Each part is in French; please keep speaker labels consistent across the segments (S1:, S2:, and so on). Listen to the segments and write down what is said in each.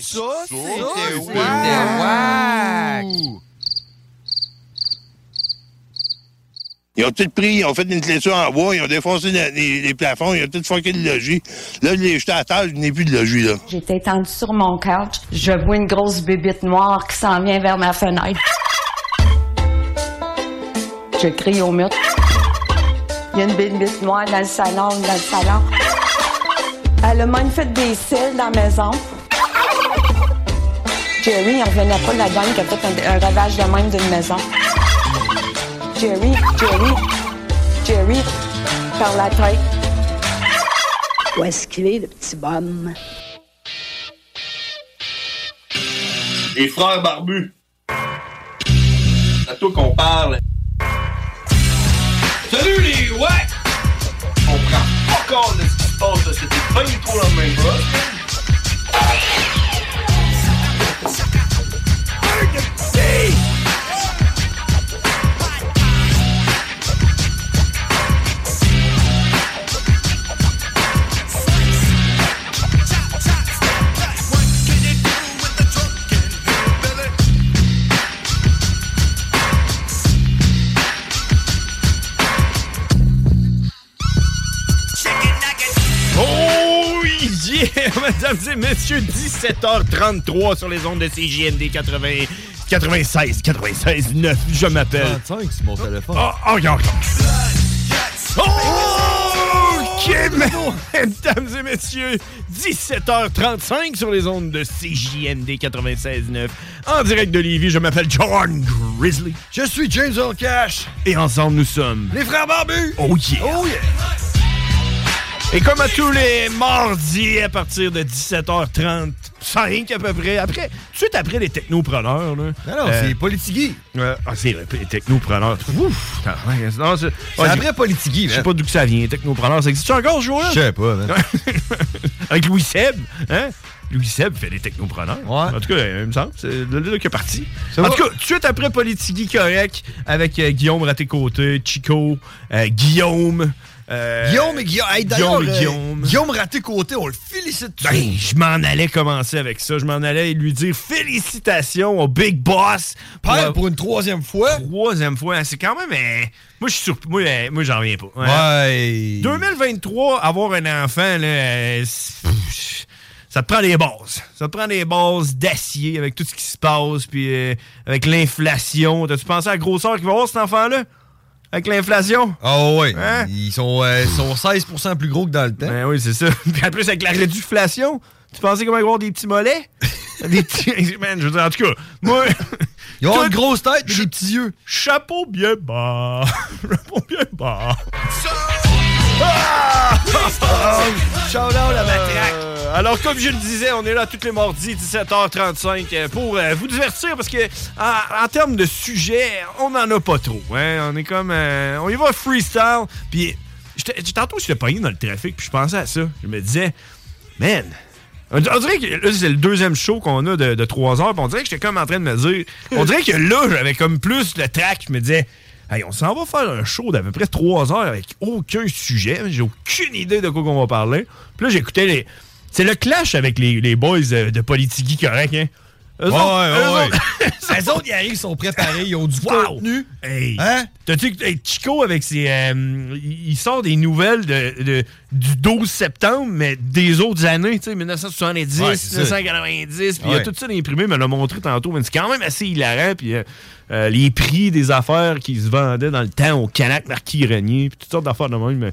S1: Ça, c'était
S2: c'était
S1: wack.
S2: Ils ont tout pris, ils ont fait une clôture en bois, ils ont défoncé la- les, les plafonds, ils ont tout fucké le logis. Là, je l'ai jeté à terre, je n'ai plus de logis, là.
S3: J'étais étendue sur mon couch. Je vois une grosse bébite noire qui s'en vient vers ma fenêtre. Je crie au mur. Il y a une bébite noire dans le salon, dans le salon. Elle a même fait des cils dans la maison. Jerry, il revenait pas de la dame qui a fait un, un ravage de même d'une maison. Jerry, Jerry, Jerry, par la tête.
S4: Où est-ce qu'il est, le petit bonhomme?
S5: Les frères barbus. C'est à toi qu'on parle. Salut les ouais! On prend pas compte de ce qui se passe, là. c'était pas du tout la même chose.
S1: Oh yeah, mesdames et messieurs, 17h33 sur les ondes de CJMD 80, 96, 96, 9, je m'appelle.
S6: 35 sur mon téléphone.
S1: Oh, oh, regarde. Oh, ok, mesdames et messieurs, 17h35 sur les ondes de CJMD 96.9. En direct de Lévis, je m'appelle John Grizzly. Je suis James Cash. Et ensemble, nous sommes... Les Frères Barbus. Oh yeah. Oh yeah. Et comme à tous les mardis à partir de 17h35 à peu près, après, tout de suite après les technopreneurs. Là, euh,
S6: non, c'est
S1: Politigui. ah, c'est vrai, les technopreneurs. Ouf! Ah, ouais, non, c'est
S6: C'est après Politigui,
S1: Je sais
S6: man.
S1: pas d'où que ça vient, technopreneurs. Ça existe encore, ce là
S6: hein. Je sais pas, man.
S1: Avec Louis Seb, hein? Louis Seb fait des technopreneurs. En tout cas, il me semble, c'est de là qu'il est parti.
S6: Ça
S1: en
S6: va.
S1: tout cas, tout de suite après Politigui correct, avec euh, Guillaume à tes côtés, Chico, euh, Guillaume. euh,
S6: Guillaume et Guillaume. Hey, d'ailleurs,
S1: Guillaume et
S6: euh,
S1: Guillaume.
S6: Guillaume raté côté, on le félicite. tout de
S1: Ben,
S6: suite.
S1: je m'en allais commencer avec ça. Je m'en allais lui dire félicitations au Big Boss.
S6: Père pour une troisième fois.
S1: Troisième fois. C'est quand même. euh, moi, je suis surp- Moi, euh, moi j'en reviens pas. Hein?
S6: Ouais.
S1: 2023, avoir un enfant, là, euh, c'est- pff, ça te prend des bases. Ça te prend des bases d'acier avec tout ce qui se passe, puis euh, avec l'inflation. T'as-tu pensé à la grosseur qu'il va avoir, cet enfant-là? Avec l'inflation?
S6: Ah ouais.
S1: Hein?
S6: Ils sont, euh, ils sont 16% plus gros que dans le temps.
S1: Ben oui, c'est ça. Puis en plus, avec la réduflation, tu pensais comment avoir des petits mollets? des petits. Man, je veux dire, en tout cas, moi.
S6: Ils ont une
S1: tout-
S6: grosse tête et des petits yeux.
S1: Chapeau bien bas. Chapeau bien bas.
S6: Shout out à Matraque.
S1: Euh, alors, comme je le disais, on est là tous les mardis, 17h35, euh, pour euh, vous divertir, parce que en, en termes de sujets, on n'en a pas trop. hein. On est comme. euh, on y va freestyle. Puis, j'étais- j'étais- tantôt, j'étais pogné dans le trafic, puis je pensais à ça. Je me disais, man. On on dirait que là, c'est le deuxième show qu'on a de, de 3 heures, puis on dirait que j'étais comme en train de me dire. On dirait que là, j'avais comme plus le track, je me disais. Hey, on s'en va faire un show d'à peu près 3 heures avec aucun sujet. J'ai aucune idée de quoi qu'on va parler. Puis là, j'écoutais les. C'est le clash avec les, les boys euh, de Politigui correct, hein? Eux autres- eux autres-
S6: Les autres, ils arrivent, ils sont préparés, ils ont du contenu.
S1: Hey! Hein? T'as-tu hey, Chico avec ses. euh, il il sort des nouvelles de, de- du 12 septembre, mais des autres années, tu sais, 1970,
S6: Ouais, c'est ça.
S1: 1990, puis il y a
S6: Ouais.
S1: tout ça imprimé, mais l'a montré tantôt, mais c'est quand même assez hilarant, puis euh, euh, les prix des affaires qui se vendaient dans le temps au Canac, Marquis Renier, puis toutes sortes d'affaires de même. mais-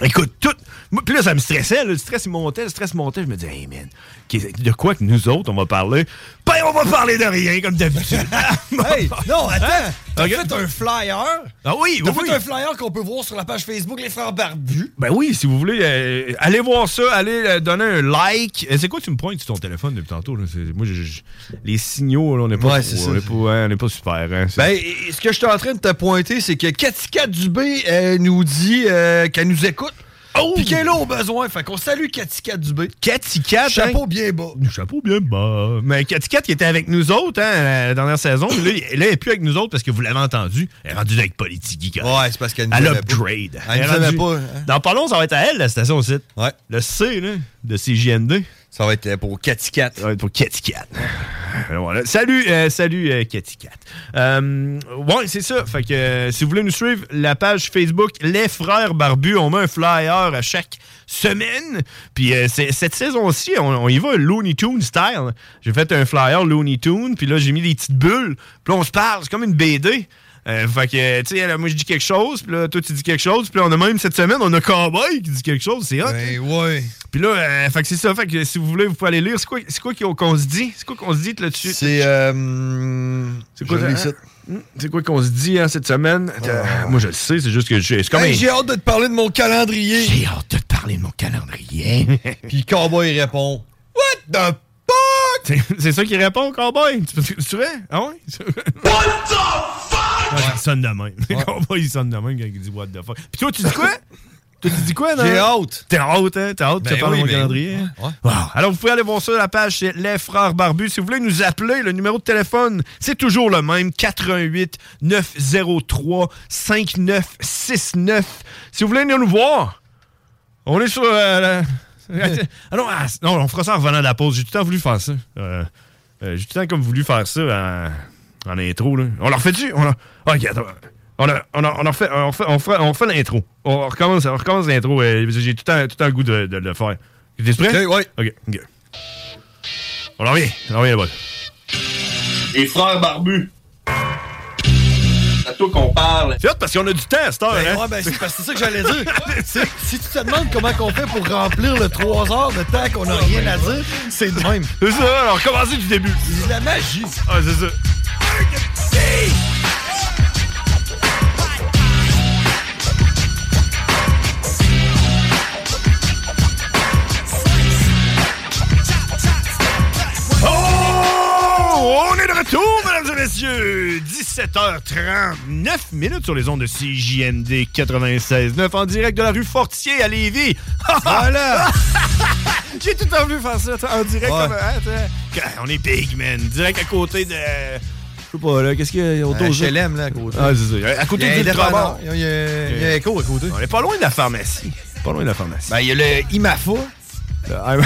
S1: Écoute, tout. moi, Puis là, ça me stressait. là, le stress il montait, le stress montait. Je me disais, hey man, qu'est- de quoi que nous autres, on va parler? Ben, on va parler de rien, comme d'habitude. Hein?
S6: Hey, non, attends! T'as
S1: Ok.
S6: fait un flyer.
S1: Ah oui,
S6: T'as
S1: oui,
S6: fait
S1: oui.
S6: un flyer qu'on peut voir sur la page Facebook Les Frères Barbus.
S1: Ben oui, si vous voulez, euh, allez voir ça, allez euh, donner un like. Euh, c'est quoi tu me pointes sur ton téléphone depuis tantôt? là? C'est- moi, je- je- les signaux, là, on n'est pas,
S6: Ouais,
S1: trop-
S6: c'est ça.
S1: on n'est pas, hein, on n'est pas super. hein, c'est-
S6: Ben, et- ce que je suis en train de te pointer, c'est que Katika Dubé elle nous dit euh, qu'elle nous écoute.
S1: Oh!
S6: Puis qu'elle est là au besoin. Fait qu'on salue Katika Dubé.
S1: Cathy Cat,
S6: Chapeau bien bas.
S1: hein? Chapeau bien bas. Mais Cathy Cat qui était avec nous autres hein, la dernière saison, mais là, il- là, elle n'est plus avec nous autres parce que vous l'avez entendu, elle est rendue avec Politique.
S6: Ouais, c'est parce qu'elle nous
S1: Elle
S6: aimait pas.
S1: upgrade.
S6: Elle nous
S1: est
S6: aimait
S1: rendue-
S6: pas, hein.
S1: Dans pas long, ça va être à elle, la station site.
S6: Ouais.
S1: Le C là, de CJND.
S6: Ça va être euh, pour Katika.
S1: Ça va être pour Cathy Cat. Ah, Alors voilà. Salut, euh, salut euh, Cathy Cat. Euh, ouais, c'est ça. Fait que euh, si vous voulez nous suivre, la page Facebook Les Frères Barbus, on met un flyer à chaque semaine. Puis euh, c'est- cette saison-ci, on, on y va Looney Tunes style. J'ai fait un flyer Looney Tunes, puis là j'ai mis des petites bulles. Puis là on se parle, c'est comme une BD. Euh, fait que, tu sais, là, moi je dis quelque chose, puis là, toi tu dis quelque chose, puis là, on a même cette semaine, on a Cowboy qui dit quelque chose, c'est hot. hein.
S6: Ben ouais.
S1: Puis là, euh, fait que c'est ça. Fait que si vous voulez, vous pouvez aller lire. C'est quoi, c'est quoi qu'on qu'on se dit? C'est quoi qu'on se dit là-dessus?
S6: C'est. euh,
S1: C'est quoi,
S6: je l'ai
S1: hein?
S6: ici.
S1: Hmm, c'est quoi qu'on se dit hein, cette semaine? Euh, Moi, je le sais, c'est juste que je- c'est comme
S6: Ah. Hey,
S1: un-
S6: Ben, j'ai hâte de te parler de mon calendrier.
S1: J'ai hâte de te parler de mon calendrier.
S6: Puis Cowboy répond What the fuck?
S1: c'est c'est ça qui répond, cowboy. Tu, tu, tu vois? Ah ouais?
S7: What the fuck?
S1: Ah, il sonne de même. Le cowboy, il sonne de même quand il dit what the fuck. Puis toi, tu dis quoi? toi, tu dis quoi, non?
S6: J'ai hâte.
S1: T'es haute, hein? T'es haute,
S6: Ben
S1: tu parles
S6: oui,
S1: de mon
S6: ben
S1: calendrier.
S6: oui.
S1: hein?
S6: Ouais, ouais.
S1: Wow. Alors, vous pouvez aller voir ça, la page, c'est Les Frères Barbus. Si vous voulez nous appeler, le numéro de téléphone, c'est toujours le même, 88 903 5969. Si vous voulez venir nous voir, on est sur... euh, la- Ah non, ah, non, on fera ça en revenant de la pause. J'ai tout le temps voulu faire ça. Euh, euh, J'ai tout le temps comme voulu faire ça en, en intro. Là. On leur fait tu On leur... Ah, ok, attends. On, a, on, a- on en refait- on refait- on fera- on fait l'intro. On recommence, on recommence l'intro. euh, J'ai tout le temps, tout le temps le goût de, de le faire. T'es prêt?
S6: Ok, ouais.
S1: Ok, ok. On en revient. On en revient là-bas.
S7: Les frères barbus. C'est à toi qu'on parle.
S1: C'est hot parce qu'on a du temps à cette heure.
S6: Ben
S1: hein?
S6: ouais, ben, c'est parce que c'est ça que j'allais dire. C'est- si tu te demandes comment qu'on fait pour remplir le 3 heures de temps qu'on n'a rien à dire, c'est de même.
S1: C'est ça, alors recommencer du début.
S6: C'est la magie.
S1: Ah, c'est ça. Oh! On est de retour, mesdames et messieurs! 17h39 minutes sur les ondes de CJMD 96.9 en direct de la rue Fortier à Lévis. voilà! J'ai tout envie faire ça en direct.
S6: Ouais.
S1: comme- hein, t'sais. Quand- On est big, man. Direct à côté de... Je sais pas, là, qu'est-ce qu'il y a autour de-
S6: HLM, là, à côté.
S1: Ah, c'est ça. À
S6: Il y a
S1: côté
S6: un
S1: du
S6: dépanneur.
S1: travail.
S6: Il y a- il y a il y a un écho à côté.
S1: On est pas loin de la pharmacie. Pas loin de la pharmacie.
S6: Ben, il y a le IMAFA.
S1: I'm,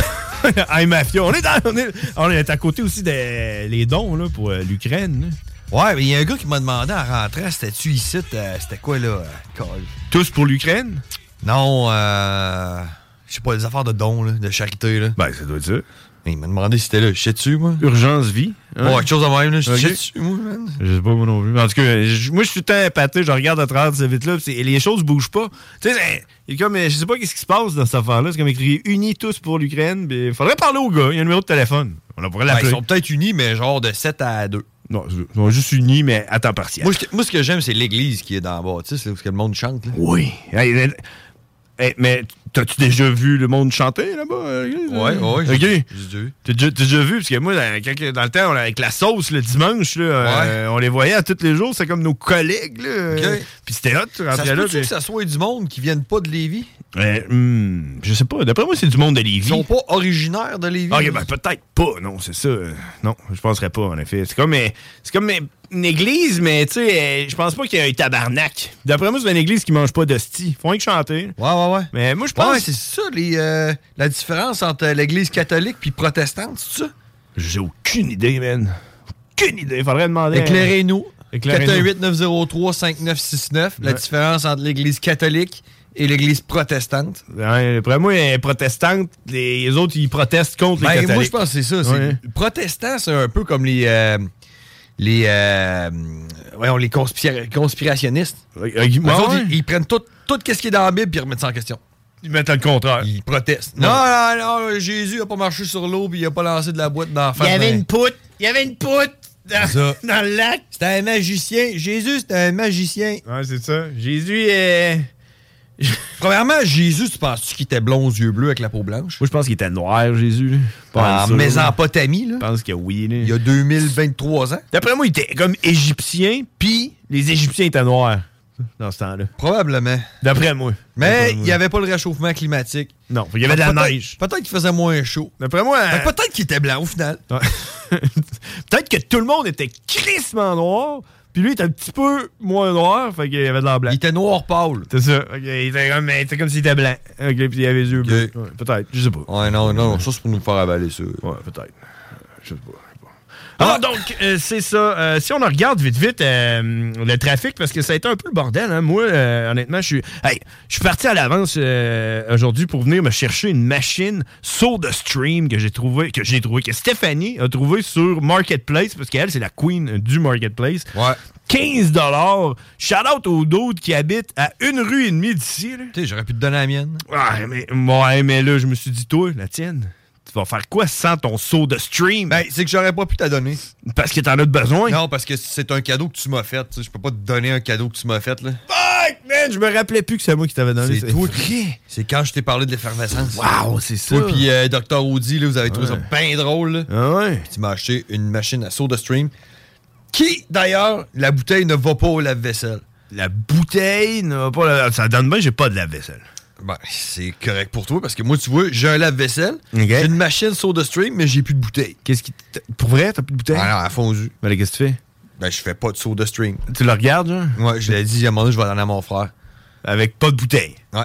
S1: I'm Mafia. On est, dans- on, est, on est à côté aussi des les dons là, pour euh, l'Ukraine. là.
S6: Ouais, mais il y a un gars qui m'a demandé en rentrant, c'était-tu ici, euh, c'était quoi, là? euh, call?
S1: Tous pour l'Ukraine?
S6: Non, euh... Je sais pas, des affaires de dons, là, de charité, là.
S1: Ben, ça doit être ça.
S6: Il m'a demandé si c'était là. Je sais-tu, moi?
S1: Urgence vie.
S6: Ouais,
S1: hein?
S6: quelque chose de même, là. Je
S1: Ok.
S6: sais-tu, moi, man?
S1: Je sais pas, moi non plus. En tout cas, euh, je- moi, je suis tout le temps épaté. Je regarde à travers cette vite-là. pis c'est- Et les choses bougent pas. Tu sais, c'est- il est comme, euh, je sais pas qu'est-ce qui se passe dans cette affaire-là. C'est comme écrit Unis tous pour l'Ukraine. Il faudrait parler au gars. Il y a un numéro de téléphone. On pourrait
S6: Ben, ils
S1: l'appeler.
S6: sont peut-être unis, mais genre de 7 à 2.
S1: Non, ils sont juste unis, mais à temps partiel.
S6: Moi, je- moi, ce que j'aime, c'est l'église qui est dans la bâtisse, là, où ce que le monde chante. Là.
S1: Oui. Hey, mais hey, mais t'as-tu déjà vu le monde chanter là-bas? euh,
S6: Ouais, ouais.
S1: OK.
S6: j'ai- j'ai déjà vu.
S1: T'as déjà, t'as déjà vu? Parce que moi, dans, quand que- dans le temps, on- avec la sauce le dimanche, là, euh, on les voyait à tous les jours. C'est comme nos collègues. Là,
S6: OK.
S1: euh, Puis c'était hot, tu
S6: Ça se
S1: rentrais là.
S6: peut-tu que
S1: puis-
S6: ça soit du monde qui vienne pas de Lévis?
S1: Euh, hmm, je sais pas. D'après moi, c'est du monde de
S6: Ils
S1: Lévis.
S6: sont pas originaires de Lévis?
S1: OK, ben peut-être pas, non, c'est ça. Euh, Non, je penserais pas, en effet. C'est comme, euh, c'est comme euh, une église, mais tu sais, euh, je pense pas qu'il y ait un tabarnak. D'après moi, c'est une église qui mange pas d'hostie. Font rien que chanter.
S6: Ouais, ouais, ouais.
S1: Mais moi, je
S6: Ouais,
S1: pense...
S6: euh, c'est ça, les, euh, la différence entre l'église catholique puis protestante, c'est ça?
S1: J'ai aucune idée, man. Aucune idée. Faudrait demander. à-
S6: Éclairez-nous.
S1: Éclairez-nous.
S6: 418-903-5969. La
S1: Ouais.
S6: différence entre l'Église catholique et l'Église protestante.
S1: Ouais, Après moi, les protestantes, les les autres, ils protestent contre les
S6: Ben,
S1: catholiques.
S6: moi, je pense que c'est ça. c'est-
S1: Ouais.
S6: Protestant, c'est un peu comme les. euh, les. euh, voyons, les conspira- conspirationnistes.
S1: ouais.
S6: Eux autres, ils, ils prennent tout, tout ce qui est dans la Bible puis ils remettent ça en question.
S1: Ils mettent le contraire.
S6: Ils protestent. Non, non, non, Jésus a pas marché sur l'eau puis il a pas lancé de la boîte dans la face d'un-
S8: poutre. Il y avait une poutre
S6: Ça.
S8: le lac.
S6: C'était un magicien. Jésus, c'était un magicien.
S1: Ouais, c'est ça. Jésus est.
S6: Premièrement, Jésus, tu penses-tu qu'il était blond aux yeux bleus avec la peau blanche? Ah,
S1: Moi, je pense qu'il était noir, Jésus.
S6: En Mésopotamie, là.
S1: Je pense que oui.
S6: Il y a 2023 ans.
S1: D'après moi, il était comme égyptien, puis les Égyptiens étaient noirs dans ce temps-là.
S6: Probablement.
S1: D'après moi.
S6: Mais
S1: D'après
S6: il
S1: moi.
S6: n'y avait pas le réchauffement climatique.
S1: Non, il y avait de la
S6: Peut-être-
S1: neige.
S6: Peut-être qu'il faisait moins chaud.
S1: D'après moi. euh,
S6: Fait que Peut-être qu'il était blanc au final.
S1: Ouais. Peut-être que tout le monde était crissement noir, puis lui était un petit peu moins noir, fait qu'il avait de l'air blanc.
S6: Il était noir pâle.
S1: C'est ça. Ok, il était comme, mais c'était comme s'il était blanc. Ok, puis il avait les yeux bleus. Ouais, peut-être, je sais pas.
S6: Ouais, non, non, ça c'est pour nous faire avaler ça.
S1: Ouais, peut-être. Je sais pas. je sais pas.
S6: Ah!
S1: Alors, donc, euh, c'est ça. Euh, si on regarde vite, vite euh, le trafic, parce que ça a été un peu le bordel. hein. Moi, euh, honnêtement, je suis hey, je suis parti à l'avance euh, aujourd'hui pour venir me chercher une machine SodaStream Stream que j'ai trouvé, que j'ai trouvé, que Stéphanie a trouvé sur Marketplace, parce qu'elle, c'est la queen du Marketplace.
S6: Ouais.
S1: 15 Shout out aux d'autres qui habitent à une rue et demie d'ici. là.
S6: Tu sais, j'aurais pu te donner la mienne.
S1: Ouais, mais, ouais, mais là, je me suis dit, toi, la tienne, tu vas faire quoi sans ton saut de stream?
S6: Ben, c'est que j'aurais pas pu te la donner.
S1: parce que t'en as de besoin.
S6: Non, parce que c'est un cadeau que tu m'as fait. tu sais, Je peux pas te donner un cadeau que tu m'as fait, là.
S1: Fuck, man, je me rappelais plus que Ah, c'est moi qui t'avais donné.
S6: C'est toi qui. C'est quand je t'ai parlé de l'effervescence.
S1: Wow, c'est ça.
S6: Toi, puis euh, Dr. Audi, là, vous avez trouvé ça bien drôle, là.
S1: Ah ouais.
S6: Tu m'as acheté une machine à soda stream. Qui, d'ailleurs, la bouteille ne va pas au lave-vaisselle.
S1: La bouteille, n'a pas la- ça donne bien, j'ai pas de la vaisselle.
S6: Ben, c'est correct pour toi parce que moi, tu vois, j'ai un lave-vaisselle,
S1: Ok.
S6: j'ai une machine soda stream, mais j'ai plus de bouteille.
S1: Qu'est-ce qui. t- Pour vrai, t'as plus de bouteille?
S6: Ah non, elle a fondu.
S1: Mais là, qu'est-ce que tu fais?
S6: Ben, je fais pas de soda stream.
S1: Tu le regardes, genre?
S6: Moi, je l'ai dit, à un moment donné, je vais donner à mon frère.
S1: Avec pas de bouteille.
S6: Ouais.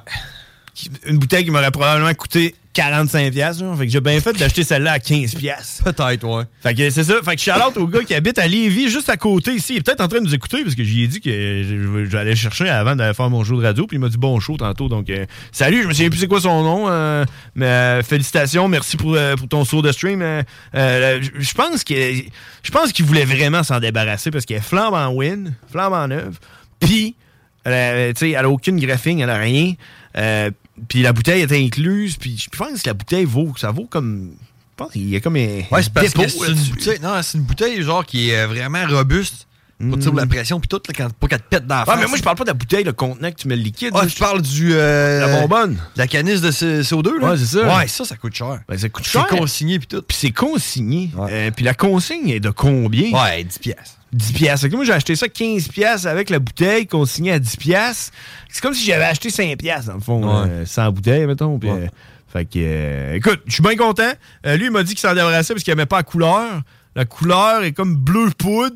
S1: Qui- Une bouteille qui m'aurait probablement coûté 45$, piastres, genre. Fait que j'ai bien fait d'acheter celle-là à 15$. piastres.
S6: Peut-être, ouais.
S1: Fait que c'est ça. Fait que shout out au gars qui habite à Lévis, juste à côté ici. Il est peut-être en train de nous écouter parce que j'y ai dit que je- je- j'allais chercher avant d'aller faire mon show de radio. Puis il m'a dit bon show tantôt. Donc, euh, salut, je me souviens plus c'est quoi son nom. euh, mais euh, félicitations, merci pour, euh, pour ton saut de stream. euh, euh, je- je pense que je pense qu'il voulait vraiment s'en débarrasser parce qu'elle flambe en win, flambe en neuve. Puis, elle a- euh, tu sais, elle a aucune graphing, elle a rien. Euh, puis la bouteille est incluse. Puis je pense que la bouteille vaut, ça vaut comme. Je pense qu'il y a comme un.
S6: Ouais, c'est parce
S1: dépôt euh,
S6: que c'est une
S1: là-dessus.
S6: bouteille. Non, c'est une bouteille, genre, qui est euh, vraiment robuste pour tirer de la pression, puis tout, là, quand, pas qu'elle te pète dans la
S1: Hmm. Ouais,
S6: face.
S1: mais moi, je parle pas de la bouteille, le contenant que tu mets le liquide.
S6: Ah,
S1: là,
S6: tu parles du. euh,
S1: La bonbonne.
S6: de La canisse de C- CO2, là.
S1: Ouais, c'est ça.
S6: Ouais, ça, ça coûte cher.
S1: Ben, ça coûte
S6: C'est
S1: cher.
S6: consigné, puis tout.
S1: Puis c'est consigné.
S6: Ouais.
S1: Euh, puis la consigne est de combien?
S6: Ouais, 10 piastres.
S1: 10 piastres. Fait que Moi, j'ai acheté ça 15 piastres avec la bouteille consignée à 10 piastres. C'est comme si j'avais acheté 5 piastres, dans le fond,
S6: Ouais.
S1: euh, sans bouteille, mettons. Puis,
S6: Ouais.
S1: euh, fait que, euh, écoute, je suis bien content. Euh, lui, il m'a dit qu'il s'en débarrassait parce qu'il aimait pas la couleur. La couleur est comme bleu poudre.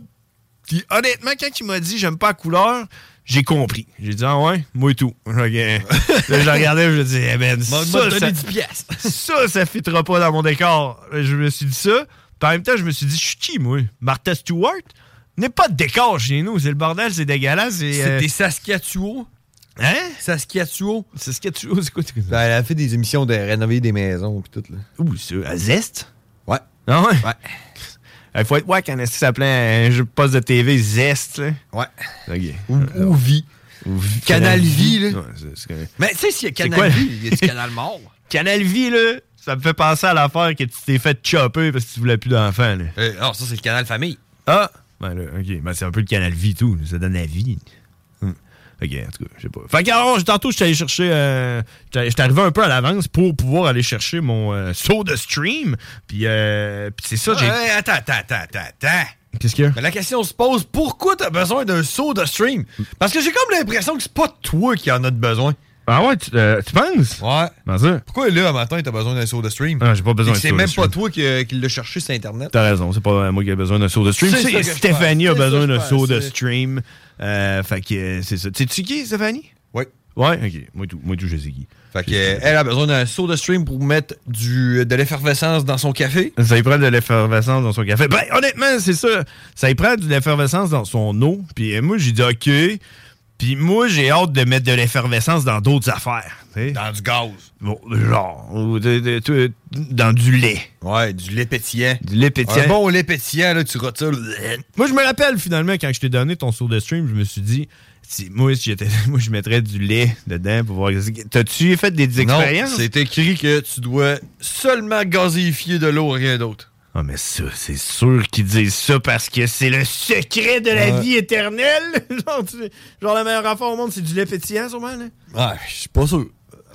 S1: Puis honnêtement, quand il m'a dit j'aime pas la couleur, j'ai compris. J'ai dit ah ouais, moi et tout. Fait que, là, je le regardais, je me dis eh ben,
S6: M'a-
S1: ça,
S6: m'a donné
S1: ça-
S6: 10 piastres.
S1: ça, Ah, ça fitera pas dans mon décor. Je me suis dit ça. Puis en même temps, je me suis dit, je suis qui, moi? Martha Stewart? N'est pas de décor chez nous. C'est le bordel, c'est dégueulasse. C'est.
S6: C'était
S1: euh,
S6: Saskatchewan.
S1: Hein?
S6: Saskatchewan.
S1: C'est ce que tu C'est quoi? tu-
S6: Ben, elle a fait des émissions de rénover des maisons, puis tout, là.
S1: Ouh, c'est à Zest?
S6: Ouais.
S1: Ah ouais?
S6: Ouais.
S1: Il faut être wack quand est-ce que ça s'appelait un jeu de poste de TV Zest, là.
S6: Ouais.
S1: OK. Euh,
S6: Ou, ou vie. Canal Vie, là.
S1: Ouais, c'est- c'est correct.
S6: Mais tu sais, s'il y a
S1: quoi?
S6: Canal Vie, il y a du Canal Mort.
S1: Canal Vie, là, ça me fait penser à l'affaire que tu t'es fait chopper parce que tu voulais plus d'enfants, là.
S6: Euh, non, ça, c'est le Canal Famille.
S1: Ah! Ben là, ok. Ben c'est un peu le canal vie tout. Ça donne la vie. Hmm. Ok, en tout cas, je sais pas. Fait que alors, je- tantôt, je suis allé chercher. euh, j'étais j'étais arrivé un peu à l'avance pour pouvoir aller chercher mon euh, saut de stream. Puis, euh, puis c'est ça, j'ai.
S6: Ouais, attends, attends, attends, attends, attends.
S1: Qu'est-ce qu'il y a?
S6: Mais la question se pose, pourquoi t'as besoin d'un saut de stream? Parce que j'ai comme l'impression que c'est pas toi qui en as de besoin.
S1: Ah ouais, tu, euh, tu penses?
S6: Ouais.
S1: Comment ça?
S6: Pourquoi là, un matin, t'as besoin d'un saut de stream?
S1: Ah, j'ai pas besoin
S6: Et
S1: de
S6: C'est
S1: saut de
S6: même pas
S1: stream.
S6: toi qui, euh, qui l'as cherché sur Internet.
S1: T'as raison, c'est pas moi qui ai besoin d'un saut de stream.
S6: C'est ça
S1: C'est
S6: que je
S1: Stéphanie
S6: pense.
S1: a
S6: C'est ça
S1: besoin
S6: que
S1: d'un
S6: je
S1: saut de
S6: pense.
S1: stream. Euh, fait que euh, c'est ça. T'es-tu qui, Stéphanie?
S6: Oui.
S1: Ouais, ok. Moi, tout, moi, tout, je les ai, Guy.
S6: Fait que, euh, elle a besoin d'un seau de stream pour mettre du, de l'effervescence dans son café.
S1: Ça y prend de l'effervescence dans son café. Ben, honnêtement, c'est ça. Ça y prend de l'effervescence dans son eau. Puis euh, moi, j'ai dit OK. Puis moi, j'ai hâte de mettre de l'effervescence dans d'autres affaires.
S6: Dans du gaz.
S1: Bon, genre, ou de- de- de- dans du lait.
S6: Ouais, du lait pétillant.
S1: Du lait pétillant.
S6: Un bon lait pétillant, là, tu rotules.
S1: Moi, je me rappelle finalement quand je t'ai donné ton sourd de stream, je me suis dit, si, moi, si j'étais- moi, je mettrais du lait dedans pour voir. T'as-tu fait des expériences?
S6: Non, c'est écrit que tu dois seulement gazifier de l'eau, rien d'autre.
S1: Ah, mais ça, c'est sûr qu'ils disent ça parce que c'est le secret de la
S6: Ouais.
S1: vie éternelle. genre, tu- genre, la meilleure affaire au monde, c'est du lait pétillant, sûrement. Là.
S6: Ouais, je suis pas sûr.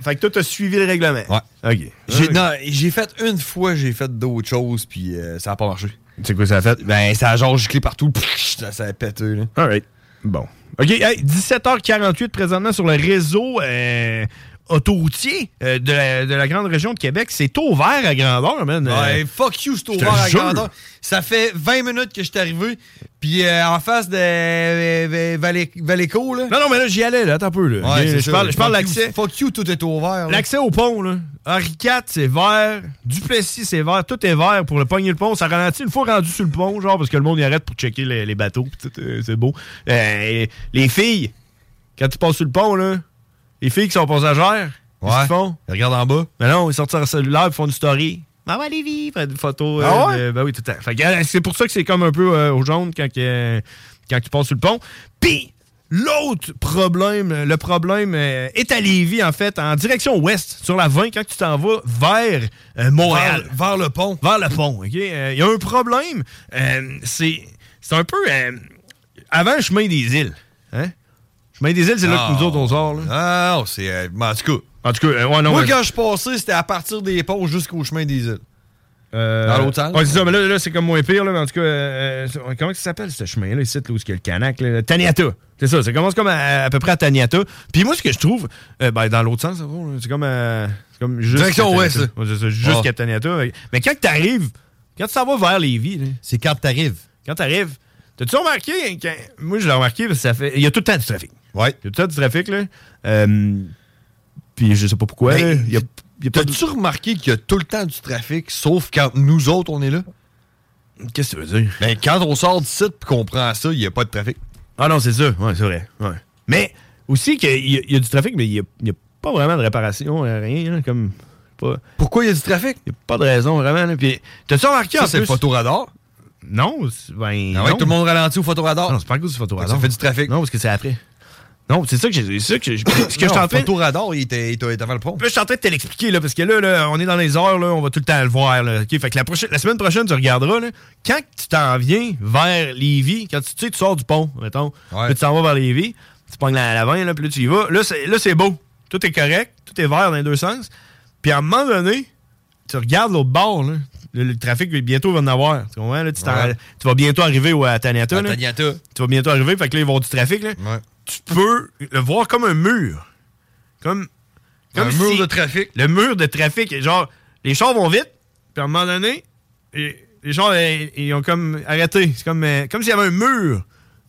S1: Fait que toi, t'as suivi le règlement. Ouais. OK.
S6: J'ai, non, j'ai fait une fois, j'ai fait d'autres choses, puis euh, ça a pas marché.
S1: Tu sais quoi ça a fait? Ah.
S6: Ben, ça a genre giclé partout, pfff, ça, ça a pété, là.
S1: All right. Bon. OK, hey, 17h48 présentement sur le réseau euh, autoroutier euh, de, la, de la grande région de Québec. C'est ouvert à grandeur, man. Euh,
S6: Ouais, fuck you, c'est
S1: je te
S6: ouvert à
S1: jure.
S6: grandeur. Ça fait 20 minutes que je suis arrivé, puis euh, en face de euh, euh, Valé- Valéco, là.
S1: Non, non, mais là, j'y allais, là. Attends un peu, là.
S6: Ouais,
S1: je,
S6: c'est
S1: parle,
S6: ça.
S1: je parle de
S6: Fuck you,
S1: l'accès.
S6: Fuck you, tout est ouvert. là.
S1: L'accès au pont, là. Henri IV, c'est vert. Duplessis, c'est vert. Tout est vert pour le pogner le pont. Ça ralentit une fois rendu sur le pont, genre, parce que le monde y arrête pour checker les, les bateaux. pis tout, euh, c'est beau. Euh, les filles, quand tu passes sur le pont, là, les filles qui sont passagères, qu'est-ce
S6: Ouais.
S1: qu'ils font?
S6: Regarde en bas.
S1: Mais non, ils sortent leur cellulaire, ils font une story. Maman Lévi, fait une photo. euh,
S6: Ah ouais?
S1: de- ben oui, tout le temps. Fait que, euh, c'est pour ça que c'est comme un peu euh, au jaune quand, que, euh, quand tu passes sur le pont. Puis, l'autre problème, euh, le problème euh, est à Lévis, en fait, en direction ouest, sur la 20, quand tu t'en vas vers euh, Montréal.
S6: Vers, vers le pont.
S1: Vers le pont, OK? Euh, Il y a un problème. euh, c'est, c'est un peu euh, avant le chemin des îles. Hein? Chemin des îles, c'est là que
S6: Ah.
S1: nous autres, on sort. là.
S6: Non, non, c'est. euh, mais en tout cas.
S1: En tout cas, euh, ouais, non,
S6: Moi,
S1: mais-
S6: quand je passais, c'était à partir des ponts jusqu'au chemin des îles.
S1: Euh,
S6: Dans l'autre sens.
S1: Ouais, c'est ça, mais là, là, c'est comme moins pire, là, mais en tout cas, euh, euh, comment ça s'appelle ce chemin-là, ici, là, où il y a le Canac, là, Taniata. C'est ça, ça commence comme à, à peu près à Taniata. Puis moi, ce que je trouve, euh, ben, dans l'autre sens, au fond, là, c'est comme, euh, c'est comme juste
S6: Direction
S1: à
S6: ouest,
S1: Taniata.
S6: là.
S1: Ouais, c'est ça, jusqu'à
S6: Ah.
S1: Taniata. Mais quand t'arrives, quand tu t'en vas vers Lévis, là,
S6: C'est quand t'arrives.
S1: quand t'arrives, t'as-tu remarqué, hein, quand- moi, je l'ai remarqué, parce que ça fait, il y a tout le temps du trafic.
S6: Ouais.
S1: Il y a tout le temps du trafic, là. Euh, puis je sais pas pourquoi,
S6: Mais
S1: là, il y a, il y a pas de...
S6: T'as-tu remarqué qu'il y a tout le temps du trafic, sauf quand nous autres, on est là?
S1: Qu'est-ce que tu veux dire?
S6: Ben, quand on sort du site puis qu'on prend ça, il n'y a pas de trafic.
S1: Ah non, c'est ça. Ouais, c'est vrai. Ouais. Mais aussi qu'il y, a- il y a du trafic, mais il n'y a, il y a pas vraiment de réparation, euh, rien. hein, comme pas,
S6: Pourquoi il y a du trafic?
S1: il y a pas de raison vraiment. là. Puis, t'as-tu remarqué en
S6: Ça, c'est le
S1: plus?
S6: photoradar.
S1: Non, c'est- ben.
S6: Ah
S1: non.
S6: ouais, tout le monde ralentit au photoradar.
S1: Ah non, c'est pas à cause du photoradar.
S6: Ça fait du trafic.
S1: Non, parce que c'est après. Non, c'est ça que j'ai. c'est ça que j'ai- Ce que je
S6: Non,
S1: suis en
S6: le
S1: train.
S6: photoradar, il était, il était- il était avant le pont.
S1: Là, je suis en train de te l'expliquer, là, parce que là, là, on est dans les heures, là, on va tout le temps le voir. Là, ok? Fait que la, prochaine, la semaine prochaine, tu regarderas, là, quand tu t'en viens vers Lévis, quand tu, tu sais, tu sors du pont, mettons,
S6: Ouais.
S1: puis tu t'en vas vers Lévis, tu pognes la, la 20, là, puis là, tu y vas. Là, c'est, là, c'est beau. Tout est correct, tout est vert dans les deux sens. Puis à un moment donné, tu regardes l'autre bord, là. Le, le trafic, bientôt, il va en avoir. Tu comprends? Là, tu, t'en-
S6: Ouais.
S1: tu vas bientôt arriver au- à Taniata.
S6: À
S1: là.
S6: Taniata.
S1: Tu vas bientôt arriver, fait que là, ils vont avoir du trafic. Là.
S6: Ouais.
S1: Tu peux le voir comme un mur. Comme, comme
S6: un
S1: si-
S6: mur de trafic.
S1: le mur de trafic. est Genre, les chars vont vite, puis à un moment donné, et- les chars, eh, ils ont comme arrêté. C'est comme, euh, comme s'il y avait un mur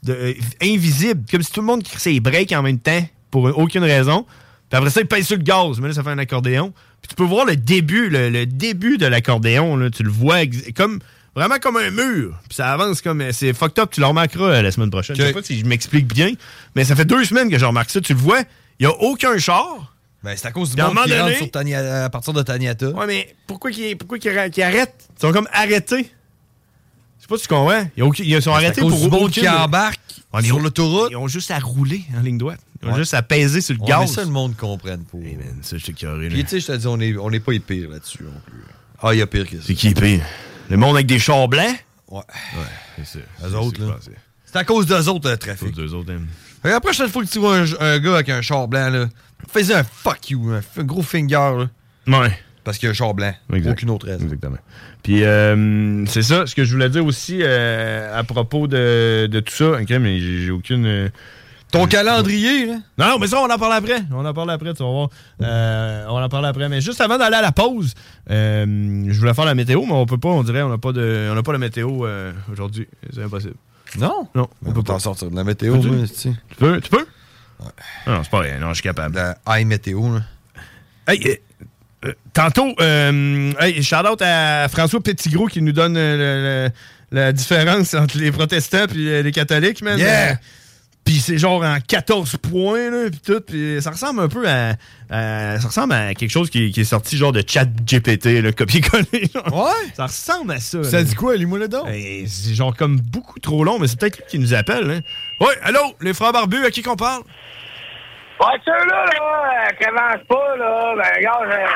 S1: de, euh, invisible, comme si tout le monde crissait les breaks en même temps, pour aucune raison. Puis après ça, ils pèsent sur le gaz, mais là, ça fait un accordéon. Puis tu peux voir le début, le, le début de l'accordéon, là, tu le vois ex- comme... Vraiment comme un mur. Puis ça avance comme. euh, C'est fucked up, tu le remarqueras euh, la semaine prochaine. Je sais
S6: Ok.
S1: pas si je m'explique bien, mais ça fait deux semaines que je remarque ça. Tu le vois, il n'y a aucun char.
S6: Ben, c'est à cause du
S1: Puis à un
S6: monde qui
S1: moment donné-
S6: rentre sur Tania- à partir de Taniata.
S1: Ouais, mais pourquoi qu'ils pourquoi qu'ils arrêtent- qu'ils arrêtent? Ils sont comme arrêtés. Je sais pas si tu comprends. Ils, ont- ils sont
S6: Ben, C'est à
S1: arrêtés
S6: cause
S1: pour
S6: du monde
S1: aucune-
S6: qui embarque
S1: Ouais, mais ils
S6: sur
S1: ont-
S6: l'autoroute.
S1: Ils ont juste à rouler en ligne droite. Ils ont
S6: Ouais.
S1: juste à peser sur le
S6: Ouais, mais
S1: gaz.
S6: ça, le monde comprenne pour.
S1: Hey, man, ça, je t'ai carré, là.
S6: Puis, tu sais, je te dis, on est, on est pas les pires là-dessus non plus. Ah, il y a pire que ça.
S1: C'est qui pire? Le monde avec des chars blancs?
S6: Ouais.
S1: C'est ça.
S6: Eux autres, là. C'est à cause d'eux autres, le trafic.
S1: deux autres, hein.
S6: Fait que la prochaine fois que tu vois un, un gars avec un char blanc, là, fais un fuck you, un, f- un gros finger, là,
S1: Ouais.
S6: parce qu'il y a un char blanc.
S1: Exact.
S6: Aucune autre raison.
S1: Exactement. Puis, euh, c'est ça, ce que je voulais dire aussi euh, à propos de, de tout ça. Ok, mais j'ai j'ai aucune. euh,
S6: Ton calendrier, là.
S1: Non, non, mais ça, on en parle après. On en parle après, tu vas voir. Euh, on en parle après. Mais juste avant d'aller à la pause, euh, je voulais faire la météo, mais on peut pas, on dirait, on n'a pas de, on n'a pas la météo euh, aujourd'hui. C'est impossible.
S6: Non?
S1: Non, on
S6: On
S1: peut
S6: peut
S1: pas.
S6: t'en sortir de la météo,
S1: Peux-tu?
S6: moi, tu sais.
S1: Tu peux? Tu peux? Non, c'est pas rien. Non, je suis capable.
S6: High météo, là.
S1: Hey, euh, euh, tantôt, euh, hey, shout-out à François Petitgros qui nous donne euh, le- le- la différence entre les protestants et les catholiques, man.
S6: Yeah!
S1: Euh, Puis c'est genre en 14 points, là, puis tout. Puis ça ressemble un peu à, à- Ça ressemble à quelque chose qui, qui est sorti genre de chat GPT, le copier-coller. Ouais! Ça ressemble à ça.
S6: Ça
S1: là.
S6: dit quoi, allume-moi le don?
S1: Eh, C'est genre comme beaucoup trop long, mais c'est peut-être lui qui nous appelle. Hein. Ouais, allô, les frères barbus, à qui qu'on parle?
S9: Ouais, ceux-là, là, euh, commence pas, là. Ben, regarde,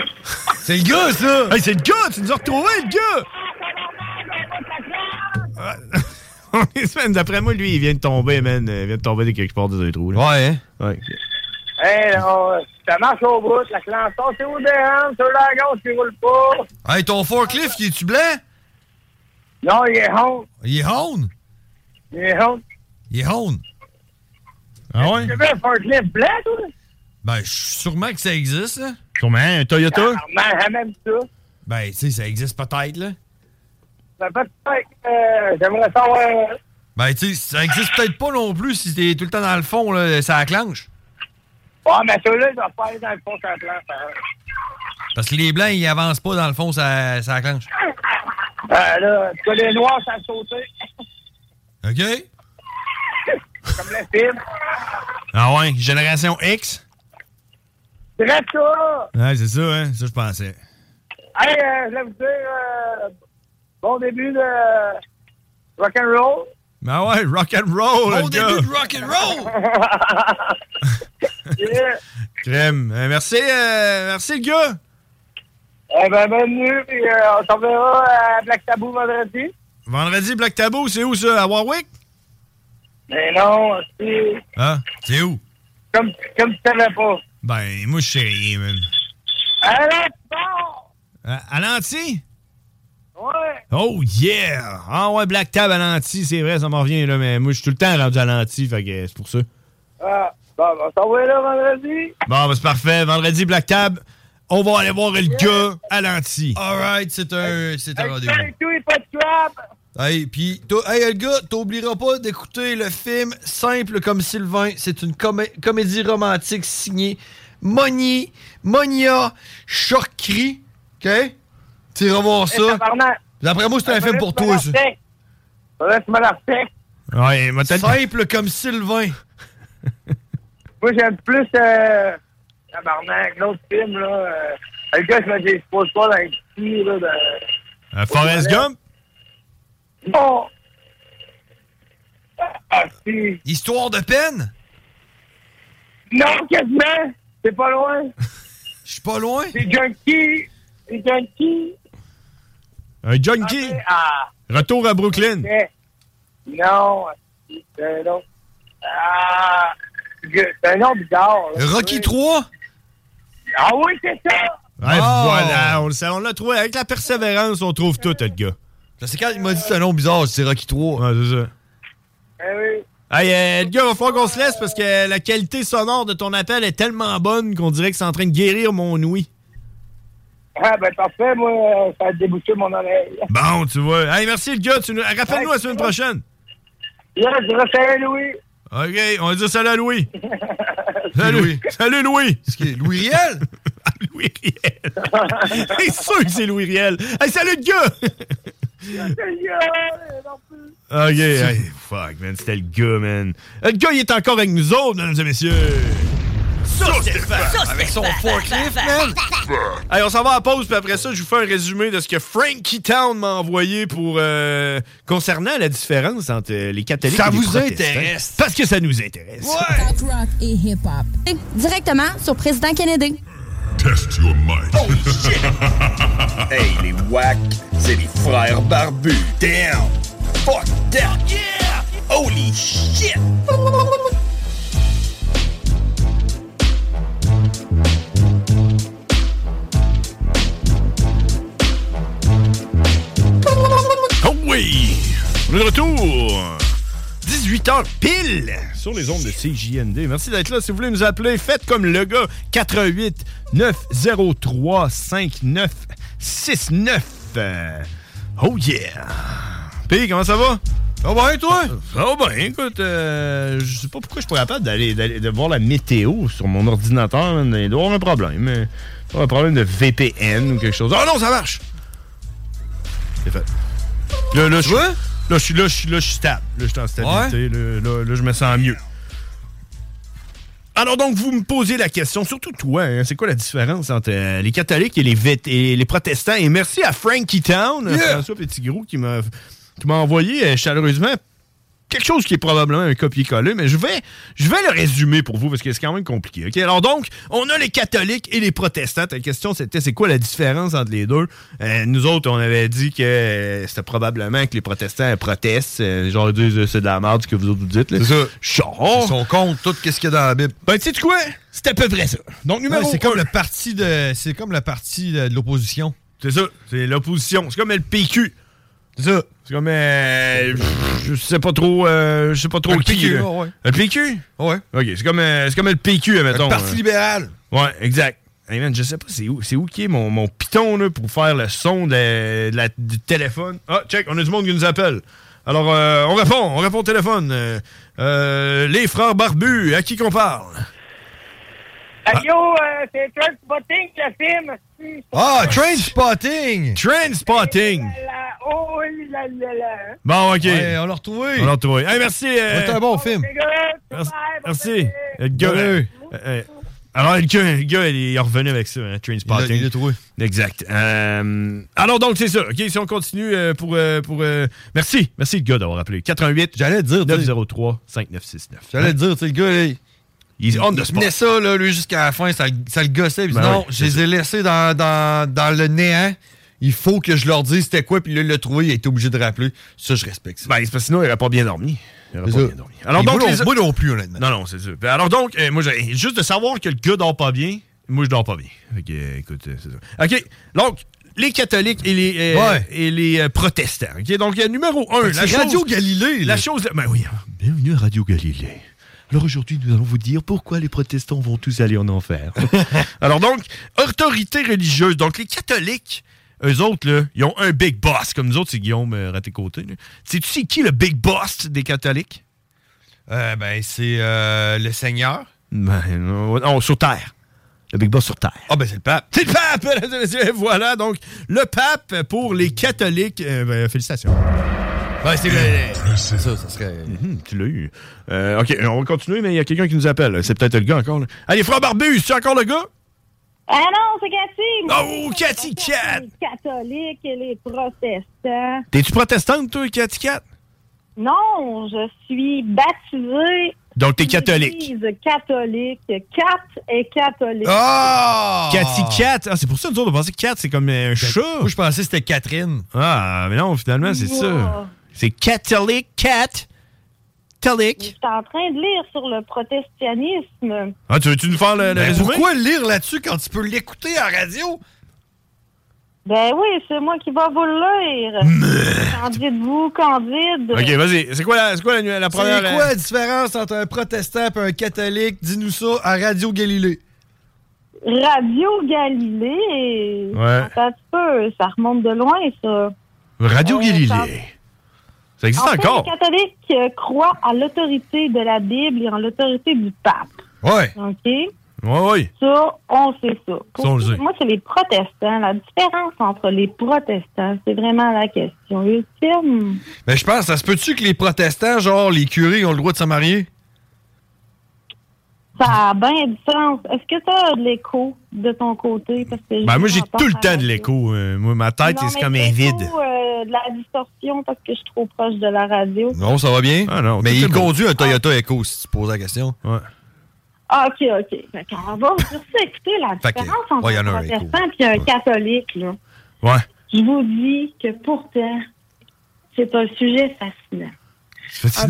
S9: euh,
S1: C'est le gars, ça! c'est le gars! Tu nous as retrouvé, le gars!
S9: Ah,
S1: On est semaines d'après moi, lui, il vient de tomber, man. Il vient de tomber de quelque part dans un trou. Ouais, hein? Ouais.
S9: hey, on- ça marche au bout, la classe. Ça, c'est où des hanches, ceux-là, à gauche, qui roulent pas.
S6: Hey, ton forklift, il est-tu blanc?
S9: Non, il est honte.
S6: Il est honte?
S9: Il est honte.
S6: Il est honte.
S1: Ah ouais?
S9: Tu veux un forklift blanc, toi?
S6: Ben, je suis sûrement que ça existe, là.
S1: Combien? Un
S6: Ah,
S1: Toyota?
S9: Ben, à même ça.
S6: Ben, tu sais, ça existe peut-être, là.
S9: Ben, peut-être, euh, j'aimerais savoir...
S6: Ben, tu sais, ça existe peut-être pas non plus si t'es tout le temps dans le fond, là, ça acclenche.
S9: Ouais, mais ceux-là, ils doivent pas aller dans le fond sur la planche. hein.
S6: Parce que les blancs, ils avancent pas dans le fond, ça, ça acclenche.
S9: Ben, là, en tout cas, les noirs, ça a sauté.
S6: OK?
S9: Comme le film.
S1: Ah ouais, génération X?
S9: Direct ça!
S1: Ouais, c'est ça, hein? Ça, je pensais.
S9: Hey, euh, je voulais vous dire, euh, bon début de rock'n'roll.
S1: Ben ouais, rock and roll, le gars.
S9: rock and roll. yeah.
S1: Crème. Euh, merci, euh, merci, le gars.
S9: Eh ben, bonne nuit, puis euh, on s'en verra à Black Tabou vendredi.
S1: Vendredi, Black Tabou, c'est où ça? À Warwick?
S9: Mais Ben non, c'est
S1: Ah, c'est où?
S9: comme, comme tu savais pas.
S1: Ben, moi, je sais rien, man.
S9: Allez, bon!
S1: À, à Lanty?
S9: Ouais,
S1: Euh, Oh yeah! Ah ouais, Black Tab à Lanty, c'est vrai, ça m'en revient là, mais moi je suis tout le temps rendu à Lanty, fait que c'est pour ça.
S9: ah, bon, on s'en va là vendredi.
S1: Bon, bah, c'est parfait. Vendredi, Black Tab, on va aller voir le gars à Lanty.
S6: Alright, c'est un, c'est un rendez-vous.
S9: Avec tout et pas de trap.
S6: Hey, puis, toi- hey, le gars, t'oublieras pas d'écouter le film Simple comme Sylvain. C'est une comé- comédie romantique signée Moni, Monia Chorkri. OK? T'iras voir
S9: Eh,
S6: ça.
S9: tabarnak.
S6: D'après moi, c'est un film pour toi, ça.
S9: Faudrait que tu me la respectes.
S1: Ouais, m'a t'a-
S6: Simple comme Sylvain.
S9: Moi, j'aime plus euh, Tabarnak, l'autre film, là. euh, le gars, je me dispose pas dans les petits, là. De...
S1: Euh, Forrest Gump?
S9: Non! oh! Ah, si.
S6: Histoire de peine?
S9: Non, quasiment! C'est pas loin!
S6: Je suis pas loin.
S9: C'est Junkie! C'est Junkie!
S1: Un junkie?
S9: Ah!
S1: Retour à Brooklyn?
S9: Mais... Non! asti, C'est un autre. Ah! je- C'est un nom bizarre, là.
S6: Rocky 3?
S9: Ah oui, c'est ça!
S1: Ouais,
S6: Oh!
S1: Ah, voilà, on le sait, on l'a trouvé. Avec la persévérance, on trouve tout, le gars.
S6: C'est quand il m'a dit c'est un nom bizarre, c'est Rocky 3.
S1: Ouais, c'est ça.
S9: Eh oui!
S1: Hey, euh, Edgar, il va falloir qu'on se laisse parce que la qualité sonore de ton appel est tellement bonne qu'on dirait que c'est en train de guérir mon ouïe.
S9: Ah, ben parfait, moi, euh, ça a débouché mon oreille.
S1: Bon, tu vois. Hey, merci, le gars. Tu nous... Rappelle-nous la semaine prochaine.
S9: Là, je refais Louis!
S1: OK, on va dire salut à Louis. salut. Louis. Salut, Louis. Ah,
S6: C'est qui, Louis Riel?
S1: Louis Riel. c'est sûr que c'est Louis Riel. Hey, salut, le gars.
S9: Seigneur, non plus.
S1: OK, hey, fuck, man. C'était le gars, man. Le gars, il est encore avec nous autres, mesdames et messieurs.
S6: Avec son forklift, man.
S1: Hey, on s'en va à pause, puis après ça, je vous fais un résumé de ce que Frankie Town m'a envoyé pour euh, concernant la différence entre euh, les catholiques
S6: Ça
S1: et les
S6: vous
S1: protestants.
S6: intéresse.
S1: Parce que ça nous intéresse.
S6: Ouais.
S10: rock et hip-hop. Directement sur Président Kennedy.
S4: Test your might.
S11: Hey, les wack, c'est les frères barbus. Damn! Fuck that! Yeah! Holy shit!
S1: Oh oui! On est de retour! 18h pile sur les ondes de CJND. Merci d'être là. Si vous voulez nous appeler, faites comme le gars 88 903 5969. Euh, Oh yeah! P, comment ça va?
S12: Ah ben, toi?
S1: Ah ben, écoute, euh, je sais pas pourquoi je suis pas capable d'aller, d'aller- de voir la météo sur mon ordinateur. man. Il doit y avoir un problème. euh, Un problème de VPN ou quelque chose. Ah non, ça marche! C'est fait. Là, là, je suis- là, je suis là, je suis là, je suis stable. Là, je suis en stabilité. Là, là, là, je me sens mieux. Alors donc, vous me posez la question, surtout toi, hein, c'est quoi la différence entre euh, les catholiques et les, vét- et les protestants? Et merci à Frankie Town, euh, François Petitgrou, qui m'a qui m'a envoyé euh, chaleureusement quelque chose qui est probablement un copier-coller, mais je vais, je vais le résumer pour vous parce que c'est quand même compliqué. OK? Alors donc, on a les catholiques et les protestants. Ta question, c'était c'est quoi la différence entre les deux? Euh, nous autres, on avait dit que euh, c'était probablement que les protestants euh, protestent. euh, genre, ils disent euh, c'est de la merde ce que vous autres vous dites. là.
S6: C'est ça.
S1: Genre.
S6: Ils sont contre tout ce qu'il y a dans la Bible.
S1: Ben, tu sais quoi? C'est à peu près ça. Donc, numéro
S6: Ouais, c'est comme
S1: un.
S6: le parti de c'est comme le parti de, de l'opposition.
S1: C'est ça, c'est l'opposition. C'est comme le PQ. C'est ça. C'est comme euh, pff, je sais pas trop euh, je sais pas trop
S6: Le
S1: qui.
S6: PQ,
S1: là.
S6: ouais.
S1: Le PQ
S6: Ouais.
S1: OK, c'est comme euh, c'est comme le PQ mettons. hein.
S6: Le Parti libéral.
S1: Ouais, exact. Hey man, je sais pas c'est où c'est où qui est mon, mon piton là, pour faire le son de, de la- du téléphone. Ah, check, on a du monde qui nous appelle. Alors euh, on répond, on répond au téléphone. Euh, euh, les frères barbus, à qui qu'on parle
S2: Allô, euh, c'est Kurt Botting, le film. si,
S1: Ah, train spotting. Train spotting.
S9: Ah,
S2: la- Oh, oui, la, la, la.
S1: Bon, OK.
S6: Ouais, on l'a retrouvé.
S1: On l'a retrouvé. Hey, merci. euh,
S6: C'est un bon film.
S2: Les gars,
S1: Merci. Merci. Le gars, euh, euh, alors, le gars, le gars, il est revenu avec ça, hein, Trainspotting.
S6: Il l'a- il l'a
S1: trouvé. Exact. Euh, alors, donc, c'est ça. OK, si on continue euh, pour... euh, pour euh, merci. Merci, le gars, d'avoir appelé. 88 J'allais dire 903 5969.
S6: J'allais te dire, tu sais, le gars, là,
S1: il, Hein? on the
S6: il
S1: spot.
S6: tenait ça, là, lui, jusqu'à la fin, ça, ça le gossait. puis
S1: Ben
S6: non,
S1: oui,
S6: je
S1: c'est
S6: les ai laissés dans, dans, dans le néant. Il faut que je leur dise c'était quoi, puis là, il l'a trouvé, il a été obligé de rappeler. Ça, je respecte ça.
S1: Ben, c'est parce que sinon, il n'aurait pas bien dormi. Il aurait pas bien dormi. Alors,
S6: Et
S1: donc,
S6: moi,
S1: les-
S6: non, moi non plus, honnêtement.
S1: Non, non, c'est sûr. Ben, Alors donc, euh, moi, j'ai- juste de savoir que le gars dort pas bien, moi, je dors pas bien. Fait que, euh, écoute, euh, c'est ça. OK, donc, les catholiques et les, euh,
S6: Ouais.
S1: et les euh, protestants. OK, donc, euh, numéro un,
S6: Fait que
S1: la
S6: c'est
S1: chose...
S6: Radio Galilée, là.
S1: La chose... Ben oui, bienvenue à Radio Galilée. Alors aujourd'hui, nous allons vous dire pourquoi les protestants vont tous aller en enfer. Alors donc, autorité religieuse. Donc, les catholiques, eux autres, là, ils ont un big boss. Comme nous autres, c'est Guillaume euh, Raté-Côté. là. Sais-tu c'est qui le big boss des catholiques?
S6: Euh, ben, c'est euh, le Seigneur.
S1: Ben, non, non, sur Terre. Le Big Boss sur Terre. Ah, ben, c'est le pape. C'est le pape, mesdames et messieurs. Et Voilà, donc, le pape pour les catholiques. Euh, ben, félicitations. Ben, c'est
S6: C'est ça, ça serait.
S1: tu l'as eu. Euh, OK, on va continuer, mais il y a quelqu'un qui nous appelle. C'est peut-être le gars encore. là. Allez, frère Barbu, c'est encore le gars?
S13: Ah non, c'est Cathy!
S1: Oh, Cathy Cat!
S13: Les catholiques et les protestants.
S1: T'es-tu protestante, toi, Cathy Cat?
S13: Non, je suis baptisée.
S1: Donc, t'es catholique.
S13: Église catholique. Cat est catholique.
S1: Cathy Cat. Ah, c'est pour ça, nous autres, on pensait que Cat, c'est comme euh, un chat. Moi, je pensais que c'était Catherine. Ah, mais non, finalement, c'est
S13: Wow.
S1: ça. C'est catholique, Cat.
S13: Je
S1: Catholique.
S13: suis en train de lire sur le protestanisme.
S1: Ah, tu veux-tu nous faire le, le
S6: Ben,
S1: résumé?
S6: pourquoi lire là-dessus quand tu peux l'écouter à la radio?
S13: Ben oui, c'est moi qui vais vous le lire. Qu'en dites-vous, Candide?
S1: Ok, vas-y. C'est quoi la, c'est quoi la, nu- la
S6: C'est
S1: première? euh,
S6: quoi la différence entre un protestant et un catholique? Dis-nous ça à Radio Galilée.
S13: Radio Galilée.
S1: Ouais.
S13: Attends un petit peu, ça remonte de loin, ça.
S1: Radio Galilée.
S13: ça-
S1: Ça existe
S13: En fait,
S1: encore?
S13: Les catholiques euh, croient à l'autorité de la Bible et en l'autorité du pape.
S1: Ouais.
S13: OK?
S1: Ouais, ouais.
S13: Ça, on sait ça. Pour
S1: Ça, on le
S13: moi,
S1: sait.
S13: moi, c'est les protestants. La différence entre les protestants, c'est vraiment la question ultime.
S6: Mais Ben, je pense, ça se peut-tu que les protestants, genre les curés, ont le droit de se marier?
S13: Ça a bien du sens. Est-ce que tu as de l'écho de ton côté? Parce que
S1: Ben, moi, j'ai
S13: j'entends
S1: tout le
S13: pas
S1: temps de l'écho. euh, moi, ma tête,
S13: Non,
S1: c'est
S13: mais
S1: comme
S13: c'est
S1: un vide.
S13: trop, euh, de la distorsion parce que je suis trop proche de la radio.
S6: Ah, Non, ça va bien. Mais
S1: tout est
S6: il
S1: bon.
S6: conduit un Toyota Echo, si tu poses la question.
S1: Ouais.
S13: Ah, OK, OK. Fait qu'on va vous écouter la
S6: Fait que,
S13: différence entre
S6: ouais, y en a
S13: un
S6: un écho.
S13: protestant et un catholique. Là.
S1: Ouais.
S13: Je vous dis que pourtant, c'est un sujet fascinant.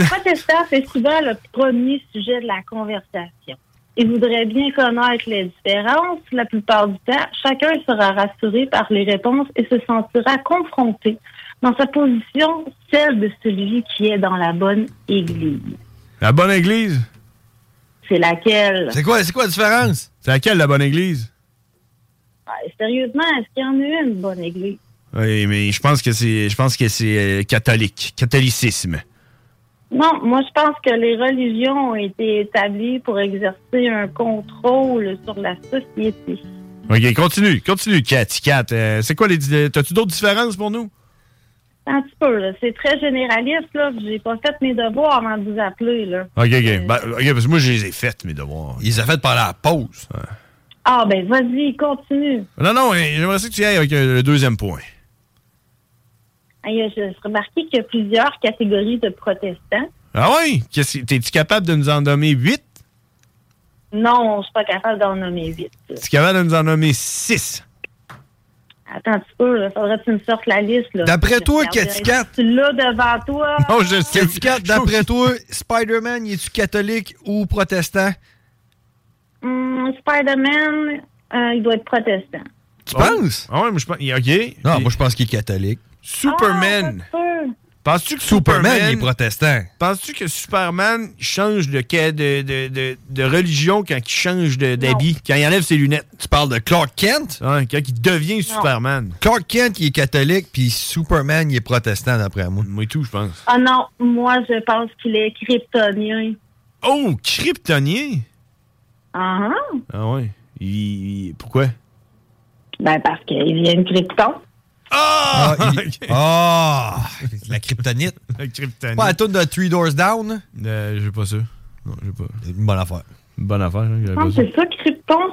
S13: Un protestant, c'est souvent le premier sujet de la conversation. Il voudrait bien connaître les différences. La plupart du temps, chacun sera rassuré par les réponses et se sentira confronté dans sa position, celle de celui qui est dans la bonne église.
S1: La bonne église?
S13: C'est laquelle?
S1: quoi, c'est quoi la différence? C'est laquelle, la bonne église?
S13: Ouais, Ah, sérieusement, est-ce qu'il y en a une bonne église?
S1: Oui, mais je pense que c'est, je pense que c'est euh, catholique. Catholicisme.
S13: Non, moi je pense que les religions ont été établies pour exercer un contrôle sur la société.
S1: OK, continue, continue, Kat. Kat, euh, c'est quoi les. di- T'as-tu d'autres différences pour nous?
S13: Un petit peu, là. c'est très généraliste, là. J'ai pas fait mes devoirs avant de vous appeler, là.
S1: OK, OK. Ben, OK, parce que moi, je les ai faites, mes devoirs. Ils les ont faites pendant la pause.
S13: Ah ben vas-y, continue.
S1: Non, non, hein, j'aimerais ça que tu y ailles avec euh, le deuxième point.
S13: Aïe, J'ai remarqué qu'il y a plusieurs catégories de protestants.
S1: Ah oui? Qu'est-ce que- T'es-tu capable de nous en nommer huit?
S13: Non, je suis pas capable d'en nommer vite.
S1: T'es-tu capable de nous en nommer six?
S13: Attends un petit peu, là. faudrait que tu me sortes la liste, là.
S6: D'après
S13: Je
S6: toi,
S13: regarderai-
S6: Cathy Cat-
S13: Tu l'as devant toi.
S6: Cathy Cat, d'après toi, Spider-Man, est tu catholique ou protestant?
S13: Hum, Spider-Man, euh, il doit être protestant.
S1: Tu penses? Ah ouais, moi, je pense. OK. Non, moi, je pense qu'il est catholique. Superman.
S13: Ah, pas sûr.
S1: Penses-tu que Superman,
S6: Superman, il est protestant.
S1: Penses-tu que Superman change de, ca- de, de, de, de religion quand il change de- d'habit, quand il enlève ses lunettes? Tu parles de Clark Kent? quand il Ah, devient Superman.
S6: Clark Kent, il est catholique, puis Superman, il est protestant, d'après moi.
S1: Moi tout, je pense.
S13: Ah non, moi je pense qu'il est kryptonien.
S1: Oh, kryptonien?
S13: Ah ah.
S1: Ah ouais. Il- il- pourquoi?
S13: Ben parce qu'il vient de Krypton.
S1: Ah!
S6: Ah, il- Ah! La kryptonite.
S1: La kryptonite.
S6: Pas la toune de Three Doors Down?
S1: Euh, j'ai pas ça. Non, j'ai pas.
S6: Une bonne affaire.
S1: Une bonne affaire. hein, j'avais
S13: Non,
S1: pas
S6: Ah,
S1: ça.
S13: c'est ça Krypton.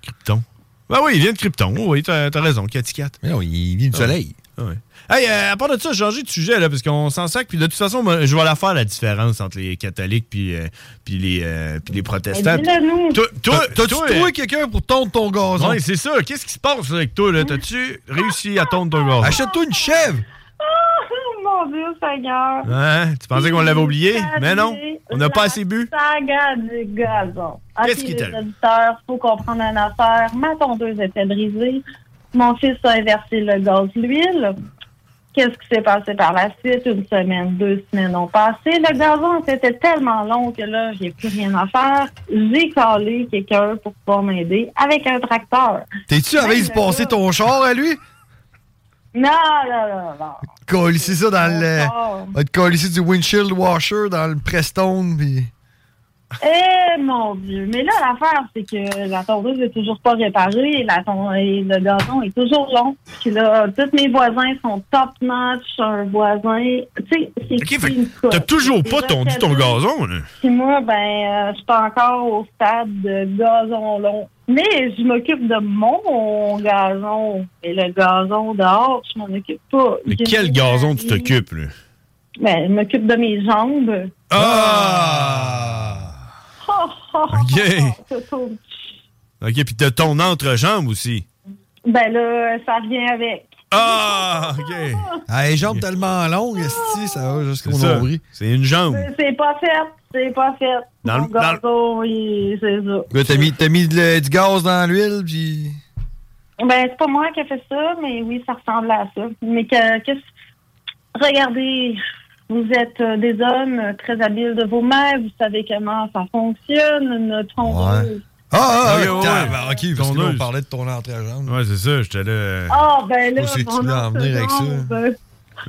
S1: Krypton. Ben oui, il vient de Krypton. Oui, t'as t'as raison, Cathy Cat.
S6: Ben il vient du soleil.
S1: Ouais. Hey, euh, à part de ça, changer de sujet, là, parce qu'on s'en sac, puis de toute façon, moi, je vais la faire la différence entre les catholiques puis, euh, puis, les, euh, puis les protestants.
S6: dis-le-nous.
S1: Toi, toi,
S6: T'as- t'as-tu trouvé quelqu'un pour tondre ton gazon?
S1: Ouais, c'est ça. Qu'est-ce qui se passe là, avec toi, là? T'as-tu réussi à tondre ton gazon?
S6: Achète-toi une chèvre!
S13: Oh mon Dieu Seigneur.
S1: Hein? Tu pensais qu'on l'avait oublié? Mais non, on n'a pas assez bu.
S13: Saga du gazon. Ok,
S1: Qu'est-ce qui
S13: les
S1: t'arrive?
S13: auditeurs, faut comprendre une affaire. Ma tondeuse était brisée. Mon fils a inversé le gaz l'huile. Qu'est-ce qui s'est passé par la suite? Une semaine, deux semaines ont passé. Le gazon, c'était tellement long que là, j'ai plus rien à faire. J'ai collé quelqu'un pour pouvoir m'aider avec un tracteur.
S6: T'es-tu avec de passer ton char à lui?
S13: Non, non, non, Oh, non.
S6: Colle ici ça dans
S1: Eh,
S6: le.
S1: oh,
S13: char.
S6: Va te coller ici du windshield washer dans le Prestone, puis.
S13: Eh mon Dieu! Mais là, l'affaire, c'est que la tondeuse n'est toujours pas réparée et, la ton- et le gazon est toujours long. Puis là, tous mes voisins sont top-notch. Un voisin... Tu sais, c'est une cote.
S1: T'as toujours
S13: Et
S1: pas
S13: là,
S1: tondu
S13: c'est
S1: ton
S13: là,
S1: gazon, là.
S13: Puis moi, ben, euh, je suis pas encore au stade de gazon long. Mais je m'occupe de mon gazon. Et le gazon dehors, je m'en occupe pas.
S1: Mais
S13: J'ai
S1: quel
S13: mes
S1: gazon tu
S13: amis.
S1: t'occupes, là?
S13: Ben, je m'occupe de mes jambes.
S1: Ah!
S13: Oh, oh,
S1: OK.
S13: oh, oh.
S1: OK, puis t'as ton entrejambe aussi.
S13: Ben là, ça vient avec.
S1: Ah! OK.
S6: Ah, les jambes tellement longues, esti, ça va jusqu'au
S1: C'est ça.
S6: nombril.
S1: C'est une jambe.
S13: C'est pas fait, c'est pas fait.
S6: Dans le-
S13: Mon
S6: dans le-
S13: gazon, il- c'est ça.
S6: Là, t'as mis, t'as mis de le- du gaz dans l'huile, puis.
S13: Ben, c'est pas moi qui ai fait ça, mais oui, ça ressemble à ça. Mais que, qu'est-ce... Regardez, vous êtes euh, des hommes euh, très habiles de vos mains, vous savez comment ça fonctionne, notre tondeuse.
S6: Ah, ah,
S1: Ok,
S6: ah,
S1: ouais,
S6: tain,
S1: ouais.
S6: bah, ok, parce que là, on
S1: Tondeuse.
S6: parlait de ton entrejambe.
S1: Ouais, c'est ça, j'étais là.
S13: Ah, ben là,
S6: Où c'est que tu
S13: mon
S6: voulais en venir avec ça?
S13: Dieu, ben,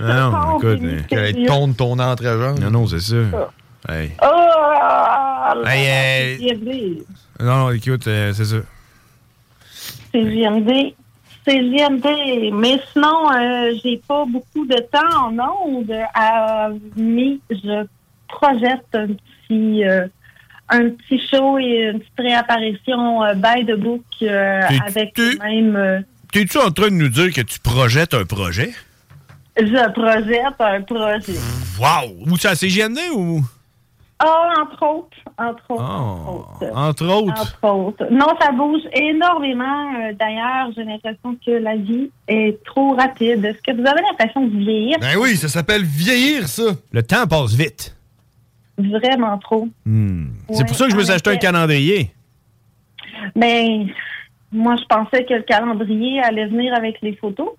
S1: Ah non,
S13: Ton
S1: écoute.
S13: pénis,
S1: hein.
S13: c'est mieux.
S6: ton entrejambe.
S1: Non, non, c'est ça. Hey.
S13: Ah, là,
S1: Hey,
S13: c'est bien.
S1: Non, non, écoute, euh, c'est ça.
S13: C'est JMD. C'est JMD. Mais sinon, euh, j'ai pas beaucoup de temps en ondes, à- mais je projette un petit, euh, un petit show et une petite réapparition euh, by the book euh,
S1: Tu-
S13: avec le même. euh,
S1: T'es-tu en train de nous dire que tu projettes un projet?
S13: je projette un projet.
S1: Hmm. Wow! Ou ça, c'est CGMD ou.
S13: Ah, entre autres. Entre autres. entre autres.
S1: Ah. Entre autres.
S13: Entre autres. Non, ça bouge énormément. Euh, D'ailleurs, j'ai l'impression que la vie est trop rapide. Est-ce que vous avez l'impression de vieillir?
S6: Ben oui, ça s'appelle vieillir, ça.
S1: Le temps passe vite.
S13: Vraiment trop.
S1: Hmm.
S13: Ouais,
S1: c'est pour ça que je me suis
S13: en
S1: acheté un
S13: effet.
S1: calendrier.
S13: Mais moi, je pensais que le calendrier allait venir avec les photos.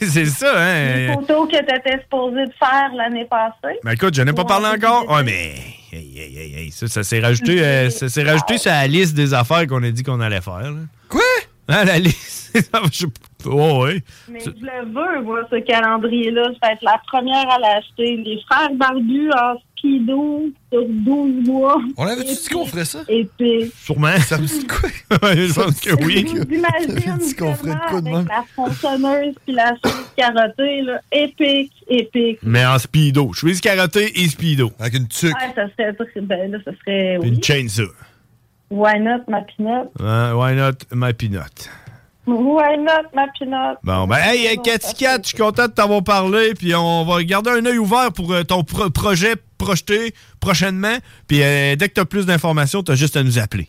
S1: c'est ça,
S13: Les
S1: hein?
S13: photos que tu étais supposé de faire l'année passée.
S1: Mais écoute, je n'ai pas
S13: Ouais,
S1: parlé
S13: c'est
S1: encore. Ouais, mais. Hey, hey, hey, hey, Ça, ça s'est rajouté, euh, ça s'est rajouté sur la liste des affaires qu'on a dit qu'on allait faire. là.
S6: Quoi?
S1: Hein, la liste. Je sais pas. Oh, oui.
S13: Mais je le veux, moi, ce calendrier-là. Je vais être la première à l'acheter. Les frères barbus en speedo sur 12 mois.
S6: On avait-tu dit qu'on ferait ça?
S13: Et puis,
S1: Sûrement. Ça me dit quoi? Je pense que oui.
S13: je vous imagine
S6: qu'on ferait de quoi de
S13: avec
S6: même?
S13: la tronçonneuse puis la chaise carottée, là, épique, épique.
S1: Mais en speedo. Chemise carottée et speedo.
S6: Avec une tuque.
S13: Ouais, ça serait très- ben là, ça serait
S1: Une
S13: oui.
S1: chainsaw.
S13: Why not, ma peanut?
S1: Hein, why not my peanut?
S13: Why not, ma peanut?
S1: Bon, ben, hey, hey, Cathy Cat, je suis content de t'avoir parlé, puis on va garder un œil ouvert pour euh, ton pro- projet projeté prochainement, puis euh, dès que tu as plus d'informations, tu as juste à nous appeler.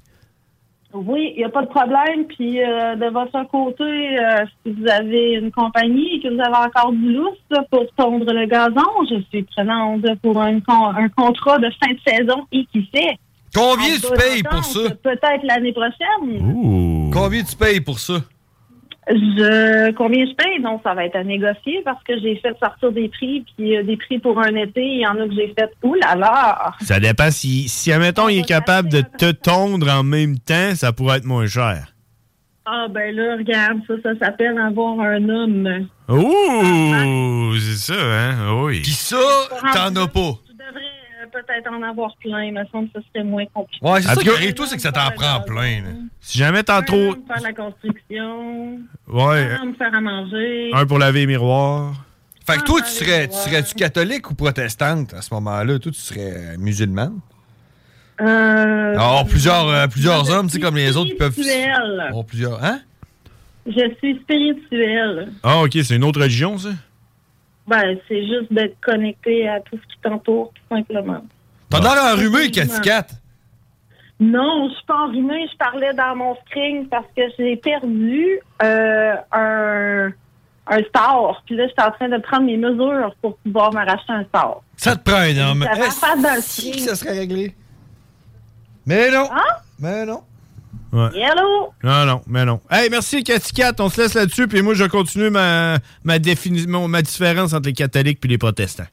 S13: Oui, il n'y a pas de problème. Puis euh, de votre côté, euh, si vous avez une compagnie et que vous avez encore du lousse là, pour tondre le gazon, je suis prenante pour un, con- un contrat de fin de saison et qui sait.
S6: Combien
S13: En
S6: tu
S13: bonne
S6: payes pour
S13: entente,
S6: ça?
S13: Peut-être l'année prochaine.
S6: Combien tu payes pour ça?
S13: Je combien je paye? Non, ça va être à négocier parce que j'ai fait sortir des prix, puis euh, des prix pour un été, il y en a que j'ai fait. Ouh là là!
S1: Ça dépend si, si admettons, il est capable de te tondre en même temps, ça pourrait être moins cher.
S13: Ah ben là, regarde, ça, ça s'appelle avoir un homme.
S1: Ouh, c'est ça, hein? Oui. Pis ça,
S13: t'en
S1: as pas.
S13: Euh, Peut-être en avoir plein, mais semble que ce serait moins compliqué.
S6: Ouais, c'est
S1: En
S6: ça
S1: tout
S6: qui
S1: cas-
S6: arrive, toi, c'est que ça t'en prend plein. là.
S1: Si jamais t'en trop.
S13: Pour faire la construction,
S1: Ouais.
S13: pour me faire à manger.
S1: Un pour laver les miroirs.
S6: Fait que toi, tu
S13: Ah,
S6: serais, tu
S13: ouais.
S6: serais-tu catholique ou protestante à ce moment-là? Toi, tu serais musulmane?
S13: Euh,
S6: Alors, plusieurs, euh, plusieurs hommes, tu sais, comme les autres, qui peuvent...
S13: spirituelle.
S6: Bon, plusieurs, hein?
S13: Je suis spirituelle.
S1: Ah, ok, c'est une autre religion, ça?
S13: Ben, c'est juste d'être connecté à tout ce qui t'entoure, tout simplement.
S6: T'as l'air enrhumé, Cathy Cat.
S13: Non, je suis pas enrhumée. Je parlais dans mon string parce que j'ai perdu euh, un, un star. Puis là, je suis en train de prendre mes mesures pour pouvoir m'arracher un star.
S6: Ça te prend un homme.
S13: Ça va
S6: Est-ce
S13: faire dans le string.
S6: que ça serait réglé? Mais non!
S13: Hein?
S6: Mais non!
S1: Ouais.
S13: Hello!
S1: Non, non, mais non. Hey, merci, Cathy Cat. On se laisse là-dessus, puis moi, je continue ma, ma, défini- mon- ma différence entre les catholiques puis les protestants.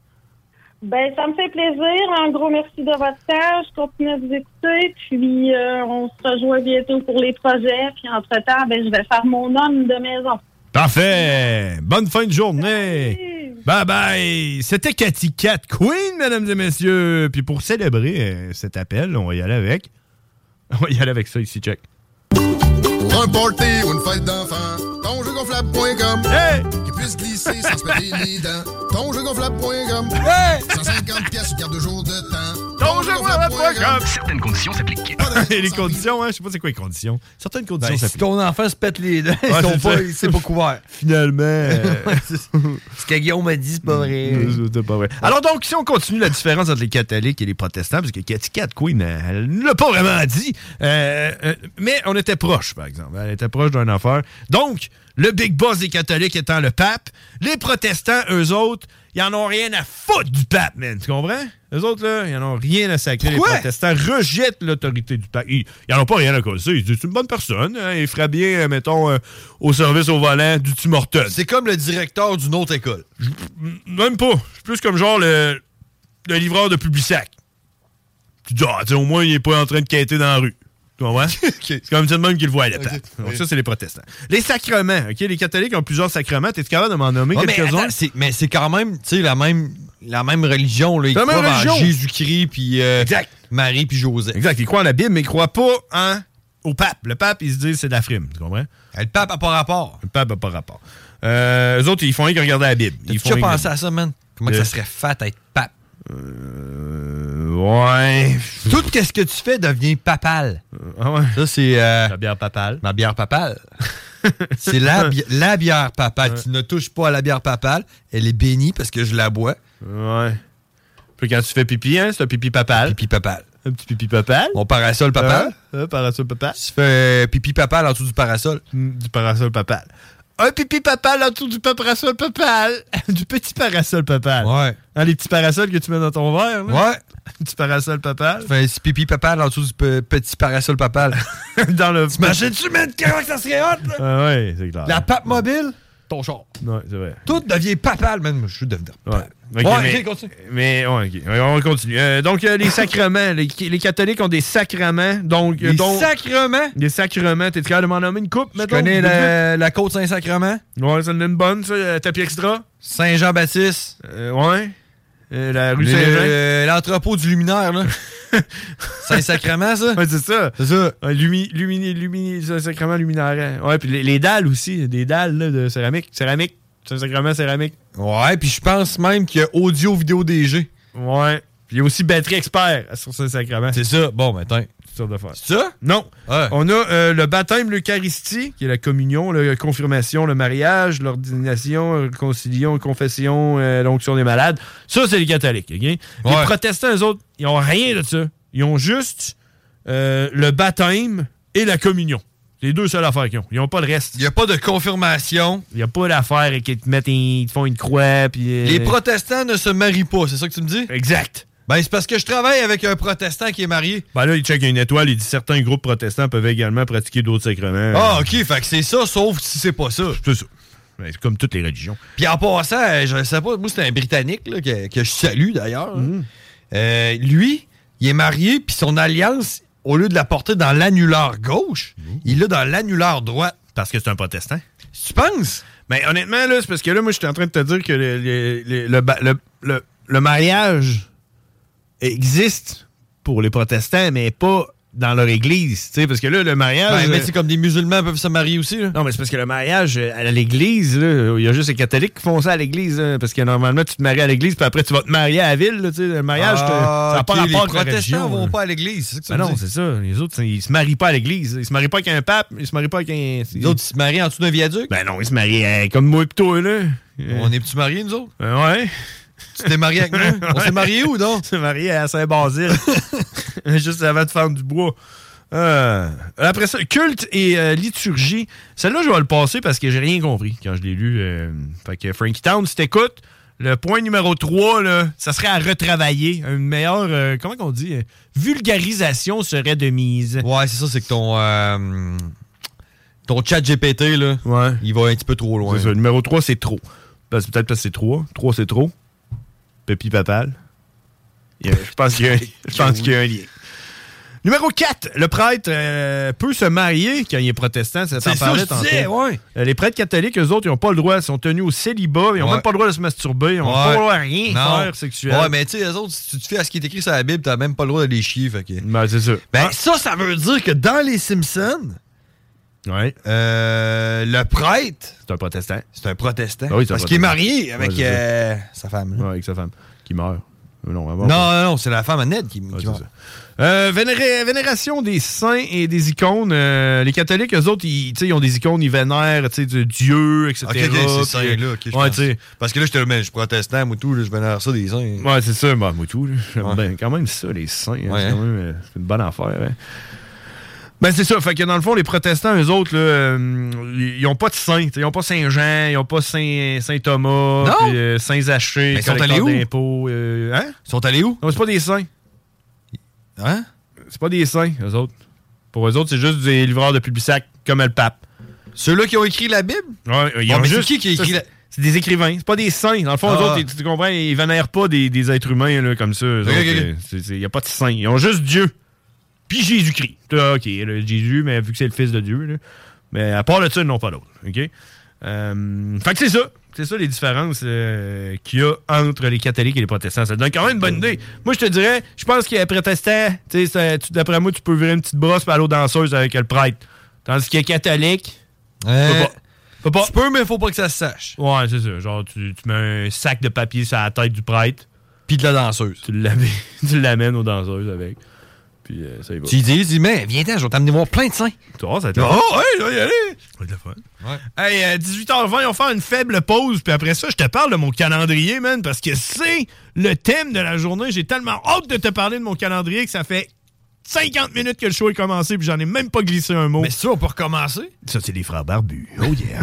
S13: Ben, ça me fait plaisir. Un gros merci de votre temps. Je continue à vous écouter. Puis, euh, on se rejoint bientôt pour les projets. Puis, entre-temps, ben, je vais faire mon homme de maison.
S1: Parfait! Bonne fin de journée! Bye bye! C'était Cathy Cat Queen, mesdames et messieurs! Puis pour célébrer euh, cet appel, on va y aller avec. On va y aller avec ça ici, check.
S14: Pour un party ou une fête d'enfant, tonjeugonflable.com qui puisse glisser sans se péter les dents. Tonjeugonflable.com 150 pièces ou quart de jour de temps. Tonjeugonflable.com
S1: Certaines conditions s'appliquent. les conditions, hein? Je sais pas c'est quoi les conditions. Certaines conditions
S6: Ben, si
S1: s'appliquent.
S6: ton enfant se pète les dents, ils
S1: Ouais,
S6: sont
S1: c'est
S6: pas,
S1: ça.
S6: ils- c'est pas couvert.
S1: Finalement.
S6: Euh, Ce que Guillaume m'a dit, c'est pas vrai.
S1: Mm, C'est pas vrai. Alors donc, si on continue la différence entre les catholiques et les protestants, parce que Cathy Cat Queen, elle, elle ne l'a pas vraiment dit, euh, euh, mais on était proche, par exemple. Elle était proche d'une affaire. Donc, le big boss des catholiques étant le pape, les protestants, eux autres, ils en ont rien à foutre du pape, man. Tu comprends? Eux autres, là, ils en ont rien à sacrer.
S6: Pourquoi?
S1: Les protestants rejettent l'autorité du pape. Ils, ils en ont pas rien à causer. Ils se disent, c'est une bonne personne. hein. il ferait bien, euh, mettons, euh, au service au volant du Tim Hortons.
S6: C'est comme le directeur d'une autre école.
S1: Même pas. Je suis plus comme genre le, le livreur de Publisac. Tu dis, ah, tu sais, au moins, il est pas en train de quêter dans la rue. Tu comprends? C'est comme ça de même qu'il le voit, le pape. Donc, ça, c'est les protestants. Les sacrements, OK? Les catholiques ont plusieurs sacrements. T'es capable de m'en nommer
S6: Ouais, mais
S1: quelques-uns?
S6: attends, c'est- mais c'est quand même, tu sais, la même, la même religion. Là. Ils
S1: La même
S6: croient en
S1: religion.
S6: Jésus-Christ, puis euh, Marie, puis Joseph.
S1: Exact. Ils croient en la Bible, mais ils croient pas en- au pape. Le pape, ils se disent, c'est de la frime. Tu comprends?
S6: le pape a pas rapport.
S1: Le pape a pas rapport. Euh, eux autres, ils font rien que regarder la Bible. Ils
S6: Ils
S1: font
S6: tu as
S1: rien que-
S6: pensé à ça, man? Comment que
S1: Le-
S6: ça serait fat à être pape?
S1: Euh, ouais.
S6: Tout ce que tu fais devient papal.
S1: Ah ouais?
S6: Ça, c'est... euh,
S1: La bière papale.
S6: ma bière papale. c'est la, bi- la bière papale. Tu ne touches pas à la bière papale. Elle est bénie parce que je la bois.
S1: Ouais. Puis quand tu fais pipi, hein, c'est un pipi papal.
S6: Pipi papal.
S1: Un petit pipi papal.
S6: Mon parasol papal.
S1: Un parasol papal.
S6: Tu fais euh, pipi papal en dessous du parasol.
S1: Du parasol papal. Un pipi papal en dessous du parasol papal. du petit parasol papal.
S6: Ouais.
S1: Hein, les petits parasols que tu mets dans ton verre. là.
S6: Ouais.
S1: Un petit parasol papal.
S6: Tu fais un petit pipi papal en dessous du pe- petit parasol papal.
S1: dans le.
S6: T'imagines-tu, man, comment que ça serait hot, là?
S1: Ah ouais, c'est clair.
S6: La pape mobile? ton char.
S1: Ouais, c'est vrai.
S6: Tout devient papal, man. Je suis devenu.
S1: Ouais. Ok,
S6: Ouais,
S1: mais,
S6: ok, continue.
S1: mais, ouais, ok. Ouais, on continue. Euh, donc, euh, les sacrements. les, les catholiques ont des sacrements. Donc,
S6: Les sacrements?
S1: Des sacrements. T'es capable de m'en nommer une coupe,
S6: Je connais la, la côte Saint-Sacrement.
S1: Ouais, ça en est une bonne, ça. euh, Tapis extra.
S6: Saint-Jean-Baptiste.
S1: ouais. Euh, la rue
S6: Le-
S1: Saint-Jean.
S6: euh, L'entrepôt du luminaire, là. Saint-Sacrement, ça?
S1: Ouais, c'est ça. C'est ça. lumi, lumini, lumini, c'est un sacrement luminaire. Ouais, puis les, les dalles aussi, des dalles là, de céramique. Céramique. C'est un sacrement céramique.
S6: Ouais, puis je pense même qu'il y a audio vidéo DG.
S1: Ouais. Puis il y a aussi batterie expert sur ce sacrement.
S6: C'est ça. Bon, ben, matin.
S1: Sûr de faire.
S6: C'est ça?
S1: Non. On a euh, le baptême, l'Eucharistie, qui est la communion, la confirmation, le mariage, l'ordination, la concilion, confession, euh, l'onction des malades. Ça, c'est les catholiques. ok? Les protestants, eux autres, ils n'ont rien de ça. Ils ont juste euh, le baptême et la communion. Les deux seules affaires qu'ils ont. Ils n'ont pas le reste. Il
S6: n'y a pas de confirmation.
S1: Il n'y a pas d'affaire et qu'ils te mettent, ils te font une croix. Puis, euh,
S6: Les protestants ne se marient pas, c'est ça que tu me dis?
S1: Exact.
S6: Ben, c'est parce que je travaille avec un protestant qui est marié.
S1: Ben là, il check une étoile. Il dit certains groupes protestants peuvent également pratiquer d'autres sacrements.
S6: Ah, ok, fait que c'est ça, sauf si c'est pas ça.
S1: C'est ça. Ben, c'est comme toutes les religions.
S6: Puis en passant, euh, je sais pas, moi, c'est un Britannique là, que, que je salue d'ailleurs.
S1: Mm.
S6: Euh, lui, il est marié, puis son alliance, au lieu de la porter dans l'annulaire gauche, il l'a dans l'annulaire droite.
S1: Mm. Parce que c'est un protestant.
S6: Tu penses?
S1: Mais honnêtement, là, c'est parce que là, moi, j'étais en train de te dire que le, le- le- le ba- le- le- le mariage existe pour les protestants, mais pas dans leur église. tu sais, Parce que là, le mariage. euh,
S6: Ben, mais c'est comme des musulmans peuvent se marier aussi. Là.
S1: Non, mais c'est parce que le mariage euh, à l'église, là, il y a juste les catholiques qui font ça à l'église. là, parce que normalement, tu te maries à l'église, puis après, tu vas te marier à la ville. là, tu sais, le mariage, te-
S6: Ah,
S1: ça n'a pas
S6: ok,
S1: rapport
S6: les
S1: avec la
S6: protestants
S1: religion,
S6: vont
S1: là.
S6: pas à l'église, c'est ça que tu
S1: Ben
S6: me
S1: non,
S6: dis?
S1: c'est ça. Les autres, ils se marient pas à l'église. Ils se marient pas avec un pape, ils se marient pas avec un. Les
S6: autres, ils se marient en dessous d'un viaduc?
S1: Ben non, ils se marient euh, comme moi et toi, là. Euh,
S6: On est-tu mariés, nous autres?
S1: euh, ouais.
S6: Tu t'es marié avec nous? On s'est mariés où, non? On
S1: s'est mariés à Saint-Basile. Juste avant de faire du bois. Euh, après ça, culte et euh, liturgie. Celle-là, je vais le passer parce que j'ai rien compris quand je l'ai lu. euh, fait que Frankie Town, si t'écoutes, le point numéro 3, là, ça serait à retravailler. Une meilleure, euh, comment qu'on dit, euh, vulgarisation serait de mise.
S6: Ouais, c'est ça, c'est que ton. euh, ton chat GPT, là, il va un petit peu trop loin.
S1: C'est ça, numéro 3, c'est trop. Parce- Peut-être parce que c'est 3. 3, c'est trop. Pépi papal. Il y a- Je pense qu'il y a- je pense qu'il y a un lien. Numéro 4, le prêtre euh, peut se marier quand il est protestant. Ça t'en
S6: C'est ça,
S1: parlait
S6: je
S1: tantôt.
S6: disais, ouais.
S1: Euh, Les prêtres catholiques, eux autres, ils n'ont pas le droit. Ils sont tenus au célibat. Ils n'ont
S6: Ouais.
S1: même pas le droit de se masturber. Ils n'ont pas le droit à rien
S6: Non.
S1: faire sexuel.
S6: Ouais, mais tu sais, les autres, si tu te fais à ce qui est écrit sur la Bible, t'as même pas le droit de les chier. Fait que...
S1: Ben, c'est ça.
S6: Ben, ça, ça veut dire que dans les Simpsons,
S1: ouais.
S6: euh, le prêtre.
S1: C'est un protestant.
S6: C'est un protestant.
S1: Ah oui, c'est un
S6: parce qu'il est
S1: protestant.
S6: marié avec
S1: Ouais, c'est ça.
S6: euh, sa femme. là.
S1: Ouais, avec sa femme qui meurt. Mais Non,
S6: Non, non, non, c'est la femme à Ned qui, qui meurt.
S1: Euh, vénéra- vénération des saints et des icônes. Euh, les catholiques, eux autres, ils, tu sais, ils ont des icônes, ils vénèrent tu sais, du Dieu, etc.
S6: Ok, ok, c'est
S1: Puis,
S6: saint, là. ok, je
S1: ouais,
S6: pense.
S1: tu sais.
S6: Parce que là, j'étais là, mais je suis protestant, moi, tout, là, je vénère ça des uns.
S1: Ouais, c'est ça, bah, moi tout. là. J'aime bien quand même ça, les saints. hein, c'est quand même, euh, c'est une bonne affaire. hein. Ben, c'est ça. Fait que dans le fond, les protestants, eux autres, là, euh, ils n'ont pas de saints. tu sais, Ils n'ont pas Saint-Jean, ils n'ont pas Saint- Saint-Thomas,
S6: Non.
S1: puis, euh, Saint-Zaché.
S6: Mais ils sont
S1: collecteur
S6: allés où?
S1: d'impôts, euh, hein?
S6: Ils sont allés où?
S1: Non, c'est pas des saints.
S6: Hein?
S1: C'est pas des saints, eux autres. Pour eux autres, c'est juste des livreurs de Publisac, comme le pape.
S6: Ceux-là qui ont écrit la Bible?
S1: Ouais, ils
S6: Bon,
S1: ont
S6: mais c'est
S1: juste-
S6: qui qui a écrit
S1: ça,
S6: la-
S1: c'est- C'est des écrivains, c'est pas des saints. Dans le fond, eux
S6: Ah.
S1: autres, ils- tu comprends, ils vénèrent pas des, des êtres humains là, comme ça. eux
S6: Ok,
S1: autres,
S6: ok, ok.
S1: euh, c'est- c'est- Il n'y a pas de saints. Ils ont juste Dieu. Puis Jésus-Christ. Ah, OK, là, Jésus, mais vu que c'est le fils de Dieu. là. Mais à part de ça, ils n'ont pas d'autre. OK? Euh, fait que c'est ça. C'est ça les différences euh, qu'il y a entre les catholiques et les protestants. Ça donne quand même une bonne idée. Moi, je te dirais, je pense que les protestants, tu sais, ça- tu- d'après moi, tu peux virer une petite brosse par l'eau danseuse avec le prêtre. Tandis que les catholiques,
S6: Euh,
S1: Faut pas.
S6: Tu peux, mais faut pas que ça se sache.
S1: Ouais, c'est ça. Genre, tu, tu mets un sac de papier sur la tête du prêtre.
S6: Puis de la danseuse.
S1: Tu l'amènes, tu l'amènes aux danseuses avec. Puis euh, ça y va.
S6: Tu lui dis, dis, mais viens-t'en, je vais t'amener voir plein de saints.
S1: Tu vois, ça va être
S6: Oh,
S1: le fun.
S6: hey, je vais y aller.
S1: Ça va être le fun. Hey, euh, 18h20, on va faire une faible pause. Puis après ça, je te parle de mon calendrier, man. Parce que c'est le thème de la journée. J'ai tellement hâte de te parler de mon calendrier que ça fait 50 minutes que le show est commencé. Puis j'en ai même pas glissé un mot. Mais
S6: ça, on peut recommencer.
S1: Ça, c'est les frères barbus. Oh yeah.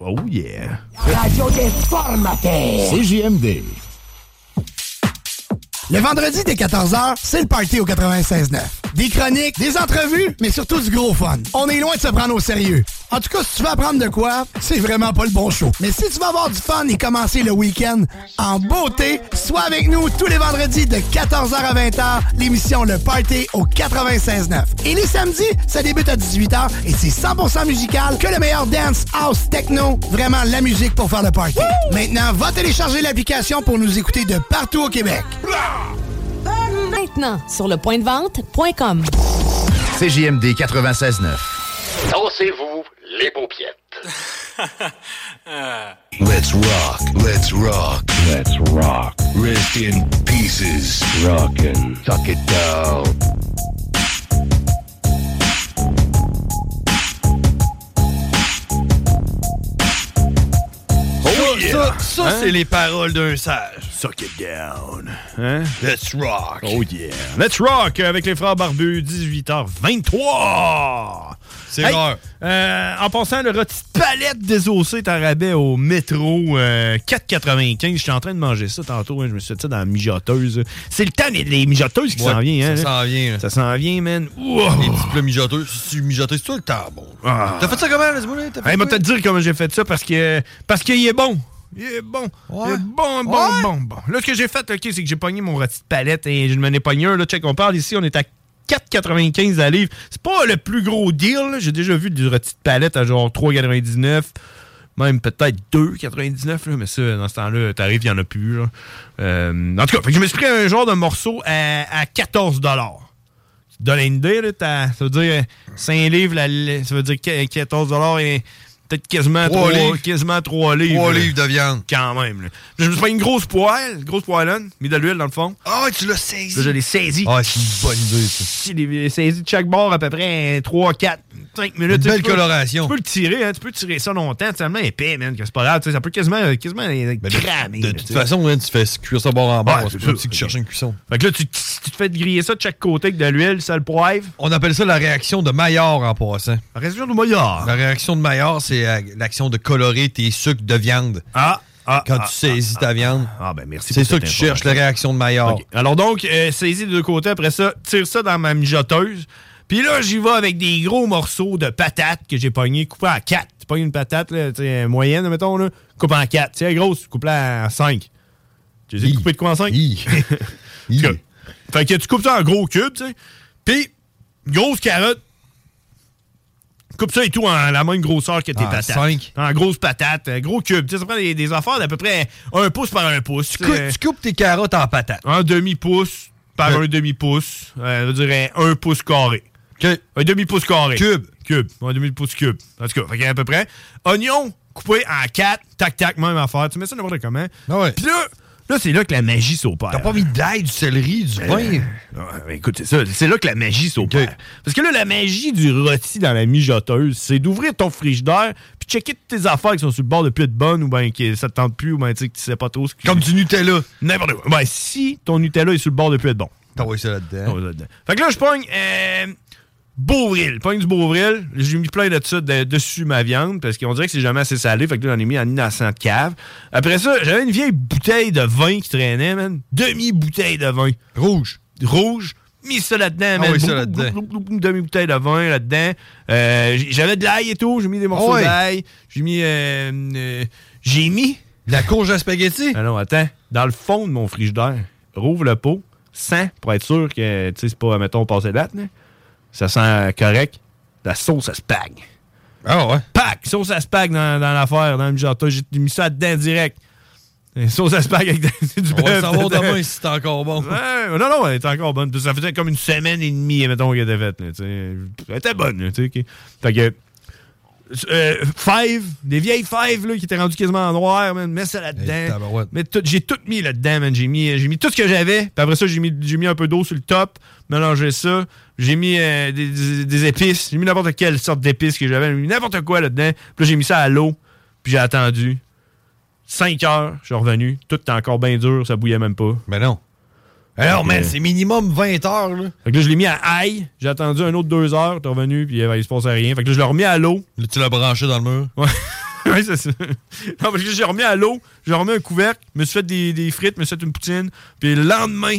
S1: oh yeah.
S15: Radio Déformaté.
S16: CJMD.
S15: Le vendredi dès 14h, c'est le party au 96.9. Des chroniques, des entrevues, mais surtout du gros fun. On est loin de se prendre au sérieux. En tout cas, si tu veux apprendre de quoi, c'est vraiment pas le bon show. Mais si tu veux avoir du fun et commencer le week-end en beauté, sois avec nous tous les vendredis de 14h à 20h, l'émission Le Party au 96.9. Et les samedis, ça débute à 18h et c'est 100% musical que le meilleur dance, house, techno, vraiment la musique pour faire le party. Maintenant, va télécharger l'application pour nous écouter de partout au Québec.
S4: Maintenant, sur le point de vente.com.
S17: CJMD 96.9.
S5: Dansez-vous les paupiètes.
S18: Let's rock, let's rock, let's rock. Rest in pieces. Rockin'. Tuck it down.
S6: Ça, ça, ça,
S1: Hein?
S6: c'est les paroles d'un sage.
S1: Oh, Suck it down. Hein?
S6: Let's rock.
S1: Oh yeah. Let's rock avec les frères barbus, 18h23.
S6: C'est l'heure.
S1: euh, en passant, le rôti de palette désossé est en rabais au métro euh, 4,95. J'étais en train de manger ça tantôt. hein. Je me suis fait ça dans la mijoteuse. C'est le temps des des mijoteuses qui
S6: Ouais,
S1: s'en vient. Hein,
S6: ça
S1: là.
S6: s'en vient, là.
S1: Ça s'en vient, man.
S6: Les petits plats mijoteux. Si tu mijotais, c'est tout le temps bon.
S1: Ah.
S6: T'as fait ça comment, laisse-moi là? T'as fait
S1: Hey, moi,
S6: quoi?
S1: te dire comment j'ai fait ça parce que parce qu'il est bon. Il est bon. Il est bon, bon,
S6: Ouais.
S1: bon, bon. Là, ce que j'ai fait, OK, c'est que j'ai pogné mon rôti de palette et je m'en ai pogné un. Là, check, on parle ici, on est à 4,95 à livre. C'est pas le plus gros deal. là. J'ai déjà vu du rôti de palette à genre 3,99. Même peut-être 2,99, là, mais ça, dans ce temps-là, t'arrives, il n'y en a plus. là. Euh, en tout cas, fait que je me suis pris un genre de morceau à, à 14 tu te donnes une idée, là, t'as- ça veut dire 5 livres, la- la- ça veut dire qu- 14 et peut-être quasiment
S6: Trois
S1: 3 livres.
S6: livres.
S1: Quasiment 3 livres.
S6: Trois
S1: là.
S6: livres de viande.
S1: Quand même. là. Puis Je me suis pris une grosse poêle, une grosse poêlonne, mis de l'huile dans le fond.
S6: Ah, tu l'as saisi.
S1: Là, je l'ai saisi.
S6: Ah, c'est une bonne idée, ça.
S1: Si, les- saisi de chaque bord à peu près 3, 4, 5 minutes.
S6: Une
S1: tu sais,
S6: belle
S1: tu peux-
S6: coloration.
S1: Tu peux le tirer, hein, tu peux tirer ça longtemps. C'est tellement épais, man, que c'est pas grave. tu sais, Ça peut quasiment, euh, quasiment les cramer.
S6: De
S1: là,
S6: toute
S1: tu sais.
S6: façon, hein, tu fais cuire ça bord en bord.
S1: Ouais,
S6: c'est pas
S1: c'est ça.
S6: petit que chercher une cuisson.
S1: Fait que là, tu, tu te fais griller ça de chaque côté avec de l'huile, ça le poivre.
S6: On appelle ça la réaction de Maillard en passant.
S1: La réaction de Maillard.
S6: La réaction de Maillard, c'est euh, l'action de colorer tes sucres de viande.
S1: Ah, ah.
S6: Quand
S1: ah,
S6: tu saisis ta viande.
S1: Ah, ben merci.
S6: C'est
S1: pour
S6: ça
S1: cette
S6: que tu cherches, la
S1: information.
S6: réaction de Maillard.
S1: OK. Alors donc, euh, saisis de deux côtés, après ça, tire ça dans ma mijoteuse. Puis là, j'y vais avec des gros morceaux de patates que j'ai pognés, coupés en quatre. Tu pognes une patate là, tu sais, euh, moyenne, mettons, là, coupe en quatre. Tu sais, grosse, coupe en cinq. Tu les as coupés de quoi en cinq? En tout cas, fait que tu coupes ça en gros cubes, tu sais. Puis, une grosse carotte. Coupe ça et tout en la même grosseur que tes
S6: En
S1: patates.
S6: Ah, cinq.
S1: En grosse patate, euh, gros cube. Tu sais, ça prend des, des affaires d'à peu près un pouce par un pouce. euh.
S6: Tu, cou- tu coupes tes carottes en patates.
S1: Un demi-pouce par
S6: Ouais.
S1: un demi-pouce. Euh, on dirait un pouce carré. Un demi-pouce carré.
S6: Cube.
S1: Cube. Un demi-pouce cube. En tout cas, fait qu'à peu près. Oignon coupé en quatre. Tac-tac, même affaire. Tu mets ça n'importe comment. Puis là, là c'est là que la magie s'opère.
S6: Ah T'as pas mis d'ail, du céleri, du
S1: Euh,
S6: vin.
S1: ouais, écoute, c'est ça. C'est là que la magie s'opère. Parce que là, la magie du rôti dans la mijoteuse, c'est d'ouvrir ton frigidaire puis checker toutes tes affaires qui sont sur le bord de plus être bonnes ou bien que ça te tente plus ou bien tu sais que tu sais pas trop ce que...
S6: Comme du Nutella.
S1: N'importe quoi. Ben, si ton Nutella est sur le bord de plus être bon.
S6: T'as envoyé Ah ça là-dedans.
S1: Ouais, là-dedans. Fait que là, je pogne euh, Beauvril. Pogne du Beauvril. J'ai mis plein de ça de- dessus ma viande parce qu'on dirait que c'est jamais assez salé. Fait que là, j'en ai mis en innocente cave. Après ça, j'avais une vieille bouteille de vin qui traînait, man. Demi-bouteille de vin.
S6: Rouge. Ah
S1: Rouge. Mis ça là-dedans, man.
S6: oui, ça
S1: Bloup,
S6: là-dedans.
S1: bloup, bloup, bloup, bloup, Demi-bouteille de vin là-dedans. Euh, j- j'avais de l'ail et tout. J'ai mis des morceaux
S6: Ouais.
S1: d'ail. J'ai mis. euh, euh, j'ai mis.
S6: La courge à spaghetti.
S1: Ah non, attends. Dans le fond de mon frigidaire, rouvre le pot, sent, pour être sûr que, tu sais, c'est pas, mettons, passé date, là. Ça sent correct. La sauce, ça se pague.
S6: Ah ouais.
S1: Pac! Sauce à spag dans, dans l'affaire, dans le mijotage. J'ai mis ça dedans direct. Et Sauce à spag avec du
S6: On va le
S1: bœuf.
S6: savoir
S1: dedans.
S6: demain si c'est encore bon.
S1: Ouais, non, non, elle était encore bonne. Ça faisait comme une semaine et demie, mettons, qu'elle était faite. là, tu sais. Elle était bonne, là, tu sais. ok. Fait que. euh, five, des vieilles five là, qui étaient rendues quasiment en noir, man. Mets ça
S6: Hey,
S1: là-dedans.
S6: tabarouette.
S1: Mais tout- j'ai tout mis là-dedans, man. J'ai mis, j'ai mis tout ce que j'avais. Puis après ça, j'ai mis, j'ai mis un peu d'eau sur le top, mélangé ça. J'ai mis euh, des, des- des épices. J'ai mis n'importe quelle sorte d'épices que j'avais. J'ai mis n'importe quoi là-dedans. Puis là, j'ai mis ça à l'eau. Puis j'ai attendu. 5 heures, je suis revenu. Tout était encore bien dur, ça bouillait même pas. euh,
S6: Mais Ben non. Alors, man, c'est minimum 20 heures, là.
S1: Fait que là, je l'ai mis à ail. J'ai attendu un autre deux heures. T'es revenu, puis euh, il se passait rien. Fait que là, je l'ai remis à l'eau.
S6: Là, tu l'as branché dans le mur.
S1: Ouais. Ouais, c'est ça. Non, parce que j'ai remis à l'eau. J'ai remis un couvercle. me suis fait des, des frites, me suis fait une poutine. Puis le lendemain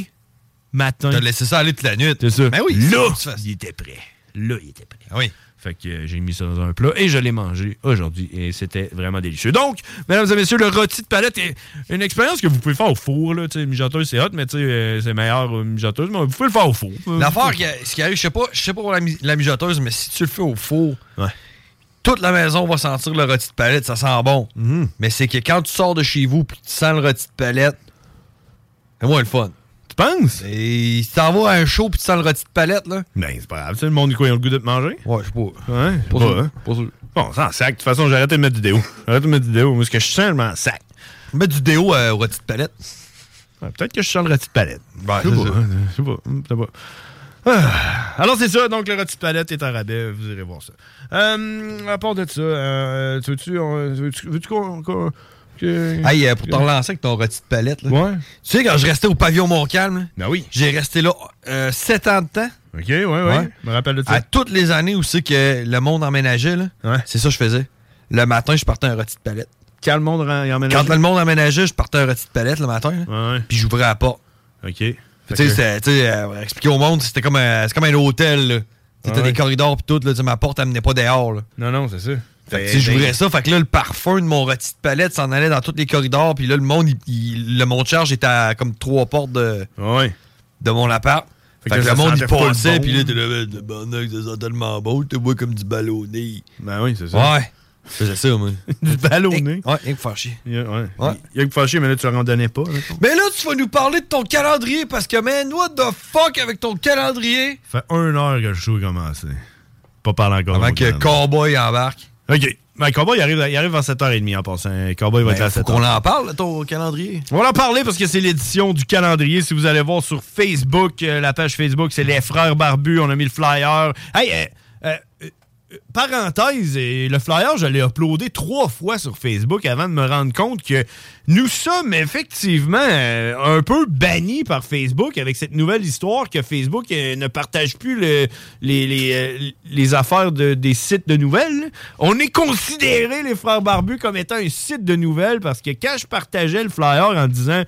S1: matin.
S6: T'as laissé ça aller toute la nuit.
S1: C'est ça.
S6: Ben oui.
S1: Là,
S6: c'est-
S1: il était prêt. là, il était prêt. Oui. Fait que euh, j'ai mis ça dans un plat et je l'ai mangé aujourd'hui et c'était vraiment délicieux. Donc, mesdames et messieurs, le rôti de palette est une expérience que vous pouvez faire au four. Là, tu sais, mijoteuse, c'est hot, mais tu sais, euh, c'est meilleur euh, mijoteuse, mais vous pouvez le faire au four.
S6: L'affaire, qui, ce qui arrive, je sais pas, je sais pas pour la, mi- la mijoteuse, mais si tu le fais au four, toute la maison va sentir le rôti de palette, ça sent bon.
S1: Mm-hmm.
S6: Mais c'est que quand tu sors de chez vous puis que tu sens le rôti de palette, c'est moins le fun.
S1: Tu penses?
S6: Et si t'en vas à un show puis tu sens le rôti de palette, là.
S1: Ben, c'est pas grave, tu sais, le monde, quoi, ils ont le goût de te manger?
S6: Ouais, je sais pas.
S1: Ouais,
S6: Pas
S1: pas,
S6: sûr,
S1: hein? Bon, sans sac. De toute façon, j'arrête de mettre du déo. J'arrête de mettre du déo. Moi, ce que je sens, je m'en sac.
S6: Mettre du déo euh, au rôti de palette.
S1: Peut-être que je sens le rôti de palette.
S6: Ben,
S1: je sais
S6: c'est
S1: pas.
S6: ça.
S1: hein, Je sais pas. Hum, je sais pas. Ah. Alors, c'est ça. Donc, le rôti de palette est en rabais. Vous irez voir ça. Euh, à part de ça, euh, tu veux-tu on- tu veux-tu- veux-tu qu'on. qu'on- que-
S6: Hey, euh, pour te
S1: que-
S6: relancer avec ton rôti de palette, là.
S1: Ouais.
S6: Tu sais, quand je restais au pavillon Montcalm, là,
S1: Ben oui.
S6: j'ai resté là 7 ans de temps.
S1: OK, ouais, ouais.
S6: Ouais.
S1: Je me rappelle de ça.
S6: À toutes les années où c'est que le monde emménageait, là, c'est ça que je faisais. Le matin, je partais un rôti de palette.
S1: Quand le monde emménageait?
S6: Quand le monde emménageait, je partais un rôti de palette le matin. là. Puis j'ouvrais la porte.
S1: OK. Tu
S6: sais,
S1: que-
S6: c'était- tu sais, euh, expliquer au monde, c'était comme, un- c'est comme un hôtel. là. T'sais, T'as
S1: Ouais.
S6: des corridors puis tout. Là, tu sais, ma porte, elle menait pas dehors. là.
S1: Non, non, c'est ça. Ben,
S6: Fait que, tu sais, j'ouvrais ça, fait que là, le parfum de mon rôti de palette s'en allait dans tous les corridors, puis là, le monde, il- il- le monde de charge était à comme trois portes de, de mon appart. Fait
S1: Fait que
S6: que,
S1: là, ça
S6: le monde,
S1: sentait
S6: il
S1: pas le
S6: passait,
S1: bon.
S6: puis là, t'es là, Ben, tabarnak, ça sent tellement beau, t'es vois comme du ballonné.
S1: Ben oui, c'est
S6: ça. Ouais. Je faisais ça, moi.
S1: du ballonné.
S6: Ouais, rien que faire chier.
S1: Il y a, ouais. Il y a que fâché, mais là, tu ne donnais pas. là.
S6: Mais là, tu vas nous parler de ton calendrier, parce que, man, what the fuck avec ton calendrier?
S1: Ça fait une heure que le show a commencé. Pas parler encore.
S6: Avant que Cowboy embarque.
S1: OK. Ben, Cowboy, il arrive, il arrive vers 7h30 en passant. Cowboy va
S6: Ben,
S1: être là à
S6: faut
S1: 7h.
S6: qu'on en parle, de ton calendrier.
S1: On va en parler parce que c'est l'édition du calendrier. Si vous allez voir sur Facebook, euh, la page Facebook, c'est les frères barbus. On a mis le flyer. Hey, euh, euh, euh, euh, parenthèse, et le flyer, je l'ai uploadé trois fois sur Facebook avant de me rendre compte que nous sommes effectivement euh, un peu bannis par Facebook avec cette nouvelle histoire que Facebook euh, ne partage plus le- les, les, euh, les affaires de- des sites de nouvelles. On est considéré, les frères barbus, comme étant un site de nouvelles parce que quand je partageais le flyer en disant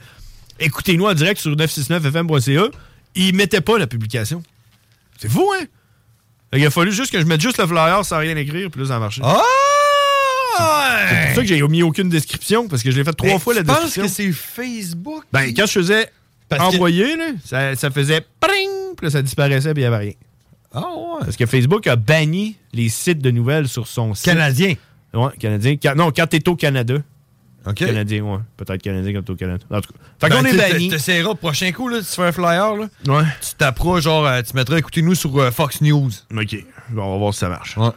S1: écoutez-nous en direct sur 969fm.ca, ils mettaient pas la publication. C'est fou, hein? Il a fallu juste que je mette juste le flyer sans rien écrire, puis là, ça a marché.
S6: Ah!
S1: C'est pour ça que j'ai mis aucune description, parce que je l'ai fait trois
S6: Mais
S1: fois la
S6: tu penses
S1: description.
S6: que c'est Facebook?
S1: Ben, quand je faisais
S6: Parce que-
S1: envoyer, là, ça, ça faisait pring, puis là, ça disparaissait, puis il n'y avait rien.
S6: Ah ouais.
S1: Parce que Facebook a banni les sites de nouvelles sur son site.
S6: Canadien.
S1: Ouais, canadien. Ca- non, quand t'es au Canada. Canadien, ouais. Peut-être canadien quand t'es au Canada. En tout cas. Fait qu'on
S6: Ben,
S1: est
S6: tu-
S1: banni.
S6: Tu t'essaieras, prochain coup, là, tu fais un flyer, là.
S1: Ouais.
S6: Tu t'approches, genre, euh, tu mettras écoutez-nous sur euh, Fox News.
S1: OK. Bon, on va voir si ça marche. OK.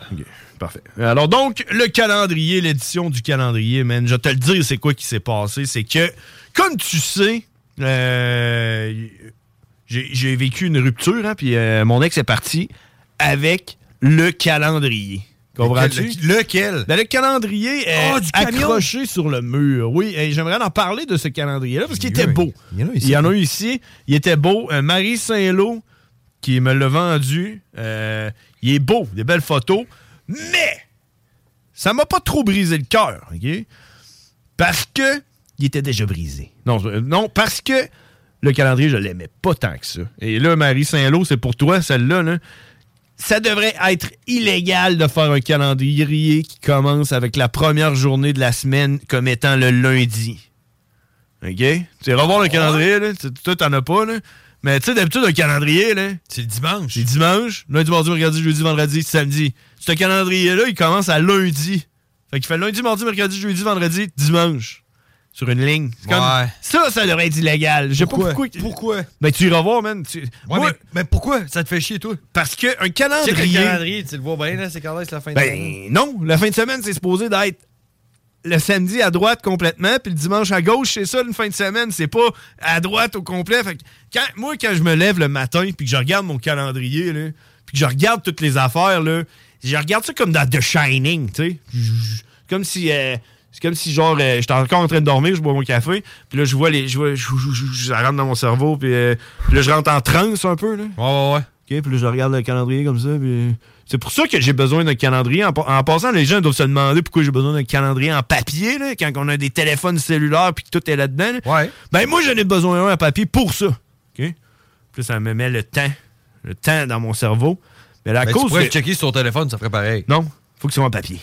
S1: Parfait. Alors donc, le calendrier, l'édition du calendrier, man, je vais te le dire, c'est quoi qui s'est passé, c'est que, comme tu sais, euh, j'ai j'ai vécu une rupture, hein, puis euh, mon ex est parti avec le calendrier. Comprends-tu?
S6: Lequel- Lequel?
S1: Ben, le calendrier est
S6: Oh, du camion!
S1: accroché sur le mur. Oui, et j'aimerais en parler de ce calendrier-là parce qu'il
S6: Il y
S1: était
S6: en a-
S1: beau.
S6: il y en a ici.
S1: Il y en a eu ici. Il était beau. Euh, Marie Saint-Lô, qui me l'a vendu, euh, il est beau, des belles photos. Mais ça m'a pas trop brisé le cœur, OK? Parce que il était déjà brisé. Non, c'est- euh, non parce que le calendrier, je l'aimais pas tant que ça. Et là, Marie Saint-Lô, c'est pour toi, celle-là. là. Ça devrait être illégal de faire un calendrier qui commence avec la première journée de la semaine comme étant le lundi. OK? Tu sais, revoir le calendrier, là. Tu- Toi, t'en as pas, là. Mais tu sais, d'habitude, un calendrier, là.
S6: C'est le dimanche.
S1: C'est dimanche. Lundi, mardi, mercredi, jeudi, vendredi, samedi. Ce calendrier-là, il commence à lundi. Fait qu'il fait lundi, mardi, mercredi, jeudi, vendredi, dimanche. Sur une ligne. C'est comme-
S6: Ouais.
S1: Ça, ça devrait être illégal. Je sais pas pourquoi.
S6: Pourquoi?
S1: Ben, tu iras voir, man. Tu-
S6: Ouais,
S1: Moi-
S6: mais, mais pourquoi? Ça te fait chier, toi?
S1: Parce qu'un calendrier.
S6: Check le calendrier, tu le vois bien, là, c'est quand là, c'est la fin de
S1: Ben non, la fin de semaine, c'est supposé d'être le samedi à droite complètement, puis le dimanche à gauche, c'est ça une fin de semaine, c'est pas à droite au complet. Fait que quand- moi, quand je me lève le matin, puis que je regarde mon calendrier, là, puis que je regarde toutes les affaires, là, je regarde ça comme dans The Shining, tu sais. Je- je- je- Comme si... euh, c'est comme si, genre, euh, j'étais encore en train de dormir, je bois mon café, puis là, je vois les... Je vois, je- je- je- je- ça rentre dans mon cerveau, puis euh, puis là, je rentre en transe un peu, là.
S6: Ouais, ouais,
S1: ouais. OK, puis là, je regarde le calendrier comme ça, puis... C'est pour ça que j'ai besoin d'un calendrier. En, pa- en passant, les gens doivent se demander pourquoi j'ai besoin d'un calendrier en papier, là, quand on a des téléphones cellulaires puis que tout est là-dedans. là. Ben, moi, j'en ai besoin d'un en papier pour ça. OK? Puis là, ça me met le temps, le temps dans mon cerveau. Mais la
S6: Ben, Tu
S1: cause.
S6: pourrais
S1: que-
S6: checker sur ton téléphone, ça ferait pareil.
S1: Non, faut que ce soit en papier.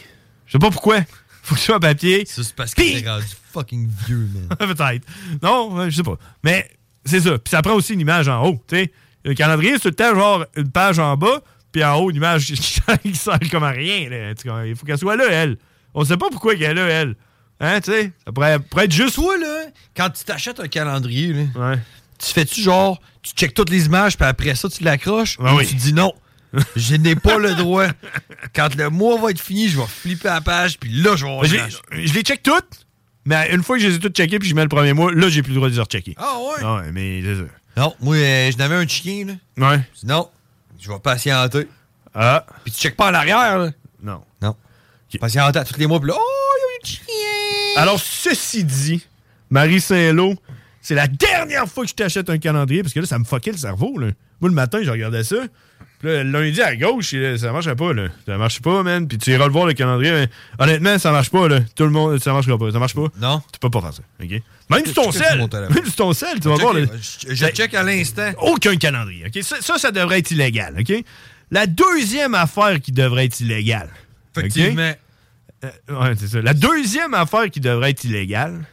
S1: Je sais pas pourquoi. Faut que ce soit en papier.
S6: C'est parce que t'es rendu fucking vieux, man.
S1: Peut-être. Non, euh, je sais pas. Mais c'est ça. Puis ça prend aussi une image en haut. tu sais. Le calendrier, c'est tout le temps genre une page en bas, puis en haut, une image qui qui sert comme à rien. là. Tu comprends? Il faut qu'elle soit là, elle. On sait pas pourquoi qu'elle est là, elle. Hein, tu sais? Ça pourrait, pourrait être juste.
S6: Toi, là, quand tu t'achètes un calendrier, là, tu fais-tu genre, tu checkes toutes les images, puis après ça, tu l'accroches, ou tu dis non, je n'ai pas le droit. Quand le mois va être fini, je vais flipper la page, puis là, je vais...
S1: Je les- je les check toutes, mais une fois que je les ai toutes checkées, puis je mets le premier mois, là, j'ai plus le droit de les rechecker.
S6: Ah ouais?
S1: Ouais, mais c'est ça.
S6: Non, moi, euh, je n'avais un chien, là.
S1: Ouais.
S6: Non, je vais patienter.
S1: Ah.
S6: Puis tu checkes pas en arrière, là.
S1: Non.
S6: Non. Patienter à tous les mois, puis là, oh, il y a un chien!
S1: Alors, ceci dit, Marie Saint-Lô, c'est la dernière fois que je t'achète un calendrier, parce que là, ça me fuckait le cerveau. Là. Moi, le matin, je regardais ça. Puis là, lundi à gauche, et là, ça marchait pas, là. Ça marche pas, man. Puis tu iras le voir, le calendrier. mais honnêtement, ça marche pas, là. Tout le monde, ça marchera pas. Ça marche pas.
S6: Non.
S1: Tu peux pas faire ça, OK? Même sur ton
S6: Je check
S1: sel.
S6: mon téléphone.
S1: Même sur ton sel, tu vas voir.
S6: Checker,
S1: là.
S6: Je, je check à l'instant.
S1: Aucun calendrier, OK? Ça, ça, ça devrait être illégal, OK? La deuxième affaire qui devrait être illégale. OK?
S6: Effectivement.
S1: Euh, ouais, c'est ça. La deuxième affaire qui devrait être illégale.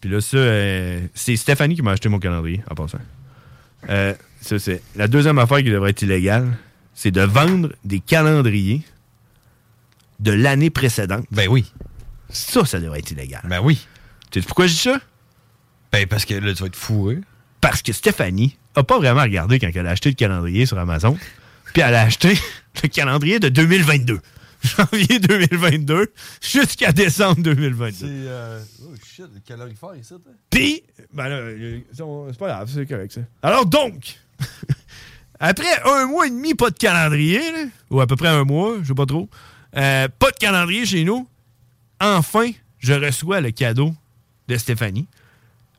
S1: Puis là, ça, euh, c'est Stéphanie qui m'a acheté mon calendrier, en passant. Euh, ça, c'est. La deuxième affaire qui devrait être illégale, c'est de vendre des calendriers de l'année précédente.
S6: Ben oui.
S1: Ça, ça devrait être illégal.
S6: Ben oui.
S1: Tu sais pourquoi je dis ça?
S6: Ben parce que là, tu vas être hein. fourré.
S1: Parce que Stéphanie a pas vraiment regardé quand elle a acheté le calendrier sur Amazon. Puis elle a acheté le calendrier de 2022. Janvier 2022 jusqu'à décembre 2022.
S6: Oh shit, le calorifère ici, toi.
S1: Puis, ben là, euh, c'est pas grave, c'est correct, ça. Alors donc, après un mois et demi, pas de calendrier, là, ou à peu près un mois, je sais pas trop, euh, pas de calendrier chez nous, enfin, je reçois le cadeau de Stéphanie.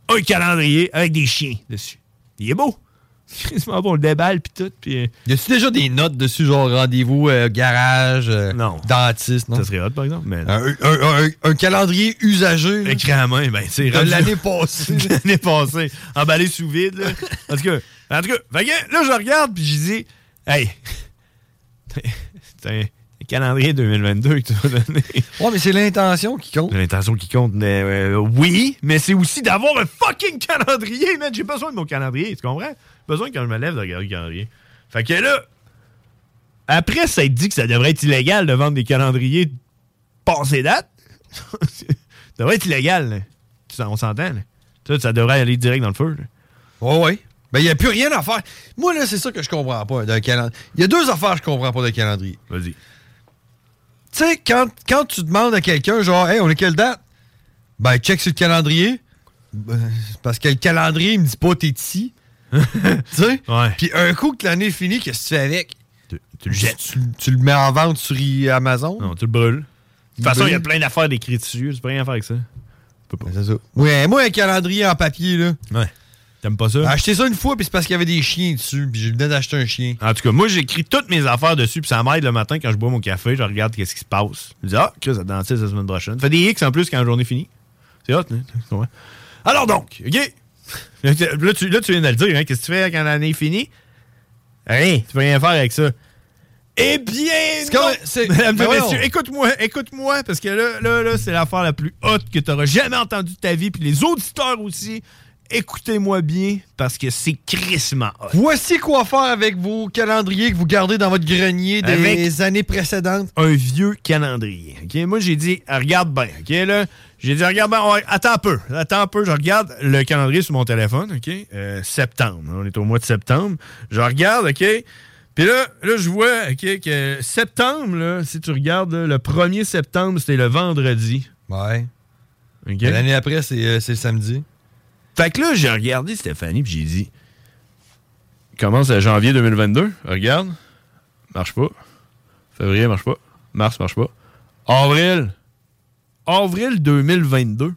S1: Un calendrier avec des chiens dessus. Il est beau. Crissement bon, on le déballe, puis tout, puis... euh,
S6: Y a-tu déjà des notes dessus, genre rendez-vous, euh, garage, euh, dentiste, non? Ça
S1: serait hot, par exemple, mais.
S6: Un, un- un- un calendrier usagé.
S1: Écrit à main, ben, c'est
S6: De
S1: rendu-
S6: l'année passée.
S1: De l'année passée. Emballé sous vide, là. En tout cas, en tout cas, fait que là, je regarde, puis je dis, hey, c'est un calendrier 2022 que tu m'as donné.
S6: Ouais, mais c'est l'intention qui compte.
S1: L'intention qui compte, mais euh, oui, mais c'est aussi d'avoir un fucking calendrier, man. J'ai besoin de mon calendrier, tu comprends? J'ai besoin quand je me lève de regarder le calendrier. Fait que là, après, ça te dit que ça devrait être illégal de vendre des calendriers passés date. ça devrait être illégal, là. Tu s'en- On s'entend, là. Ça, ça devrait aller direct dans le feu, là.
S6: Ouais, ouais. Ben, y a plus rien à faire. Moi, là, c'est ça que je comprends pas d'un calendrier. Y a deux affaires que je comprends pas d'un calendrier.
S1: Vas-y.
S6: Tu sais, quand, quand tu demandes à quelqu'un, genre, hey, on est quelle date? Ben, check sur le calendrier. Ben, c'est parce que le calendrier, il me dit pas t'es ici. tu sais? Puis un coup que l'année est finie, qu'est-ce que tu fais avec?
S1: Tu, le jettes.
S6: Tu, tu le mets en vente sur i- Amazon?
S1: Non, tu le brûles. De toute façon, il y a plein d'affaires d'écrits dessus. Tu peux rien faire avec ça.
S6: Ben, C'est ça. Ouais, moi, un calendrier en papier, là.
S1: Ouais. T'aimes pas ça?
S6: Acheté Ben, ça une fois, puis c'est parce qu'il y avait des chiens dessus, puis je venais d'acheter un chien.
S1: En tout cas, moi, j'écris toutes mes affaires dessus, puis ça m'aide le matin quand je bois mon café, je regarde qu'est-ce qui se passe. Je me dis, ah, Chris, ça dentiste la semaine prochaine. Ça fait des X en plus quand la journée finie. C'est hot, hein? Tu comprends? Alors donc, OK. Là, tu, là, tu- là, tu viens de le dire, hein? Qu'est-ce que tu fais quand l'année est finie? Rien. Tu peux rien faire avec ça. Eh bien,
S6: comme-
S1: non,
S6: c'est-
S1: mesdames
S6: Mais
S1: et
S6: voyons.
S1: messieurs, écoute-moi, écoute-moi, parce que là, là, là, c'est l'affaire la plus haute que tu auras jamais entendue de ta vie, puis les auditeurs aussi. Écoutez-moi bien, parce que c'est crissement hot.
S6: Voici quoi faire avec vos calendriers que vous gardez dans votre grenier
S1: Eh,
S6: des
S1: Avec-
S6: années précédentes.
S1: un vieux calendrier. OK? Moi, j'ai dit, regarde bien. OK? Là, j'ai dit, regarde bien. ouais, attends un peu. Attends un peu. Je regarde le calendrier sur mon téléphone. OK? Euh, septembre. On est au mois de septembre. Je regarde. OK? Puis là, là, je vois OK, que septembre, là, si tu regardes, là, le 1er septembre, c'était le vendredi.
S6: Ouais.
S1: OK?
S6: L'année après, c'est euh, c'est le samedi.
S1: Fait que là, j'ai regardé Stéphanie, puis j'ai dit, commence à janvier 2022, regarde, marche pas. Février, marche pas. Mars, marche pas. Avril, avril 2022,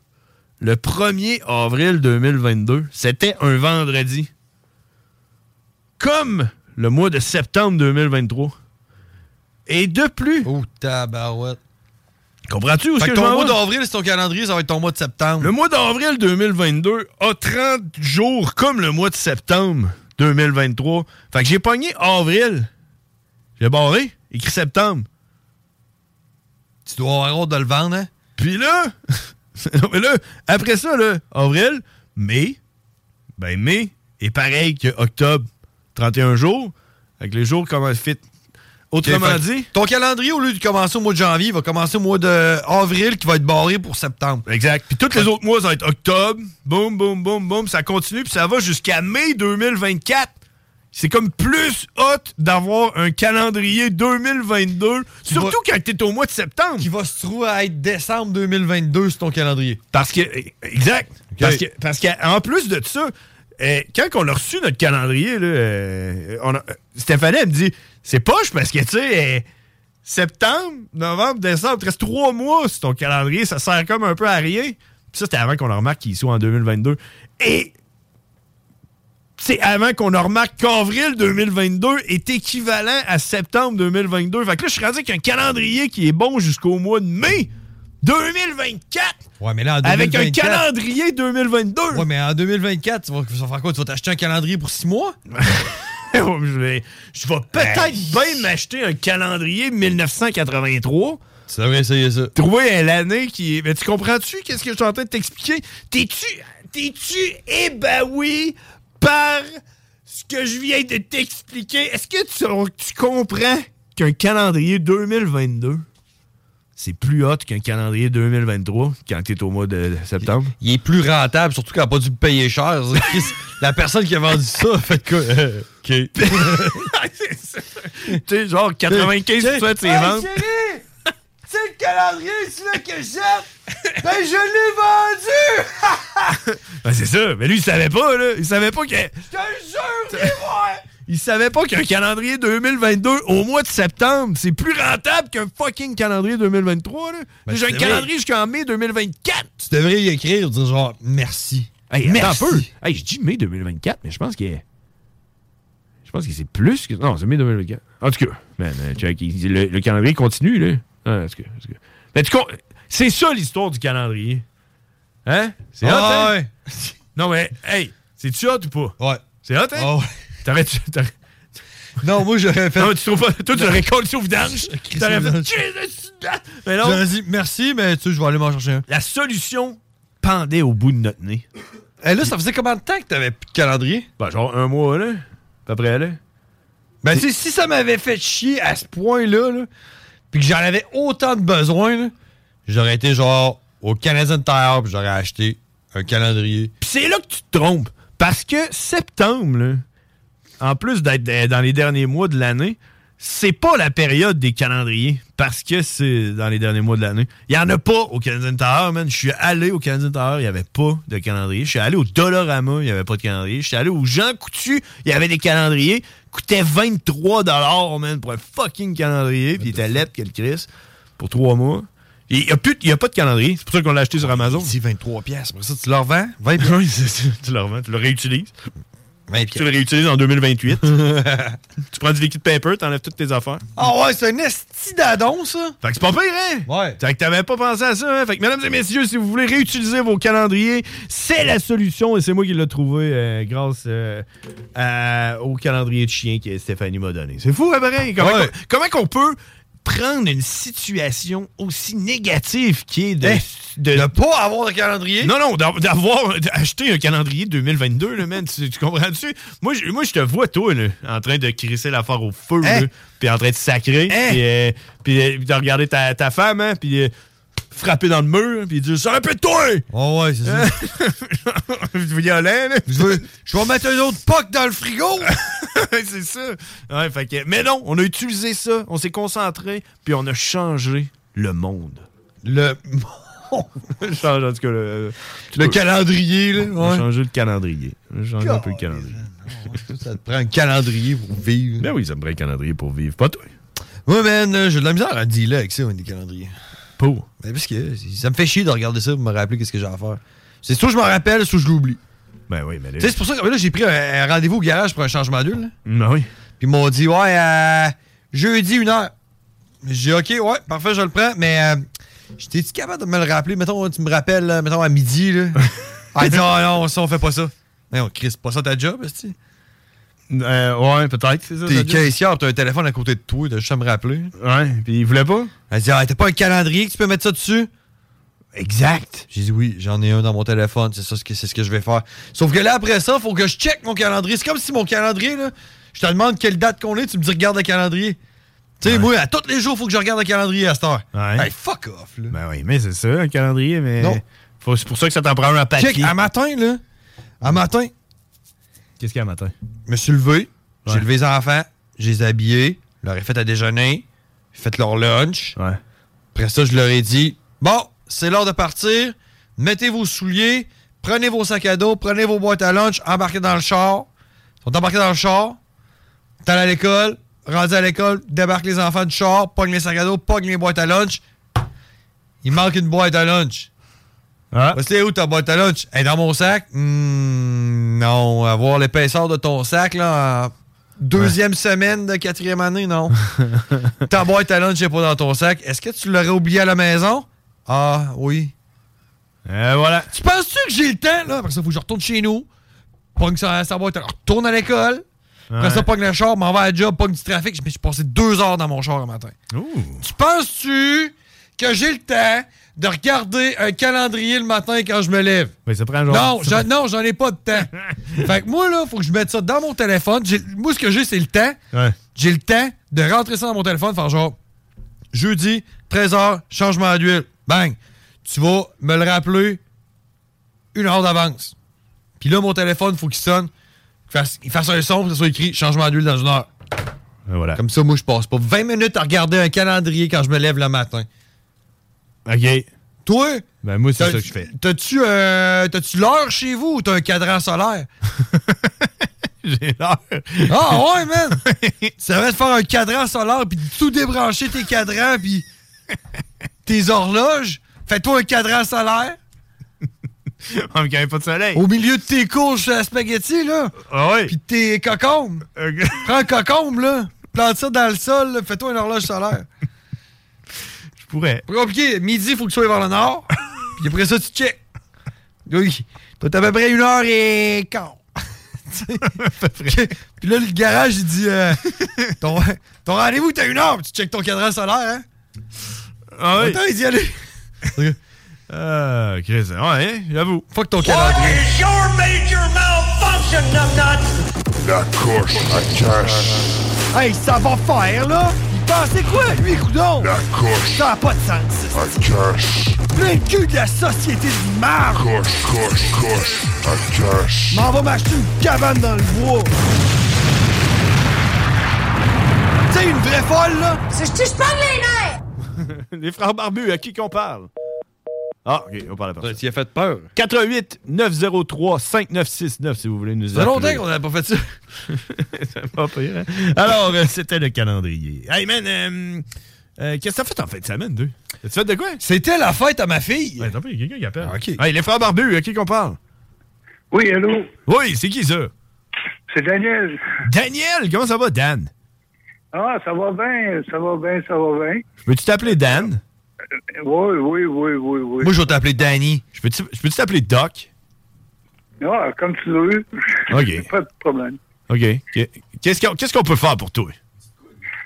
S1: le 1er avril 2022, c'était un vendredi. Comme le mois de septembre 2023. Et de plus.
S6: Oh, tabarouette.
S1: Comprends-tu où
S6: Fait que
S1: ce que
S6: ton
S1: je m'en
S6: mois
S1: vais?
S6: d'avril, c'est ton calendrier, ça va être ton mois de septembre.
S1: Le mois d'avril 2022 a 30 jours comme le mois de septembre 2023. Fait que j'ai pogné avril. J'ai barré. Écrit septembre.
S6: Tu dois avoir honte de le vendre, hein?
S1: Puis là, non, mais là, après ça, là, avril, mai, ben mai est pareil que octobre, 31 jours. Avec les jours comment fit. Autrement
S6: Ok, fait que
S1: dit,
S6: Ton calendrier, au lieu de commencer au mois de janvier, il va commencer au mois d'avril qui va être barré pour septembre.
S1: Exact. Puis tous les autres mois, ça va être octobre. Boum, boum, boum, boum. Ça continue, puis ça va jusqu'à mai 2024. C'est comme plus hot d'avoir un calendrier 2022, surtout quand t'es au mois de septembre.
S6: Qui va se trouver à être décembre 2022 sur ton calendrier.
S1: Parce que, Eh, exact. Parce que, parce qu'en plus de ça, euh, quand on a reçu notre calendrier, là, euh, on a- euh, Stéphanie, elle me dit c'est poche parce que, tu sais, euh, septembre, novembre, décembre, il te reste trois mois sur ton calendrier, ça sert comme un peu à rien. Puis ça, c'était avant qu'on le remarque qu'il soit en 2022. Et c'est avant qu'on en remarque qu'avril 2022 est équivalent à septembre 2022. Fait que là, je suis rendu avec un calendrier qui est bon jusqu'au mois de mai 2024.
S6: Ouais, mais là, en
S1: Avec un
S6: 2024
S1: calendrier 2022.
S6: Ouais, mais en 2024, tu vas, tu vas faire quoi? Tu vas t'acheter un calendrier pour six mois?
S1: je vais, je vais peut-être bien m'acheter un calendrier 1983.
S6: Tu devrais essayer ça.
S1: Trouver l'année qui est. Mais tu comprends-tu qu'est-ce que je suis en train de t'expliquer? T'es-tu. T'es-tu ébaoui par ce que je viens de t'expliquer? Est-ce que tu, tu comprends qu'un calendrier 2022, c'est plus hot qu'un calendrier 2023 quand t'es au mois de septembre?
S6: Il est plus rentable, surtout qu'elle n'a pas dû me payer cher. La personne qui a vendu ça, fait quoi? Euh, OK.
S1: tu sais, genre 95% de ses
S6: Hey,
S1: ventes.
S6: chérie, C'est le calendrier, celui-là que j'aime! Ben, je l'ai vendu!
S1: Ben, c'est ça. Mais lui, il savait pas, là. Il savait pas
S6: Je
S1: que.
S6: te le jure, c'est vrai!
S1: Il savait pas qu'un calendrier 2022 au mois de septembre, c'est plus rentable qu'un fucking calendrier 2023, là.
S6: Ben,
S1: J'ai
S6: c'est
S1: un
S6: vrai.
S1: calendrier jusqu'en mai 2024.
S6: Tu devrais y écrire, dire genre merci.
S1: Hey, attends
S6: merci.
S1: un peu. Hey, je dis mai 2024, mais je pense que. Je pense que c'est plus que. Non, c'est mai 2024. En tout cas, man, euh, check, il- le, le calendrier continue, là. Ah, en tout cas, en tout cas. Mais tu con- C'est ça l'histoire du calendrier. Hein? C'est hot,
S6: Ah,
S1: hein? Non, mais, hey, c'est-tu hot ou pas?
S6: Ouais.
S1: C'est hot, hein? T'aurais-tu. t'aurais-
S6: Non, moi, j'aurais fait.
S1: Non, tu trouves pas. Toi, tu aurais collé au vidange.
S6: Christ,
S1: T'aurais fait.
S6: vidange.
S1: Jesus, Mais non.
S6: J'aurais dit merci, mais tu sais, je vais aller m'en chercher un.
S1: La solution pendait au bout de notre nez.
S6: Et Eh, là, ça faisait combien de temps que t'avais plus de calendrier?
S1: Ben, genre un mois, là. À peu près, là.
S6: Ben, tu sais, si ça m'avait fait chier à ce point-là, là, puis que j'en avais autant de besoin, là, j'aurais été genre au Canadian Tire, puis j'aurais acheté un calendrier.
S1: Puis c'est là que tu te trompes. Parce que septembre, là, en plus d'être euh, dans les derniers mois de l'année, c'est pas la période des calendriers. Parce que c'est dans les derniers mois de l'année. Il y en a pas au Canadian Tower, man. Je suis allé au Canadian Tower, il y avait pas de calendrier. Je suis allé au Dollarama, il y avait pas de calendrier. Je suis allé au Jean Coutu, il y avait des calendriers. Coûtait 23 dollars, man, pour un fucking calendrier. Puis il était lettre que le Chris pour trois mois. Il n'y a, plus- il y a pas de calendrier. C'est pour ça qu'on l'a acheté
S6: Ah,
S1: sur Amazon.
S6: C'est 23 pièces. Après ça, tu le revends. 20
S1: Oui, c'est ça. tu le revends, tu le réutilises. Tu le réutilises en 2028. tu prends du liquid paper, t'enlèves toutes tes affaires.
S6: Ah ouais, c'est un esti d'adon, ça!
S1: Fait que c'est pas pire, hein? Ouais. Fait que t'avais pas pensé à ça, hein? Fait que, mesdames et messieurs, si vous voulez réutiliser vos calendriers, c'est la solution et c'est moi qui l'ai trouvé euh, grâce euh, à- au calendrier de chien que Stéphanie m'a donné. C'est fou, hein, pareil? Comment,
S6: Ouais.
S1: qu'on- comment qu'on peut prendre une situation aussi négative qui est de... de ne
S6: pas avoir Eh, de calendrier?
S1: Non, non, d'av- d'avoir acheté un calendrier 2022, là, man. Tu, tu comprends-tu? Moi, je- moi, je te vois, toi, là, en train de crisser l'affaire au feu,
S6: Eh.
S1: là, puis en train de sacrer, puis, euh, puis, euh, puis de regarder ta, ta femme, hein, puis euh, frapper dans le mur, puis dire « C'est un peu de toi! »
S6: Oh ouais, c'est ça.
S1: Violent, là.
S6: Je, veux- je vais mettre un autre poc dans le frigo!
S1: c'est ça. Ouais, fait que- mais non, on a utilisé ça, on s'est concentré, puis on a changé le monde.
S6: Le monde?
S1: change, en tout cas, le,
S6: Le calendrier, là,
S1: On a
S6: ouais.
S1: changé le calendrier. On a changé un peu le calendrier.
S6: Ça te prend un calendrier pour vivre.
S1: Ben oui, ça me prend un calendrier pour vivre. Pas toi.
S6: Ouais, man, euh, j'ai de la misère à dealer avec ça, des calendriers.
S1: Pour?
S6: Ben, parce que ça me fait chier de regarder ça pour me rappeler qu'est-ce que j'ai à faire. C'est soit je m'en rappelle, soit je l'oublie.
S1: Ben oui, mais
S6: Tu sais, c'est pour ça que là, j'ai pris un, un rendez-vous au garage pour un changement d'huile. là.
S1: Ben oui.
S6: Puis ils m'ont dit, ouais, euh, jeudi, une heure. J'ai dit, OK, ouais, parfait, je le prends, mais euh, j'étais-tu capable de me le rappeler? Mettons, tu me rappelles, là, mettons, à Ben, Ah, midi, là. Ah, il dit, oh non, ça, on fait pas ça. Mais on crise pas ça ta job, est
S1: Euh, ouais, peut-être, c'est ça.
S6: T'es
S1: ça dit?
S6: caissière, t'as un téléphone à côté de toi, t'as juste à me rappeler.
S1: Ouais, puis il voulait pas.
S6: Elle dit, ah, t'as pas un calendrier que tu peux mettre ça dessus?
S1: Exact.
S6: J'ai dit, oui, j'en ai un dans mon téléphone, c'est ça, ce que- c'est ce que je vais faire. Sauf que là, après ça, faut que je check mon calendrier. C'est comme si mon calendrier, là, je te demande quelle date qu'on est, tu me dis, regarde le calendrier. Tu sais, moi, à tous les jours, faut que je regarde le calendrier à cette heure.
S1: Ouais.
S6: Hey, fuck off.
S1: Ben oui, mais c'est ça, un calendrier, mais.
S6: Non.
S1: Faut- C'est pour ça que ça t'en prend un à papier.
S6: Check, à matin, là, à matin,
S1: Qu'est-ce qu'il y a matin?
S6: Je me suis levé, j'ai
S1: Ouais.
S6: levé les enfants, je les ai habillés, je leur ai fait à déjeuner, j'ai fait leur lunch. Après ça, je leur ai dit Bon, c'est l'heure de partir, mettez vos souliers, prenez vos sacs à dos, prenez vos boîtes à lunch, embarquez dans le char. Ils sont embarqués dans le char, t'es allé à l'école, rendu à l'école, débarquent les enfants du char, pogne les sacs à dos, pogne les boîtes à lunch. Il manque une boîte à lunch. Ah. C'est où ta boîte à lunch? Elle est dans mon sac? Hmm, non, avoir l'épaisseur de ton sac, là, en deuxième semaine de quatrième année, non. ta boîte à lunch n'est pas dans ton sac. Est-ce que tu l'aurais oublié à la maison? Ah, oui.
S1: Euh, voilà.
S6: Tu penses-tu que j'ai le temps, là? Parce que faut que je retourne chez nous, pogne sa, sa boîte à lunch, retourne à l'école, après
S1: Ouais.
S6: ça, pogne le char, m'en vais à la job, pogne du trafic. Je me suis passé deux heures dans mon char le matin. Tu penses-tu que j'ai le temps de regarder un calendrier le matin quand je me lève?
S1: Mais Ben, ça prend genre.
S6: Non,
S1: ça
S6: j'en, non, j'en ai pas de temps. fait que moi, là, faut que je mette ça dans mon téléphone. J'ai- moi, ce que j'ai, c'est le temps.
S1: Ouais.
S6: J'ai le temps de rentrer ça dans mon téléphone, faire genre, jeudi, 13h, changement d'huile. Bang! Tu vas me le rappeler une heure d'avance. Puis là, mon téléphone, faut qu'il sonne, qu'il fasse, il fasse un son, que ça soit écrit changement d'huile dans une heure. Comme ça, moi, je passe pas 20 minutes à regarder un calendrier quand je me lève le matin.
S1: OK.
S6: Toi?
S1: Ben moi, c'est
S6: t'as-
S1: ça que je fais.
S6: T'as-tu, euh, t'as-tu l'heure chez vous ou t'as un cadran solaire?
S1: J'ai l'heure.
S6: Ah ouais, man! Ça va te faire un cadran solaire puis tout débrancher tes cadrans puis tes horloges. Fais-toi un cadran solaire.
S1: On me pas de soleil.
S6: Au milieu de tes couches à spaghetti, là.
S1: Ah ouais.
S6: Puis de tes cocombes. Prends un cocombe, là. Plante ça dans le sol, là, Fais-toi une horloge solaire.
S1: Je pourrais.
S6: Pas compliqué. Midi, faut que tu sois vers le nord. Puis après ça, tu check. Oui. Toi, t'as à peu près une heure et quart. Puis là, le garage, il dit euh, ton, ton rendez-vous, t'as une heure. Puis Tu check ton cadran solaire, hein?
S1: Ah oui.
S6: Attends, il dit allez.
S1: Ah, Chris. Ouais, j'avoue.
S6: Fuck ton
S1: calendrier.
S5: is your major malfunction, numbnuts?
S7: La course à cash.
S5: Hey, ça va faire, là? Il pensait quoi, lui, coudon?
S7: La course
S5: Ça a pas de sens.
S7: à cash.
S5: Plein le cul de la société du marbre.
S7: Course, course, course à cash.
S5: M'en va m'acheter une cabane dans le bois.
S6: Tu sais, une vraie folle, là.
S5: C'est je parle les nerfs.
S1: Les frères barbus, à qui qu'on parle? Ah, OK, on parle à personne.
S6: Tu as fait peur.
S1: 88 903 5969 si vous voulez nous
S6: Ça fait longtemps
S1: appeler.
S6: qu'on n'a pas fait ça.
S1: C'est pas pire, hein? Alors, euh, c'était le calendrier. Hey, man, euh, euh, qu'est-ce que t'as fait en fin de semaine, deux? T'as-tu fait de quoi?
S6: C'était la fête à ma fille.
S1: Ouais, attends, il y a quelqu'un qui appelle. OK. Hey, les frères barbus, à qui qu'on parle?
S9: Oui, allô?
S1: Oui, c'est qui ça?
S9: C'est Daniel.
S1: Daniel, comment ça va, Dan?
S9: Ah, ça va bien, ça va bien, ça va bien.
S1: Je peux-tu t'appeler Dan?
S9: Euh, Oui, oui, oui, oui, oui.
S6: Moi, je vais t'appeler Danny.
S1: Je peux-tu je peux-tu t'appeler Doc?
S9: Ah, comme tu veux.
S1: OK.
S9: Pas de problème.
S1: OK. Qu'est- Qu'est-ce qu'on qu'est-ce qu'on peut faire pour toi?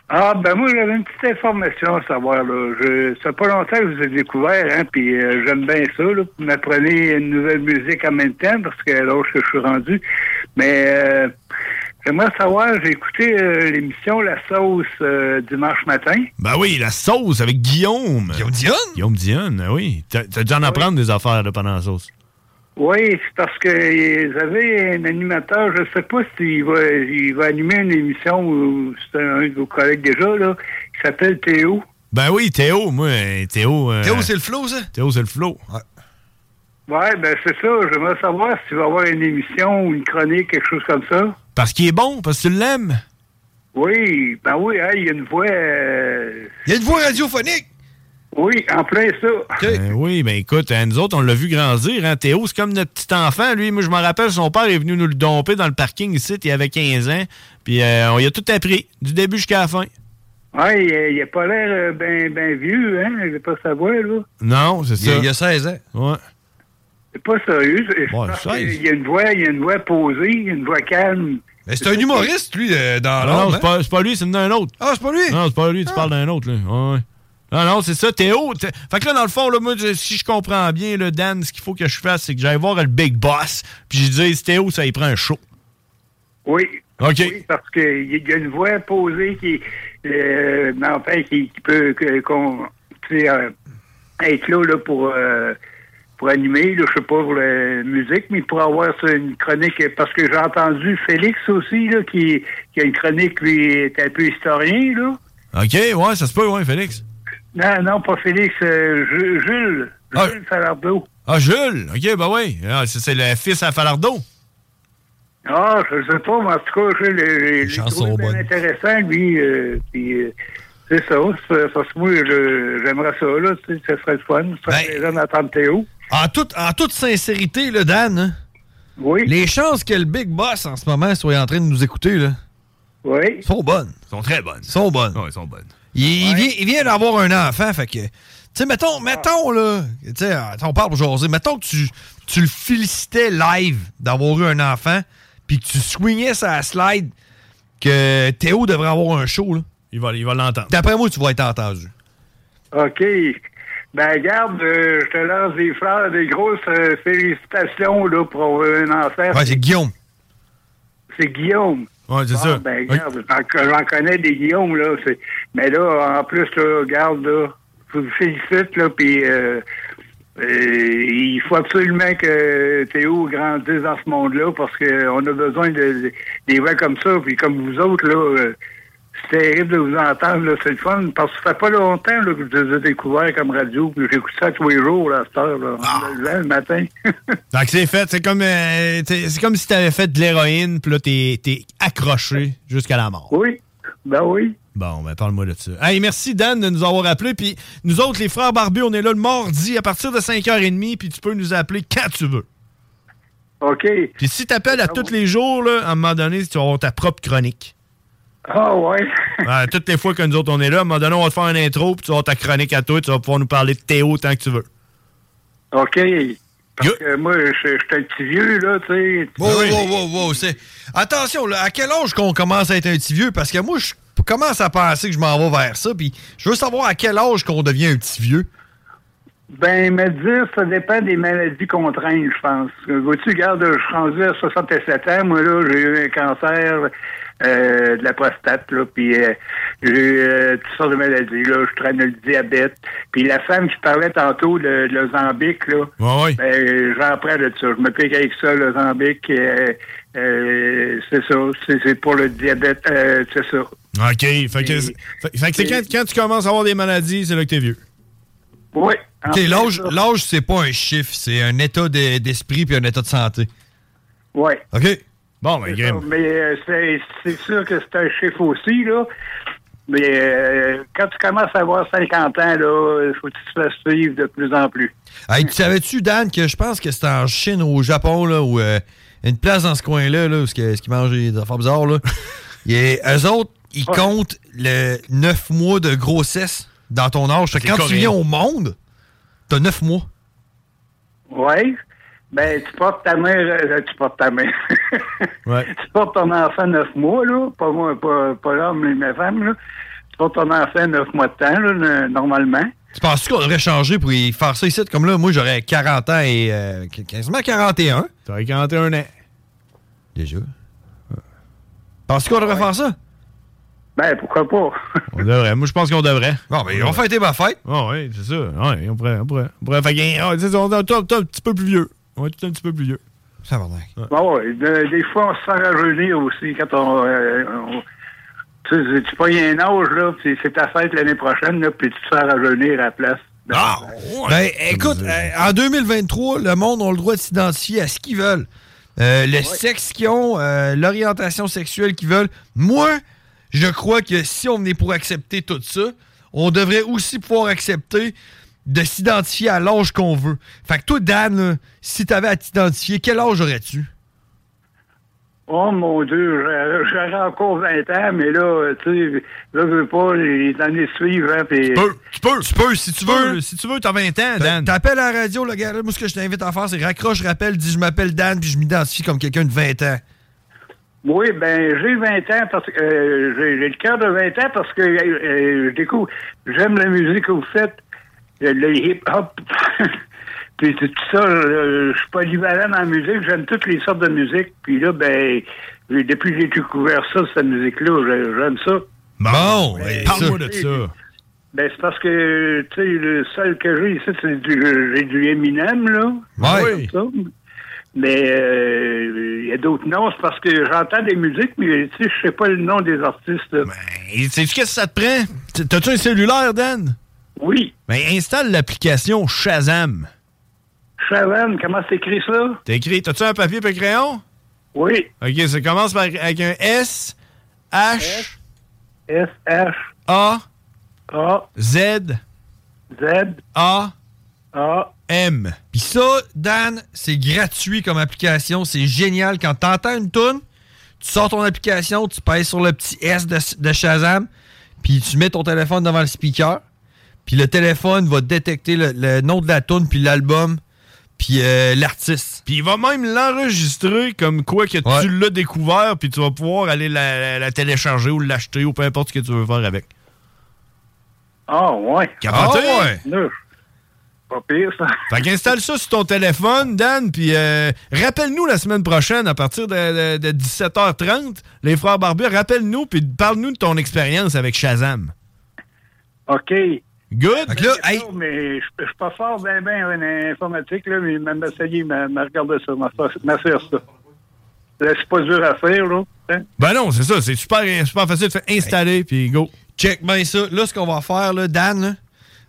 S9: Ah, ben moi, j'avais une petite information à savoir. Là. Je, ça fait pas longtemps que je vous ai découvert, hein, puis euh, j'aime bien ça. Là. Vous m'apprenez une nouvelle musique en même temps, parce que là où je suis rendu. Mais euh, j'aimerais savoir, j'ai écouté euh, l'émission La Sauce euh, dimanche matin.
S1: Ben oui, la sauce avec Guillaume. Guillaume
S6: Dion?
S1: Guillaume Dion, ah oui. T'as
S6: Ben
S1: t'as dû en apprendre des affaires là, pendant la sauce.
S9: Oui, c'est parce que ils avaient un animateur, je sais pas s'il va, il va animer une émission, ou c'est un de vos collègues déjà, là, qui s'appelle Théo.
S1: Ben oui, Théo, moi, euh, Théo. euh,
S6: Théo, c'est le flow, ça?
S1: Théo, c'est le flow.
S9: Ouais, ben c'est ça. J'aimerais savoir s'il va y avoir une émission ou une chronique, quelque chose comme ça.
S1: Parce qu'il est bon, parce que tu l'aimes.
S9: Oui, ben oui, hein, il y a une voix. euh,
S6: Il y a une voix radiophonique.
S9: Oui, en plein ça.
S1: Ben oui, ben écoute, hein, nous autres, on l'a vu grandir. Hein. Théo, c'est comme notre petit enfant. Lui, moi, je m'en rappelle, son père est venu nous le domper dans le parking ici, il avait 15 ans. Puis euh, on y a tout appris, du début jusqu'à la fin.
S9: Ouais, il, a- il a pas l'air euh, ben, ben vieux, hein. Il a pas sa voix, là.
S1: Non, c'est
S6: ça. Il y a 16 ans.
S1: Ouais.
S9: C'est pas sérieux. c'est-
S1: Ouais,
S9: parce
S1: seize.
S9: qu'il y a une voix, il y a une voix posée, il y a une voix calme.
S6: Mais c'est un humoriste, lui, euh, dans
S1: Non, non,
S6: l'ombre.
S1: c'est pas, c'est pas lui, c'est d'un autre.
S6: Ah, c'est pas lui?
S1: Non, hein? c'est pas lui, tu parles d'un autre, là. Ouais, ouais. Non, non, c'est ça, Théo. t'es- Fait que là, dans le fond, là, moi, je- si je comprends bien, là, Dan, ce qu'il faut que je fasse, c'est que j'aille voir le Big Boss, puis je dise, Théo, ça y prend un show.
S9: Oui.
S1: OK.
S9: Oui, parce qu'il y a une voix posée qui, euh, mais enfin, qui, qui peut que- qu'on, tu sais, euh, être là, là, pour, euh, pour animer, là, je sais pas, pour la musique, mais pour avoir ça, une chronique, parce que j'ai entendu Félix aussi, là, qui, qui a une chronique, lui, est un peu historien, là.
S1: OK, ouais, ça se peut, ouais, Félix.
S9: Non, non, pas Félix, euh, Ju- Jules, Jules Falardeau.
S1: Ah, Jules! OK, bah oui. Ah, c'est- c'est le fils à Falardeau.
S9: Ah, je sais pas, mais en tout cas, je l'ai- l'ai l'ai trouvé bien intéressant, lui. euh, puis, euh, c'est ça, c'est- parce que moi, je- j'aimerais ça, là, tu sais, ça serait le fun.
S6: Ben.
S9: Ça serait plaisant d'entendre Théo.
S6: En toute, en toute sincérité, là, Dan, hein, les chances que le Big Boss, en ce moment, soit en train de nous écouter, là,
S9: oui.
S6: sont bonnes.
S1: sont très bonnes.
S6: sont bonnes.
S1: Ouais, sont bonnes.
S6: Il, il vient, il vient d'avoir un enfant, fait que. Tu sais, mettons, mettons, là. Tu sais, attends, on parle pour jaser. Mettons que tu, tu le félicitais live d'avoir eu un enfant, puis que tu swingais sa slide que Théo devrait avoir un show, là.
S1: Il va il va l'entendre.
S6: D'après moi, tu vas être entendu.
S9: OK. Ben, garde, euh, je te lance des fleurs, des grosses euh, félicitations, là, pour euh, un enfant.
S6: Ouais, c'est Guillaume.
S9: C'est Guillaume.
S1: Ouais,
S6: c'est
S9: Bon,
S6: ça.
S9: Ben, garde, j'en- j'en connais des Guillaumes, là. c'est- Mais là, en plus, là, garde, là, je vous félicite, là, puis euh, euh, il faut absolument que Théo grandisse dans ce monde-là, parce qu'on a besoin de, des voix comme ça, puis comme vous autres, là, euh, c'est terrible de vous entendre, là, c'est le fun, parce que ça fait pas longtemps, là, que je vous ai découvert comme radio, puis j'écoute ça tous les jours, là, à cette heure, là,
S6: Ah.
S9: en me levant le matin.
S1: Donc, c'est fait. C'est comme, euh, t'sais, c'est comme si t'avais fait de l'héroïne, puis là, t'es t'es accroché jusqu'à la mort.
S9: Oui. Ben oui.
S1: Bon, ben parle-moi de ça. Hey, merci Dan de nous avoir appelés. Puis nous autres, les frères Barbus, on est là le mardi à partir de 5h30, puis tu peux nous appeler quand tu veux.
S9: OK.
S1: Puis si t'appelles à tous les jours, là, à un moment donné, tu vas avoir ta propre chronique.
S9: Ah ouais.
S1: Ouais, toutes les fois que nous autres, on est là, à un moment donné, on va te faire une intro, puis tu vas avoir ta chronique à toi, tu vas pouvoir nous parler de Théo tant que tu veux.
S9: OK. Parce que moi, je je suis un petit vieux, là, tu sais.
S1: Ah
S6: Wow, wow, wow, wow, c'est- Attention, là, à quel âge qu'on commence à être un petit vieux? Parce que moi, je commence à penser que je m'en vais vers ça, puis je veux savoir à quel âge qu'on devient un petit vieux.
S9: Ben, me dire, ça dépend des maladies contraintes, je pense. Euh, Vois-tu, regarde, je suis rendu à 67 ans. Moi, là, j'ai eu un cancer euh, de la prostate, là, puis euh, j'ai eu euh, toutes sortes de maladies, là. Je traîne le diabète. Puis la femme qui parlait tantôt de, de l'ozambique, là,
S1: Ouais, ouais.
S9: ben, j'en prends de ça. Je me pique avec ça, l'ozambique. Euh, euh, c'est ça, c'est c'est pour le diabète, euh, c'est ça.
S1: OK. Fait que,
S9: Et-
S1: fait- fait que c'est quand, quand tu commences à avoir des maladies, c'est là que t'es vieux.
S9: Oui.
S6: OK, l'âge, l'âge, c'est pas un chiffre, c'est un état de- d'esprit puis un état de santé.
S9: Oui.
S6: OK?
S1: Bon,
S6: ben,
S9: Ça, Mais euh, c'est c'est sûr que c'est un chiffre aussi, là. Mais euh, quand tu commences à avoir 50 ans, là, il faut que tu te fasses suivre de plus en plus.
S6: Hey,
S1: Mm.
S6: tu savais-tu, Dan, que je pense que c'était en Chine ou au Japon, là, ou euh, une place dans ce coin-là, là, où ce que- ce qu'ils mangent des affaires bizarres, là. Il y a- eux autres, ils comptent le 9 mois de grossesse dans ton âge. Fait que
S9: C'est
S6: quand tu
S9: coréen.
S6: viens au monde, t'as 9 mois.
S9: Oui. Ben, tu portes ta mère, euh, tu portes ta mère. tu portes ton enfant neuf mois, là. Pas moi, pas, pas l'homme, mais ma femme, là. Tu portes ton enfant neuf mois de temps, là, le- normalement.
S6: Tu penses qu'on devrait changer pour y faire ça ici? Comme là, moi, j'aurais 40 ans et euh, qu- quasiment 41.
S1: T'aurais 41 ans.
S6: Déjà. Penses-tu qu'on devrait faire ça?
S9: Ben, pourquoi pas?
S1: On devrait. Moi, je pense qu'on devrait.
S6: Bon, ben, ils ont fêté ma fête.
S1: Ah, oui, c'est ça. Ouais, on pourrait. On pourrait. On pourrait fait que, ah, c'est- on est tout- tout un petit peu plus vieux. On est tout un petit peu plus vieux.
S6: Ça va,
S9: Bon, Ah ouais, de- des fois, on se sent rajeunir aussi quand on. euh, on- tu sais, tu pognes un âge, là, puis c'est ta fête l'année prochaine, là, puis tu te sens rajeunir à la place. Ah
S6: Ben, écoute, euh, en 2023, le monde a le droit de s'identifier à ce qu'ils veulent. Euh, le sexe qu'ils ont, euh, l'orientation sexuelle qu'ils veulent. Moi, je crois que si on est pour accepter tout ça, on devrait aussi pouvoir accepter de s'identifier à l'âge qu'on veut. Fait que toi, Dan, là, si t'avais à t'identifier, quel âge aurais-tu?
S9: Oh mon Dieu, j'a- j'aurais encore 20 ans, mais là, tu sais, là, je veux pas, les années suivent, hein, puis.
S6: Tu peux, tu peux, si tu veux.
S1: Si tu veux, t'as 20 ans,
S6: Dan. Ben, T'appelles à la radio, le gars. Moi, ce que je t'invite à faire, c'est raccroche, rappelle, dis je m'appelle Dan, puis je m'identifie comme quelqu'un de 20 ans.
S9: Oui, ben j'ai 20 ans parce que euh, j'ai j'ai le cœur de 20 ans parce que euh, je découvre j'aime la musique que vous faites, le, le hip-hop, puis tout ça. euh, Je suis polyvalent en musique, j'aime toutes les sortes de musique. Puis là, ben j'ai- depuis que j'ai découvert ça, cette musique-là, j'ai- j'aime ça.
S1: Bon,
S9: Ouais,
S1: hey, parle-moi
S9: ça.
S1: de ça.
S9: Ben c'est parce que tu sais le seul que j'ai ici, c'est du j'ai du Eminem là.
S1: Ouais.
S9: Comme ça. Mais euh, il y a d'autres noms, c'est parce que j'entends des musiques, mais tu sais, je sais pas le nom des artistes. là.
S1: Et Sais-tu qu'est-ce que ça te prend? T- T'as-tu un cellulaire, Dan?
S9: Oui.
S1: Ben, installe l'application Shazam.
S9: Shazam, comment t'écris ça?
S1: T'as écrit, t'as-tu un papier et un crayon?
S9: Oui.
S1: OK, ça commence par, avec un S, H,
S9: S, H,
S1: A,
S9: A,
S1: Z,
S9: Z,
S1: A,
S9: A,
S1: M.
S6: Puis ça, Dan, c'est gratuit comme application. C'est génial. Quand t'entends une toune, tu sors ton application, tu pèses sur le petit S de, de Shazam, puis tu mets ton téléphone devant le speaker, puis le téléphone va détecter le, le nom de la toune, puis l'album, puis euh, l'artiste.
S1: Puis il va même l'enregistrer comme quoi que tu l'as découvert, puis tu vas pouvoir aller la, la- la télécharger ou l'acheter ou peu importe ce que tu veux faire avec.
S9: Ah, ouais.
S1: Capoté?
S9: Ah, ouais. Neuf. Pas pire, ça.
S1: Fait qu'installe ça sur ton téléphone, Dan, puis euh, rappelle-nous la semaine prochaine à partir de, de- de 17h30, les frères Barbier, rappelle-nous, puis parle-nous de ton expérience avec Shazam.
S9: OK.
S1: Good.
S9: Ben, non, mais je je suis pas fort ben ben en informatique, là, mais ma ma sœur m'a m'a regardé ça, ma soeur, ça. Là, C'est pas dur à faire, là. hein.
S1: Ben non, c'est ça, c'est super, super facile, fais installer, puis go.
S6: Check bien ça. Là, ce qu'on va faire, là, Dan, là,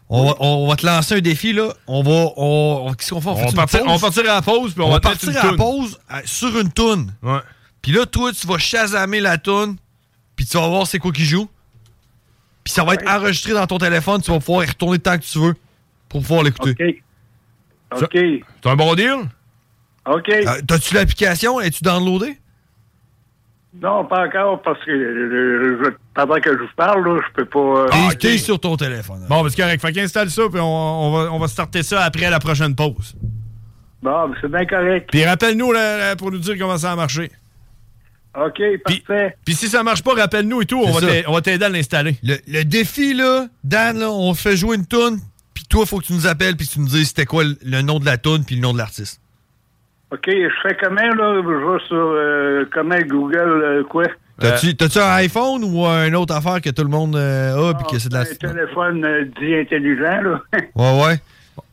S6: on, va, on va te lancer un défi. Là. On va. On, on- qu'est-ce qu'on fait?
S1: On
S6: fait une
S1: partir-
S6: pause?
S1: on partira à la pause, puis on va te mettre
S6: partir
S1: une
S6: à la
S1: toune.
S6: pause euh, sur une toune. Puis là, toi, tu vas chasamer la toune, puis tu vas voir c'est quoi qui joue. Puis ça va être enregistré dans ton téléphone. Tu vas pouvoir y retourner tant que tu veux pour pouvoir l'écouter.
S9: OK. C'est
S1: un bon deal?
S9: OK.
S6: Euh, T'as-tu l'application? Es-tu downloadé?
S9: Non, pas encore, parce que euh, je- pendant que je vous parle, là, je peux pas. euh,
S6: T'es sur ton téléphone.
S1: Bon, parce correct, fait qu'installe ça, puis on, on va, on va starter ça après la prochaine pause.
S9: Bon, mais c'est bien correct.
S1: Puis rappelle-nous là, là, pour nous dire comment ça a marché.
S9: OK, parfait.
S1: Puis si ça marche pas, rappelle-nous et tout, on va
S6: C'est ça.
S1: t'a- on va t'aider à l'installer.
S6: Le, le défi, là, Dan, là, on fait jouer une toune, puis toi, faut que tu nous appelles, puis que tu nous dises c'était quoi le, le nom de la toune, puis le nom de l'artiste.
S9: OK, je fais comment, là? Je vais sur euh, comment Google, euh, quoi?
S6: T'as-tu t'as-tu un iPhone ou une autre affaire que tout le monde euh, a, puis que c'est de la.
S9: Un téléphone euh, dit intelligent, là.
S6: Ouais, ouais.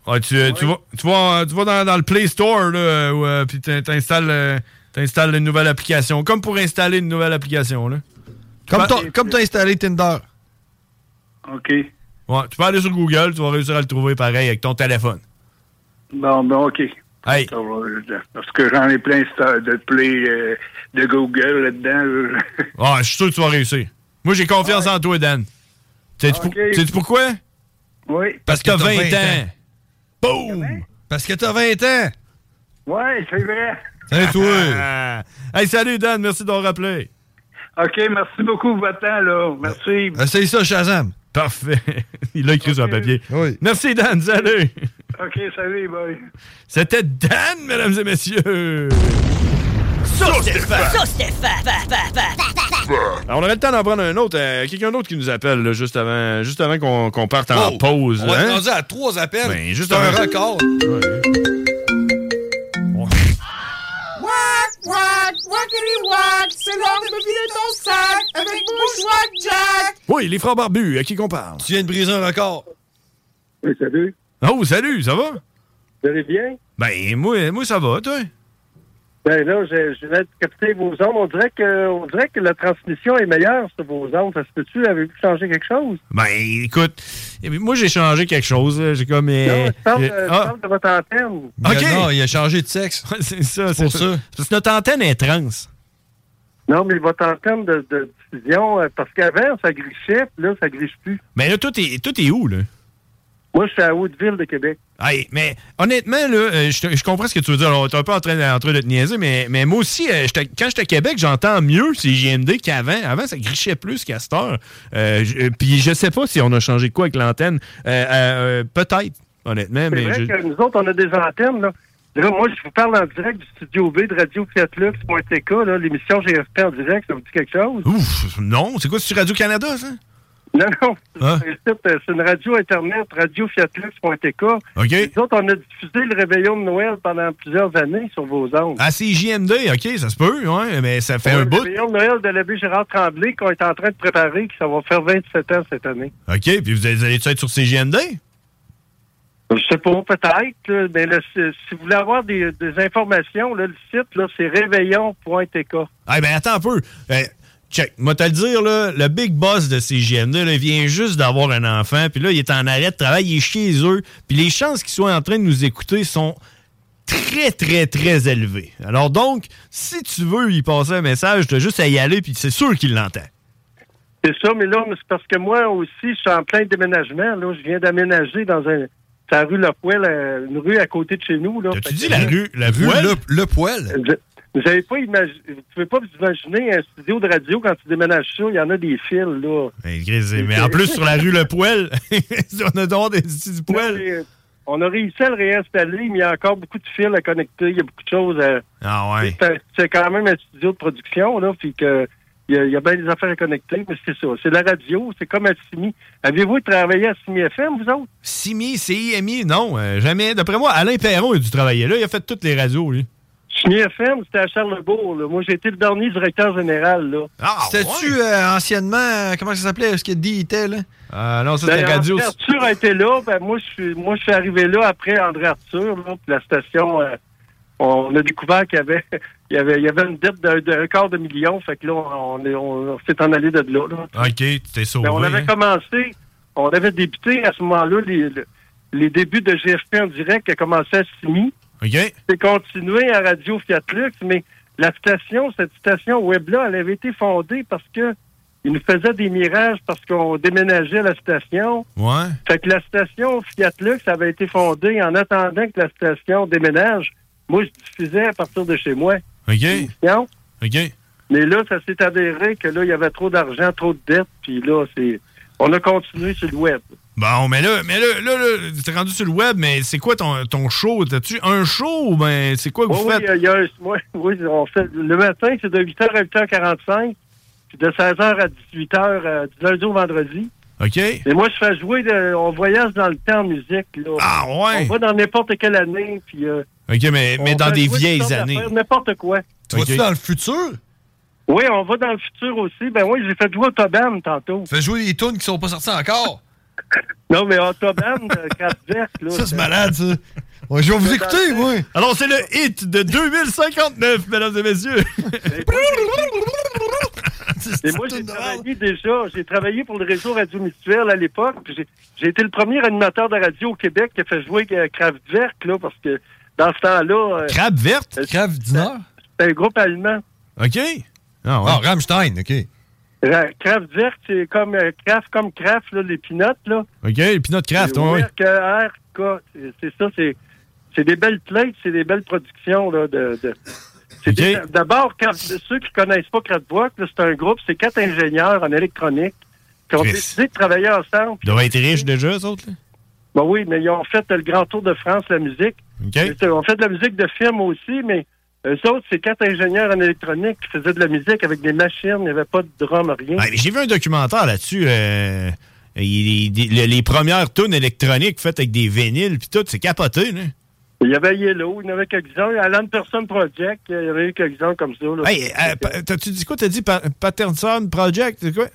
S1: Ah, tu, tu vas, tu vas- euh, tu vas dans, dans le Play Store, là, où, euh, puis t'in- t'installes, euh, t'installes une nouvelle application. Comme pour installer une nouvelle application. Là.
S6: Comme ton- comme t'as installé Tinder.
S9: OK.
S1: Ouais, tu peux aller sur Google, tu vas réussir à le trouver pareil avec ton téléphone.
S9: Bon, ben, OK.
S1: Hey.
S9: Ça va, Parce que j'en ai plein de de play euh, de Google là-dedans. là.
S1: Ah, je suis sûr que tu vas réussir. Moi, j'ai confiance en toi, Dan. Sais-tu, pour- sais-tu pourquoi?
S9: Oui.
S1: Parce que t'as 20 ans. Boum!
S6: Parce que t'as 20 ans.
S9: Ouais, c'est vrai.
S6: Salut,
S1: toi. Ah! hey, salut, Dan. Merci d'avoir rappelé.
S9: OK, merci beaucoup de votre temps, là. Merci.
S6: Essaye ça, Shazam.
S1: Parfait. Il a écrit sur le papier. Merci, Dan. Salut.
S9: OK, salut, bye.
S1: C'était Dan, mesdames et messieurs.
S2: Sauce Stéphane.
S1: Sauce
S2: Stéphane.
S1: Alors, on aurait le temps d'en prendre un autre. euh, Quelqu'un d'autre qui nous appelle là, juste avant, juste avant qu'on qu'on parte en
S6: Oh,
S1: pause.
S6: On va
S1: hein?
S6: être rendu à trois appels.
S1: Ben, juste
S6: C'est un
S1: avant-
S6: record.
S19: Wack, wack, wackity wack, c'est l'homme de vider ton sac avec Bushwack Jack.
S1: Oui, les frères barbus, à qui qu'on parle?
S6: Tu viens de briser un record.
S19: Oui, salut.
S1: Oh, salut, ça va?
S19: Vous allez bien?
S1: Ben, moi, moi ça va, toi?
S19: Ben là, je, je vais capter vos ondes. On dirait, que, on dirait que la transmission est meilleure sur vos ondes. Ça se peut-tu? Avez-vous changé quelque chose?
S1: Ben, écoute, eh bien, moi, j'ai changé quelque chose. là. J'ai comme... euh,
S19: non, je parle,
S1: j'ai-
S19: de- je
S1: Ah,
S19: parle de votre antenne.
S1: OK.
S6: Non, il a changé de sexe.
S1: c'est ça,
S6: c'est pour ça.
S1: Parce que notre antenne est trans.
S19: Non, mais votre antenne de, de diffusion, euh, parce qu'avant, ça grichait, puis là, ça griche plus.
S1: Mais là, tout est, tout est où, là?
S19: Moi, je suis à Hauteville de Québec.
S1: Hey, mais honnêtement, là, euh, je, te- je comprends ce que tu veux dire. On est un peu en train, de- en train de te niaiser, mais, mais moi aussi, euh, j'étais- quand j'étais à Québec, j'entends mieux ces JMD qu'avant. Avant, ça grichait plus qu'à cette heure. Euh, je- euh, Puis je sais pas si on a changé de quoi avec l'antenne. Euh, euh, euh, Peut-être, honnêtement,
S19: C'est
S1: mais
S19: vrai
S1: je-
S19: que nous autres, on a des antennes, là. Là, moi, je vous parle en direct du studio B de Radio Fiatlux.tk, là, l'émission GFP en direct, ça vous dit quelque chose?
S1: Ouf, non, c'est quoi, c'est Radio-Canada, ça? Hein?
S19: Non, non, c'est un site, euh, c'est une radio Internet, radiofiatlux.tk.
S1: OK.
S19: Nous autres, on a diffusé le réveillon de Noël pendant plusieurs années sur vos ondes.
S1: Ah, c'est JMD, ok, ça se peut, ouais, mais ça fait un
S19: le
S1: bout.
S19: réveillon de Noël de l'abbé Gérard Tremblay qu'on est en train de préparer, que ça va faire 27 ans cette année.
S1: OK, puis vous allez allez-tu être sur CJMD?
S19: Je sais pas, peut-être, là, mais le- si si vous voulez avoir des, des informations, là, le site, là, c'est réveillon.tk.
S1: Ah, ben attends un peu. Eh, check, moi, te le dire, là, le big boss de CGMD, là, il vient juste d'avoir un enfant, puis là, il est en arrêt de travail, il est chez eux, puis les chances qu'il soit en train de nous écouter sont très, très, très élevées. Alors donc, si tu veux y passer un message, t'as juste à y aller, puis c'est sûr qu'il l'entend.
S19: C'est ça, mais là, c'est parce que moi aussi, je suis en plein déménagement. Là, je viens d'aménager dans un, la rue Le Poêle, euh, une rue à côté de chez nous. Là. Fait que-
S6: Le, le poêle?
S19: Vous avez pas imagi- Vous pouvez pas vous imaginer un studio de radio quand tu déménages ça, il y en a des fils, là.
S1: Mais, Chris, mais en plus, sur la rue Le Poêle, on a droit des petits du
S19: poêle. on a réussi à le réinstaller, mais il y a encore beaucoup de fils à connecter, il y a beaucoup de choses à.
S1: Ah ouais.
S19: C'est un- C'est quand même un studio de production, là, puis que. Il y, a, il y a bien des affaires à connecter, mais c'est ça. C'est la radio, c'est comme à Simi. Avez-vous travaillé à Simi FM, vous autres?
S1: Simi, CIMI, non, euh, jamais. D'après moi, Alain Perron, il a dû travailler là, il a fait toutes les radios, lui.
S19: Simi FM, c'était à Charlebourg. Là. Moi, j'ai été le dernier directeur général. Là.
S1: Ah,
S6: C'était-tu euh, anciennement, euh, comment ça s'appelait? Est-ce que D était, là?
S1: Ah non,
S19: Ben, André Arthur a été là. Ben, moi, je suis, moi, je suis arrivé là après André Arthur. là, puis la station, euh, on a découvert qu'il y avait, il y avait, il y avait une dette d'un d'un quart de million. Fait que là, on, est- on s'est en allé de là. là.
S1: OK, tu t'es sauvé.
S19: Ben, on avait
S1: hein.
S19: commencé, on avait débuté à ce moment-là les, le- les débuts de GFP en direct qui a commencé à Simi.
S1: OK.
S19: C'est continué à Radio Fiat Lux, mais la station, cette station web-là, elle avait été fondée parce que ils nous faisaient des mirages parce qu'on déménageait la station.
S1: Ouais.
S19: Fait que la station Fiat Lux avait été fondée en attendant que la station déménage. Moi, je diffusais à partir de chez moi.
S1: OK.
S19: Non?
S1: OK.
S19: Mais là, ça s'est avéré que là, il y avait trop d'argent, trop de dettes, puis là, c'est. On a continué sur le web.
S1: Bon, mais là, mais là, là, là, t'es rendu sur le web, mais c'est quoi ton, ton show? T'as-tu un show? ou Ben, c'est quoi que
S19: Oui,
S1: vous
S19: oui,
S1: faites?
S19: euh, il y a un- moi, oui, on fait, le matin, c'est de 8h à 8h45, puis de 16h à 18h, euh, du lundi au vendredi.
S1: OK.
S19: Et moi, je fais jouer, de- on voyage dans le temps en musique. Là. Ah
S1: ouais?
S19: On va dans n'importe quelle année, puis... euh,
S1: OK, mais, mais
S19: on
S1: dans
S19: fait
S1: des
S19: jouer toutes sortes
S1: vieilles
S19: d'affaires,
S1: années.
S19: N'importe quoi.
S6: Tu vas-tu dans le futur?
S19: Oui, on va dans le futur aussi. Ben oui, j'ai fait jouer Autobahn tantôt.
S6: Fais jouer des tunes qui sont pas sorties encore.
S19: Non, mais Autobahn, euh, Kraftwerk, là...
S6: Ça, c'est malade, ça. Ouais, je vais vous écouter, moi.
S1: Alors, c'est le hit de 2059, mesdames et messieurs.
S19: Et moi, j'ai travaillé déjà, j'ai travaillé pour le réseau Radio Mutuel à l'époque. puis J'ai j'ai été le premier animateur de radio au Québec qui a fait jouer euh, Kraftwerk, là, parce que dans ce temps-là... euh,
S1: Crabe verte?
S6: Crabe dîner?
S19: C'est un groupe allemand.
S1: OK. Ah, ouais.
S6: Rammstein, OK.
S19: Ra- Kraftwerk, c'est comme euh, Kraft, comme Kraft, là, les pinottes, là.
S1: OK, le Pinot Craft,
S19: C'est
S1: ouais, ouais.
S19: R, K, c'est- c'est ça, c'est... C'est des belles plates, c'est des belles productions, là, de... de- c'est des- D'abord, Kraft- ceux qui connaissent pas Kraftwerk, là, c'est un groupe, c'est quatre ingénieurs en électronique qui ont
S1: Chris.
S19: décidé de travailler ensemble.
S1: Ils doivent être riches déjà, eux autres, là.
S19: Ben oui, mais ils ont fait le Grand Tour de France, la musique.
S1: OK.
S19: Ils ont fait de la musique de film aussi, mais eux autres, c'est quatre ingénieurs en électronique qui faisaient de la musique avec des machines. Il n'y avait pas de drum, rien.
S1: Ah, mais J'ai vu un documentaire là-dessus. euh, il- il- les, les premières tunes électroniques faites avec des vinyles, puis tout, c'est capoté, là.
S19: Il y avait Yellow, il y en avait quelques-uns. Alan Person Project, il y avait eu quelques-uns comme ça. là.
S1: Hey, euh, pa- t'as-tu dit quoi? T'as dit Pa- Patterson Project? C'est quoi?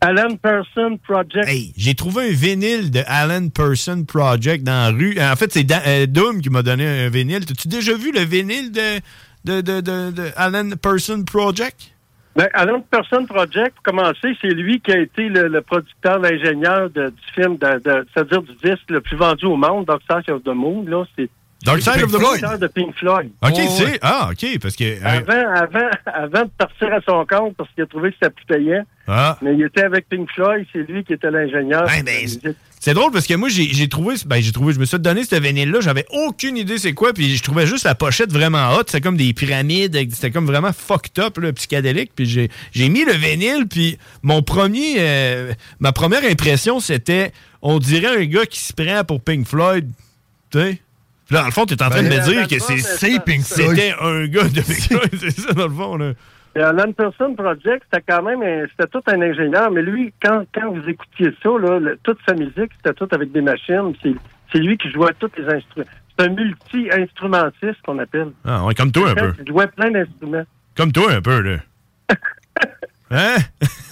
S19: Alan Person Project.
S1: Hey, j'ai trouvé un vinyle de Alan Person Project dans la rue. En fait, c'est Dan- euh, Doom qui m'a donné un vinyle. T'as-tu déjà vu le vinyle de, de, de, de- de Alan Person Project?
S19: Ben, Alan Person Project, pour commencer, c'est lui qui a été le, le producteur, l'ingénieur de- du film, de- de- c'est-à-dire du disque le plus vendu au monde, Dark Side of the Moon. Là, c'est
S1: Dark Side
S19: c'est
S1: of the
S19: le
S1: Moon.
S19: producteur de Pink Floyd.
S1: OK,
S19: Ouais,
S1: c'est...
S19: ouais.
S1: Ah, OK, parce que... euh,
S19: Avant, avant, avant de partir à son compte parce qu'il a trouvé que ça plus payant.
S1: Ah.
S19: Mais il était avec Pink Floyd, c'est lui qui était l'ingénieur.
S1: ben, C'est drôle parce que moi, j'ai j'ai trouvé, ben, j'ai trouvé, je me suis donné ce vinyle-là, j'avais aucune idée c'est quoi, puis je trouvais juste la pochette vraiment hot, c'était comme des pyramides, avec- c'était comme vraiment fucked up, là, psychédélique, puis j'ai j'ai mis le vinyle, puis mon premier, euh, ma première impression, c'était, on dirait un gars qui se prend pour Pink Floyd, tu sais? Puis là, dans le fond, t'es en train
S19: Ben,
S1: de me
S19: la
S1: dire
S19: personne,
S1: que c'est
S19: c'est
S1: c'est
S19: ça,
S1: Pink
S19: c'est-
S1: C'était un gars de Pink Floyd, c'est ça, dans le fond, là.
S19: Et un Anderson Project, c'était quand même, un- c'était tout un ingénieur, mais lui, quand, quand vous écoutiez ça, là, le- toute sa musique, c'était tout avec des machines. C'est, c'est lui qui jouait tous les instruments. C'est un multi-instrumentiste qu'on appelle.
S1: Ah, ouais, comme toi, un peu.
S19: Il jouait plein d'instruments.
S1: Comme toi, un peu, là. Hein?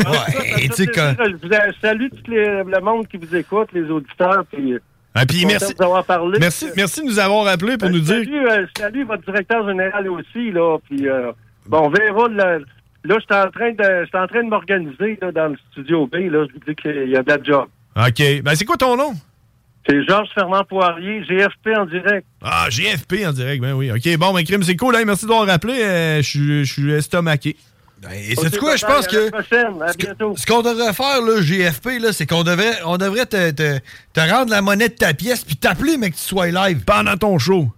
S19: Ouais,
S1: tu sais, quand-
S19: Je vous- je salue tout les- le monde qui vous écoute, les auditeurs. Puis,
S1: Ah, puis
S19: je suis
S1: merci-
S19: content de vous avoir parlé.
S1: Merci, merci de nous avoir appelés pour nous dire.
S19: Salut, euh, salut votre directeur général aussi, là. Puis, euh, bon, on verra. Là, là je suis en train de, je suis en train de m'organiser là, dans le studio B. Là, je vous dis qu'il y a de la job.
S1: OK. Ben, c'est quoi ton nom?
S19: C'est Georges Fernand Poirier, GFP en direct.
S1: Ah, GFP en direct, ben oui. OK, bon, ben, Crime, c'est cool, hein. Merci d'avoir rappelé. Euh, je suis- je suis estomaqué.
S6: Ben, Et c'est quoi, je
S19: ben,
S6: pense que.
S19: ce que-
S6: Ce qu'on devrait faire, là, GFP, là, c'est qu'on devrait, on devrait te, te- te rendre la monnaie de ta pièce puis t'appeler, mais que tu sois live.
S1: Pendant ton show.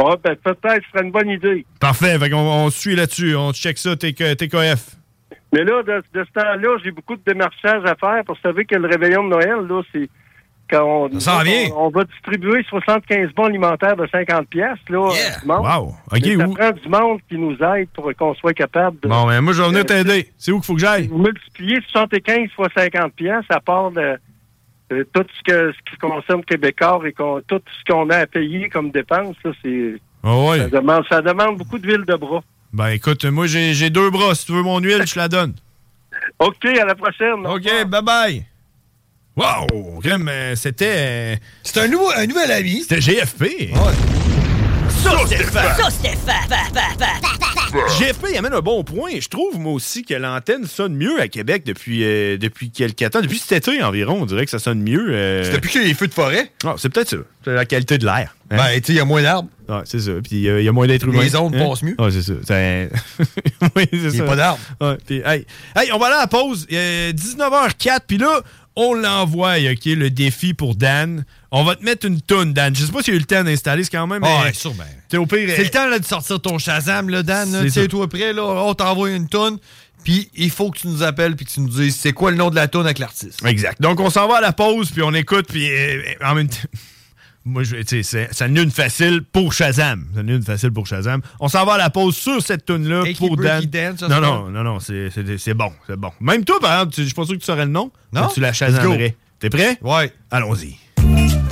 S19: Ah, ben, peut-être, ce serait une bonne idée.
S1: Parfait. Fait qu'on on se suit là-dessus. On check ça, TK TKF.
S19: Mais là, de, de ce temps-là, j'ai beaucoup de démarchages à faire. Pour savez que le réveillon de Noël, là, c'est quand on,
S1: Ça s'en vient.
S19: on, on va distribuer 75 bons alimentaires de 50 pièces là. du monde.
S1: Wow.
S19: Mais
S1: OK,
S19: ça
S1: où?
S19: prend du monde qui nous aide pour qu'on soit capable de
S1: Bon, ben, moi, je vais venir t'aider. C'est où qu'il faut que j'aille?
S19: multiplier 75 fois 50 pièces à part de de tout ce que ce qui concerne Québécois et qu'on- tout ce qu'on a à payer comme dépenses, là, c'est
S1: Ah ouais.
S19: ça demande ça demande beaucoup d'huile de bras.
S1: Ben, écoute, moi, j'ai j'ai deux bras. Si tu veux mon huile, je te la donne.
S19: OK, à la prochaine.
S1: OK, bye-bye. Wow! Crème, euh, c'était.
S6: C'est un, nouveau, un nouvel ami.
S1: C'était GFP. GFP il amène un bon point. Je trouve, moi aussi, que l'antenne sonne mieux à Québec depuis, euh, depuis quelques temps. Depuis cet été environ, on dirait que ça sonne mieux. C'est depuis
S6: qu'il y a les feux de forêt.
S1: c'est peut-être ça. C'est la qualité de l'air.
S6: Ben, tu sais, il y a moins d'arbres.
S1: Ouais, c'est ça. Puis euh, il y a- il y a moins d'êtres
S6: Les
S1: humains. Hein?
S6: ondes passent mieux.
S1: Ouais, c'est ça. C'est- oui, c'est
S6: Il y a
S1: ça.
S6: pas d'arbres.
S1: Ouais, puis, hey. Hey, on va aller à la pause. Euh, 19h04. Puis là, on l'envoie, OK, le défi pour Dan. On va te mettre une toune, Dan. Je sais pas s'il y a eu le temps d'installer, c'est quand même.
S6: Ah,
S1: euh,
S6: ouais, sûrement.
S1: t'es au pire.
S6: C'est le temps là, de sortir ton Shazam, là, Dan. là.
S1: C'est
S6: Tu
S1: ça.
S6: sais, toi prêt, là, on t'envoie une toune, puis il faut que tu nous appelles puis que tu nous dises c'est quoi le nom de la toune avec l'artiste.
S1: Exact. Donc, on s'en va à la pause, puis on écoute, puis euh, en même temps. Moi, je, tu sais, c'est- ça n'est une facile pour Shazam. Ça n'est une facile pour Shazam. On s'en va à la pause sur cette tune-là pour Dan.
S6: Breaky Dance, ça,
S1: non,
S6: c'est
S1: non, non, non, c'est- c'est c'est bon, c'est bon. Même toi, par exemple, tu- je suis pas sûr que tu saurais le nom.
S6: Non?
S1: mais Tu la
S6: Let's go.
S1: Shazamerais. T'es prêt?
S6: Ouais.
S1: Allons-y.
S14: Ah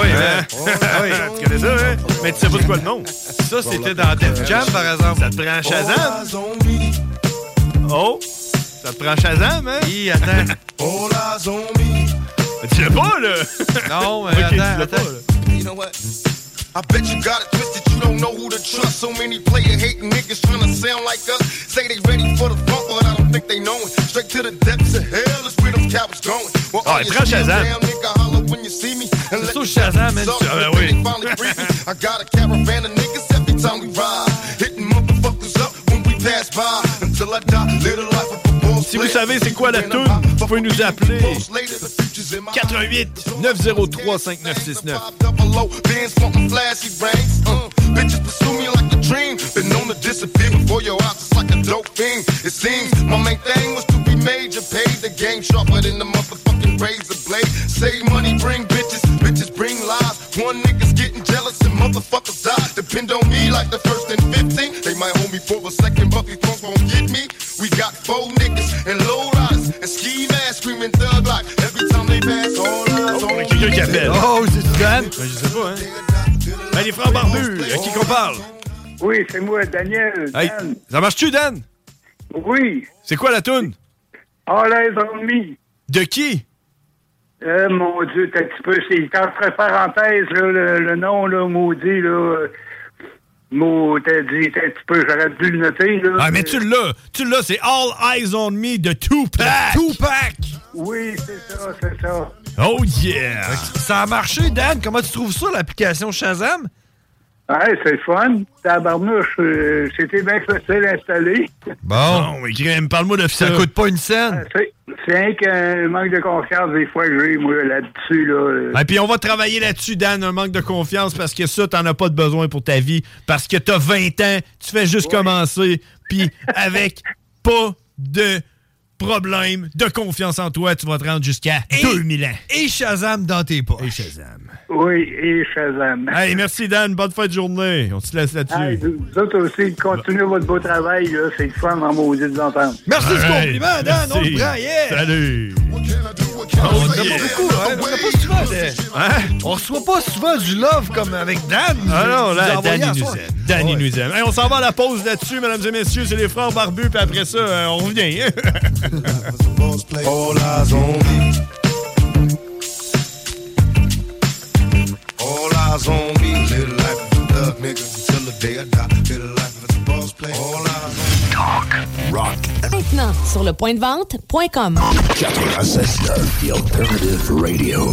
S1: oui, hein? Ah oui, tu connais ça, hein? Mais tu sais pas de quoi le nom. Ça, c'était dans Def Jam, par exemple. Ça te prend Shazam? Oh! Ça te prend Shazam, hein? Oui, attends.
S14: Oh la zombie.
S1: Tu l'as pas, là?
S6: Non,
S1: euh,
S6: mais
S14: Ok, tu
S6: attends,
S14: l'as
S6: attends.
S14: You know what? I bet you got it twisted, you don't know who to trust. So many player hating niggas trying to sound like us. Say they ready for the bump, but I don't think they know it. Straight to the depths of hell is where them cowards going. Well,
S1: Ah,
S14: all
S1: il
S14: you
S1: prend
S14: see is
S1: Shazam.
S14: damn nigga holler when you see me.
S1: C'est
S14: And let
S1: sûr,
S14: me
S1: Shazam, man.
S14: suck
S1: Ah, ben
S14: when
S1: oui.
S14: they finally breathe me. I got a caravan of niggas every time we ride. Hitting motherfuckers up when we pass by. Until I die, live the life of a boss.
S1: Si vous savez c'est quoi la tune, vous pouvez nous appeler 88 903 5969.
S14: double O, bands smoking flashy bangs. Uh, bitches pursue me like a dream. Been known to disappear before your eyes, it's like a dope thing. It seems my main thing was to be major, paid the game sharper than the motherfucking razor blade. Save money, bring bitches, bitches bring lies. One nigga's getting jealous and motherfuckers die. Depend on me like the first and 15. They might hold me for a second, but these punks won't get me. We got four niggas and low riders and ski masks screaming thug life every time they pass. All eyes on me.
S1: Quelqu'un qui appelle.
S6: Oh, c'est Dan?
S1: Ben, je sais pas, hein? Ben, les frères barbus, à qui qu'on parle?
S9: Oui, c'est moi, Daniel.
S1: Hey,
S9: Dan.
S1: ça marche-tu, Dan?
S9: Oui.
S1: C'est quoi la toune?
S9: All eyes on me.
S1: De qui?
S9: Euh, mon Dieu, t'as un petit peu. C'est entre parenthèses, là, le, le nom, là, maudit, là. euh, Maud, t'as dit, t'as un petit peu, j'aurais dû le noter, là. euh,
S1: Ah, mais tu l'as. Tu l'as, c'est All Eyes on Me de Tupac. Tupac!
S9: Oui, c'est ça, c'est ça.
S1: Oh yeah!
S6: Ben, Ça a marché, Dan. Comment tu trouves ça, l'application Shazam?
S9: Ouais, c'est le fun. Tabarnouche, euh, c'était bien facile à installer. Euh,
S6: Bon.
S1: mais Grim, parle-moi de
S6: ça. Ça coûte pas une scène.
S9: C'est c'est rien qu'un manque de confiance des fois que j'ai, moi, là-dessus, là. euh.
S1: Et puis on va travailler là-dessus, Dan, un manque de confiance parce que ça, t'en as pas de besoin pour ta vie. Parce que t'as 20 ans, tu fais juste commencer, puis avec pas de problème de confiance en toi. Tu vas te rendre jusqu'à 2000 ans.
S6: Et Shazam dans tes poches. Et
S1: Shazam.
S9: Oui, et Shazam.
S1: Hey, merci Dan. Bonne fin de journée. On se laisse
S9: Hey,
S1: là-dessus.
S9: vous vous autres aussi, continuez votre beau travail, là. C'est le fun en maudit de l'entendre.
S6: Merci
S1: All
S6: du
S1: right.
S6: compliment, Dan. On
S1: Merci.
S6: le prend, yeah.
S1: Salut.
S6: On reçoit pas beaucoup, hein? On reçoit pas
S1: Oh,
S6: souvent de-
S1: Hein?
S6: On reçoit pas souvent du love comme avec Dan.
S1: Ah non,
S6: Vous
S1: là,
S6: envoyez à
S1: Danny nous
S6: soir.
S1: aime. Danny nous aime. Hey, on s'en va à la pause là-dessus, mesdames et messieurs. C'est les frères barbus, puis après ça, euh, on revient. hein?
S14: Oh la zombie. Oh la zombie. Live life with love, nigga. Till the day I die. Live life with the boss play. Oh la zombie. Talk. Rock.
S4: Maintenant, sur le point de vente.com.
S14: 96.9, The Alternative Radio.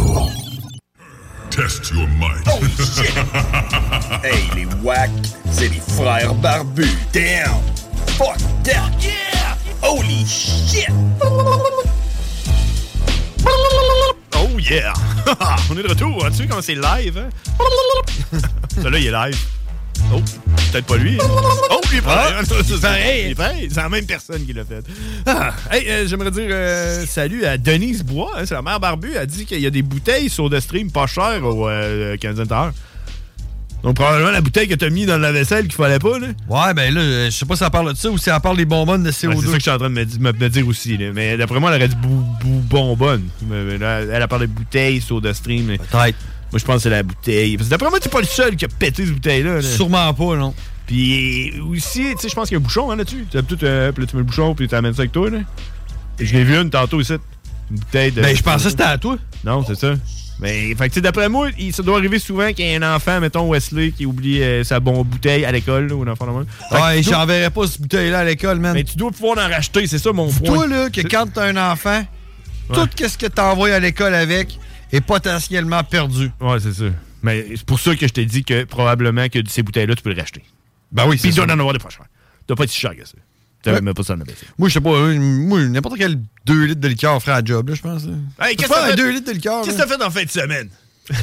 S18: Test your mic. Oh shit! hey, les wack, c'est les frères barbus. Damn! Fuck that! Yeah! Holy shit!
S1: Oh yeah! on est de retour. As-tu vu comment c'est live? hein? Celui-là, il est live. Oh, peut-être pas lui. Oh, lui, il est pareil.
S6: Ah,
S1: Ça, c'est-
S6: pareil.
S1: il est pareil. C'est la même personne qui l'a fait. Ah, hey, euh, j'aimerais dire euh, salut à Denise Bois. hein, c'est la mère Barbu. Elle dit qu'il y a des bouteilles sur de stream pas chères au euh, Canadien Tower. Donc, probablement la bouteille que t'as mis dans la vaisselle qu'il fallait pas, là.
S6: Ouais, ben là, euh, je sais pas si ça parle de ça ou si ça parle des bonbonnes de CO2.
S1: Ouais, c'est ça que je suis en train de me, di- me- me dire aussi. là. Mais d'après moi, elle aurait dit bou, bou- bonbonne. Mais là, elle a parlé de bouteille, soda stream. mais Moi, je pense que c'est la bouteille. Parce que d'après moi, t'es pas le seul qui a pété cette bouteille-là. là.
S6: Sûrement pas, non.
S1: Puis aussi, tu sais, je pense qu'il y a un bouchon hein, là-dessus. Tu as peut-être, euh, puis là, tu mets le bouchon, puis tu amènes ça avec toi. Là. Et je l'ai vu une tantôt ici. Une bouteille de.
S6: Ben, je pensais que c'était à
S1: toi. Non, c'est ça. Mais, fait que, tu sais, d'après moi, il, ça doit arriver souvent qu'il y ait un enfant, mettons Wesley, qui oublie euh, sa bonne bouteille à l'école, là, ou un enfant normal.
S6: Ouais,
S1: j'en
S6: j'enverrais pas cette bouteille-là à l'école, man.
S1: Mais tu dois pouvoir en racheter, c'est ça mon point.
S6: Toi, là, que quand t'as un enfant, tout quest ce que t'envoies à l'école avec est potentiellement perdu.
S1: Ouais, c'est ça. Mais c'est pour ça que je t'ai dit que probablement que ces bouteilles-là, tu peux les racheter.
S6: Ben oui,
S1: Puis
S6: c'est
S1: il doit
S6: ça.
S1: en avoir des pas chers. T'as pas été si cher que ça. T'as
S6: Ouais.
S1: même pas ça dans la baisse.
S6: Moi, je sais pas, euh, moi, n'importe quel 2 litres de liqueur ferait un job, là, je pense. là.
S1: Hey,
S6: Faut
S1: qu'est-ce que
S6: faire
S1: t'as
S6: un
S1: fait-
S6: 2 litres de liqueur.
S1: Qu'est-ce que
S6: là.
S1: t'as fait en fin de semaine?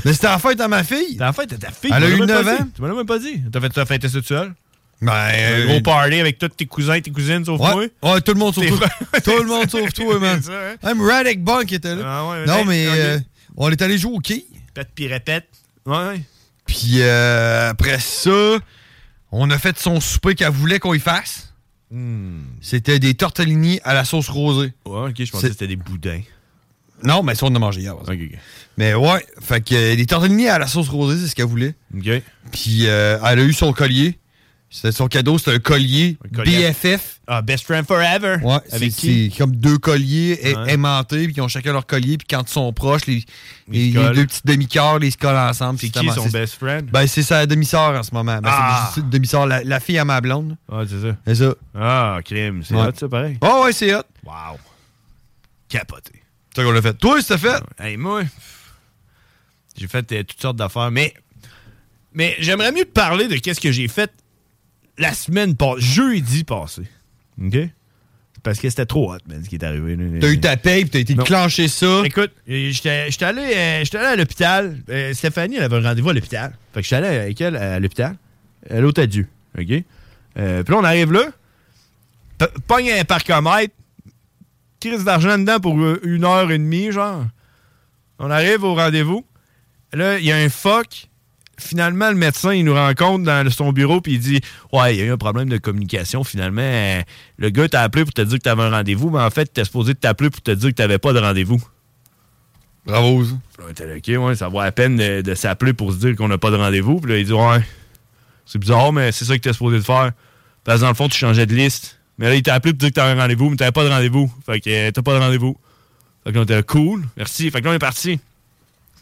S6: Mais c'était la fête à ma fille.
S1: T'as fait de ta fille.
S6: Elle a
S1: tu m'as
S6: eu
S1: même
S6: 9
S1: pas dit.
S6: ans.
S1: Tu m'as même pas dit. T'as fait ta fête ça tout seul?
S6: Ben,
S1: Un gros party avec tous tes cousins et tes cousines sauf
S6: Ouais, ouais, tout le monde sauf
S1: T'es
S6: toi. tout le monde sauf toi, man.
S1: C'est ça, hein? Ah
S6: Même Radic Bunk était là.
S1: ouais,
S6: non,
S1: ouais,
S6: mais
S1: ok.
S6: euh, on est allé jouer au quai.
S1: moi. Pète puis répète. Ouais, ouais.
S6: Puis euh, après ça, on a fait son souper qu'elle voulait qu'on y fasse. C'était des tortellini à la sauce rosée.
S1: Hmm. Ouais, ok, je pensais
S6: C'est-
S1: que c'était des boudins.
S6: Non, mais ça, on en a mangé hier. par exemple. Mais ouais, fait que euh, des tortellini à la sauce rosée, c'est ce qu'elle voulait.
S1: OK.
S6: Puis euh, elle a eu son collier. C'était son cadeau, c'était un collier,
S1: collier.
S6: BFF.
S1: Ah, Best Friend Forever.
S6: Ouais,
S1: Avec
S6: c'est-
S1: qui?
S6: c'est comme deux colliers a-
S1: Ouais.
S6: aimantés, puis qui ont chacun leur collier, puis quand ils sont proches, les, les- les
S1: se collent.
S6: deux petits demi-cœurs, ils se collent ensemble.
S1: C'est
S6: puis
S1: qui
S6: c'est-
S1: son
S6: c'est-
S1: best friend?
S6: Ben, c'est sa demi-sœur en ce moment. Ben,
S1: Ah!
S6: C'est une demi-sœur, la, la fille à ma blonde.
S1: Ah, c'est ça.
S6: C'est ça.
S1: Ah, crime. C'est
S6: Ouais.
S1: hot, ça, pareil.
S6: Ah ouais, c'est hot.
S1: Wow. Capoté.
S6: C'est ça qu'on l'a fait. Toi, c'était fait.
S1: Hey, moi, j'ai fait euh, toutes sortes d'affaires, mais, mais j'aimerais mieux te parler de qu'est-ce que j'ai fait la semaine passée, jeudi passé. OK? Parce que c'était trop hot, man, ce qui est arrivé. là.
S6: T'as eu ta paye, puis t'as été
S1: Non.
S6: clenché ça.
S1: Écoute, euh, j'étais j'étais allé, euh, j'étais allé à l'hôpital. Euh, Stéphanie, elle avait un rendez-vous à l'hôpital. Fait que j'étais allé avec elle à l'hôpital, à l'hôtel Dieu. OK? Euh, Puis là, on arrive là, p- pogne un parcomètre, crise d'argent dedans pour euh, une heure et demie, genre. On arrive au rendez-vous. Là, il y a un fuck. Finalement, le médecin, il nous rencontre dans son bureau, puis il dit Ouais, il y a eu un problème de communication. Finalement, euh, le gars t'a appelé pour te dire que t'avais un rendez-vous, mais en fait, t'es supposé t'appeler pour te dire que t'avais pas de rendez-vous.
S6: Bravo,
S1: Là, on était là, OK, ouais, ça vaut la peine de, de s'appeler pour se dire qu'on n'a pas de rendez-vous. Puis là, il dit, ouais, c'est bizarre, mais c'est ça que t'es supposé de faire. Parce que dans le fond, tu changeais de liste. Mais là, il t'a appelé pour dire que t'avais un rendez-vous, mais t'avais pas de rendez-vous. Fait que euh, t'as pas de rendez-vous. Fait que là, on était là, cool, merci. Fait que là, on est parti.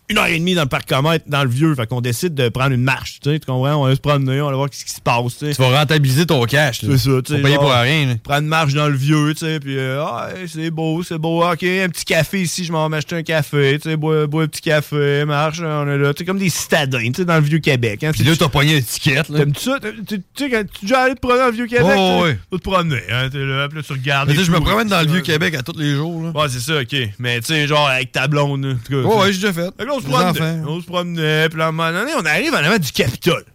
S1: Une heure et demie dans le parc Comète, dans le vieux. Fait qu'on décide de prendre une marche. Tu sais, tu comprends? On va se promener, on va voir ce qui se passe. Tu sais.
S6: Tu vas rentabiliser ton cash. là.
S1: C'est ça, tu
S6: Faut
S1: sais.
S6: payer
S1: genre,
S6: pour rien. là.
S1: Prendre une marche dans le vieux, tu sais, puis euh, Ah, hey, c'est beau, c'est beau. Ah, OK, un petit café ici, je m'en vais m'acheter un café, tu sais, bois, bois un petit café, marche, on est là. Tu sais, comme des citadins, tu sais, dans le vieux Québec. Hein,
S6: Puis là, t'as pogné l'étiquette. là.
S1: T'aimes-tu ça? T'aimes- Tu tu sais, quand tu es déjà allé te promener dans le vieux
S6: Oh,
S1: Québec, tu sais,
S6: ouais.
S1: tu vas te promener, hein, t'es là, puis là, tu regardes.
S6: Mais
S1: les
S6: tu sais, je me
S1: touristes,
S6: promène dans le
S1: tu
S6: vieux
S1: sais.
S6: Québec à tous les jours. là.
S1: Ouais, c'est ça, ok. Mais tu sais, genre avec ta blonde. là, en tout cas,
S6: Ouais,
S1: tu sais.
S6: ouais, j'ai déjà fait.
S1: Fait que là, on se
S6: Les
S1: promenait.
S6: enfants.
S1: On se promenait, puis là, à un moment donné, on arrive en avant du Capitole.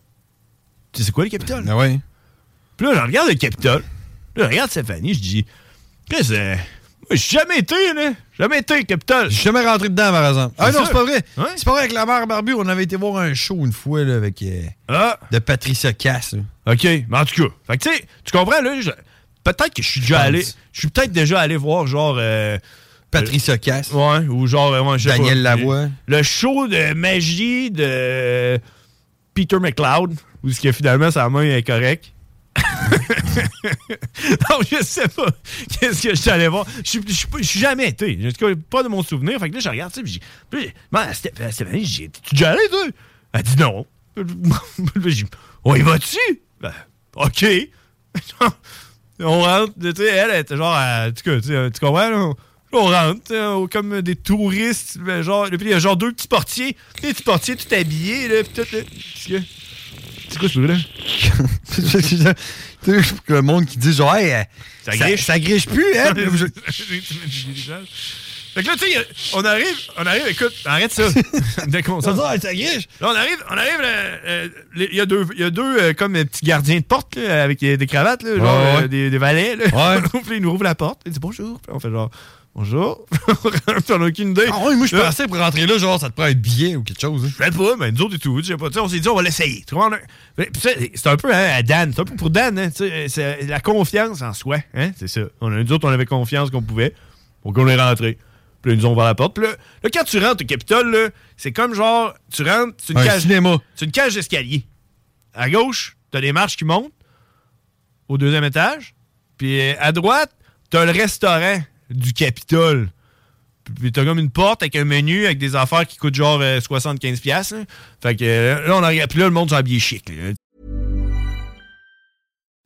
S1: Tu sais, c'est quoi le Capitole?
S6: Ah ouais.
S1: Puis là, je regarde le Capitole. Là, je regarde Stéphanie, je dis, Chris, euh, J'ai jamais été, là. Jamais été, Capitole.
S6: J'ai jamais rentré dedans, par exemple.
S1: C'est
S6: Ah non,
S1: ça.
S6: c'est pas vrai.
S1: Ouais.
S6: C'est pas vrai, avec la mère Barbu, on avait été voir un show une fois, là, avec. euh, De Patricia Cass.
S1: Ah. OK. Mais en tout cas, fait que, tu sais, tu comprends, là, je- peut-être que je suis déjà
S6: pense.
S1: allé. Je suis peut-être déjà allé voir, genre. euh,
S6: Patricia Cass.
S1: Ouais, ou genre. euh, ouais, je sais
S6: Daniel
S1: pas.
S6: Lavoie.
S1: Le show de magie de Peter McLeod, où ce que finalement sa main est correcte. non, je sais pas. Qu'est-ce que je suis allé voir? Je suis- je suis pas- je suis jamais été. En tout cas, pas de mon souvenir. Fait que là, je regarde, tu sais, puis j'ai- puis j'ai- Man, Sté- euh, Stéphanie, j'ai tu déjà allé, toi? Elle dit non. J'ai dit, on y va-tu? Ben, OK. on rentre, tu sais, elle elle était genre, à- en tout cas, tu sais, tu comprends, là? On rentre, tu sais, on- comme des touristes, mais genre, et puis il y a genre deux petits portiers, des petits portiers tout habillés, là, puis tout, là. Qu'est-ce que- C'est quoi ce bruit-là?
S6: Tu sais, le monde qui dit genre, hey, euh,
S1: Ça griche.
S6: Ça, griche plus, hein? Puis là, je-
S1: Fait que là, tu sais, on arrive, on arrive, écoute, arrête ça. Dès qu'on sort.
S6: Ça, ça griche.
S1: Là, on arrive, on arrive, là, euh, les- il y a deux, il y a deux euh, comme euh, petits gardiens de porte, là, avec euh, des cravates, là, genre,
S6: ouais.
S1: euh, des, des valets, là.
S6: Ouais.
S1: Puis là, ils nous ouvrent la porte, ils disent bonjour, Puis on fait genre, bonjour. Puis on a aucune idée.
S6: Ah ouais, moi, je
S1: Là,
S6: pensais pour rentrer là, genre, ça te prend un billet ou quelque chose. hein.
S1: je sais pas, mais nous autres et tout, je sais pas. Tu sais, on s'est dit, on va l'essayer. Tu comprends? Puis ça, C'est un peu hein, à Dan, c'est un peu pour Dan, hein, tu sais, c'est la confiance en soi, hein, c'est ça. On a, nous autres, on avait confiance qu'on pouvait, donc on est rentré. Puis là, ils nous ont ouvert la porte. Puis là, là, quand tu rentres au Capitole, là, c'est comme genre, tu rentres, c'est une
S6: Un
S1: cage.
S6: cinéma.
S1: C'est une cage d'escalier. À gauche, t'as des marches qui montent au deuxième étage. Puis euh, à droite, t'as le restaurant du Capitole. Puis t'as comme une porte avec un menu avec des affaires qui coûtent genre euh, 75$. piastres, là. Fait que euh, là, on a Puis là, le monde s'est habillé chic. là.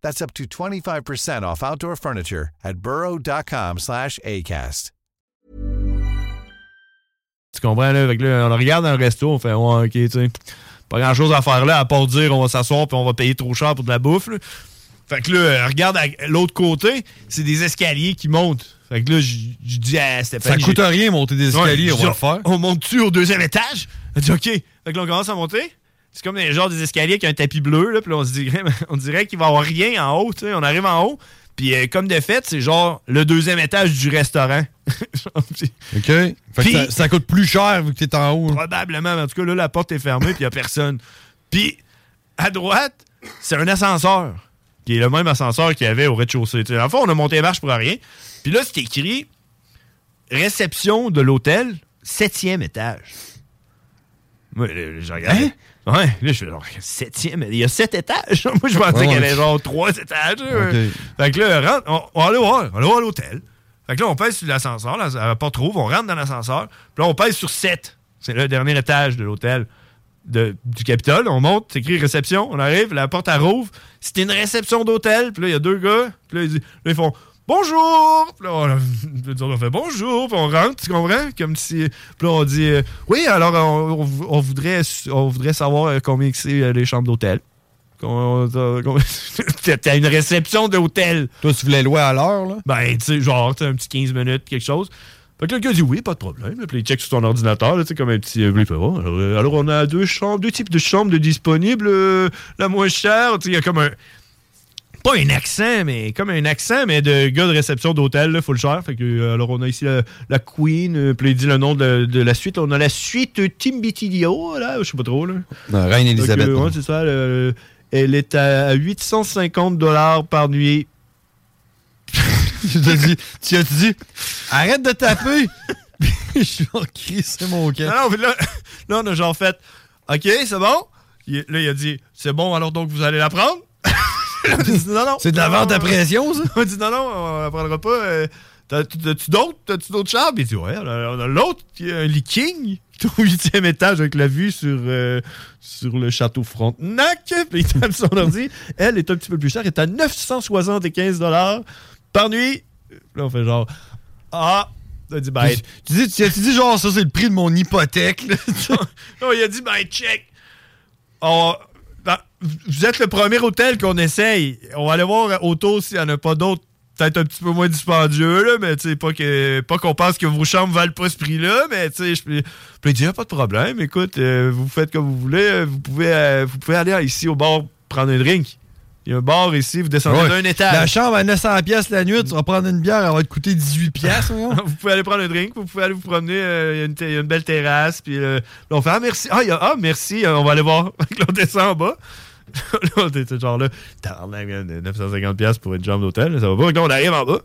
S20: That's up to 25% off outdoor furniture at burrow.com/acast.
S1: Tu comprends, là? Fait que là, on le regarde dans le resto, on fait, ouais, ok, tu sais, pas grand chose à faire là, à part dire, on va s'asseoir puis on va payer trop cher pour de la bouffe, là. Fait que là, euh, regarde à l'autre côté, c'est des escaliers qui montent. Fait que là, je je dis à Stéphanie.
S6: Ça coûte
S1: j'ai-
S6: rien monter des
S1: Ouais,
S6: escaliers,
S1: je
S6: on
S1: dis,
S6: va le faire.
S1: On monte-tu au deuxième étage? Elle dit, OK. Fait que là, on commence à monter. C'est comme des, genre des escaliers avec un tapis bleu, là. Puis là, on, se dirait, on dirait qu'il va y avoir rien en haut, tu sais. On arrive en haut. Puis euh, comme de fait, c'est genre le deuxième étage du restaurant.
S6: OK. Fait que
S1: Puis-
S6: ça, ça coûte plus cher vu que t'es en haut. hein.
S1: Probablement, mais en tout cas, là, la porte est fermée, puis il n'y a personne. Puis, à droite, c'est un ascenseur, qui est le même ascenseur qu'il y avait au rez-de-chaussée. En fait, on a monté les marches pour rien. Puis là, c'est écrit réception de l'hôtel, septième étage. Moi, là, là, je regarde.
S6: Hein?
S1: Ouais, là, je fais genre, septième, il y a sept étages. Moi, je pensais
S6: Ouais,
S1: qu'il y
S6: ouais.
S1: avait genre trois étages. euh.
S6: Ok.
S1: Fait que là, rentre- on, on va aller voir, on va aller voir l'hôtel. Fait que là, on pèse sur l'ascenseur, là, la porte trouve, on rentre dans l'ascenseur, puis là, on pèse sur 7. C'est le dernier étage de l'hôtel de- du Capitole. On monte, c'est écrit réception, on arrive, la porte elle rouvre. C'était une réception d'hôtel, puis là, il y a deux gars, puis là, ils, disent- là, ils font Bonjour! Puis là, on, on fait bonjour, puis on rentre, tu comprends? Comme si. Puis là, on dit euh, Oui, alors, on, on vou- on voudrait, on voudrait savoir euh, combien que c'est euh, les chambres d'hôtel. Qu'on- euh, qu'on- T'as t'as une réception d'hôtel.
S6: Toi, tu voulais louer à l'heure, là?
S1: Ben, tu sais, genre, tu un petit 15 minutes, quelque chose. Fait que là, le gars dit oui, pas de problème. Puis il check sur ton ordinateur, là, tu sais, comme un petit. euh, bleu, puis, oh, alors, euh, alors, on a deux chambres, deux types de chambres de disponibles. euh, la moins chère, tu sais, il y a comme un. Pas un accent, mais comme un accent, mais de gars de réception d'hôtel, là, faut le cher. Fait que, euh, alors, on a ici la, la Queen, euh, puis il dit le nom de, la- de la suite. On a la suite euh, Timbitidio, là, je sais pas trop, là.
S6: Non, Reine Elisabeth.
S1: Fait que, ouais, c'est ça. le- elle est à 850 dollars par nuit.
S6: tu as dit, arrête de taper! je suis en crise, c'est mon cas.
S1: Non, non, mais là, là, on a genre fait OK, c'est bon. Il- là, il a dit C'est bon, alors donc vous allez la prendre On a dit, Non, non.
S6: C'est de la vente à pression, ça
S1: On a dit Non, non, on la prendra pas. Euh, t'as- T'as-tu d'autres T'as-tu d'autres chambres Il dit Ouais, on a, on a l'autre, qui est un leaking. qui est Au huitième étage avec la vue sur, euh, sur le château Frontenac. Puis il tape son ordi. Elle est un petit peu plus chère. Elle est à 975 par nuit. Là, on fait genre Ah, il a dit Ben,
S6: Tu dis, tu, tu dis genre, ça, c'est le prix de mon hypothèque. là.
S1: Non, il a dit, ben, check. On- dans- vous êtes le premier hôtel qu'on essaye. On va aller voir autour s'il n'y en a pas d'autres. Peut-être un petit peu moins dispendieux, là, mais tu sais, pas que pas qu'on pense que vos chambres valent pas ce prix-là, mais tu sais, je peux puis il dit, Ah, pas de problème, écoute, euh, vous faites comme vous voulez, euh, vous pouvez, euh, vous pouvez aller ici au bar prendre un drink. Il y a un bar ici, vous descendez
S6: Ouais.
S1: d'un étage.
S6: La chambre à 900 pièces la nuit, tu vas prendre une bière, elle va te coûter 18 pièces.
S1: vous pouvez aller prendre un drink, vous pouvez aller vous promener. euh, Il y a une te- il y, a une belle terrasse. Puis euh, là, on fait Ah, merci. Ah, il y a- ah, merci. euh, on va aller voir. Fait que là, on descend en bas. là, on était genre là, Tabarnak, euh, man, 950$ pour une chambre d'hôtel, ça va pas. Fait que là, on arrive en bas.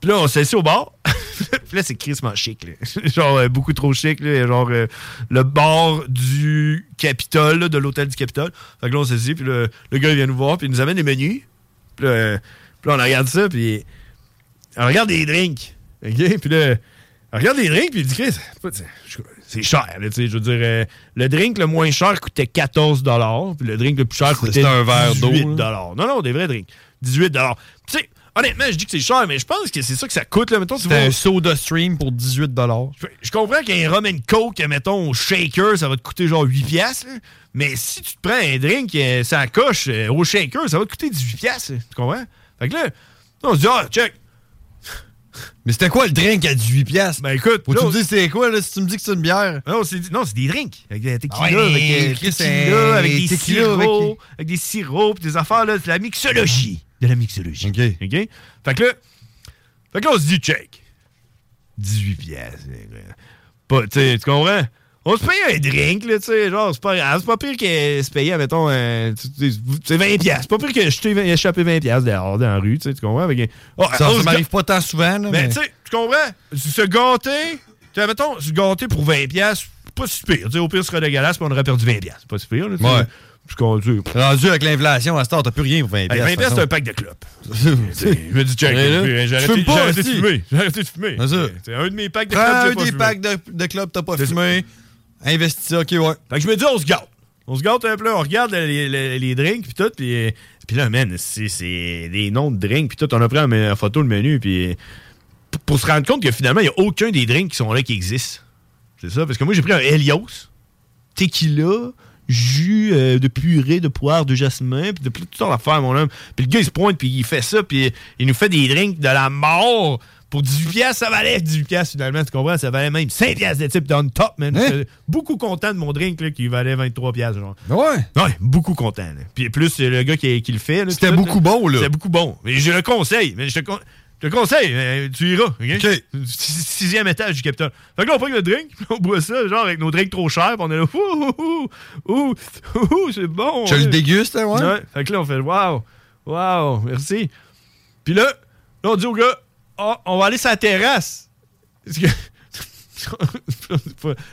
S1: Puis là, on s'assied au bar. puis là, c'est crissement chic. là. genre, euh, beaucoup trop chic. Là. Genre, euh, le bar du Capitole, là, de l'hôtel du Capitole. Fait que là, on s'assied. Puis le, le gars, il vient nous voir. Puis il nous amène les menus. Puis là, euh, puis là, on regarde ça. Puis on regarde les drinks. OK? Puis là, on regarde les drinks, puis il dit, Chris, écoute, c'est- je- c'est cher, là, tu sais, je veux dire, euh, le drink le moins cher coûtait 14 puis le drink le plus cher coûtait
S6: C'était un verre d'eau,
S1: 18 Non, non, des vrais drinks. 18 Tu sais, honnêtement, je dis que c'est cher, mais je pense que c'est ça que ça coûte, là, mettons, tu
S6: C'était
S1: vois-
S6: un soda stream pour 18
S1: je, je comprends qu'un rum and coke, mettons, au shaker, ça va te coûter genre 8 piastres. là. Mais si tu te prends un drink euh, sans coche euh, au shaker, ça va te coûter 18 piastres. là. Tu comprends? Fait que là, on se dit, ah, check. Mais c'était quoi le drink à 18 piastres? Ben écoute,
S6: Faut-tu
S1: là,
S6: me
S1: on-
S6: dire c'est quoi, là, si tu me dis que c'est une bière?
S1: Non, on s'est dit- non, c'est des drinks. Avec des tequila,
S6: Ah Ouais,
S1: avec, euh,
S6: Chris,
S1: tequila,
S6: euh,
S1: avec des
S6: tequila,
S1: sirops,
S6: avec-
S1: avec... des sirops, pis des affaires, là, de la mixologie. De la mixologie. OK. Fait que là, fait que là, on se dit, check. 18 piastres. euh, Pas, tu sais, tu comprends? On se paye un drink, là, tu sais, genre, c'est pas grave. C'est pas pire que se payer, mettons, un- tu- tu- c'est 20 piastres. C'est pas pire que jeter 20 échapper 20 piastres dehors dans la rue, tu sais, tu comprends? Fait que- Oh,
S6: ça
S1: on
S6: ça
S1: se-
S6: m'arrive pas tant souvent, là,
S1: mais
S6: mais...
S1: tu sais, tu comprends? Se gâter, tu sais, mettons, se gâter pour 20$, piastres, pas si pire. Tu sais, au pire, ce serait dégueulasse, puis on aurait perdu 20$. piastres. C'est pas si pire. Là, tu sais.
S6: Ouais.
S1: Tu conduis.
S6: Rendu avec l'inflation, à ce temps, t'as plus rien pour 20
S1: Hey, 20$, piastres, c'est un pack de clopes. Je me dis, check, j'ai
S6: Tu
S1: arrêté,
S6: fumes pas,
S1: j'ai arrêté de
S6: aussi.
S1: fumer. J'ai arrêté de fumer.
S6: C'est ça.
S1: C'est un de mes packs de
S6: Prends
S1: clopes. j'ai
S6: un
S1: pas
S6: des
S1: fumé.
S6: packs de, de clubs, t'as pas fumé. Investis ça, ok, ouais.
S1: Fait que je me dis, on se gâte. On se gâte un peu, on regarde les, les- les drinks, puis tout, puis euh, puis là, man, c'est c'est des noms de drinks, puis tout. On a pris en, me- en photo le menu, puis euh, p- pour se rendre compte que finalement, il n'y a aucun des drinks qui sont là qui existent. C'est ça, parce que moi, j'ai pris un Helios, tequila, jus euh, de purée de poire de jasmin, puis de pl- toutes sortes d'affaires, mon homme. Puis le gars, il se pointe, puis il fait ça, puis il nous fait des drinks de la mort. Pour 18 piastres, ça valait 18 piastres, finalement, tu comprends? Ça valait même 5 piastres de type down top, man. J'étais Beaucoup content de mon drink, là, qui valait 23 piastres, genre.
S6: Ouais.
S1: Ouais, beaucoup content. là. Puis plus, c'est le gars qui, qui le fait. C'était
S6: beaucoup bon, là.
S1: C'était beaucoup bon. Mais je le conseille. Mais je te, con- je te conseille. mais tu iras. OK? Six- Sixième étage du Capitole. Fait que là, on prend le drink. puis On boit ça, genre, avec nos drinks trop chers. puis on est là. Ouh, ouh, ouh, ouh, ouh, c'est bon.
S6: Tu le dégustes, hein, ouais?
S1: Fait que là, on fait waouh, waouh, merci. Puis là, là, on dit au gars, Ah, on va aller sur la terrasse. Parce que-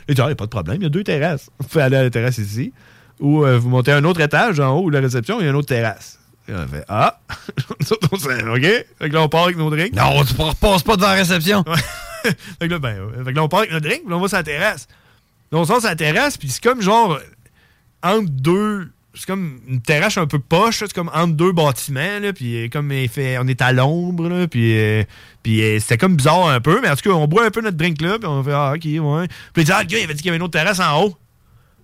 S1: Il dit, Ah, y a pas de problème, il y a deux terrasses. Vous pouvez aller à la terrasse ici, ou euh, vous montez à un autre étage en haut, où la réception, il y a une autre terrasse. Et on
S6: ben,
S1: fait, ah, Nous autres, on s'est- OK? Fait que là, on part avec nos drinks.
S6: Non, tu repasses pas devant la réception.
S1: Ouais. fait, que là, ben, euh, fait que là, on part avec notre drink, puis là, on va sur la terrasse. Là, on sort sur la terrasse, puis c'est comme genre euh, entre deux. C'est comme une terrasse un peu poche, là, c'est comme entre deux bâtiments, là, puis euh, comme il fait, on est à l'ombre, là, puis, euh, puis euh, c'était comme bizarre un peu, mais en tout cas, on boit un peu notre drink là, puis on fait Ah, ok, ouais. Puis il dit Ah, le gars, il avait dit qu'il y avait une autre terrasse en haut.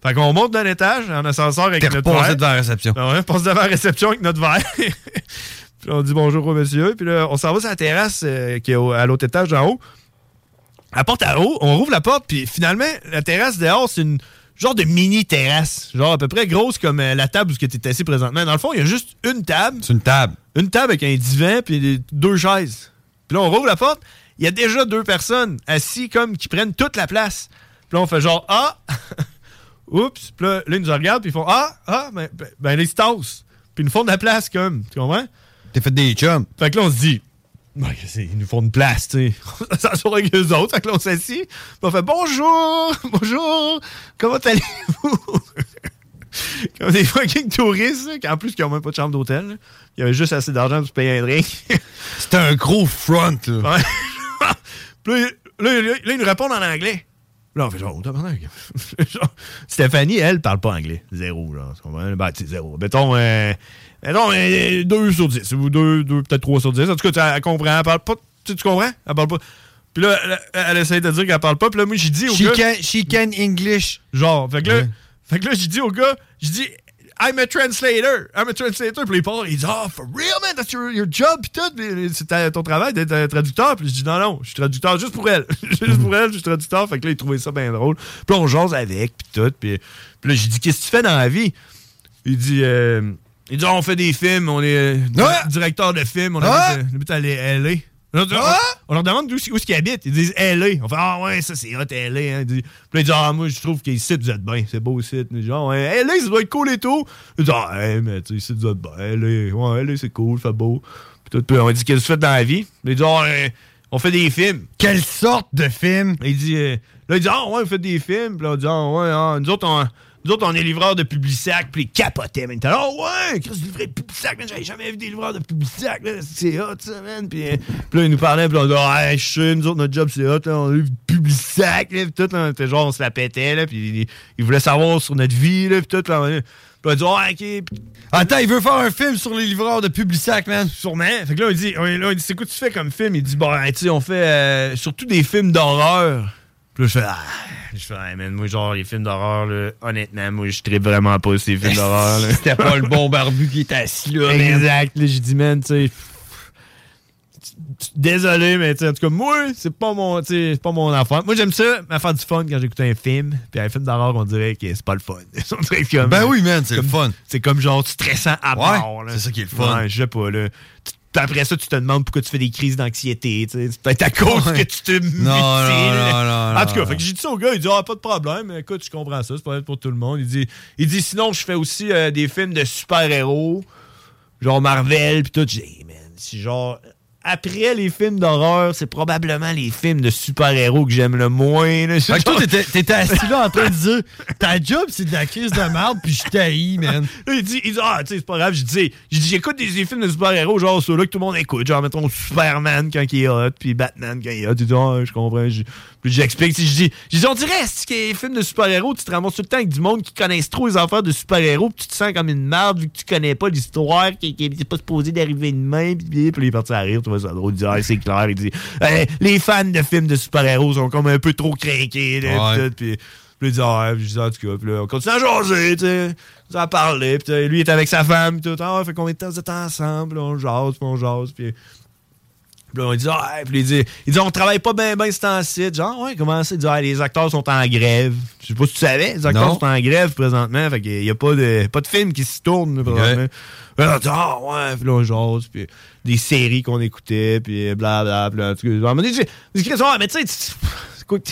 S1: Fait qu'on monte d'un étage en ascenseur avec notre
S6: repassé
S1: verre.
S6: devant la réception.
S1: Ah ouais, on passe devant la réception avec notre verre. puis on dit bonjour au monsieur, puis là, on s'en va sur la terrasse euh, qui est au- à l'autre étage d'en haut. La porte à haut, on rouvre la porte, puis finalement, la terrasse dehors, c'est une genre de mini terrasse. Genre à peu près grosse comme euh, la table où tu es assis présentement. Dans le fond, il y a juste une table. C'est
S6: une table.
S1: Une table avec un divan, puis des- deux chaises. Puis là, on rouvre la porte, il y a déjà deux personnes assises comme qui prennent toute la place. Puis là, on fait genre Ah! Oups! Puis là, là, ils nous regardent, puis ils font Ah! Ah! Ben, ben, ben, là, ils se tassent. Puis ils nous font de la place, comme. Tu comprends?
S6: T'as fait des chums.
S1: Fait que là, on se dit Ouais, c'est- ils nous font une place, tu sais. On s'assoit avec eux autres, fait que là, on s'assit. puis On fait bonjour, bonjour, comment allez-vous? Comme des fucking touristes, là, qui en plus, qui n'ont même pas de chambre d'hôtel. là. Ils avaient juste assez d'argent pour se payer un drink. C'était un gros front, là. Puis là, là, là, là, ils nous répondent en anglais. Là, on fait genre, oh, tabarnak. Genre, Stéphanie, elle, parle pas anglais. Zéro, genre. tu comprends? Ben, tu sais, zéro. Mettons, euh, mettons 2 sur 10. Ou 2, peut-être 3 sur 10. En tout cas, tu- elle, elle comprend. Elle parle pas. Tu, tu comprends? Elle parle pas. Puis là, elle, elle essaie de dire qu'elle parle pas. Puis là, moi, j'ai dit au
S6: She
S1: gars...
S6: can- she can English.
S1: Genre, fait que là, fait que là j'ai dit au gars, j'ai dit, I'm a translator, I'm a translator. Puis il part, il dit, ah, for real, man, that's your, your job, pis tout, pis c'est ta- ton travail d'être un traducteur. Puis je dis, non, non, je suis traducteur juste pour elle.
S6: Mm-hmm.
S1: juste pour elle, je suis traducteur. Fait que là, il trouvait ça bien drôle. Puis on jase avec, pis tout. Puis puis là, j'ai dit, qu'est-ce que tu fais dans la vie? Il dit, euh, il dit, on fait des films, on est euh, di- directeur de films, on
S6: Ah!
S1: habite, euh, on habite à les- LA. On leur, on leur demande d'où où est-ce qu'ils habitent. Ils disent LA. On fait Ah ouais, ça c'est hot LA. Hein. Ils disent- Puis là, ils disent Ah, moi je trouve qu'ici vous êtes bien. C'est beau ici. Ils disent, Ah, ouais, LA, ça doit être cool et tout. Ils disent Ah, ouais, mais tu sais, ici vous êtes bien. LA, ouais, LA c'est cool, fait beau. Puis tout. Puis on dit Qu'est-ce que tu fais dans la vie Ils disent Ah, ouais, on fait des films. Quelle sorte de films Il dit euh, Là, ils disent Ah, ouais, on fait des films. Puis là, on dit Ah, ouais, ah, nous autres, on. Nous autres, on est livreurs de Publisac, puis ils capotaient, man. Ils étaient là, oh ouais, Chris, livré de Publisac, man, j'avais jamais vu des livreurs de Publisac, là, c'est hot, ça, man. Puis, euh, puis là, ils nous parlaient, puis là, on dit, ah, hey, je sais, nous autres, notre job, c'est hot, là, on livre du Publisac, là, puis tout, là, on était genre, on se la pétait, là, puis ils, ils voulaient savoir sur notre vie, là, puis tout, là, on- puis on dit, ah, ok. Attends, il veut faire un film sur les livreurs de Publisac, man. Sûrement. Fait que là, il dit, ouais, là, il dit, c'est quoi tu fais comme film? Il dit, bon, tu sais, on fait euh, surtout des films d'horreur. Puis là, je fais, ah, je fais, hey, man, moi, genre, les films d'horreur, là, honnêtement, moi, je tripe vraiment pas ces films d'horreur. là.
S6: C'était pas le bon barbu qui était assis là, Ah, man.
S1: Exact. Là, j'ai dit, man, tu sais. tu- Désolé, mais tu sais, en tout cas, moi, c'est pas mon tu sais, c'est pas mon enfant. Moi, j'aime ça, m'affaire du fun quand j'écoute un film. Puis un film d'horreur, on dirait que c'est pas le fun. On dirait que comme-
S6: Ben oui, man, c'est le
S1: comme-
S6: fun.
S1: C'est comme genre stressant à
S6: Ouais,
S1: mort. là.
S6: c'est ça qui est le fun.
S1: Ouais, je sais pas, là. Tu- Après ça, tu te demandes pourquoi tu fais des crises d'anxiété. tu sais. C'est peut-être à cause
S6: Ouais.
S1: que tu te mutiles.
S6: Non, non, non, non,
S1: en tout cas,
S6: non.
S1: fait que j'ai dit ça au gars, il dit Ah, pas de problème, écoute, je comprends ça, c'est pas pour tout le monde. Il dit, il dit Sinon, je fais aussi euh, des films de super-héros, genre Marvel, pis tout. J'ai dit, Hey, man, si genre. Après les films d'horreur, c'est probablement les films de super-héros que j'aime le moins. là.
S6: Fait que toi, t'étais- t'étais assis là en train de dire Ta job, c'est de la crise de merde, puis je t'haïs, man.
S1: Là, il dit, il dit, ah, tu sais, c'est pas grave. Je dis, je dis, j'écoute des, des films de super-héros, genre ceux-là que tout le monde écoute. Genre, mettons Superman quand il est hot, puis Batman quand il est hot. Il dit, ah, je comprends. Je- Puis j'explique. tu sais, Je dis, je dis, on dirait, c'est que les films de super-héros, tu te ramasses tout le temps avec du monde qui connaissent trop les affaires de super-héros, puis tu te sens comme une merde vu que tu connais pas l'histoire, qui qui- qui est pas supposé d'arriver de main, puis, puis, puis il est parti à rire. Tu vois, ça drôle. Il dit, ah, c'est clair. Il dit, Eh, les fans de films de super-héros sont comme un peu trop craqués, là, puis
S6: Ouais.
S1: tout. Puis, puis il dit, ah, ouais, puis je dis, en tout cas, puis là, on continue à jaser, tu sais. On continue à parler, puis euh, lui, il est avec sa femme, puis tout. Ah, fait combien de temps vous êtes ensemble, Puis là, on jase, puis on jase, puis. Puis là, on dit, ah, ouais. puis il dit, il dit, on travaille pas bien, bien, c'est en site. Genre, ouais, comment ça? Il dit, ah, les acteurs sont en grève. Je sais pas si tu savais, les acteurs
S6: Non.
S1: sont en grève présentement. Fait qu'il y a pas de, pas de film qui se tourne, là, présentement. Puis là, on dit, ah, ouais, puis là, on jase, puis des séries qu'on écoutait, puis blablabla. Puis là, en tout cas, à un moment donné, j'ai- j'ai écrit, ah, mais tu sais, tu- c'est quoi que-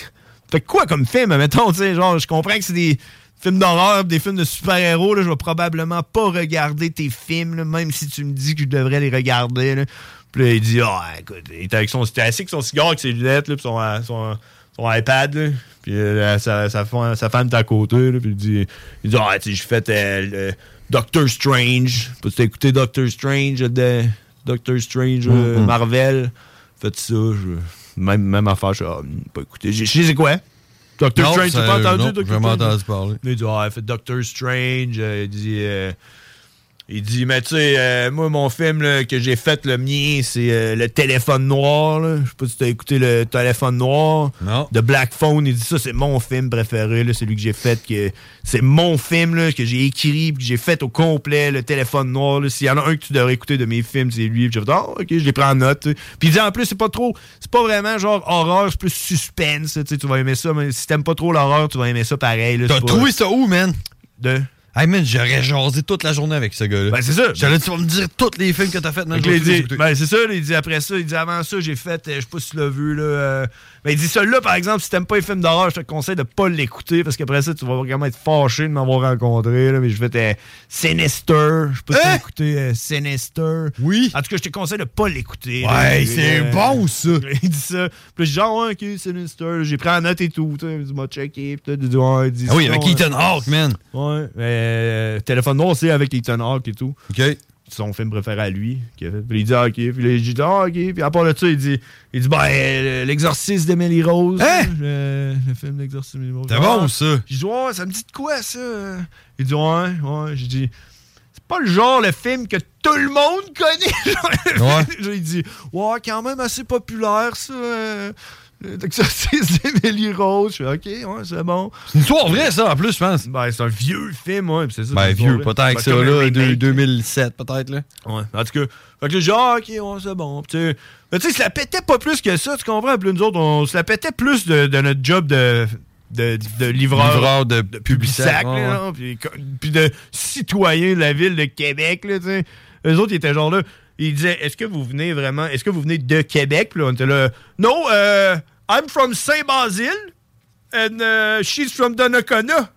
S1: fait que quoi comme film, mettons, tu sais, genre, je comprends que c'est des films d'horreur, des films de super-héros, là, je vais probablement pas regarder tes films, là, même si tu me dis que je devrais les regarder, là. Puis là, il dit, ah, écoute, il était avec son, c'était assis avec son cigare, avec ses lunettes, là, puis son, son, son iPad, là. Puis euh, sa, sa fa- sa femme est à côté, là, puis il dit, il dit, ah, tu sais, j'ai fait euh, le Doctor Strange. Pas si t'as écouté Doctor Strange, euh, de Doctor Strange, euh,
S6: Mhm.
S1: Marvel. Faites ça, je- même, même affaire, je ah, pas écouté. Je je sais quoi? Doctor
S6: Non,
S1: Strange,
S6: ça-
S1: t'as pas entendu?
S6: non,
S1: Doctor
S6: jamais
S1: Strange?
S6: entendu parler.
S1: Il dit, ah, il fait Doctor Strange, euh, il dit... euh, il dit, mais tu sais, euh, moi, mon film là, que j'ai fait, le mien, c'est euh, Le Téléphone Noir. là. Je sais pas si t'as écouté Le Téléphone Noir de Black Phone. Il dit, ça, c'est mon film préféré, là, celui que j'ai fait. que C'est mon film là, que j'ai écrit, puis que j'ai fait au complet, Le Téléphone Noir. là. S'il y en a un que tu devrais écouter de mes films, c'est lui. Puis J'ai fait, ah, ok, je les prends en note. tu sais. Puis il dit, en plus, c'est pas trop, c'est pas vraiment genre horreur, c'est plus suspense. Tu sais, tu vas aimer ça, mais si t'aimes pas trop l'horreur, tu vas aimer ça pareil. là.
S6: T'as
S1: C'est pas-
S6: trouvé ça où, man
S1: De.
S6: Hey man, j'aurais jasé toute la journée avec ce gars-là.
S1: Ben, c'est ça.
S6: J'allais, tu vas me dire tous les films que t'as fait, man.
S1: Fait que
S6: je vais
S1: là, il
S6: tous les
S1: dit-
S6: écouter.
S1: ben, c'est ça, là, il dit après ça, il dit avant ça, j'ai fait, euh, je sais pas si tu l'as vu, là. euh, ben, il dit celui-là, par exemple, si t'aimes pas les films d'horreur, je te conseille de pas l'écouter parce qu'après ça, tu vas vraiment être fâché de m'avoir rencontré, là. Mais je vais te. euh, Sinister, je sais pas si t'as écouté euh, Sinister.
S6: Hein? Oui.
S1: En tout cas, je te conseille de pas l'écouter. là.
S6: Ouais,
S1: Il dit,
S6: c'est
S1: euh,
S6: bon, ça.
S1: Il dit ça. Puis genre, ouais, ok, Sinister, j'ai pris en note et tout, tu sais, il dit, m'a checké, puis tout, il dit, ouais, il dit,
S6: Ah oui, avec
S1: sinon,
S6: Ethan
S1: euh,
S6: Hawke, man.
S1: Ouais, mais euh, téléphone noir, c'est avec Ethan Hawke et tout. OK. Son film préféré à lui. qu'il a fait. Puis il dit ah, OK. Puis là, j'ai dit ah, OK. Puis à part de ça, il dit, il dit ben, euh, L'exorciste d'Emily Rose.
S6: Hein?
S1: Le, le film L'Exorciste d'Emily Rose.
S6: C'était bon, ça.
S1: J'ai dit Ouais, ça me dit de quoi, ça Il dit Ouais, ouais. J'ai dit C'est pas le genre, le film que tout le monde connaît. Genre,
S6: Ouais.
S1: J'ai dit Ouais, quand même assez populaire, ça. euh, L'exorciste d'Emily Rose. Je fais OK, ouais, c'est bon.
S6: C'est une histoire vraie, ça, en plus, je pense.
S1: Ben, c'est un vieux film, ouais. puis c'est ça,
S6: Ben,
S1: c'est
S6: vieux,
S1: pas vrai.
S6: pas tant que
S1: Ben,
S6: ça,
S1: comme un
S6: là. de-
S1: remake.
S6: 2007, peut-être, là.
S1: Ouais. En tout cas, fait que là, genre, ok, ouais, c'est bon. Puis, tu sais, mais tu sais, ils se la pétaient pas plus que ça, tu comprends? Puis nous autres, on se la pétait plus de, de notre job de, de, de livreur.
S6: Livreur de publicité.
S1: sac, là, genre, puis, co- puis de citoyen de la ville de Québec, là, tu sais. Eux autres, ils étaient genre là, ils disaient, est-ce que vous venez vraiment, est-ce que vous venez de Québec? Puis là, on était là, non, euh, I'm from Saint-Basile, and euh, she's from Donnacona,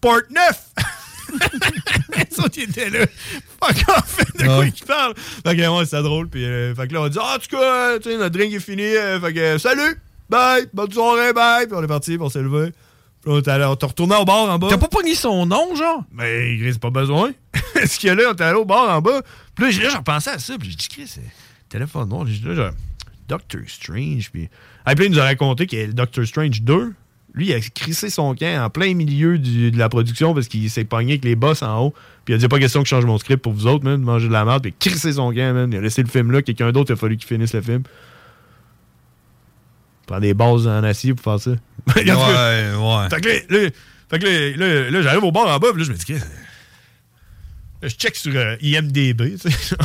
S1: Port Neuf. Les autres, ils étaient là. Fuck off, de quoi ils parlent? Fait que, ouais, c'était drôle. Puis, euh, fait que là, on dit, ah, en tout cas, euh, tu sais, notre drink est fini. euh, fait que, euh, salut, bye, bonne soirée, bye. Puis, on est parti, puis on s'est levé. Puis, on est allé- on est retourné au bar en bas. T'as pas pogné son nom, genre? Mais, Chris, pas besoin. Est-ce que là, on est allé au bar en bas? Puis là, j'ai- là, je repensais à ça. Puis, j'ai dit, Chris, euh, téléphone noir. J'ai dit, là, genre, Doctor Strange. Puis, Ah, puis là, il nous a raconté que le Doctor Strange 2, lui, il a crissé son camp en plein milieu du- de la production parce qu'il s'est pogné avec les boss en haut. Puis il a dit pas question que je change mon script pour vous autres, man, de manger de la merde. Puis il a crissé son camp, man. Il a laissé le film là. Quelqu'un d'autre, il a fallu qu'il finisse le film. Prends des bases en acier pour faire ça. En tout cas,
S6: ouais.
S1: Fait que là, là, fait que là, là, là, j'arrive au bar en bas. Puis là, je me dis, Qu'est-ce que- Là, je check sur euh, IMDB, tu sais.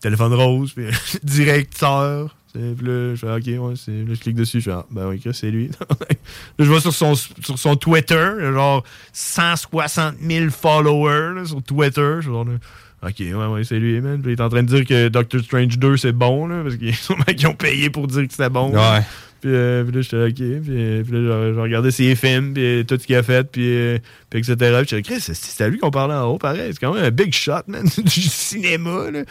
S1: Téléphone rose, puis directeur. tu sais, Puis là, je fais OK, ouais, c'est. Là, je clique dessus, je fais ah, ben oui, Chris, c'est lui. là, je vois sur son, sur son Twitter, genre 160 000 followers là, sur Twitter. Je suis genre, là, OK, ouais, ouais, c'est lui, man. Puis il est en train de dire que Doctor Strange 2, c'est bon, là, parce qu'ils sûrement qu'ils ont payé pour dire que c'était bon. là.
S6: Ouais.
S1: Puis, euh, puis là, j'étais là, OK. Puis, euh, puis là, j'ai regardé ses films, puis euh, tout ce qu'il a fait, puis, euh, puis etc. Puis j'étais là, Chris, c'est- c'est à lui qu'on parlait en haut, pareil. C'est quand même un big shot, man, du cinéma, là.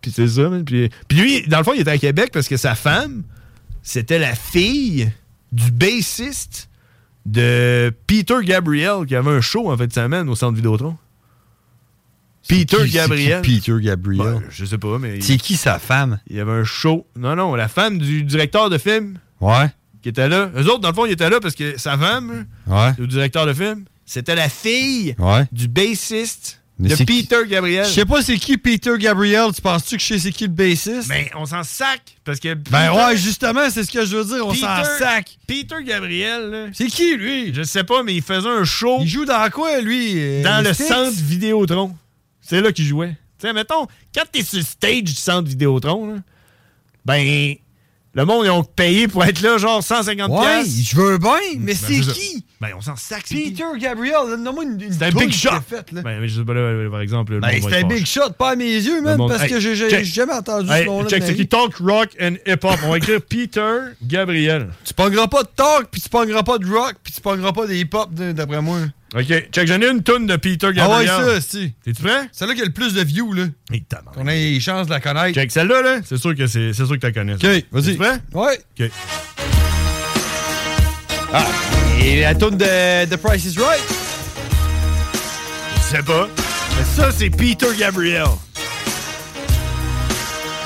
S1: Puis c'est ça, man. Puis, puis lui, dans le fond, il était à Québec parce que sa femme, c'était la fille du bassiste de Peter Gabriel, qui avait un show en fin de semaine au Centre Vidéotron. Peter
S6: qui- c'est
S1: Gabriel.
S6: qui Peter Gabriel.
S1: Ben, je sais pas, mais...
S6: C'est qui sa femme?
S1: Il y avait un show. Non, non, la femme du directeur de film
S6: Ouais.
S1: qui était là. Eux autres, dans le fond, ils étaient là parce que sa femme,
S6: Ouais.
S1: le directeur de film, c'était la fille
S6: Ouais.
S1: du bassiste
S6: Mais
S1: de
S6: c'est
S1: Peter Gabriel.
S6: Je sais pas c'est qui Peter Gabriel. Tu penses-tu que je sais c'est qui le bassiste?
S1: Mais on s'en sac parce que.
S6: Ben
S1: Peter-
S6: ouais, justement, c'est ce que je veux dire. On s'en
S1: Peter-
S6: sac.
S1: Peter Gabriel, là,
S6: C'est qui, lui?
S1: Je sais pas, mais il faisait un show.
S6: Il joue dans quoi, lui? euh,
S1: dans
S6: les
S1: le
S6: States?
S1: centre Vidéotron. C'est là qu'il jouait. Tu sais, mettons, quand t'es sur le stage du centre Vidéotron, là, ben, le monde, ils ont payé pour être là, genre 150
S6: Ouais,
S1: piastres.
S6: je veux bien, mais
S1: Ben,
S6: c'est
S1: ça.
S6: qui?
S1: Ben, on s'en sac, c'est qui?
S6: Peter Gabriel, donne-moi une, une
S1: C'est un
S6: toune
S1: big
S6: qu'il a
S1: shot.
S6: faite, là.
S1: Ben, mais je sais pas, là, là, par exemple, le
S6: Ben,
S1: monde va
S6: c'est
S1: être
S6: un
S1: fâché.
S6: big shot, pas à mes yeux,
S1: Le
S6: man,
S1: monde-
S6: parce
S1: Hey,
S6: que j'ai j'ai-
S1: check.
S6: j'ai jamais entendu
S1: Hey,
S6: ce nom-là. de
S1: Check,
S6: ma
S1: c'est
S6: vie.
S1: qui Talk Rock and Hip Hop. On va écrire Peter Gabriel.
S6: Tu pongeras pas de talk, puis tu pongeras pas de rock, puis tu pongeras pas des hip-hop, d- d'après moi.
S1: Ok, check, j'en ai une toune de Peter
S6: Ah ouais, ça,
S1: Gabriel.
S6: si.
S1: T'es-tu prêt?
S6: Celle-là qui a le plus de views, là. On a les chances de la connaître.
S1: Check, celle-là, là, c'est sûr que c'est c'est sûr que t'as connais.
S6: Ok, vas-y.
S1: T'es-tu prêt?
S6: Ouais.
S1: Ok.
S6: Ah, et la tourne de, de Price is Right.
S1: Je sais pas. Mais ça, c'est Peter Gabriel.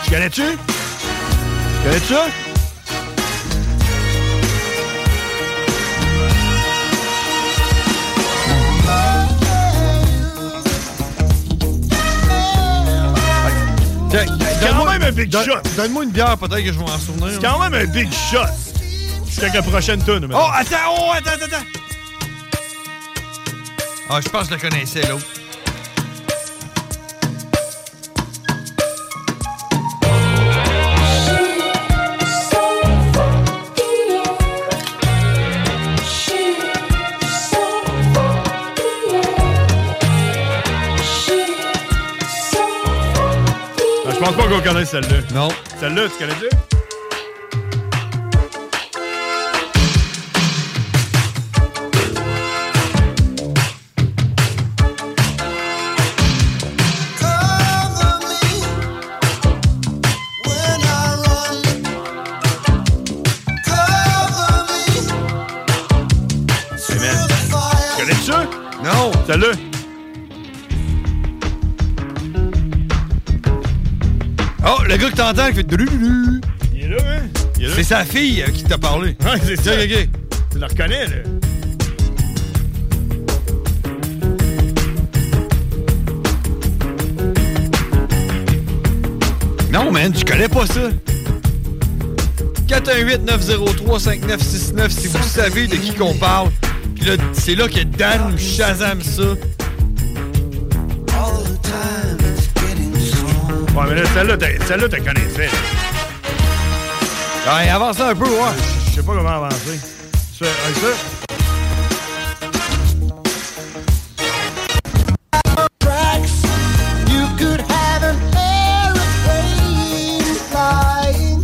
S1: Tu connais-tu? Tu connais-tu ça?
S6: Check.
S1: C'est quand
S6: Donne-moi-
S1: même un big
S6: don-
S1: shot.
S6: Donne-moi une bière, peut-être que je vais en souvenir.
S1: C'est quand même un big shot. Check la prochaine toune.
S6: Oh,
S1: maintenant.
S6: attends, oh, attends, attends, attends. Ah, je pense que je le connaissais, l'autre.
S21: She's so
S1: Ah, je pense pas qu'on connaisse celle-là.
S6: Non.
S1: Celle-là, tu connais-tu? Eh, man. Tu connais-tu? Non. Celle-là?
S6: Oh, le gars que t'entends, qui fait de
S1: Il est là, hein? Il est là.
S6: C'est sa fille euh, qui t'a parlé.
S1: Ouais, c'est ça.
S6: Ok, ok.
S1: Tu la reconnais, là.
S6: Non, man, tu connais pas ça. 418-903-5969, si vous savez de qui qu'on parle. Puis là, c'est là que Dan nous Shazam ça.
S1: Ouais, mais là, celle-là, t'as- celle-là, t'as connaissais.
S6: Ouais, avance un peu, ouais.
S1: Je sais pas comment avancer. Tu fais avec ça?
S5: You could have an aeroplane flying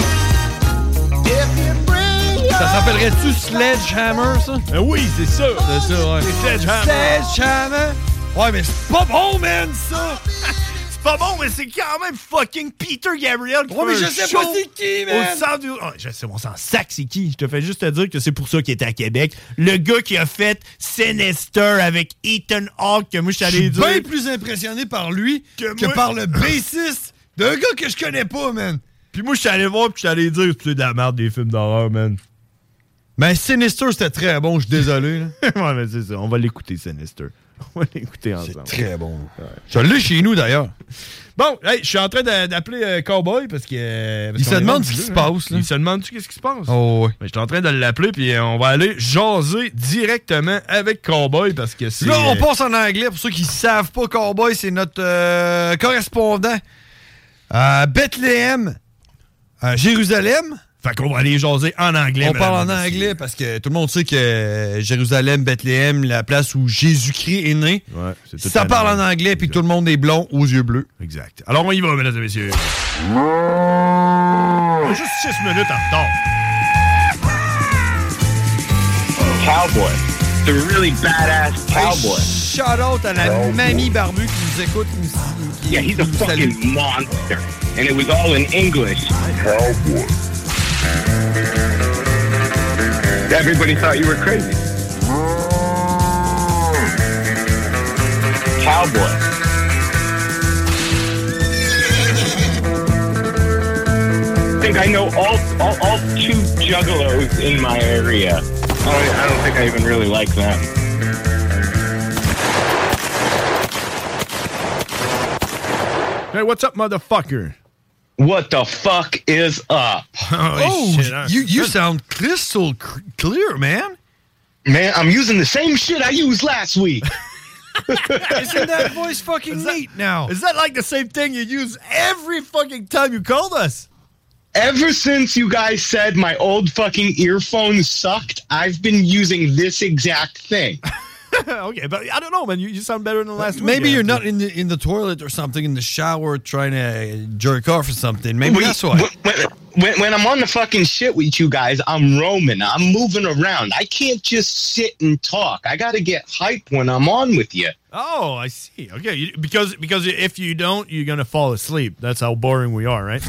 S5: if you bring your
S6: Ça s'appellerait-tu Sledgehammer, ça?
S1: Euh, oui, c'est ça.
S6: C'est ça, ouais.
S1: C'est Sledgehammer.
S6: Sledgehammer. Ouais, mais c'est pas bon, man, ça!
S1: C'est pas bon, mais c'est quand même fucking Peter Gabriel qui
S6: Ouais, mais
S1: fait
S6: je
S1: un
S6: sais
S1: show
S6: pas c'est qui, man.
S1: Au centre du... Ah, je sais, on s'en sac, c'est qui. Je te fais juste te dire que c'est pour ça qu'il était à Québec. Le gars qui a fait Sinister avec Ethan Hawke, que moi, je suis
S6: Je
S1: allé
S6: suis
S1: dire...
S6: bien plus impressionné par lui que,
S1: moi- Ah.
S6: par le bassiste d'un gars que je connais pas, man.
S1: Puis moi, je suis allé voir, puis je suis allé dire, c'est de la merde des films d'horreur, man.
S6: Ben, Sinister, c'était très bon, je suis désolé. là.
S1: ouais, mais c'est ça. On va l'écouter, Sinister. On va l'écouter ensemble.
S6: C'est très bon.
S1: Ouais.
S6: Je l'ai chez nous, d'ailleurs.
S1: Bon, hey, je suis en train d'a- d'appeler euh, Cowboy parce que. euh, parce
S6: Il
S1: qu'on
S6: se
S1: est
S6: demande
S1: rendu
S6: ce qui
S1: là,
S6: se
S1: hein.
S6: passe, là.
S1: Il se demande-tu qu'est-ce qui se passe?
S6: Oh, ouais.
S1: Mais je suis en train de l'appeler, puis euh, on va aller jaser directement avec Cowboy parce que c'est.
S6: Là, on
S1: euh,
S6: passe en anglais. Pour ceux qui savent pas, Cowboy, c'est notre euh, correspondant à Bethléem, à Jérusalem.
S1: Fait qu'on va aller jaser en anglais.
S6: On parle en
S1: madame.
S6: anglais parce que tout le monde sait que euh, Jérusalem, Bethléem, la place où Jésus-Christ est né,
S1: Ouais, c'est tout
S6: ça
S1: en
S6: parle en anglais puis tout le monde est blond aux yeux bleus.
S1: Exact. Alors, on y va, mesdames et messieurs.
S22: Ah.
S1: Juste 6 minutes en retard.
S22: Cowboy. The really badass cowboy. Oh,
S6: Shout out à la mamie barbu qui nous écoute. qui nous- qui-
S22: Yeah, he's a fucking monster. And it was all in English. Cowboy. Everybody thought you were crazy. Cowboy. I think I know all, all, all two juggalos in my area. I don't, I don't think I even really like them.
S1: Hey, what's up, motherfucker?
S22: What the fuck is up?
S1: Oh, shit, hein.
S6: you, you sound crystal cr- clear, man.
S22: Man, I'm using the same shit I used last week.
S6: Isn't that voice fucking neat now?
S1: Is that like the same thing you use every fucking time you called us?
S22: Ever since you guys said my old fucking earphones sucked, I've been using this exact thing.
S1: okay, but I don't know, man. You, you sound better than last week.
S6: Maybe
S1: yeah.
S6: you're not in the in the toilet or something in the shower trying to jerk off or something. Maybe
S22: When-
S6: that's why.
S22: When, when, when I'm on the fucking shit with you guys, I'm roaming. I'm moving around. I can't just sit and talk. I got to get hype when I'm on with you.
S1: Oh, I see. Okay, you, because because if you don't, you're gonna fall asleep. That's how boring we are, right?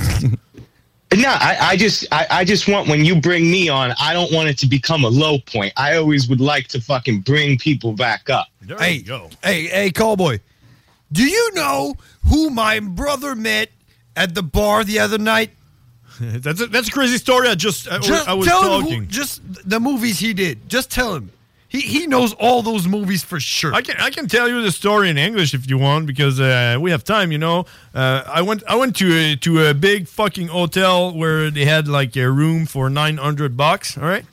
S22: No, I, I just I, I just want when you bring me on, I don't want it to become a low point. I always would like to fucking bring people back up.
S6: hey, hey, hey, cowboy. Do you know who my brother met at the bar the other night?
S1: that's a, that's a crazy story. I just I,
S6: Just
S1: I was
S6: tell him who,
S1: talking.
S6: just the movies he did. Just tell him. He he knows all those movies for sure.
S1: I can I can tell you the story in English if you want because uh, we have time. You know, uh, I went I went to a, to a big fucking hotel where they had like a room for nine hundred bucks. All right.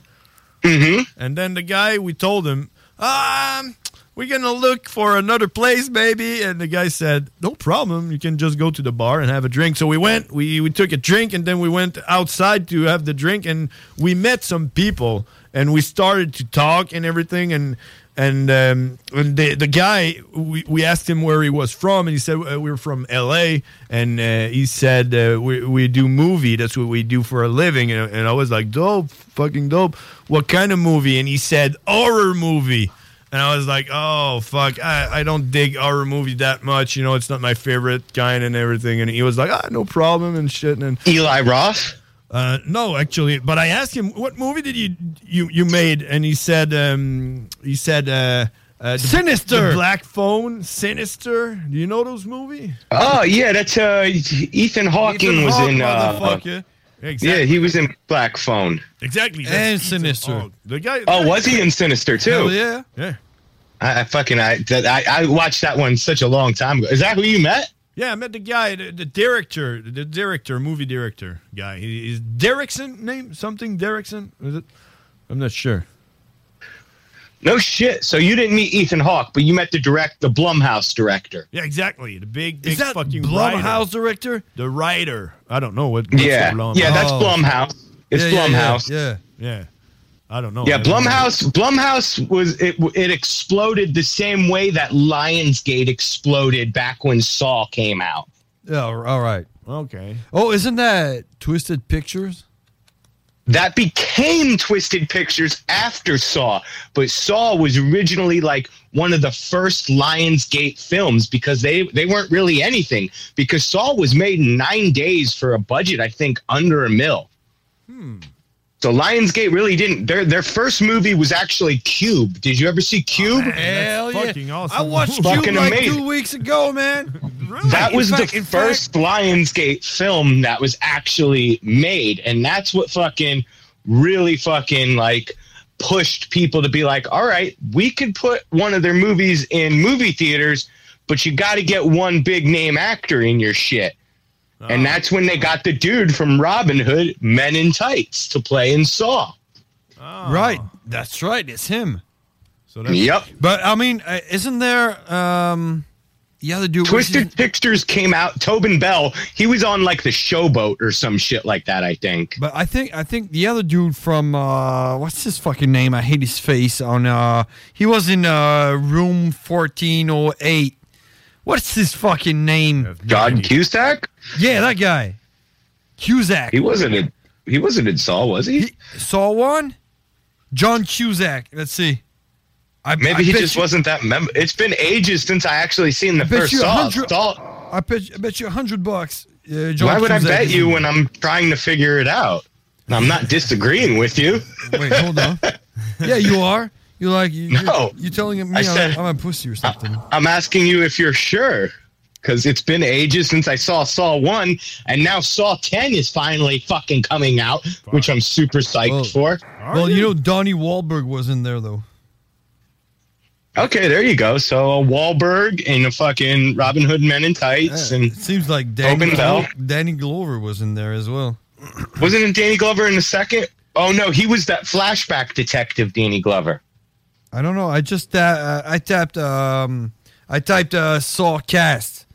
S22: Mm-hmm.
S1: And then the guy, we told him, um, we're going to look for another place, maybe. And the guy said, no problem. You can just go to the bar and have a drink. So we went, we, we took a drink, and then we went outside to have the drink. And we met some people and we started to talk and everything. And and um, and the the guy we, we asked him where he was from, and he said uh, we were from L.A. And uh, he said uh, we we do movie. That's what we do for a living. And, and I was like, dope, fucking dope. What kind of movie? And he said horror movie. And I was like, oh fuck, I, I don't dig horror movie that much. You know, it's not my favorite kind and everything. And he was like, ah, no problem and shit. And
S22: Eli Roth.
S1: Uh, no, actually, but I asked him what movie did you you you made, and he said um, he said uh, uh, the-
S7: Sinister.
S1: the Black Phone, Sinister. Do you know those movies?
S22: Oh yeah, that's uh, Ethan Hawking was
S1: Hawke,
S22: in.
S1: motherfucker.
S22: Uh,
S1: Exactly.
S22: Yeah, he was in Black Phone.
S1: Exactly. And Sinister. the guy.
S22: Oh, was he in Sinister too?
S1: Hell yeah. Yeah.
S22: I, I fucking I, that, I I watched that one such a long time ago. Is that who you met?
S1: Yeah, I met the guy, the, the director, the director, movie director guy. He- Is Derrickson name something? Derrickson? Is it? I'm not sure.
S22: No shit. So you didn't meet Ethan Hawke, but you met the direct, the Blumhouse director.
S1: Yeah, exactly. The big, big
S7: Is that
S1: fucking
S7: Blumhouse
S1: writer. director. The writer. I don't know what. what's
S22: yeah,
S1: the
S22: yeah, that's
S1: Oh.
S22: Blumhouse. It's
S1: Yeah, yeah, yeah,
S22: Blumhouse.
S1: Yeah, yeah. I don't know.
S22: yeah,
S1: I don't know.
S22: Blumhouse. Blumhouse was it. It exploded the same way that Lionsgate exploded back when Saw came out.
S7: Yeah, all right.
S1: Okay.
S7: Oh, isn't that Twisted Pictures?
S22: that became Twisted Pictures after Saw, but Saw was originally like one of the first Lionsgate films because they they weren't really anything because Saw was made in nine days for a budget I think under a mil. So Lionsgate really didn't. Their their first movie was actually Cube. Did you ever see Cube?
S7: Hell yeah.
S1: fucking
S7: I watched
S22: Fucking
S7: you like
S22: amazing.
S7: two weeks ago, man.
S22: That was
S7: In
S22: the
S7: fact- in fact-
S22: first Lionsgate film that was actually made, and that's what fucking really fucking like pushed people to be like, all right, we could put one of their movies in movie theaters, but you got to get one big name actor in your shit.
S7: Oh.
S22: And that's when they got the dude from Robin Hood, Men in Tights, to play in Saw.
S7: Right. That's right. It's him.
S1: Ah. So
S22: that's- Yep.
S7: But I mean, uh, isn't there um the other dude? what's his-
S22: Twisted Pictures came out. Tobin Bell, he was on like the Showboat or some shit like that, I think.
S7: But I think I think the other dude from uh what's his fucking name? I hate his face. On uh he was in uh room fourteen oh eight. What's his fucking name?
S22: John Cusack.
S7: Yeah, that guy. Cusack.
S22: He wasn't in. He wasn't in Saw, was he?
S7: Saw one. John Cusack. Let's see. I,
S22: Maybe
S7: I
S22: he
S7: bet
S22: just
S7: you-
S22: wasn't that. Mem- it's been ages since I actually seen the
S7: bet
S22: first
S7: you a
S22: Saw.
S7: hundred-
S22: Saw-
S7: I bet, I bet you a hundred bucks. Uh, John
S22: Why would I
S7: Cusack
S22: bet
S7: is
S22: you
S7: in
S22: when
S7: there.
S22: I'm trying to figure it out? And I'm not disagreeing with you.
S7: Wait, hold on. yeah, you are. You're like you,
S22: No.
S7: you're, you're telling me
S22: I
S7: I'm,
S22: said-
S7: I'm a pussy or something.
S22: I'm asking you if you're sure, because it's been ages since I saw Saw one, and now Saw ten is finally fucking coming out, which I'm super psyched for.
S7: well, you know Donnie Wahlberg was in there though.
S22: Okay, there you go. So a Wahlberg and a fucking Robin Hood Men in Tights,
S7: Yeah,
S22: and
S7: it seems like Danny,
S22: Tobin Bell.
S7: Glo- Danny Glover was in there as well.
S22: Wasn't it Danny Glover in the second? Oh no, he was that flashback detective, Danny Glover.
S7: I don't know. I just uh, uh, I tapped um I typed uh, Saw cast.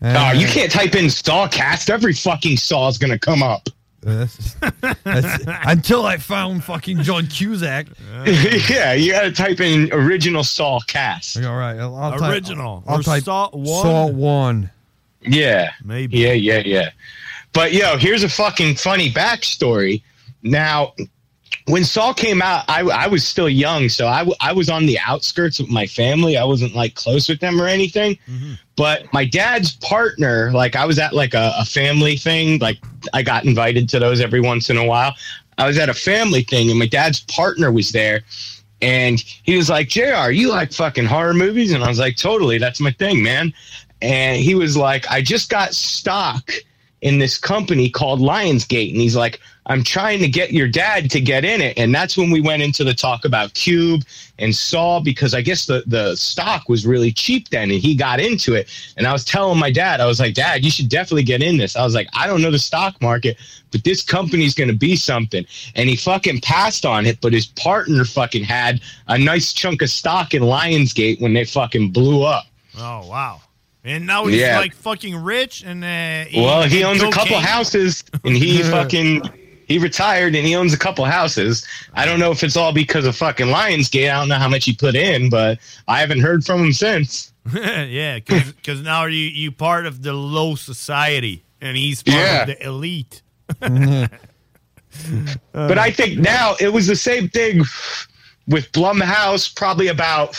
S7: Eh.
S22: Ah, you can't type in Saw cast. Every fucking Saw is gonna come up.
S7: until I found fucking John Cusack.
S22: yeah, you gotta type in original Saw cast.
S7: All right, I'll, I'll type-
S1: Original.
S7: I'll
S1: Or
S7: type
S1: Saw one?
S7: Saw one.
S22: Yeah.
S1: Maybe.
S22: Yeah, yeah, yeah. But yo, here's a fucking funny backstory. Now, when Saw came out, I, I was still young, so I, w- I was on the outskirts with my family. I wasn't like close with them or anything. But my dad's partner, like I was at like a, a family thing, like I got invited to those every once in a while. I was at a family thing, and my dad's partner was there. And he was like, JR, you like fucking horror movies? And I was like, totally. That's my thing, man. And he was like, I just got stock in this company called Lionsgate. And he's like, I'm trying to get your dad to get in it. And that's when we went into the talk about Cube and Saw, because I guess the, the stock was really cheap then. And he got into it. And I was telling my dad, I was like, Dad, you should definitely get in this. I was like, I don't know the stock market, but this company's going to be something. And he fucking passed on it. But his partner fucking had a nice chunk of stock in Lionsgate when they fucking blew up.
S1: Oh wow. And now he's
S22: Yeah.
S1: like fucking rich and uh,
S22: Well, he
S1: and
S22: owns a couple
S1: cocaine.
S22: houses, and he fucking He retired and he owns a couple houses. I don't know if it's all because of fucking Lionsgate. I don't know how much he put in, but I haven't heard from him since.
S1: yeah, because now you you part of the low society, and he's part
S22: Yeah.
S1: of the elite.
S22: But I think now it was the same thing with Blumhouse, probably about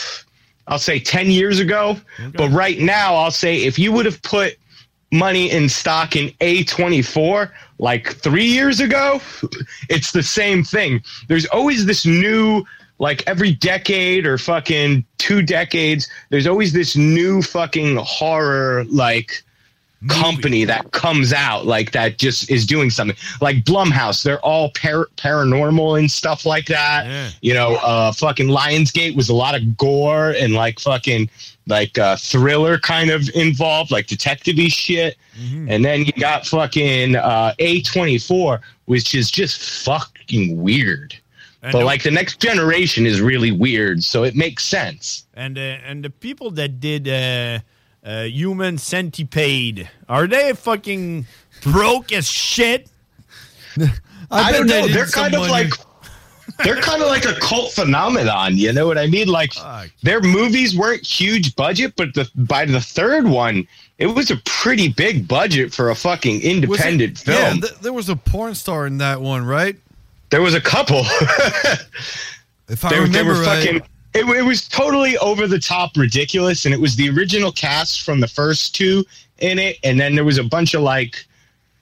S22: I'll say ten years ago. But right now, I'll say if you would have put money in stock in A24 like three years ago, it's the same thing. There's always this new. Like every decade or fucking two decades, there's always this new fucking horror like company that comes out like that just is doing something like Blumhouse. They're all par- paranormal and stuff like that. You know, uh, fucking Lionsgate was a lot of gore and like fucking like uh, thriller kind of involved, like detective shit. And then you got fucking uh, A24, which is just fucking weird.
S1: And
S22: but
S1: the-
S22: like the next generation is really weird, so it makes sense.
S1: And uh, and the people that did uh, uh, Human Centipede are they fucking broke as shit? bet
S22: I, don't
S1: they
S22: know.
S1: need
S22: They're
S1: some
S22: kind of
S1: money.
S22: like they're kind of like a cult phenomenon. You know what I mean? Like their movies weren't huge budget, but the by the third one, it was a pretty big budget for a fucking
S7: Was it-
S22: independent
S7: Yeah,
S22: film.
S7: th- there was a porn star in that one, right?
S22: there was a couple.
S7: If I
S22: they, were- they
S7: remember
S22: were
S7: right.
S22: fucking. It, it was totally over the top, ridiculous, and it was the original cast from the first two in it, and then there was a bunch of like,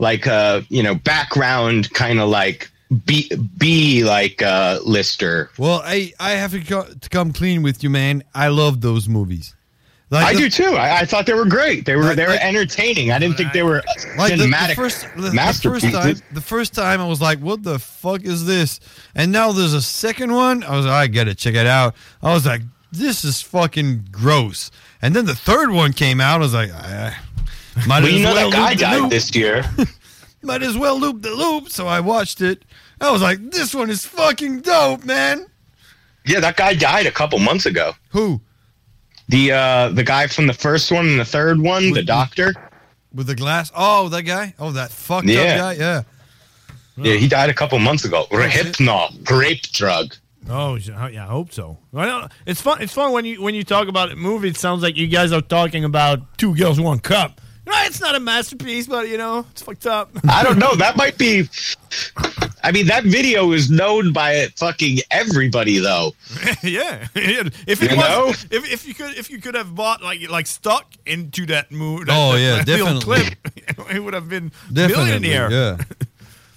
S22: like uh, you know, background kind of like B B like uh, lister
S7: Well, I I have to, co- to come clean with you, man. I love those movies. Like
S22: I
S7: the-
S22: do too. I, I thought they were great. They were
S7: Like-
S22: they were
S7: like-
S22: entertaining. I didn't think they were
S7: Like the,
S22: cinematic
S7: the first, the, the first
S22: masterpieces.
S7: time, the first time I was like, "What the fuck is this?" And now there's a second one. I was, like, I gotta check it out. I was like, "This is fucking gross." And then the third one came out. I was like, I, I might
S22: well,
S7: as
S22: you know
S7: well
S22: that guy
S7: loop the
S22: died
S7: loop.
S22: this year.
S7: Might as well loop the loop. So I watched it. I was like, "This one is fucking dope, man."
S22: yeah, that guy died a couple months ago.
S7: Who?
S22: The uh, the guy from the first one and the third one, the doctor.
S7: With the glass. Oh, that guy. Oh, that fucked
S22: Yeah.
S7: up guy. Yeah. Oh.
S22: Yeah, he died a couple months ago. Rehypnol, grape drug.
S1: Oh yeah, I hope so. I don't, it's fun. It's fun when you when you talk about a movie. It sounds like you guys are talking about two girls, one cup. No, it's not a masterpiece, but you know it's fucked up.
S22: I don't know. That might be. I mean, that video is known by fucking everybody, though.
S1: yeah, if it was,
S22: You know?
S1: if, if you could if you could have bought like like stock into that movie.
S7: Oh, yeah, definitely.
S1: clip, it would have been
S7: Definitely,
S1: millionaire.
S7: yeah.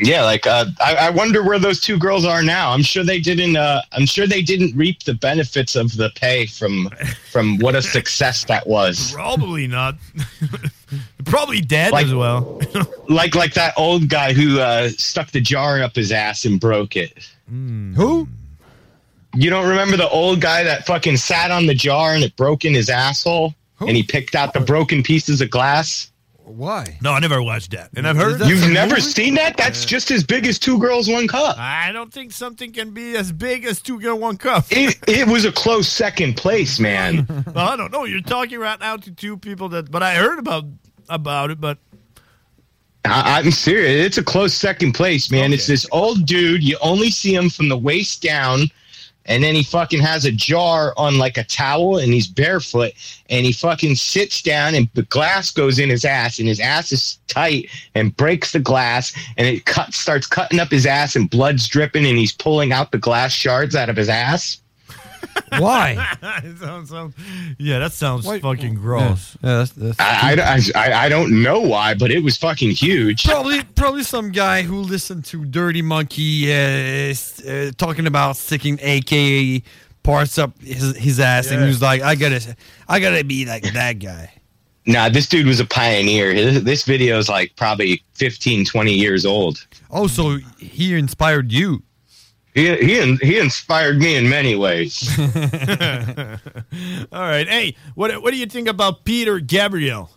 S22: Yeah, like uh, I, I wonder where those two girls are now. I'm sure they didn't. Uh, I'm sure they didn't reap the benefits of the pay from from what a success that was.
S1: Probably not. Probably dead
S22: Like-
S1: as well.
S22: Like like that old guy who uh, stuck the jar up his ass and broke it.
S7: Who?
S22: You don't remember the old guy that fucking sat on the jar and it broke in his asshole, and he picked out the broken pieces of glass.
S7: Why?
S1: No, I never watched that. And I've heard
S22: You've never seen that? That's just as big as Two Girls One Cup.
S1: I don't think something can be as big as two girl one cup.
S22: It it was a close second place, man.
S1: well, I don't know. You're talking right now to two people that, but I heard about about it. But
S22: I, I'm serious. It's a close second place, man. It's this old dude. You only see him from the waist down, and then he fucking has a jar on like a towel, and he's barefoot, and he fucking sits down, and the glass goes in his ass, and his ass is tight, and breaks the glass, and it cut starts cutting up his ass, and blood's dripping, and he's pulling out the glass shards out of his ass.
S7: Why?
S1: It sounds- sounds- yeah, that sounds fucking gross.
S7: Yeah, that's, that's
S22: I, I, I, I don't know why, but it was fucking huge.
S7: Probably, probably some guy who listened to Dirty Monkey uh, s- uh, talking about sticking AKA parts up his, his ass, and he was like, "I gotta, I gotta be like that guy."
S22: Nah, this dude was a pioneer. This, this video is like probably 15, 20 years old.
S7: Oh, so he inspired you?
S22: He, he, he inspired me in many ways.
S1: All right. Hey, what what do you think about Peter Gabriel?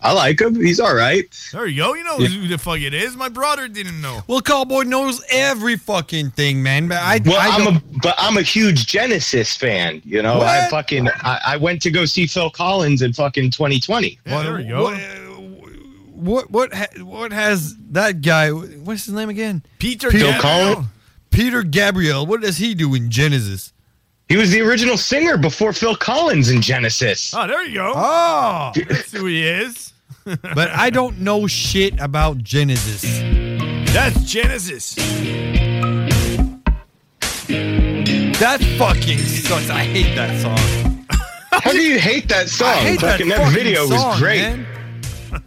S22: I like him. He's all right.
S1: There you go. You know
S7: Yeah.
S1: who the fuck it is. My brother didn't know.
S7: Well, Cowboy knows every fucking thing, man. But I,
S22: Well,
S7: I
S22: I'm
S7: don't-
S22: a but I'm a huge Genesis fan. You know, I
S7: What?
S22: fucking I, I went to go see Phil Collins in fucking 2020.
S7: What-
S1: there we go.
S7: what- what what ha- what has that guy? What's his name again?
S5: Peter
S22: Phil Collins?
S7: Peter Gabriel. What does he do in Genesis?
S22: He was the original singer before Phil Collins in Genesis.
S5: Oh, there you go.
S7: Oh,
S5: that's who he is.
S7: but I don't know shit about Genesis.
S5: That's Genesis.
S7: That fucking sucks. I hate that song.
S22: How do you hate that song?
S7: I hate that
S22: fucking, that,
S7: fucking
S22: video
S7: song,
S22: was great.
S7: man.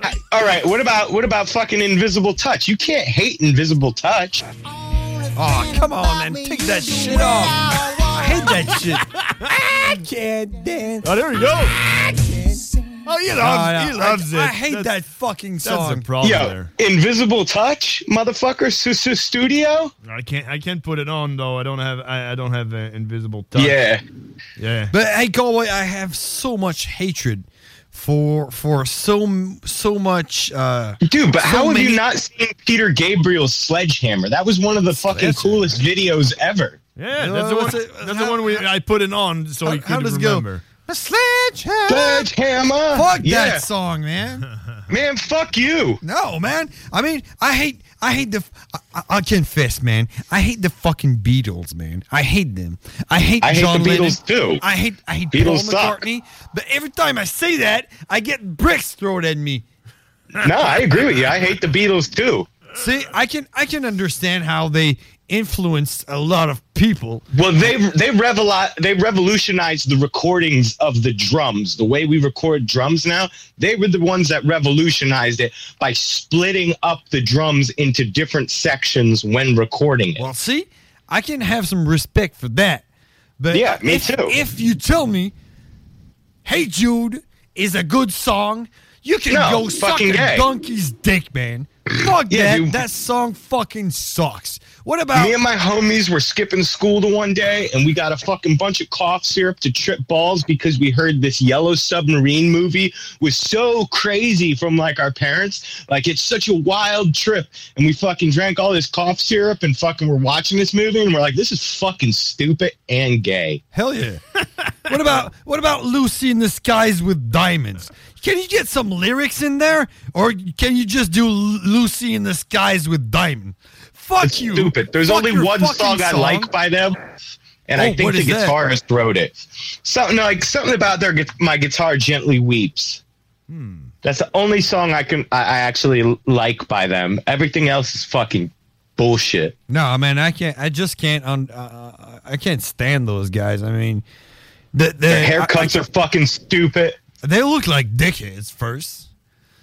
S22: I- All right, what about what about fucking Invisible Touch? You can't hate Invisible Touch.
S7: Oh, come on, man. Take that shit off. I hate that shit.
S2: I can't dance.
S5: Oh, there we go. Oh, he loves,
S7: Ah,
S5: he
S7: yeah.
S5: loves
S7: I-
S5: it.
S7: I hate that fucking
S5: that's the
S7: song.
S5: problem
S22: Yo,
S5: there.
S22: Invisible Touch, motherfucker, Susu Studio.
S1: I can't. I can't put it on though. I don't have. I, I don't have uh, invisible touch.
S22: Yeah.
S1: Yeah.
S7: But hey, Galway, I have so much hatred for for so m- so much. Uh,
S22: Dude, but
S7: so
S22: how have
S7: many-
S22: you not seen Peter Gabriel's Sledgehammer? That was one of the fucking coolest videos ever.
S1: Yeah, that's the one. that's the one we. I put it on so he could
S22: how does it go?
S1: remember.
S7: A sledgehammer.
S22: Sledgehammer.
S7: Fuck
S22: Yeah.
S7: that song, man.
S22: Man, fuck you.
S7: No, man. I mean, I hate. I hate the. I, I, I'll confess, man. I hate the fucking Beatles, man. I hate them. I hate.
S22: I hate
S7: John
S22: the
S7: Lennon.
S22: Beatles, too.
S7: I hate. I hate
S22: Beatles
S7: Paul
S22: suck.
S7: McCartney. But every time I say that, I get bricks thrown at me.
S22: No, I agree with you. I hate the Beatles too.
S7: See, I can I can understand how they influenced a lot of people.
S22: Well, they they revoli- they revolutionized the recordings of the drums. The way we record drums now, they were the ones that revolutionized it by splitting up the drums into different sections when recording it.
S7: Well, see, I can have some respect for that. But
S22: Yeah, me
S7: if,
S22: too.
S7: If you tell me, "Hey Jude" is a good song, you can
S22: No,
S7: go
S22: it's
S7: suck
S22: fucking
S7: a
S22: gay.
S7: donkey's dick, man. Fuck
S22: Yeah,
S7: that.
S22: dude.
S7: That song fucking sucks. What about
S22: Me and my homies were skipping school the one day, and we got a fucking bunch of cough syrup to trip balls because we heard this Yellow Submarine movie was so crazy from like our parents. Like it's such a wild trip, and we fucking drank all this cough syrup and fucking we're watching this movie, and we're like, this is fucking stupid and gay.
S7: Hell yeah. what about what about Lucy in the Skies with Diamonds? Can you get some lyrics in there, or can you just do Lu- Lucy in the Skies with Diamond? Fuck you.
S22: Stupid. There's
S7: Fuck
S22: only
S7: your
S22: one
S7: fucking
S22: song I like by them. And
S7: Oh,
S22: I think
S7: what
S22: the
S7: is that?
S22: guitarist wrote it. Something like something about their gu- my guitar gently weeps.
S7: Hmm.
S22: That's the only song I can I, I actually l- like by them. Everything else is fucking bullshit.
S7: No, man, I can't. I just can't. Un, uh, I can't stand those guys. I mean, the, the,
S22: Their haircuts are fucking stupid.
S7: They look like dickheads. First,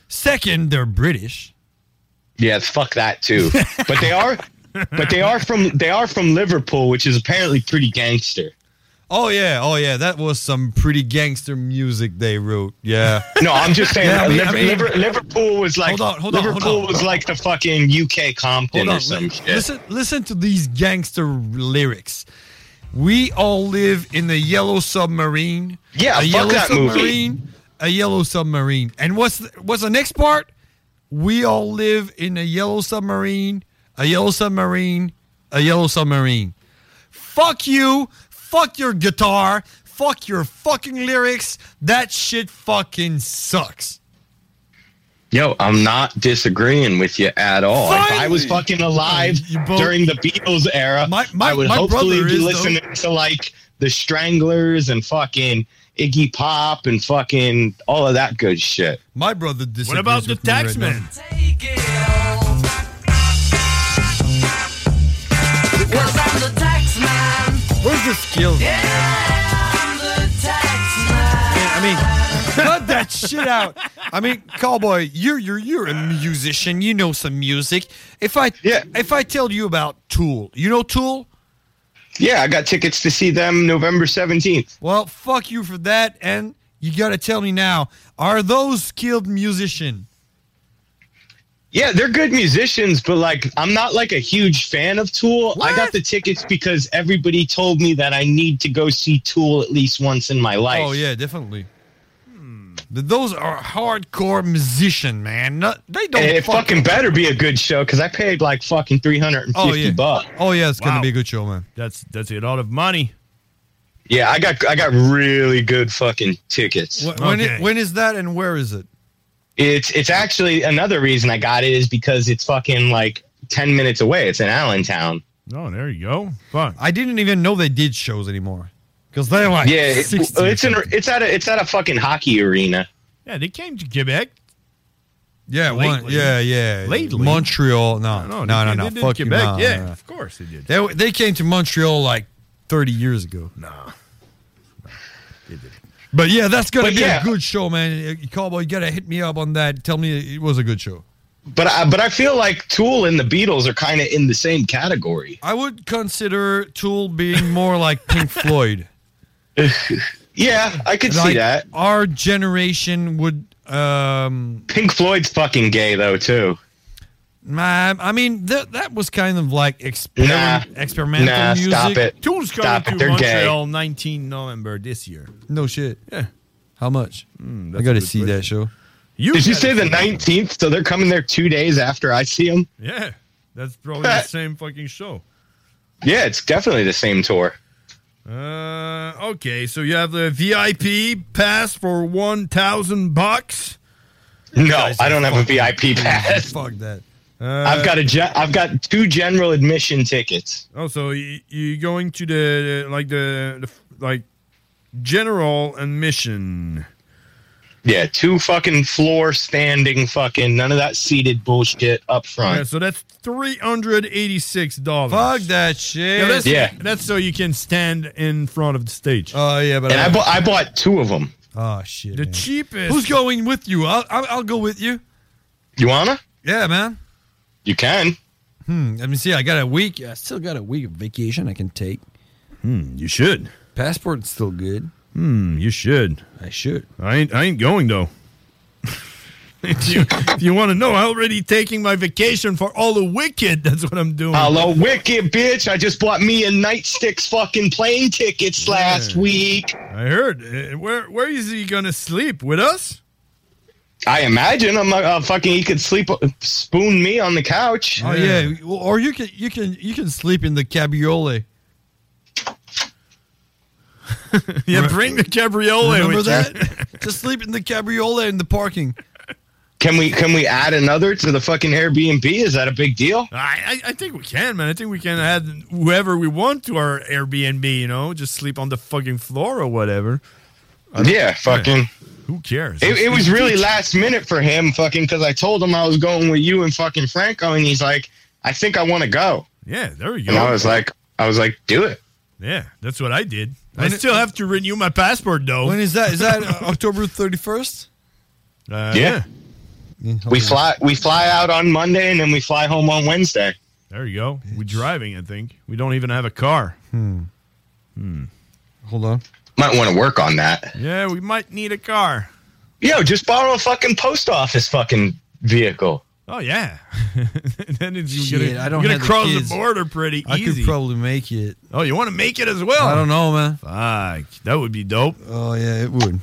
S7: second, they're British.
S22: Yeah, fuck that too. but they are but they are from they are from Liverpool, which is apparently pretty gangster.
S7: Oh yeah, oh yeah. That was some pretty gangster music they wrote. Yeah.
S22: No, I'm just saying
S7: Yeah, I mean,
S22: Liver-
S7: I mean-
S22: Liver- Liverpool was like
S7: Hold on, hold on, hold
S22: Liverpool
S7: on.
S22: was like the fucking UK Compton or
S7: li-
S22: some shit.
S7: Listen, listen to these gangster lyrics. We all live in the yellow submarine.
S22: Yeah,
S7: a
S22: fuck
S7: yellow
S22: that movie.
S7: submarine. A yellow submarine. And what's the, what's the next part? We all live in a yellow submarine. A yellow submarine. A yellow submarine. Fuck you. Fuck your guitar. Fuck your fucking lyrics. That shit fucking sucks.
S22: Yo, I'm not disagreeing with you at all. Oh, If I was
S7: Finally.
S22: fucking alive
S7: You both-
S22: during the Beatles era,
S7: my-
S22: I would
S7: my
S22: hopefully
S7: brother
S22: be
S7: is, though.
S22: listening to like the Stranglers and fucking Iggy Pop and fucking all of that good shit.
S7: My brother disagrees
S1: What about the
S7: with me right now.
S1: taxman?
S2: Cause I'm the tax man.
S7: Where's the skill?
S2: I'm the tax man.
S7: I mean, cut that shit out. I mean, cowboy, you're you're you're a musician. You know some music. If I if I tell you about Tool, you know Tool.
S22: Yeah, I got tickets to see them November 17th.
S7: Well, fuck you for that. And you gotta tell me now, are those skilled musician?
S22: Yeah, they're good musicians, but like I'm not like a huge fan of Tool. I got the tickets because everybody told me that I need to go see Tool at least once in my life.
S7: Oh yeah, definitely. But Those are hardcore musician, man. Not, they don't.
S22: And it Eh, fucking better be a good show because I paid like fucking 350
S7: Oh yeah.
S22: bucks.
S7: Oh yeah, it's
S1: Wow.
S7: gonna be a good show, man.
S1: That's that's a lot of money.
S22: Yeah, I got I got really good fucking tickets.
S7: Wh- When,
S1: Okay.
S7: it, when is that and where is it?
S22: It's it's actually another reason I got it is because it's fucking like ten minutes away. It's in Allentown.
S1: Oh, there you go. Fun.
S7: I didn't even know they did shows anymore. Because they're like,
S22: yeah, it-
S7: 60
S22: well, it's in it's at a it's at a fucking hockey arena.
S1: Yeah, they came to Quebec.
S7: Yeah, one,
S1: Lately.
S7: yeah, yeah.
S1: Lately.
S7: Montreal. No, no,
S1: No, they
S7: no, no.
S1: came-
S7: no,
S1: they did
S7: Fuck you,
S1: Quebec.
S7: no,
S1: yeah,
S7: no, no.
S1: of course they did.
S7: They, they came to Montreal like 30 years ago. No. But yeah, that's going to
S22: But
S7: be
S22: yeah.
S7: a good show, man. Uh, Cowboy, you got to hit me up on that. Tell me it was a good show.
S22: But I, but I feel like Tool and the Beatles are kind of in the same category.
S7: I would consider Tool being more like Pink Floyd.
S22: yeah, I could see that.
S7: Our generation would. Um,
S22: Pink Floyd's fucking gay though too.
S7: nah, I mean, th- that was kind of like exper- experimental
S22: Nah,
S7: music.
S22: stop it.
S1: Tool's coming
S22: Stop
S1: to
S22: it, they're gay.
S1: Montreal 19 November this year.
S7: No shit.
S1: Yeah. Hmm,
S7: How much?
S1: that's
S7: I got
S1: a
S7: to
S1: good
S7: see that show.
S22: Did you say the nineteenth? So they're coming there two days after I see them.
S1: Yeah, that's probably the same fucking show.
S22: Yeah, it's definitely the same tour.
S1: Uh, okay, so you have the VIP pass for one thousand bucks.
S22: No, I don't have a VIP pass.
S7: Fuck Oh, that. Uh,
S22: I've got a gen- I've got two general admission tickets.
S1: Oh, so you you going to the like the, the f- like general admission?
S22: Yeah, two fucking floor standing fucking none of that seated bullshit up
S1: Yeah,
S22: front.
S1: so that's three hundred eighty-six dollars.
S7: Fuck that shit.
S1: Yeah that's,
S22: Yeah.
S1: that's so you can stand in front of the stage.
S7: Oh yeah, but
S22: And I bought I bought two of them.
S7: Oh shit.
S1: the cheapest.
S7: Who's going with you? I'll, I'll, I'll go with you.
S22: You wanna?
S7: Yeah, man.
S22: You can.
S7: Hmm. Let me see. I got a week. I still got a week of vacation I can take.
S1: Hmm, you should.
S7: Passport's still good.
S1: Hmm, you should.
S7: I should.
S1: I ain't. I ain't going though. if you, if you want to know, I'm already taking my vacation for all the wicked. That's what I'm doing.
S22: Hello, wicked bitch! I just bought me a nightsticks fucking plane tickets last week.
S1: I heard. Uh, Where Where is he gonna sleep with us?
S22: I imagine I'm uh, fucking. He could sleep spoon me on the couch.
S7: Oh yeah. Well, Or you can you can you can sleep in the cabriolet.
S1: Yeah, bring the cabriolet.
S7: Remember
S1: with
S7: that?
S1: You.
S7: Just sleep in the cabriolet in the parking.
S22: Can we can we add another to the fucking Airbnb? Is that a big deal?
S1: I, I I think we can, man. I think we can add whoever we want to our Airbnb. You know, just sleep on the fucking floor or whatever. I don't-
S22: Yeah, fucking.
S1: Who cares?
S22: It, it was really last minute for him, fucking, because I told him I was going with you and fucking Franco, and he's like, "I think I want to go,"
S1: Yeah, there you go.
S22: and I was like, "I was like, do it."
S1: yeah, that's what I did. I
S7: When it-
S1: still have to renew my passport though.
S7: When is that? Is that uh, October thirty first?
S1: Uh,
S22: Yeah.
S7: Mm,
S22: We fly we fly out on Monday, and then we fly home on Wednesday.
S1: There you go. We're driving, I think. We don't even have a car. Hmm.
S7: Hold on.
S22: Might want to work on that.
S1: Yeah, we might need a car.
S22: Yo, just borrow a fucking post office fucking vehicle.
S1: Oh yeah. then it's you're
S7: Shit,
S1: gonna,
S7: I don't
S1: you're gonna
S7: have the
S1: cross the,
S7: kids.
S1: border pretty
S7: I
S1: easy.
S7: could probably make it.
S1: oh, you want to make it as well?
S7: I don't know, man.
S1: Fuck, that would be dope.
S7: Oh yeah, it would.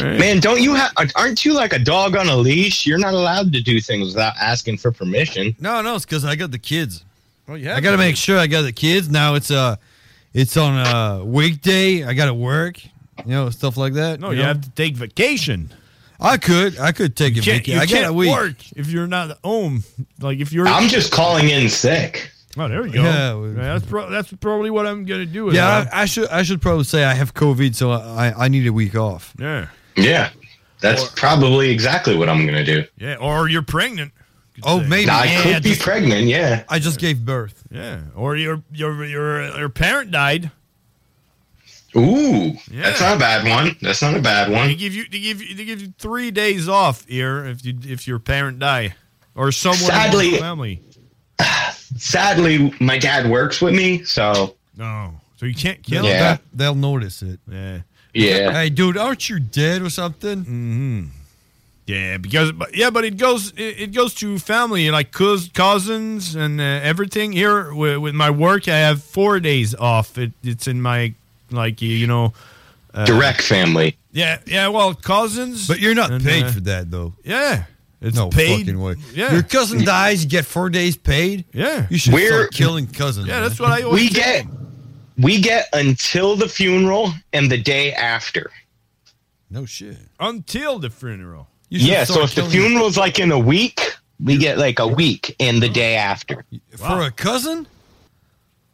S22: Man, don't you have? Aren't you like a dog on a leash? You're not allowed to do things without asking for permission.
S7: No, no, it's because I got the kids.
S1: Oh yeah.
S7: I gotta make sure I got the kids. Now it's uh it's on a weekday. I gotta work. You know, stuff like that.
S1: No,
S7: you
S1: you
S7: know?
S1: have to take vacation.
S7: I could I could take a
S1: You can't,
S7: vacation.
S1: you
S7: I got a
S1: can't
S7: week.
S1: work if you're not home. Like if you're.
S22: I'm just calling in sick.
S1: Oh, there you go.
S7: Yeah, we-
S1: Yeah, that's pro- that's probably what I'm gonna do. is
S7: Yeah,
S1: I'll-
S7: I, I should I should probably say I have COVID, so I, I need a week off.
S1: yeah.
S22: Yeah, that's probably exactly what I'm gonna do.
S1: Yeah. Or you're pregnant. Could
S7: Oh,
S1: say.
S7: maybe
S22: I
S7: Yeah,
S22: could be
S7: just-
S22: pregnant. Yeah.
S7: I just gave birth.
S1: Yeah. Or your your your your parent died.
S22: Ooh,
S1: Yeah.
S22: that's not a bad one. That's not a bad
S1: They
S22: one.
S1: give you they give you they give you three days off here if you if your parent die or someone in
S22: Sadly-
S1: your family.
S22: Sadly, my dad works with me, so
S1: No, so you can't
S7: They'll,
S1: kill
S22: Yeah.
S1: yeah.
S7: that- they'll notice it.
S1: Yeah,
S22: yeah.
S7: Hey, dude, aren't you dead or something?
S1: yeah, because Mm-hmm. but, yeah, but it goes it, it goes to family like cous cousins and uh, everything. Here with, with my work, I have four days off. It, it's in my like you know. Uh,
S22: Direct family.
S1: Yeah, yeah. Well, cousins,
S7: But you're not
S1: And,
S7: paid
S1: uh,
S7: for that though.
S1: yeah, it's
S7: no
S1: paid.
S7: fucking way.
S1: Yeah,
S7: Your cousin dies, you get four days paid.
S1: yeah,
S7: You should
S22: We're-
S7: start killing cousins.
S1: yeah.
S7: man.
S1: That's what I always
S22: We
S1: tell
S22: get we get until the funeral and the day after.
S7: no shit.
S1: until the funeral.
S7: You should
S22: yeah, so
S7: start
S22: if the
S7: killing-
S22: funeral's like in a week, we get like a week and the
S1: Oh.
S22: day after.
S7: For a cousin?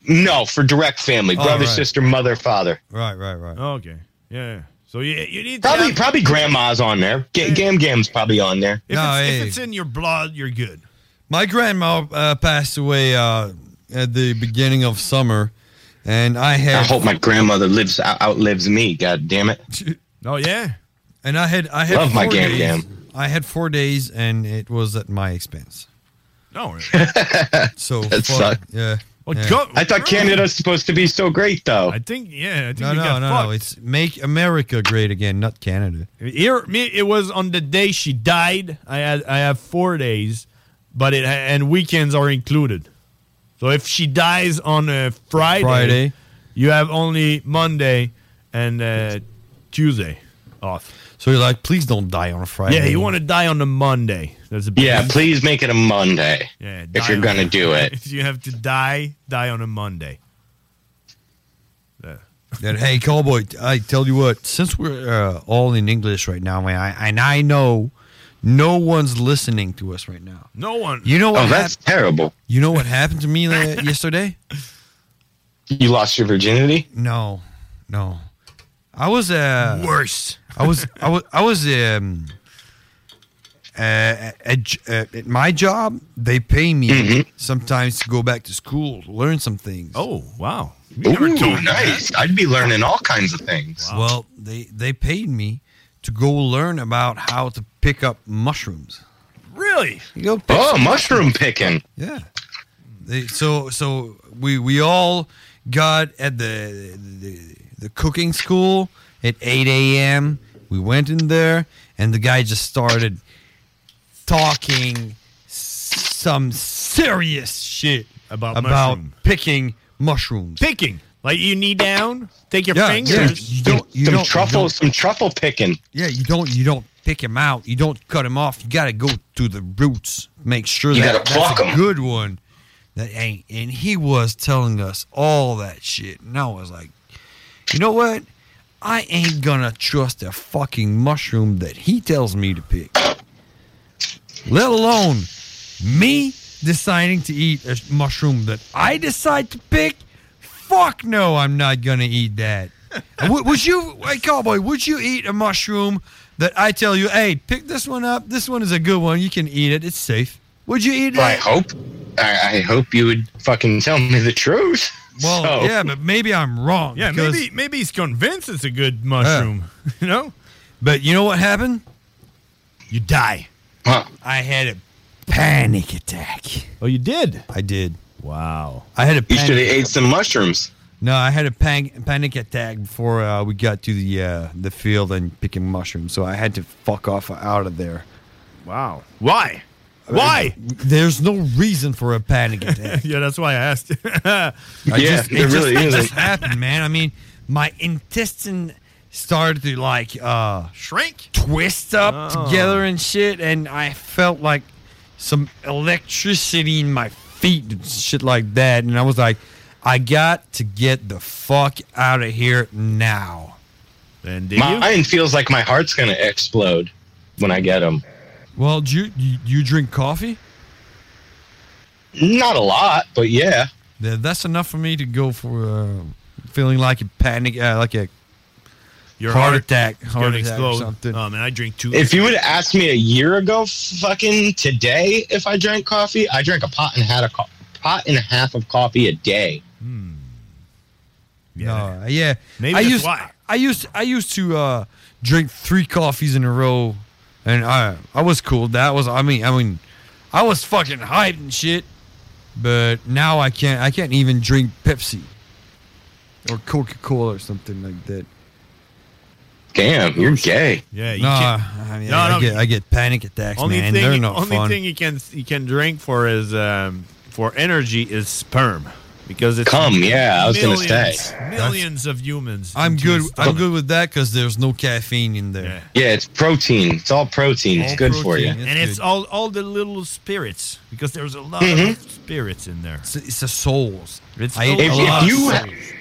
S22: No, for direct family,
S7: Oh,
S22: brother,
S7: right.
S22: sister, mother, father.
S7: Right, right, right.
S1: Okay. Yeah. So you, you need to
S22: Probably,
S1: have-
S22: probably grandma's on there. Ga- Gam Gam's probably on there.
S1: If, it's, if it's in your blood, you're good.
S7: My grandma uh, passed away uh, at the beginning of summer, and I had.
S22: I hope my grandmother lives out- outlives me. God damn it!
S1: Oh yeah.
S7: And I had I had
S22: Love my
S7: four
S22: gam
S7: days.
S22: gam.
S7: I had four days, and it was at my expense.
S1: No.
S7: so
S22: That
S7: fuck-
S22: sucked.
S7: Yeah.
S1: Well,
S7: yeah.
S1: go-
S22: I thought Canada's supposed to be so great, though.
S1: I think yeah. I think
S7: No,
S1: we
S7: no,
S1: got
S7: no,
S1: fucked.
S7: no. It's make America great again, not Canada.
S1: Here, me, it was on the day she died. I had I have four days, but it and weekends are included. So if she dies on a Friday,
S7: Friday.
S1: you have only Monday and uh, Tuesday off.
S7: So you're like, please don't die on Friday.
S1: Yeah, you want to die on a Monday. That's a
S22: Yeah, please make it a Monday
S1: Yeah,
S22: if
S1: die
S22: you're
S1: on-
S22: gonna do it.
S1: If you have to die, die on a Monday.
S7: That, hey, cowboy, I tell you what, since we're uh, all in English right now, man, I, and I know no one's listening to us right now.
S1: No one.
S7: You know what?
S22: Oh, that's
S7: hap-
S22: terrible.
S7: You know what happened to me la- yesterday?
S22: You lost your virginity.
S7: No, no. I was uh,
S1: worse.
S7: I was I was I was um, uh, at, j- uh, at my job. They pay me
S22: Mm-hmm.
S7: sometimes to go back to school, learn some things.
S1: Oh wow!
S22: Ooh, nice. I'd be learning all kinds of things.
S7: Well, they they paid me to go learn about how to pick up mushrooms.
S1: Really?
S7: You go pick
S22: Oh,
S7: some-
S22: mushroom picking.
S7: Yeah. They, so so we we all got at the the, the cooking school at eight a.m. We went in there and the guy just started talking some serious shit
S1: about
S7: about
S1: mushroom.
S7: picking mushrooms.
S1: Picking like you knee down, take your
S7: Yeah,
S1: fingers.
S7: yeah. You don't- you
S22: some
S7: don't- you
S22: truffle,
S7: don't-
S22: some truffle picking.
S7: Yeah, you don't you don't pick them out. You don't cut them off. You gotta go to the roots. Make sure
S22: You
S7: that
S22: gotta pluck
S7: that's
S22: 'em.
S7: a good one. That ain't. And he was telling us all that shit, and I was like, you know what? I ain't gonna trust a fucking mushroom that he tells me to pick. Let alone me deciding to eat a mushroom that I decide to pick. Fuck no, I'm not gonna eat that. would, would you, hey cowboy? Would you eat a mushroom that I tell you, hey, pick this one up. This one is a good one. You can eat it. It's safe. Would you eat
S22: I
S7: it?
S22: hope. I, I hope you would fucking tell me the truth.
S7: Well,
S22: So-
S7: yeah, but maybe I'm wrong.
S1: Yeah,
S7: because-
S1: maybe maybe he's convinced it's a good mushroom. you know.
S7: But you know what happened?
S1: You die.
S7: I had a panic attack.
S1: Oh, you did?
S7: I did.
S1: Wow.
S7: I had a
S22: You
S7: panic.
S22: should have ate some mushrooms.
S7: No, I had a pan- panic attack before uh, we got to the uh, the field and picking mushrooms, so I had to fuck off out of there.
S1: Wow. Why? Why?
S7: There's no reason for a panic attack.
S1: yeah, that's why I asked. yeah,
S7: I just, it, just, it just happened, man. I mean, my intestine started to like uh,
S1: shrink,
S7: twist up
S1: Oh.
S7: together and shit, and I felt like some electricity in my feet and shit like that. And I was like, I got to get the fuck out of here now.
S1: And
S22: Mine feels like my heart's gonna explode when I get them.
S7: Well, do you, you, you drink coffee?
S22: Not a lot, but yeah.
S7: Th- That's enough for me to go for uh, feeling like a panic, uh, like a
S1: Your
S7: heart,
S1: heart
S7: attack,
S1: is
S7: heart
S1: gonna
S7: attack, or
S1: explode.
S7: something.
S1: Oh man, I drink two.
S22: If you would have asked me a year ago, fucking today, if I drank coffee, I drank a pot and had a co- pot and a half of coffee a day.
S7: Yeah. No, yeah.
S22: Maybe
S7: I
S22: that's
S7: used,
S22: why.
S7: I used I used to uh, drink three coffees in a row, and I I was cool. That was I mean I mean I was fucking hyped and shit. But now I can't I can't even drink Pepsi or Coca Cola or something like that.
S22: Damn, you're gay.
S1: Yeah, you
S7: no,
S1: can't-
S7: I mean
S1: No,
S7: I,
S1: no,
S7: get,
S1: you-
S7: I get panic attacks,
S1: only
S7: man. They're
S1: thing,
S7: not
S1: only
S7: fun.
S1: thing you can you can drink for is um, for energy is sperm because it's
S22: Cum, yeah, I was gonna
S1: millions-
S22: say.
S1: millions of humans.
S7: I'm
S1: into
S7: good.
S1: his
S7: I'm
S1: stomach.
S7: good with that because there's no caffeine in there.
S22: Yeah, it's protein. It's all protein. It's
S1: All
S22: good for you.
S1: protein, and it's all all the little spirits because there's a lot
S22: Mhm.
S1: of spirits in there.
S7: It's, it's the souls.
S1: It's
S7: I ate
S1: a
S7: a
S1: lot
S22: If
S1: of
S22: you
S1: souls.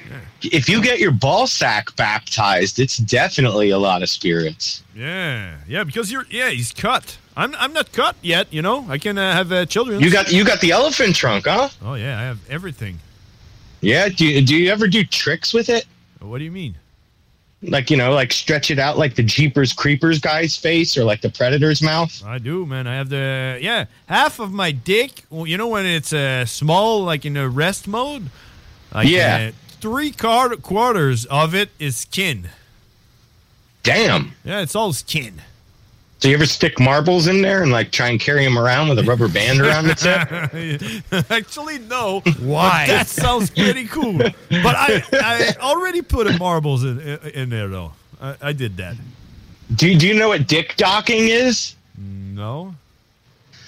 S22: If you get your ball sack baptized, it's definitely a lot of spirits.
S1: Yeah, yeah, because you're yeah, he's cut. I'm I'm not cut yet, you know. I can uh, have uh, children.
S22: You got you got the elephant trunk, huh?
S1: Oh yeah, I have everything.
S22: Yeah. Do you, do you ever do tricks with it?
S1: What do you mean?
S22: Like you know, like stretch it out like the Jeepers Creepers guy's face or like the Predator's mouth.
S1: I do, man. I have the yeah half of my dick. well, You know when it's uh, small, like in a rest mode. Like,
S22: Yeah.
S1: uh, three quar- quarters of it is skin.
S22: Damn.
S1: Yeah, it's all skin.
S22: Do you ever stick marbles in there and like try and carry them around with a rubber band around its head?
S1: Actually, no.
S22: Why?
S1: But That sounds pretty cool. But I, I already put a marbles in, in there though. I, I did that.
S22: Do, do you know what dick docking is?
S1: No.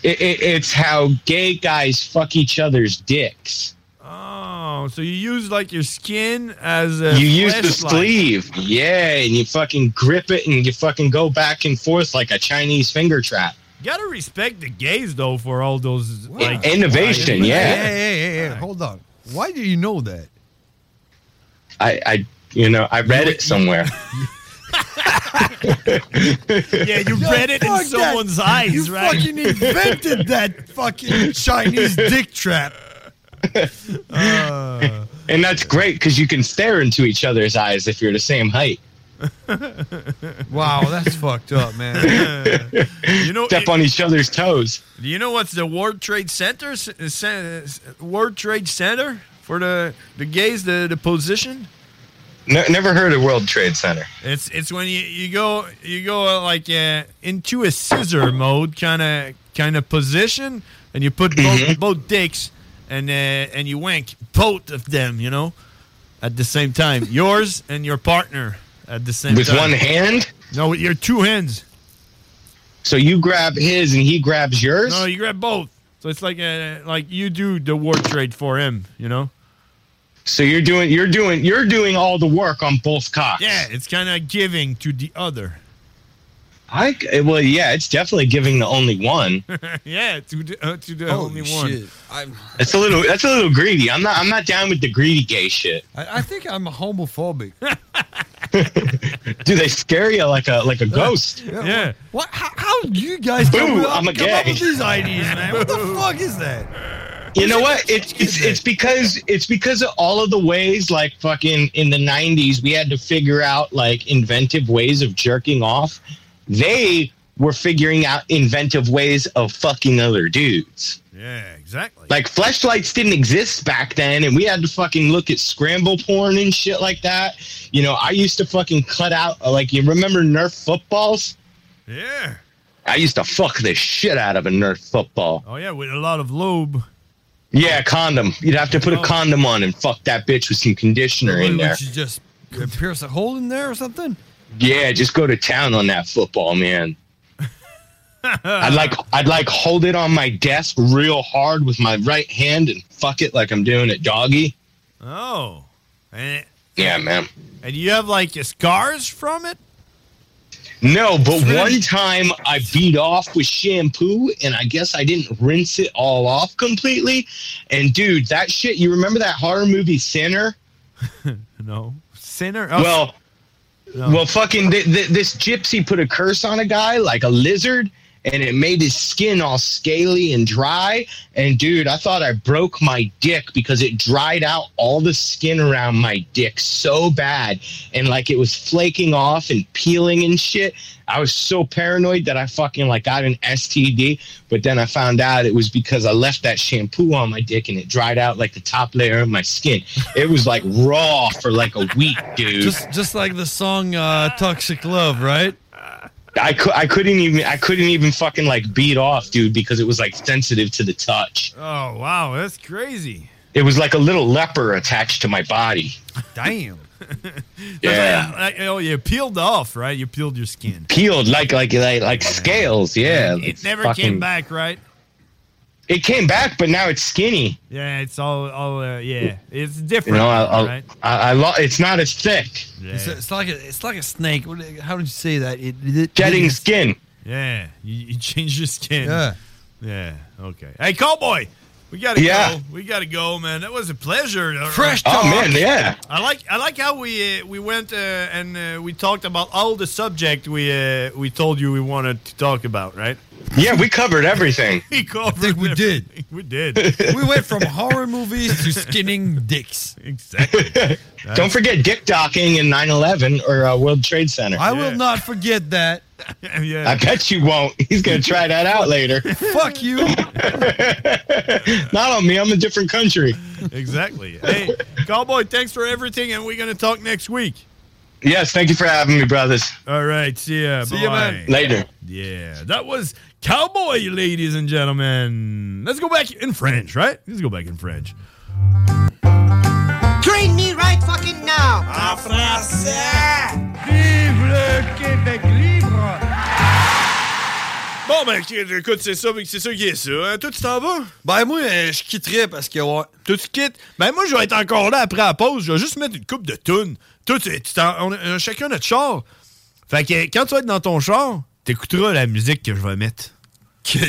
S22: It, it, it's how gay guys fuck each other's dicks.
S1: Oh, so you use like your skin as a
S22: you use the
S1: flashlight.
S22: sleeve, yeah, and you fucking grip it and you fucking go back and forth like a Chinese finger trap.
S1: Gotta respect the gays though for all those like,
S22: Innovation, yeah.
S6: Hey, hey, hey, hey, hold on. Why do you know that?
S22: I, I you know, I read it somewhere.
S1: yeah, you read it in
S6: fuck that.
S1: someone's eyes,
S6: You
S1: right?
S6: fucking invented that fucking Chinese dick trap.
S1: Uh.
S22: and that's great because you can stare into each other's eyes if you're the same height.
S6: Wow, that's fucked up, man.
S1: you know,
S22: Step on each other's toes.
S1: Do you know what's the World Trade Center? s- uh, cen- uh, World Trade Center for the the gays, the the position.
S22: Ne- never heard of World Trade Center.
S1: It's it's when you, you go you go uh, like uh, into a scissor mode kind of kind of position, and you put both,
S22: Mm-hmm.
S1: both dicks and uh, and you wank both of them, you know, at the same time, yours and your partner at the same
S22: With
S1: time.
S22: one hand?
S1: No, with your two hands.
S22: So you grab his and he grabs yours.
S1: No, you grab both. So it's like uh, like you do the war trade for him, you know.
S22: so you're doing you're doing you're doing all the work on both cocks.
S1: Yeah, it's kind of giving to the other.
S22: I c- well yeah, it's definitely giving the only one.
S1: yeah, to the, uh, to the only one.
S6: I'm,
S22: That's a little that's a little greedy. I'm not I'm not down with the greedy gay shit.
S6: I, I think I'm homophobic.
S22: Do they scare you like a like a ghost?
S1: Yeah.
S6: What? How, how do you guys
S22: Boo,
S6: come, up-
S22: I'm a
S6: come up
S22: gay.
S6: with these ideas, man? What the fuck is that?
S22: You know what? It's it's it's because it's because of all of the ways like fucking in the '90s we had to figure out like inventive ways of jerking off. They were figuring out inventive ways of fucking other dudes.
S1: Yeah, exactly.
S22: Like fleshlights didn't exist back then, and we had to fucking look at scramble porn and shit like that. You know, I used to fucking cut out like you remember Nerf footballs.
S1: Yeah.
S22: I used to fuck the shit out of a Nerf football.
S1: Oh yeah, with a lot of lube.
S22: Yeah, condom. You'd have to put a condom on and fuck that bitch with some conditioner in
S6: Oh. Would
S22: there.
S6: you just pierce a hole in there or something?
S22: Yeah, just go to town on that football, man. I'd like I'd like hold it on my desk real hard with my right hand and fuck it like I'm doing at doggy.
S1: Oh. And
S22: Yeah, man.
S1: and you have like scars from it?
S22: No, but one time I beat off with shampoo and I guess I didn't rinse it all off completely. And dude, that shit, you remember that horror movie Sinner?
S1: No. Sinner. Oh,
S22: Well, well, fucking th- th- this gypsy put a curse on a guy like a lizard, and it made his skin all scaly and dry. And dude, I thought I broke my dick because it dried out all the skin around my dick so bad, and like it was flaking off and peeling and shit. I was so paranoid that I fucking like got an STD, but then I found out it was because I left that shampoo on my dick and it dried out like the top layer of my skin. It was like raw for like a week, dude.
S6: Just just like the song uh, "Toxic Love," right?
S22: I, cou- I couldn't even I couldn't even fucking like beat off, dude, because it was like sensitive to the touch.
S1: oh wow, that's crazy.
S22: It was like a little leper attached to my body.
S1: Damn.
S22: Yeah,
S1: Like, oh, you peeled off, right? You peeled your skin.
S22: uh, peeled like like like, like scales. Yeah,
S1: It never
S22: Fucking-
S1: came back, right?
S22: It came back, but now it's skinny.
S1: Yeah, it's all all uh, yeah. It's different,
S22: You know, I, I,
S1: right?
S22: I, I lo- it's not as thick.
S6: It's, it's like a, it's like a snake. What- How did you say that? It, it, it-
S22: Shedding skin.
S1: Yeah, you, you change your skin.
S6: Yeah.
S1: Yeah. Okay. Hey, cowboy, We gotta
S22: Yeah.
S1: go. We gotta go, man. That was a pleasure. Uh,
S22: Fresh Oh, talk. man, yeah.
S1: I like I like how we uh, we went uh, and uh, we talked about all the subject we uh, we told you we wanted to talk about, right?
S22: Yeah, we covered everything.
S1: we covered. we did. We did.
S6: we went from horror movies to skinning dicks.
S1: Exactly.
S22: Don't forget dick docking in 9-11 or uh, World Trade Center.
S6: I will not forget that.
S22: I bet you won't. He's going to try that out later.
S6: Fuck you.
S22: not on me. I'm a different country.
S1: Exactly. Hey, Cowboy, thanks for everything, and we're gonna talk next week.
S22: Yes, thank you for having me, brothers.
S1: All right. See ya.
S22: See
S1: bye.
S22: ya, man. Later.
S1: Yeah, that was Cowboy, ladies and gentlemen. Let's go back in French, right? Let's go back in French.
S21: Train me right fucking now. En français. Vive le Québec libre.
S1: Bon, ben, écoute, c'est ça, c'est ça qui est ça. hein. Toi, tu t'en vas?
S6: Ben, moi, euh, je quitterais parce que, ouais.
S1: Toi, tu quittes? Ben, moi, je vais être encore là après la pause. Je vais juste mettre une coupe de tunes. Toi, tu, tu t'en- on, a- on a chacun notre char. Fait que quand tu vas être dans ton char, t'écouteras la musique que je vais mettre. OK.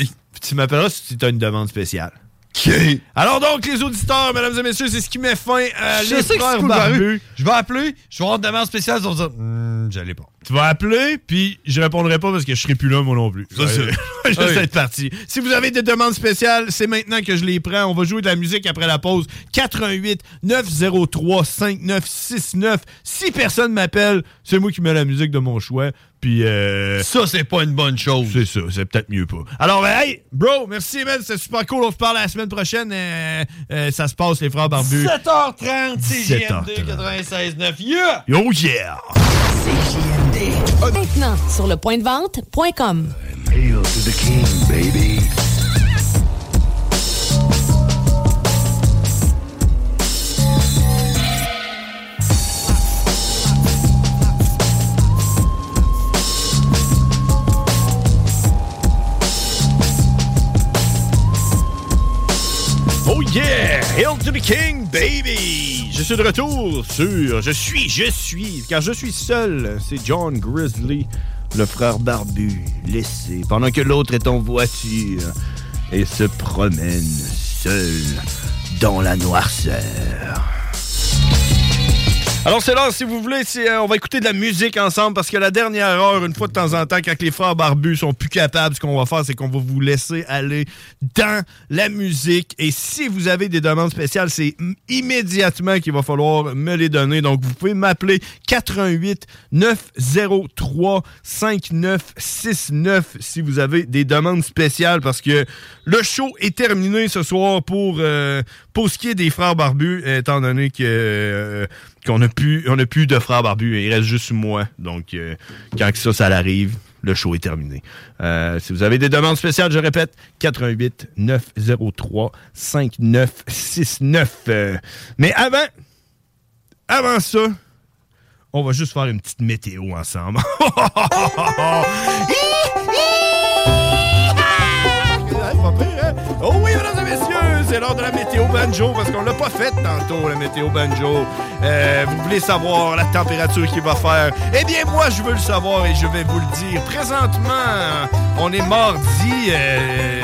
S1: tu m'appelleras si tu as une demande spéciale. OK. Alors donc, les auditeurs, mesdames et messieurs, c'est ce qui met fin à
S6: Je
S1: Les
S6: sais que c'est
S1: Frères
S6: cool,
S1: Barbus.
S6: Baru. Je vais appeler, je vais avoir une demande spéciale, ils vont dire, Hmm, j'allais pas.
S1: Tu vas appeler, puis je répondrai pas parce que je serai plus là, moi non plus.
S6: Ça, c'est-
S1: Je vais juste
S6: Oui.
S1: être parti. Si vous avez des demandes spéciales, c'est maintenant que je les prends. On va jouer de la musique après la pause. 88 903 5969. Si personne m'appelle, c'est moi qui mets la musique de mon choix. Puis euh, ça, c'est pas une bonne chose. C'est ça, c'est peut-être mieux pas. Alors, ben, hey, bro, merci, man. C'est super cool. On se parle la semaine prochaine. Euh, euh, ça se passe, les frères barbus.
S6: 7h30, CGMD
S1: 7h30.
S6: 96.9. Yeah!
S1: Yo, Oh, yeah!
S3: Maintenant sur le point de vente.com.
S21: Hail to the king, baby.
S1: Oh yeah! Hail to the King, baby! Je suis de retour sur Je suis, je suis, car je suis seul. C'est John Grizzly, le frère barbu, laissé pendant que l'autre est en voiture et se promène seul dans la noirceur. Alors c'est l'heure, si vous voulez, c'est, euh, on va écouter de la musique ensemble parce que la dernière heure, une fois de temps en temps, quand les frères barbus sont plus capables, ce qu'on va faire, c'est qu'on va vous laisser aller dans la musique. Et si vous avez des demandes spéciales, c'est mm, immédiatement qu'il va falloir me les donner. Donc vous pouvez m'appeler 88 903 5969 si vous avez des demandes spéciales parce que le show est terminé ce soir pour, euh, pour ce qui est des frères barbus, étant donné que euh, qu'on a plus on a plus de frères barbus, il reste juste moi. Donc euh, quand que ça ça arrive, le show est terminé. Euh, si vous avez des demandes spéciales, je répète 88 903 5969. Euh, mais avant avant ça, on va juste faire une petite météo ensemble. Oh oui, mesdames et messieurs, c'est l'heure de la météo banjo parce qu'on l'a pas faite tantôt, la météo banjo. Euh, vous voulez savoir la température qu'il va faire? Eh bien, moi, je veux le savoir et je vais vous le dire. Présentement, on est mardi. euh,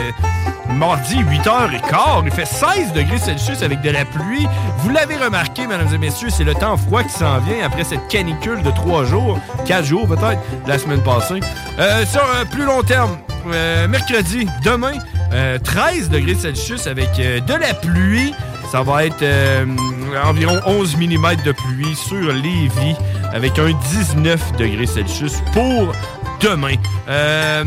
S1: Mardi, 8h15, il fait 16 degrés Celsius avec de la pluie. Vous l'avez remarqué, mesdames et messieurs, c'est le temps froid qui s'en vient après cette canicule de 3 jours, 4 jours peut-être, la semaine passée. Euh, sur un plus long terme, euh, mercredi, demain, euh, 13 degrés Celsius avec euh, de la pluie. Ça va être euh, environ 11 mm de pluie sur Lévis avec un 19 degrés Celsius pour demain. Euh,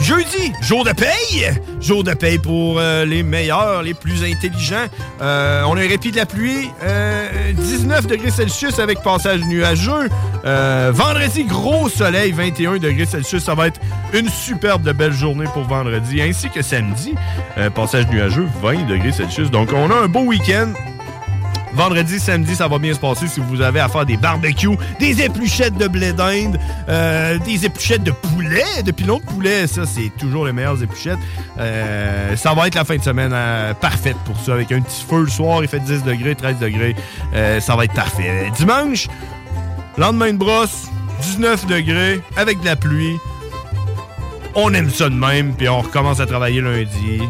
S1: Jeudi, jour de paye! Jour de paye pour euh, les meilleurs, les plus intelligents. Euh, on a un répit de la pluie, euh, 19 degrés Celsius avec passage nuageux. Euh, vendredi, gros soleil, 21 degrés Celsius. Ça va être une superbe de belle journée pour vendredi, ainsi que samedi. Euh, passage nuageux, 20 degrés Celsius. Donc, on a un beau week-end. Vendredi, samedi, ça va bien se passer si vous avez à faire des barbecues, des épluchettes de blé d'Inde, euh, des épluchettes de poulet, de pilon de poulet. Ça, c'est toujours les meilleures épluchettes. Euh, ça va être la fin de semaine euh, parfaite pour ça. Avec un petit feu le soir, il fait 10 degrés, 13 degrés. Euh, ça va être parfait. Dimanche, lendemain de brosse, 19 degrés, avec de la pluie. On aime ça de même, puis on recommence à travailler lundi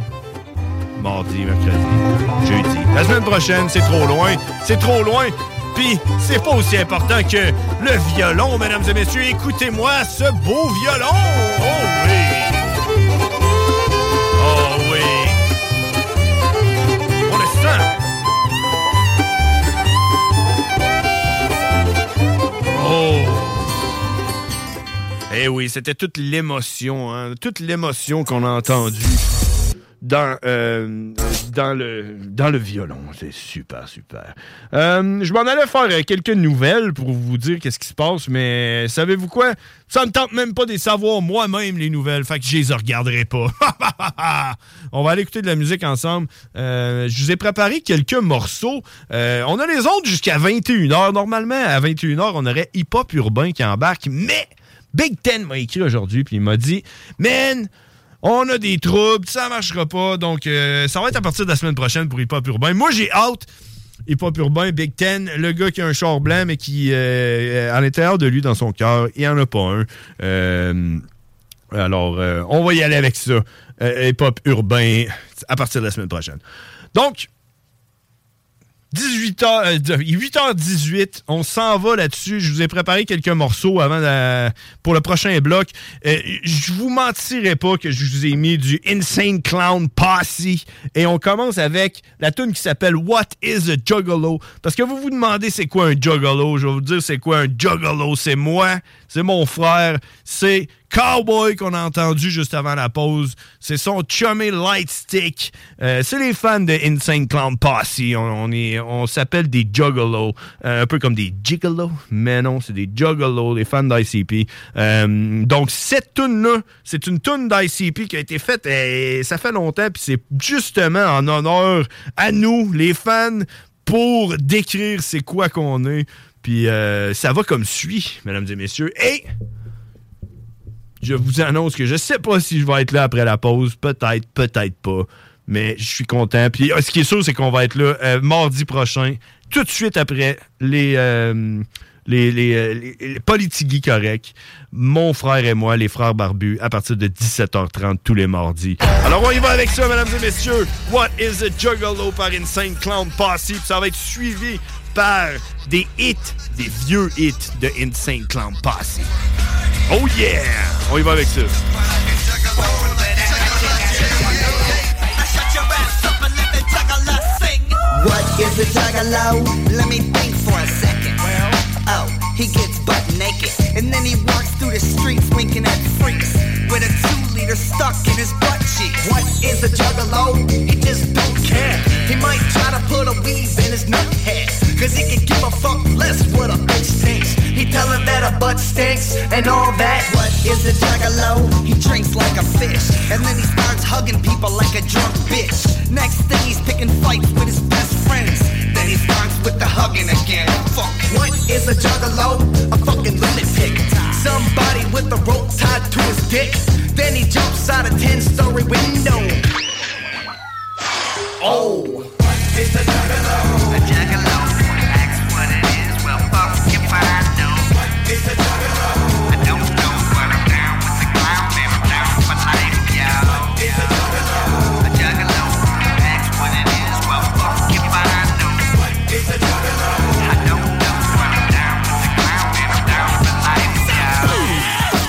S1: mardi, mercredi, jeudi. La semaine prochaine, c'est trop loin. C'est trop loin. Puis, c'est pas aussi important que le violon, mesdames et messieurs. Écoutez-moi ce beau violon. Oh oui. Oh oui. On le sent. Oh. Eh oui, c'était toute l'émotion, hein, toute l'émotion qu'on a entendue dans, euh, dans, le, dans le violon. C'est super, super. Euh, je m'en allais faire euh, quelques nouvelles pour vous dire qu'est-ce qui se passe, mais savez-vous quoi? Ça me tente même pas de les savoir moi-même, les nouvelles, fait que je les regarderai pas. on va aller écouter de la musique ensemble. Euh, je vous ai préparé quelques morceaux. Euh, on a les autres jusqu'à 21h. Normalement, à 21h, on aurait Hip Hop Urbain qui embarque, mais Big Ten m'a écrit aujourd'hui, puis il m'a dit, man... On a des troubles, ça marchera pas. Donc, euh, ça va être à partir de la semaine prochaine pour Hip Hop Urbain. Moi, j'ai hâte. Hip Hop Urbain, Big Ten, le gars qui a un char blanc, mais qui, euh, à l'intérieur de lui, dans son cœur, il n'y en a pas un. Euh, alors, euh, on va y aller avec ça. Euh, Hip Hop Urbain, à partir de la semaine prochaine. Donc, 18h, euh, 8h18, on s'en va là-dessus. Je vous ai préparé quelques morceaux avant la- pour le prochain bloc. Euh, je vous mentirai pas que je vous ai mis du Insane Clown Posse. Et on commence avec la tune qui s'appelle What is a Juggalo? Parce que vous vous demandez c'est quoi un Juggalo. Je vais vous dire c'est quoi un Juggalo. C'est moi, c'est mon frère, c'est Cowboy qu'on a entendu juste avant la pause. C'est son chummy light stick. Euh, c'est les fans de Insane Clown Posse. On, on est- on s'appelle des juggalos. Euh, un peu comme des jiggalos. Mais non, c'est des juggalos, les fans d'ICP. Euh, donc, cette tune-là, c'est une tune d'ICP qui a été faite, euh, ça fait longtemps, puis c'est justement en honneur à nous, les fans, pour décrire c'est quoi qu'on est. Puis euh, ça va comme suit, mesdames et messieurs. Et... Je vous annonce que je sais pas si je vais être là après la pause. Peut-être, peut-être pas. Mais je suis content. Puis euh, ce qui est sûr, c'est qu'on va être là euh, mardi prochain, tout de suite après les, euh, les, les, euh, les- les Politigui corrects. Mon frère et moi, les frères barbus, à partir de 17h30 tous les mardis. Alors on y va avec ça, mesdames et messieurs. What is a Juggalo par Insane Clown Posse. Puis ça va être suivi par des hits, des vieux hits de Insane Clown Posse. Oh yeah! On y va avec ça.
S23: What is a juggalo? Let me think for a second. Oh, he gets butt naked. And then he walks through the streets winking at freaks. With a two liter stuck in his butt cheek. What is a juggalo? He just don't care. He might try to put a weave in his nut hair. Cause he can give a fuck less what a bitch thinks. He tell her that a butt stinks and all that. What is a juggalo? He drinks like a fish. And then he starts hugging people like a drunk bitch. Next thing he's picking fights with his best friends. Then he starts with the hugging again. Fuck, what is a juggalo? A fucking lunatic. Somebody with a rope tied to his dick. Then he jumps out a 10 story window. Oh, it's a juggalo. A juggalo. Ask what it is, well, fuck if I know. It's a juggalo. I don't know, but I'm down with the clown and I'm down for life, yo. It's a juggalo. A juggalo. Ask what it is, well, fuck if I know. It's a juggalo. I don't know, but I'm down with the clown and I'm down for life, yo.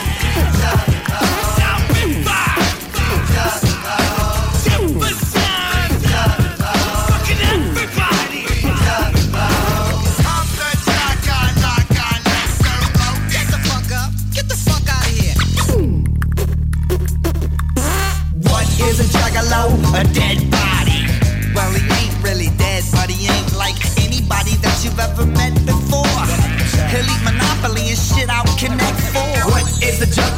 S23: Get the fuck out of here. What is a juggalo? A dead body. Well, he ain't really dead, but he ain't like anybody that you've ever met before. He'll eat Monopoly and shit out Connect Four. What is a jug?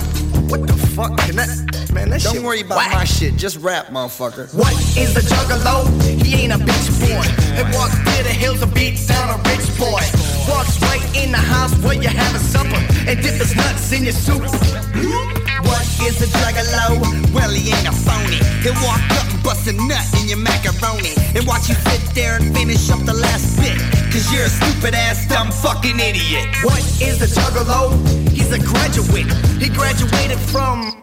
S23: What the fuck? Connect? Man, that Don't shit worry about my shit. Just rap, motherfucker. What is a juggalo? He ain't a bitch boy. It walks clear the hills and beats down a rich boy. Walks right in the house where you having supper and dip his nuts in your soup. What is a juggalo? Well, he ain't a phony. He'll walk up and bust a nut in your macaroni and watch you sit there and finish up the last bit. Cause you're a stupid ass, dumb fucking idiot. What is a juggalo? He's a graduate. He graduated from.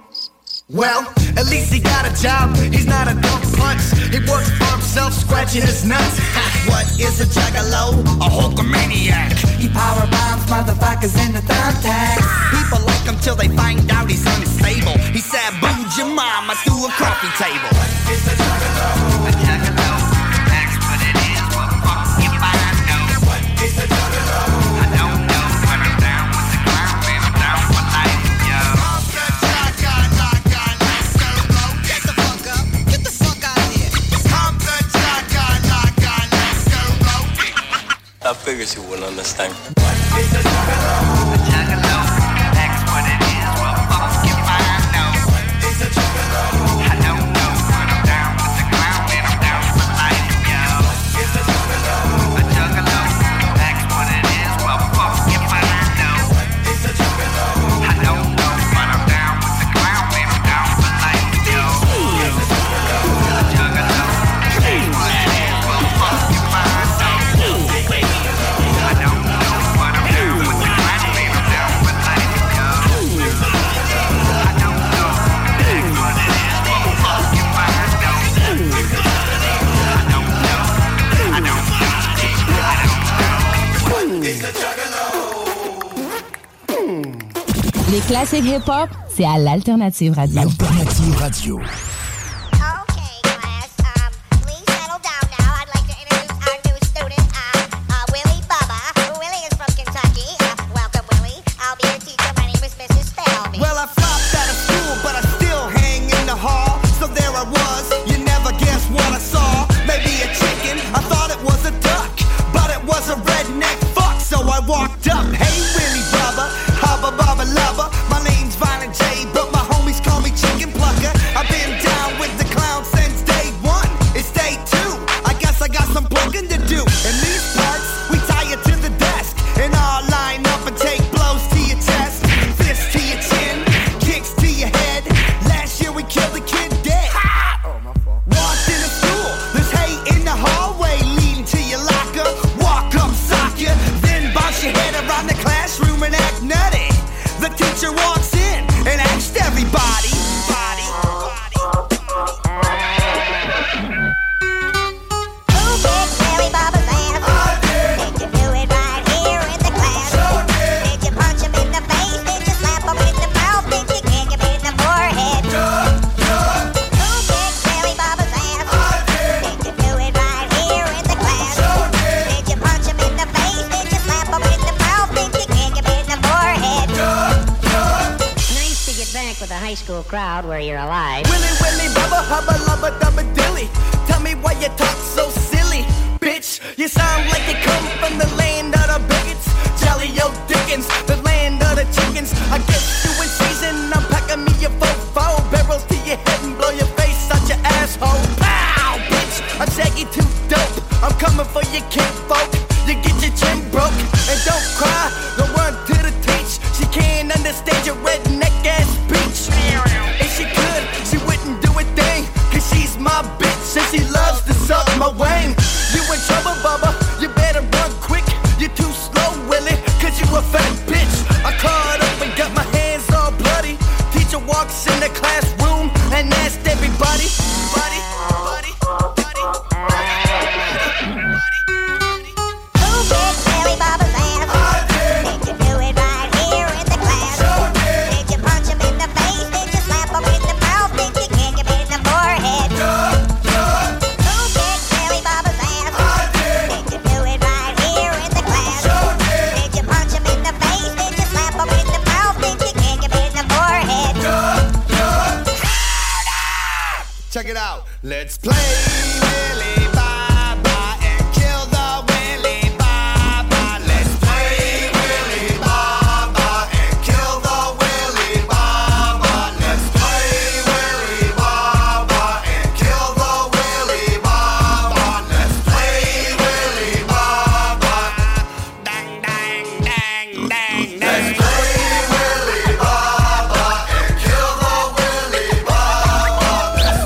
S23: Well, at least he got a job. He's not a dumb punk. blunts. He works for himself, scratching his nuts. Ha, what is a juggalo? A hulkomaniac. He power bombs motherfuckers in the thumbtacks. People like him till they find out he's unstable. He sabooed your mama through a coffee table. It's a juggalo. A juggalo. That's what it is. What fuck if I know? What is a juggalo? I don't know, but I'm down with the ground, man. I'm down for life, yo.
S10: I figures you will understand.
S3: Les classiques hip-hop, c'est à l'Alternative Radio. L'Alternative Radio.
S23: Well, I flopped out of school, but I still hang in the hall. So there I was, you never guess what I saw. Maybe a chicken, I thought it was a duck, but it was a redneck fuck. So I walked up, hey Willie brother, hubba bubba lover. My name's Violent J, but my homies call me Chicken Plucker. I've been down with the clown since day one. It's day two, I guess I got some plucking to do. In these parts, we tie it to the desk, and I'll line up and take blows to your chest. Fist to your chin, kicks to your head. Last year we killed a kid dead. Walked in the school, there's hay in the hallway leading to your locker. Walk up, sock you, then bounce your head around the classroom and act nutty. The teacher walks in and asks everybody. Body.
S13: Nice to get back with a high school crowd where you're alive.
S23: Willy willy bubba hubba lubba dubba dilly. Tell me why you talk so silly, bitch. You sound like you come from the land of the bigots. Jolly old Dickens, the land of the chickens. I get you in season, I'm packing me your faux faux barrels to your head and blow your face out your asshole. Pow, bitch. I'm saggy too dope. I'm coming for your kinfolk. You get your chin broke and don't cry. Don't run to the teach. She can't understand your redneck ass speech. If she could, she wouldn't do a thing. Cause she's my bitch and she loves to suck my wang. You in trouble, Bubba. You better run quick. You're too slow, Willie. Cause you a fat bitch. I caught up and got my hands all bloody. Teacher walks in the classroom and asked everybody, buddy, buddy.
S10: Check it out. Let's
S23: Play Willy Baba and kill the Willy Baba. Let's play Willy Baba and kill the Willy Baba. Let's play Willy Baba and kill the Willy Baba. Let's play Willy Baba. Dang, dang, dang, dang, dang. Let's play Willy Baba and kill the Willy Baba. Let's play Willy Baba and kill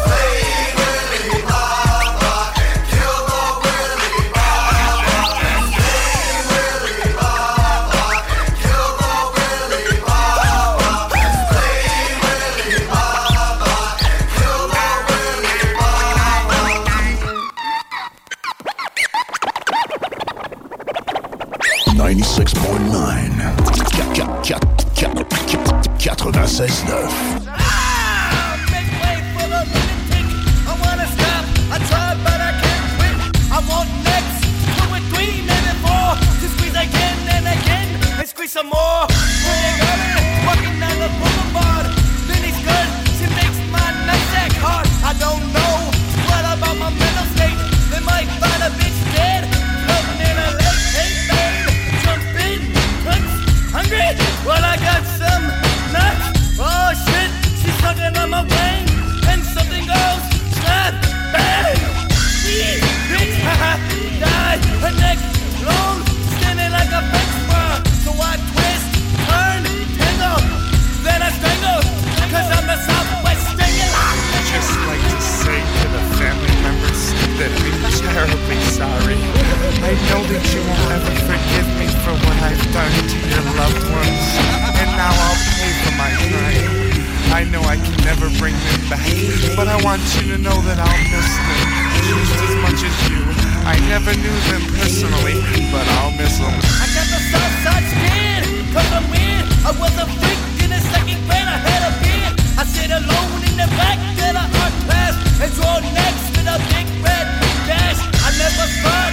S18: 96.9. 96.9.
S2: Some more when they got walking down the boulevard. Then he's good, she makes my nutsack hard. I don't know what about my mental state. They might find a bitch dead, floating in a lake. Hey babe, jump in, cooks, hungry. Well I got some nuts. Oh shit, she's sucking on my brain, and something goes snap, bang. She bitch, haha, died. Her neck long, standing like a bench bar. So I twist, turn, tangle, then I strangle, 'cause I'm the Southwest strangler.
S5: just like to say to the family members that I'm terribly sorry. I know that you will ever forgive me for what I've done to your loved ones, and now I'll pay for my crime. I know I can never bring them back, but I want you to know that I'll miss them just as much as you. I never knew them personally, but I'll miss them.
S2: I got the south side skin, cause I'm weird. I was a freak in the second grade, I had a beard. I sit alone in the back of the art class and draw next with a big red dash. I never thought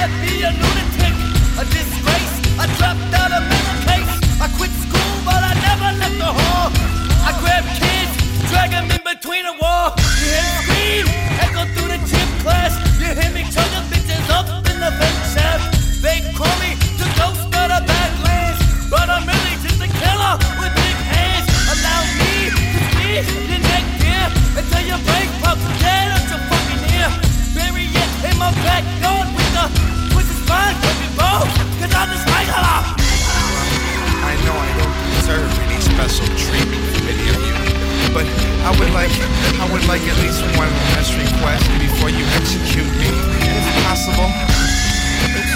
S2: I'd be a lunatic, a disgrace. I dropped out of mental case. I quit school, but I never left the hall. I grab kids, drag them in between a wall. You hear me scream, echo through the gym class. You hear me chug the bitches up in the vent shaft. They call me the ghost of the Badlands, but I'm really just a killer with big hands. Allow me to squeeze your neck, dear, until your brain pops dead out your fucking ear. Bury it in my backyard with the twisted spine, baby, bro, cause I'm just like a
S5: I know I don't deserve any special treatment from any of you, but I would like, I would like at least one last request before you execute me, if possible.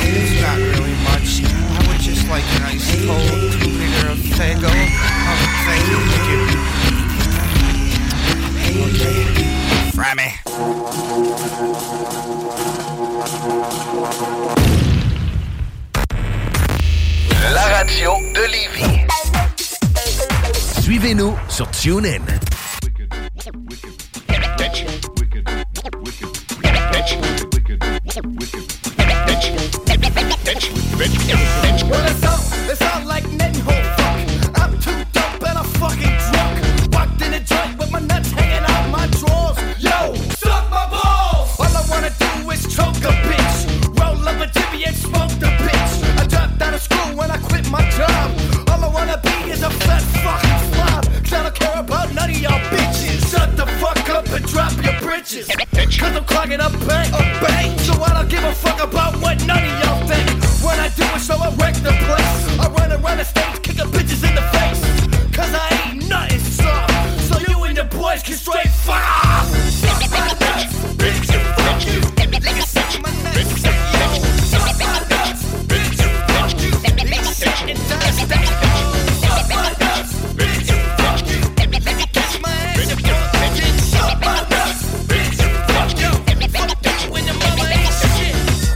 S5: It is not really much. I would just like an ice cold two liter of Fago. Oh, thank you. Thank you. Okay. Frammy.
S24: La radio de Lévis.
S18: Suivez-nous sur TuneIn.
S2: Well, it's out, it's out like nothing ho fuck. I'm too dope and I'm fucking drunk. Walked in a joint with my nuts hanging out my drawers. Yo, suck my balls. All I wanna do is choke a bitch, roll up a jibby and smoke the bitch. I dropped out of school when I quit my job. All I wanna be is a fat fucking slob. 'Cause I don't care about none of y'all bitches. Shut the fuck up and drop your britches. Cause I'm clogging up bank, a bank. So I don't give a fuck about what none of y'all think. When I do it, so I wreck the place. I run around the stage, kicking bitches in the face. Cause I ain't nothing soft. So you and your boys can straight fuck off. Suck my nuts, bitch, you fuck you. Suck my nuts, yo. Suck my nuts, bitch, you fuck you. Sit and dance, dance. Suck my nuts, bitch, you fuck you. Kiss my ass, you fucking suck my nuts, bitch, you fuck you. Fuck you and your mama ain't shit.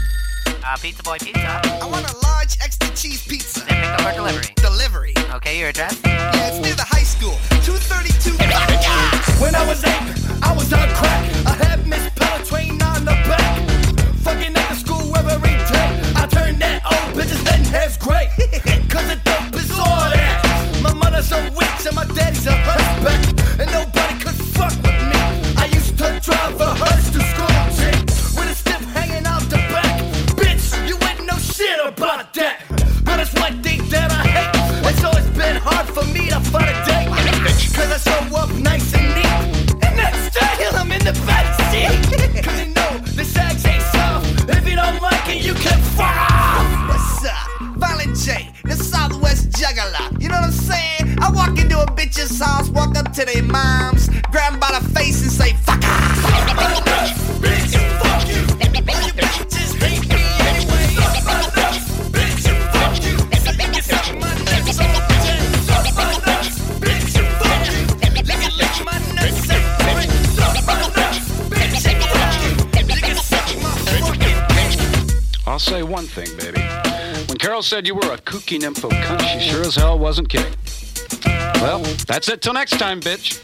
S23: Uh, pizza boy pizza.
S2: I want a large extra cheese pizza.
S23: Pickup or delivery?
S2: Delivery.
S23: Okay, your address?
S2: Yeah, it's near the high school. 232. When I was eight, I was on crack. I had Miss Pelletrain on the back. Fucking at the school every day. I turned that old bitch's then head's great. Cause the dope is all that. My mother's a witch and my daddy's a husband. And nobody could fuck with me. I used to drive a hearse to school, chick. With a stiff hanging out the back. Bitch, you ain't no shit about that. But it's one thing that I hate. And so it's been hard for me to find a date. Cause I show up nice and neat. And next day I'm in the back seat. Cause you know the sex ain't soft. If you don't like it, you can fuck off. What's up? Violent J, the Southwest Juggler. You know what I'm saying? I walk into a bitch's house, walk up to their moms, grab 'em by the face and say, fuck off. Bitch, you fuck you. All you bitches hate me anyway. Suck my nuts, bitch, you fuck you. So you can suck my nuts all day. Suck my nuts, bitch, you fuck you. You can lick my nuts and throw it. Suck my nuts, bitch, you fuck you. You can suck my fucking dick.
S25: I'll say one thing, baby. When
S26: Carol said you were a kooky nympho cunt. She sure as hell wasn't kidding. Well, that's it till next time, bitch.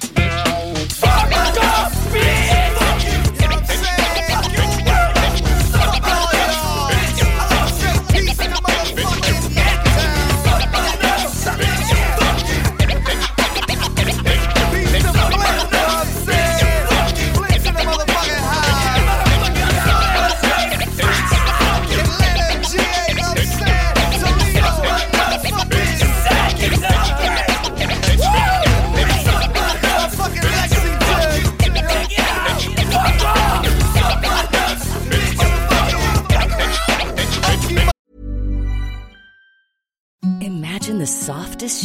S27: Imagine the softest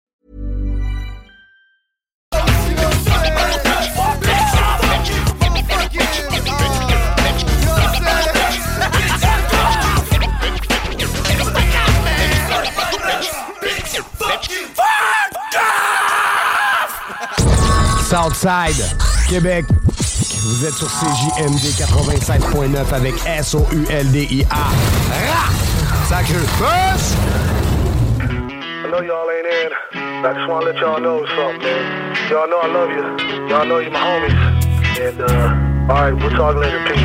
S5: Southside, Québec. Vous êtes sur CJMD 85.9 avec S-O-U-L-D-I-A. Ra! Sacre Boss!
S28: I know y'all ain't in. I just want to let y'all know something, man. Y'all know I love you. Y'all know you my homies. And, uh, alright, we'll talk later. Peace.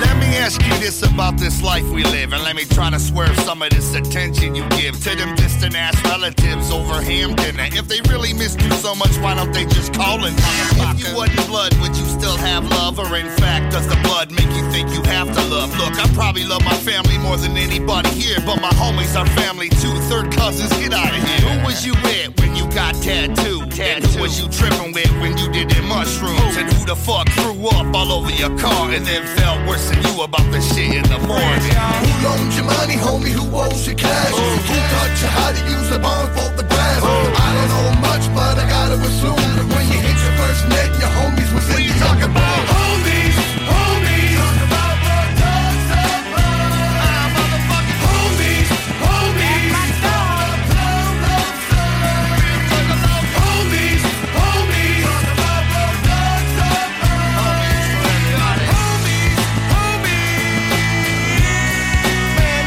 S18: Let me ask you this about this life we live, and let me try to swerve some of this attention you give to them distant ass relatives over Hampton. And if they really missed you so much, why don't they just call and talk? If you wasn't blood, would you still have love? Or in fact, does the blood make you think you have to love? Look, I probably love my family more than anybody here, but my homies are family too. Third cousins, get out of here. Who was you with when you got tattooed? And who was you tripping with when you did them mushrooms? And who the fuck threw up all over your car and then felt worse than you about the shit in the morning? Oh.
S29: Who loans your money, homie? Who owes your cash? Who taught you how to use the bond for the glass? I don't know much, but I gotta assume that when you hit your first net, your homies was in you talking about homies, homies.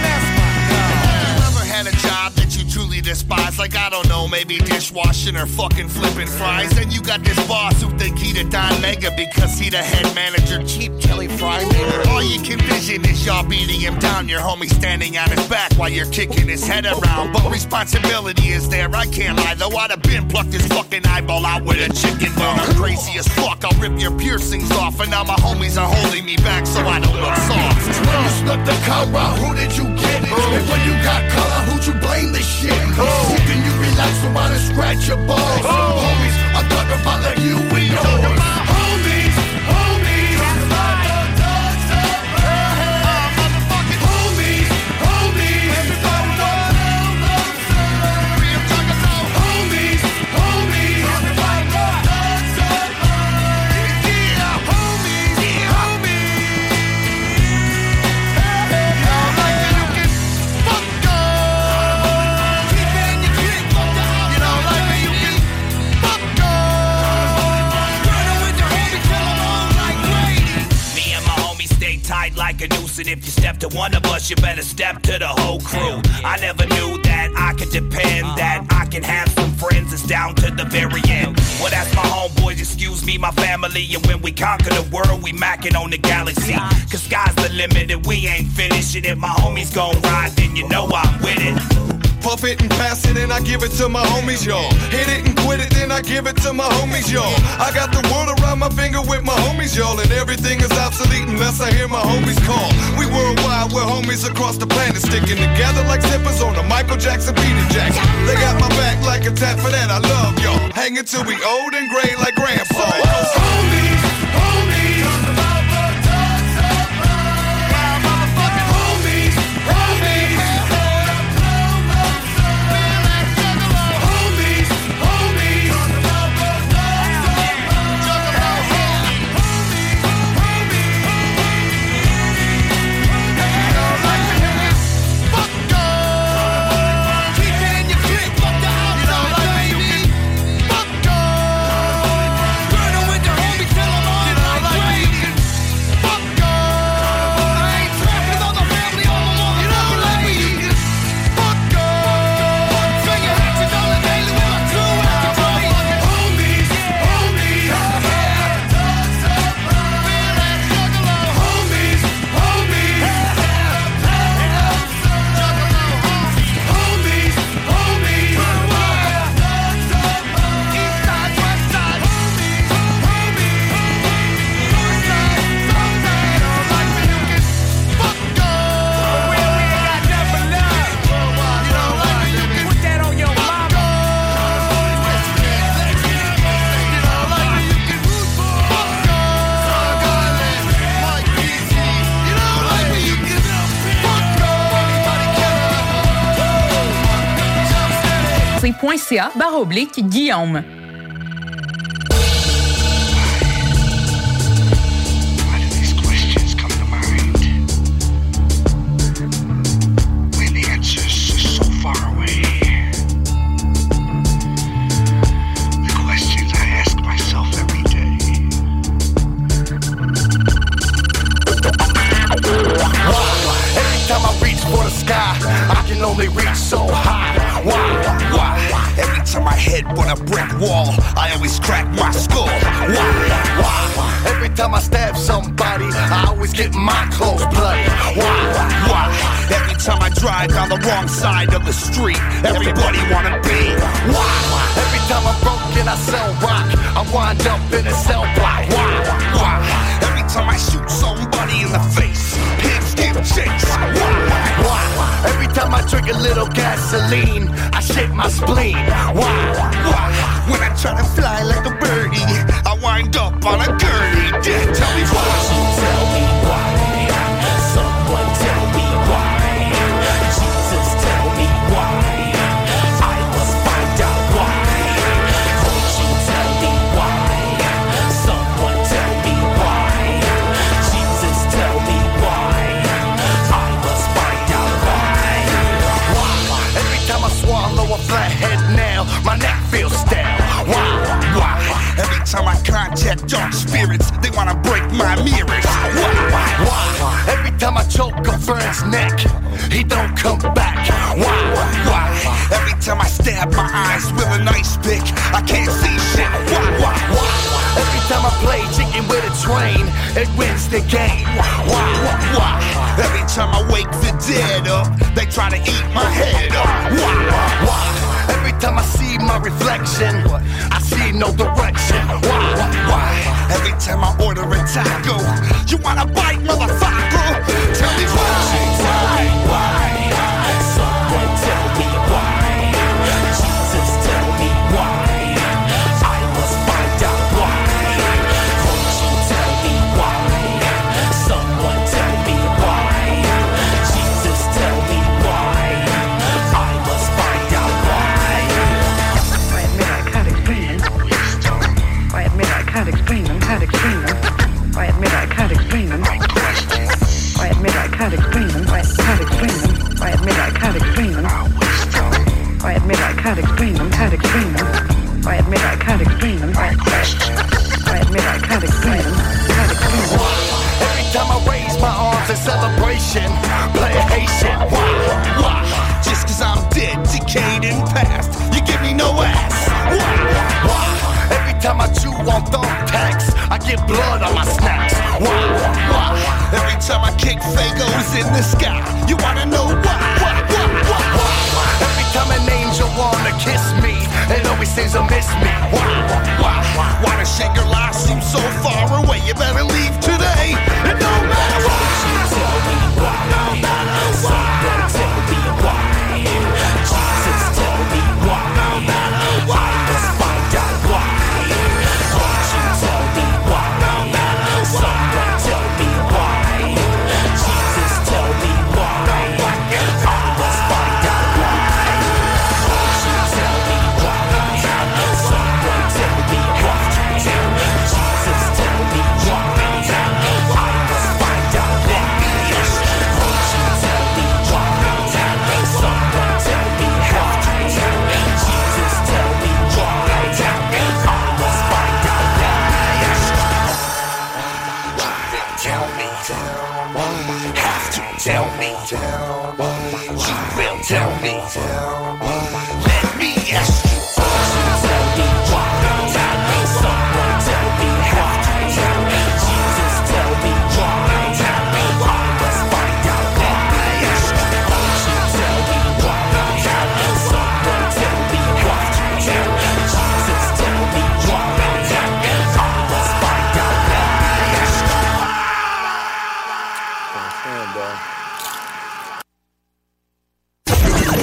S18: You ever had a job that you truly despise? Like, I don't know, maybe dishwashing or fucking flipping fries. Then you got this boss who think he the Don Mega because he the head manager, cheap Kelly Fry nigga. All you can vision is y'all beating him down, your homie standing on his back while you're kicking his head around. But responsibility is there, I can't lie, though I'd have been plucked his fucking eyeball out with a chicken bone. I'm crazy as fuck, I'll rip your piercings off, and now my homies are holding me back so I don't look soft.
S29: When you snuck the car out, who did you get it? And when you got color, who'd you blame the shit?
S18: Oh.
S29: Who can you relax about and scratch your balls? Homies, I'm talking about like you and yours. Homies, homies. Homies, homies. Homies, homies.
S2: Me and my homies stay tight like a noose, and if you step to one of us, you better step to the whole crew. I never knew that that I can depend,
S1: Uh-huh.
S2: that I can have some friends. It's down to the very end. Well, that's my homeboys, excuse me, my family. And when we conquer the world, we macking on the galaxy. Cause sky's the limit and we ain't finished. And if my homies gon' ride, then you know I'm with it.
S18: Puff it and pass it, and I give it to my homies, y'all. Hit it and quit it, then I give it to my homies, y'all. I got the world around my finger with my homies, y'all, and everything is obsolete unless I hear my homies call. We worldwide, we're homies across the planet, sticking together like zippers on a Michael Jackson, Peter Jackson. They got my back like a tap for that, I love y'all. Hanging till we old and gray like grandpa. homies, homies.
S4: C'est .ca barre oblique Guillaume.
S30: when the answers are so far away. The questions I ask myself every day.
S18: Why? Every time I reach for the sky, I can only reach so high. Why? Why? Every time I hit on a brick wall, I always crack my skull. Why? Why? Every time I stab somebody, I always get my clothes bloody. Why? Why? Every time I drive down the wrong side of the street, everybody wanna be. Why? Every time I'm broken, I sell rock. I wind up in a cell block. Why? Why? Every time I shoot somebody in the face, hips give chase. Why? Why? Every time I drink a little gasoline, I shake my spleen. Why? Why? When I try to fly like a birdie, I wind up on a gurney. Yeah, tell me why. Tell me why. Someone tell me why. Jesus, tell me why. I must find out why. Won't you tell me why? Someone tell me why. Jesus, tell me why. I must find out why. Why? Every time I swallow a flathead nail, my neck feels stale. Why? Why? Every time I contact dark spirits, they wanna break my mirrors. Why? Why? Why? Every time I choke a friend's neck, he don't come back. Why? Why? Every time I stab my eyes with an ice pick, I can't see shit. Why? Why? Why? Every time I play chicken with a train, it wins the game. Why? Why? Why? Every time I wake the dead up, they try to eat my head up. Why? Why? Every time I see my reflection, I see no direction. Why? Why? Every time I order a taco, you wanna bite, motherfucker? Tell me why. Tell me why. Someone tell me why. Jesus, tell me why. I must find out why. Won't you tell me why? Someone tell me why. Jesus, tell me why. I must find out why.
S5: I admit I can't explain them. I admit I can't explain them, can't explain them. I admit I can't explain them. I admit I can't explain them, I can't explain them. I admit I can't explain them. I admit I can't explain them, can't explain them. I admit I can't explain them. I I admit I can't explain them, can't explain them.
S18: Every time I raise my arms in celebration, play a Haitian. Why? Why? Just cause I'm dead to time I chew on thumbtacks, I get blood on my snacks. Why? Why? Every time I kick Fagos in the sky, you wanna know why? Why? Why? Why? Why? Every time an angel wanna kiss me, it always seems to miss me. Why? Why? Why? Why does Shangri-La seem so far away? You better leave today. It don't matter why. No matter why.
S5: Tell me why. Have to tell me why. You will tell me why. Let me ask you.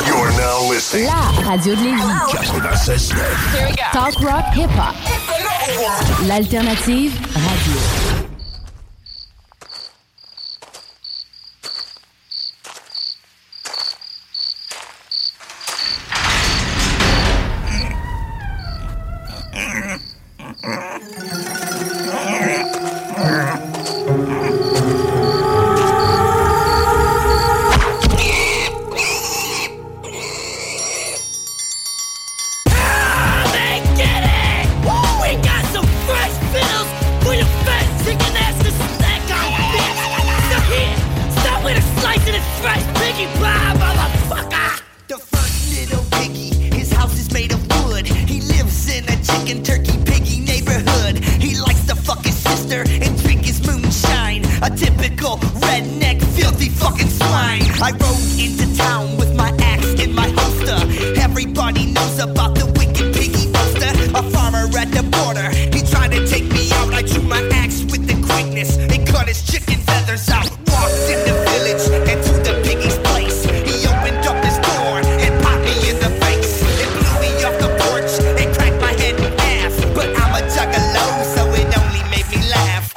S15: You're now listening.
S21: La radio de Lévis.
S15: 96.9.
S21: Talk rock hip hop. L'alternative radio.
S1: They get it! We got some fresh fiddles with a fat chicken ass to snack on, bitch! Stop here! Stop with a slice of this fresh piggy pie, motherfucker!
S23: The first little piggy, his house is made of wood. He lives in a chicken turkey piggy neighborhood. He likes to fuck his sister and drink his moonshine. A typical redneck, filthy fucking swine. I rode into town with my axe in my holster. Everybody knows about the wicked piggy monster. A farmer at the border, he tried to take me out. I drew my axe with the quickness and cut his chicken feathers out. Walked in the village and to the piggy's place. He opened up his door and popped me in the face. It blew me off the porch and cracked my head in half. But I'm a juggalo, so it only made me laugh.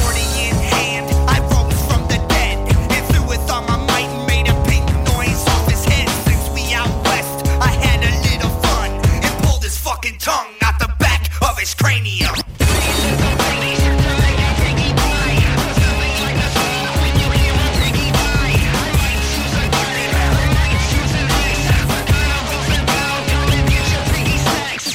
S23: 40 in hand, I rose from the dead and threw with all my might and made a pink noise off his head. Since we out west, I had a little fun and pulled his fucking tongue out the back of his cranium.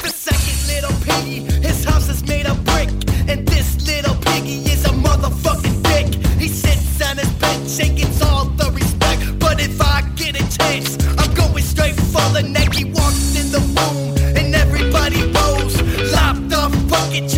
S23: The second little piggy, his house is made of brick. And this little piggy is a motherfucking dick. He sits on his bench and gets all the respect. But if I get a chance, I'm going straight for the neck. He walks in the room and everybody bows. Lopped off bucket,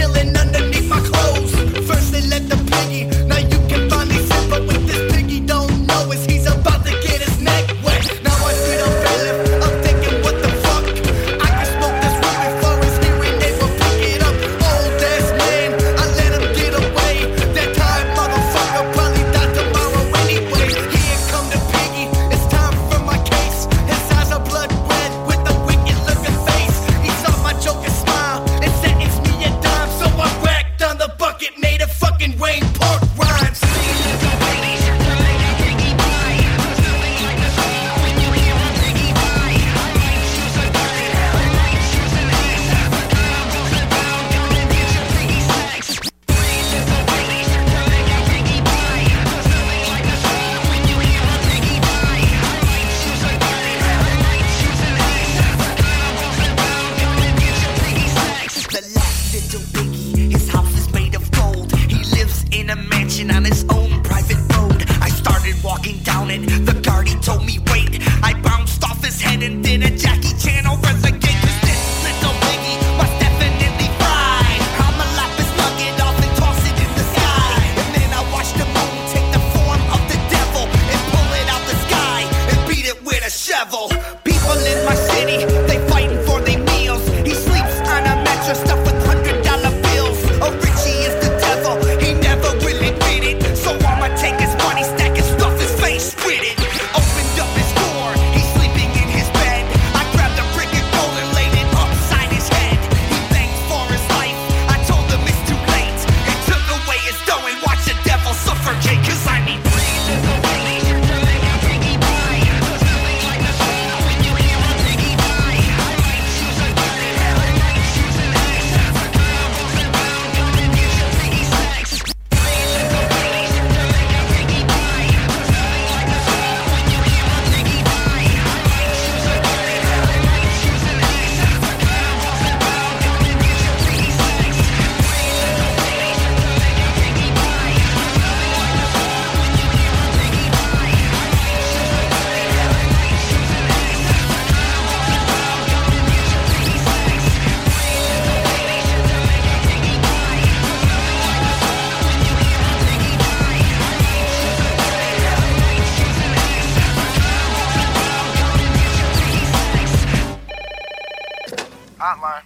S23: Oh,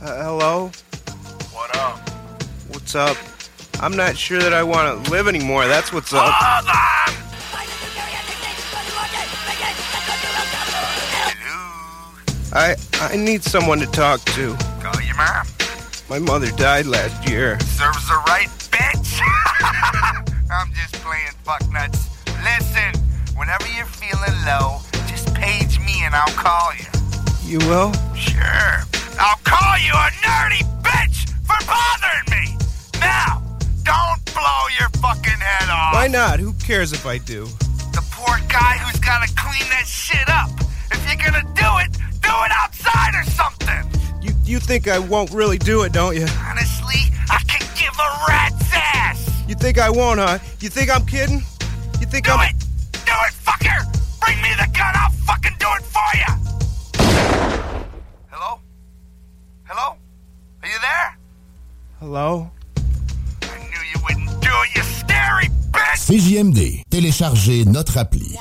S5: Uh, Hello?
S18: What up?
S5: What's up? I'm not sure that I want to live anymore. That's what's up. I I need someone to talk to.
S18: Call your mom.
S5: My mother died last year.
S18: Serves the right, bitch. I'm just playing fucknuts. Listen, whenever you're feeling low, just page me and I'll call you.
S5: You will?
S18: Sure. I'll call you a nerdy bitch for bothering me. Now, don't blow your fucking head off.
S5: Why not? Who cares if I do?
S18: The poor guy who's gotta clean that shit up. If you're gonna do it, do it outside or something.
S5: You you think I won't really do it, don't you?
S18: Honestly, I can give a rat's ass.
S5: You think I won't, huh? You think I'm kidding? You think I'm
S18: Do it, fucker! Bring me the gun, I'll fucking do it for you! Hello? Hello? Are you there?
S5: Hello?
S18: Do it, you scary
S31: CJMD. Téléchargez notre appli.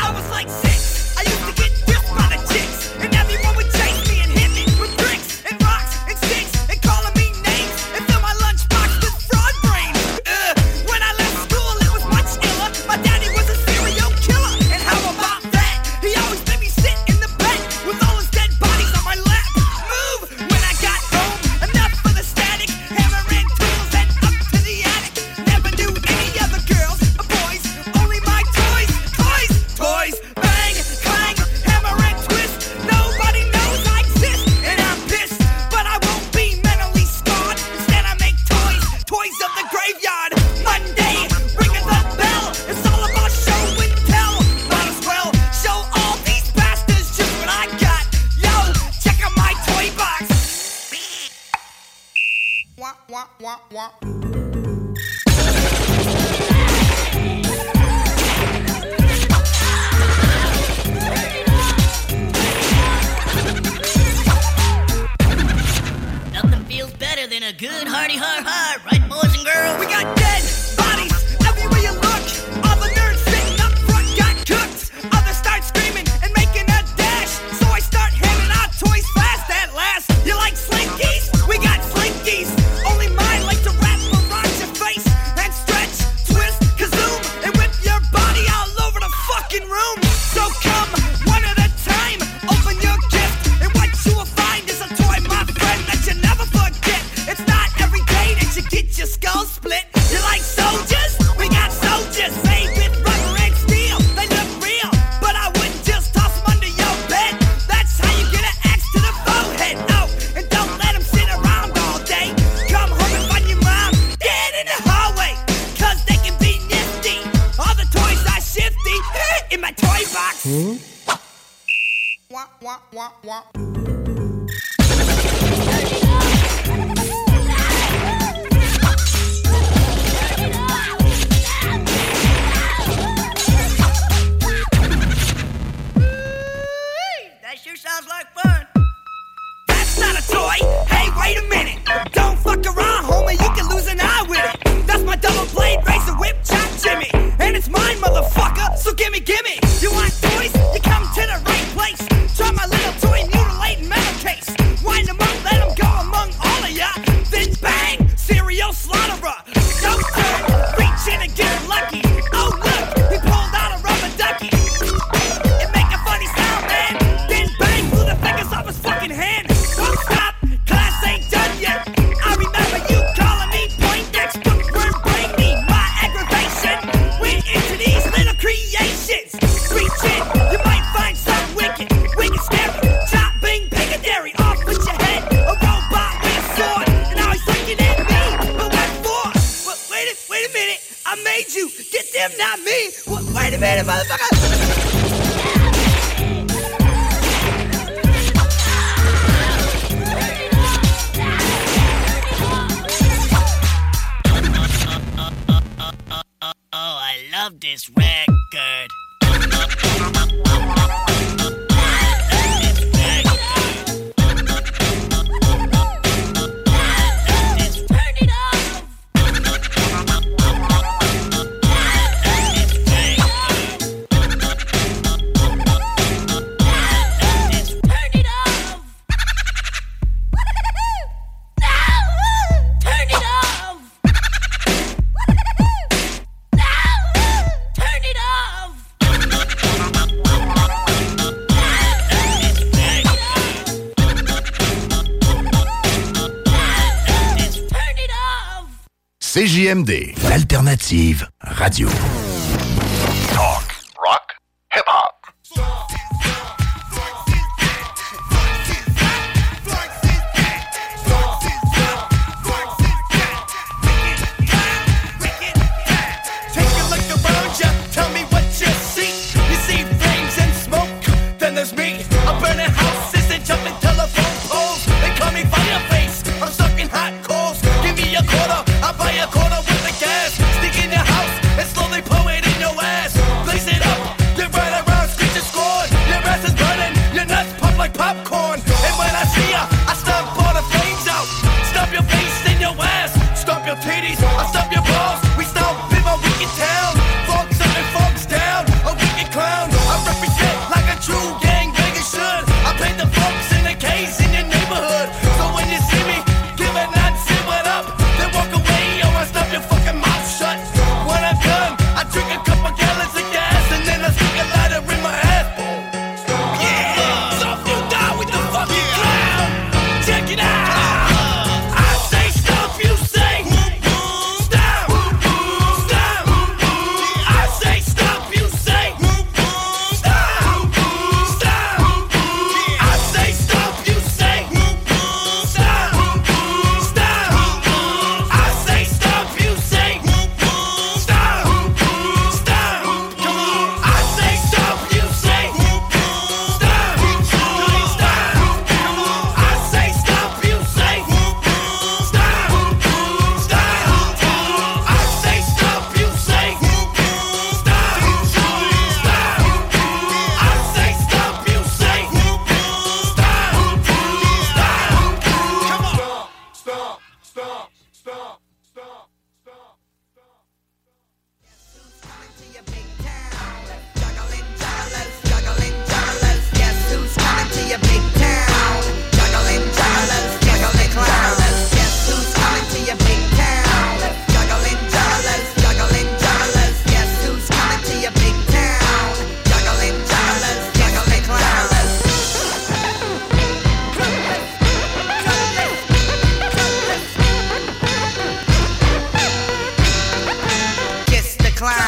S2: I was like six. I used to get dissed by the chicks, and everyone would chase me and hit me with bricks and rocks and sticks and calling me names and fill my lunchbox with fraud brain. Ugh. When I left school, it was much iller. My daddy was a serial killer, and how about that? He always made me sit in the bed with all his dead bodies on my lap. Move when I got home. Enough for the static, hammering tools and up to the attic. Never knew any other girls or boys, only my toys, toys, toys. Bang, clang, hammer and twist. Nobody knows I exist, and I'm pissed, but I won't be mentally scarred. Instead, I make toys, toys of the graveyard. Monday, ringing the bell. It's all about show and tell. Might as well show all these bastards just what I got. Yo, check out my toy box. Wah, wah, wah, wah.
S32: Nothing feels better than a good hearty har har, right, boys and girls?
S2: We got dead bodies everywhere you look. All the nerds sitting up front got cooked. Others start screaming and making a dash. So I start handing out toys fast at last. You like slinkies? We got slinkies. Only mine like to wrap around your face and stretch, twist, kazoom, and whip your body all over the fucking room. So come one at a time, open your gift, and what you will find is a toy, my friend, that you never forget. It's not every day that you get your skull split. You like soldiers? We got soldiers made with rubber and steel. They look real, but I wouldn't just toss them under your bed. That's how you get an axe to the forehead. Out and don't let them sit around all day. Come home and find your mom dead in the hallway, cause they can be nifty. All the toys are shifty in my toy box. Wah, wah, wah, wah.
S32: That sure sounds like fun.
S2: That's not a toy. Hey, wait a minute. Don't fuck around, homie. You can lose an eye with it. That's my double blade razor whip, chop Jimmy. And it's mine, motherfucker. So gimme, gimme. You want toys? You come to the right place. Try my little toy mutilating metal case. Wind them up, let them go among all of ya. Then bang, serial slaughterer. Don't turn, reach in and get lucky. Oh, look, he pulled out a rubber ducky. It make a funny sound, man. Then bang, blew the fingers off his fucking hand. Don't stop, class ain't done yet. I remember you calling me Poindexter, word bring me my aggravation. Went into these little creations. Reach in, you might find some wicked, wicked scary. Chop, bing, picadary, off with your head. A robot with a sword, and now he's looking at me. But what for? But wait a, wait a minute, I made you. Get them, not me. Wha- wait a minute, motherfucker.
S32: Oh, I love this record.
S3: CJMD, l'alternative radio.
S15: Talk, rock, hip hop.
S2: Take a look around ya, tell me what you see. You see flames and smoke, then there's me. I'm burning houses and jumping telephone poles. They call me fireface, I'm stuck in hot coals. Give me a quarter, I buy a quarter with the gas. Sneak in your house and slowly pour it in your ass. Blaze it up, then run around screeching scorn. Your ass is burning, your nuts pop like popcorn. And when I see ya, I stomp all the flames out. Stomp your face and your ass, stomp your titties, I stomp your balls. We stomp in my wicked town. Fogs up and fogs down, a wicked clown. I represent like a true gangbanger should. I play the folks in the case in your neighborhood. So when you see me, give a nod, say what up. Then walk away, yo, I stomp your fucking mouth shut. When I'm done, I drink a couple gallons of gas and then I stick a lighter in my ass. Yeah, so if you die with the fucking clown, check it out. I say stop, you say stop. Stop. I say stop, you say stop. Stop. I say stop, you say stop. Stop. I say stop, you say stop. Stop. I say stop, you say stop. Stop. I say stop, you say stop. Stop. I say stop, you say stop. Stop. I say stop, you say stop. Stop. Come on.
S23: Kiss the clown.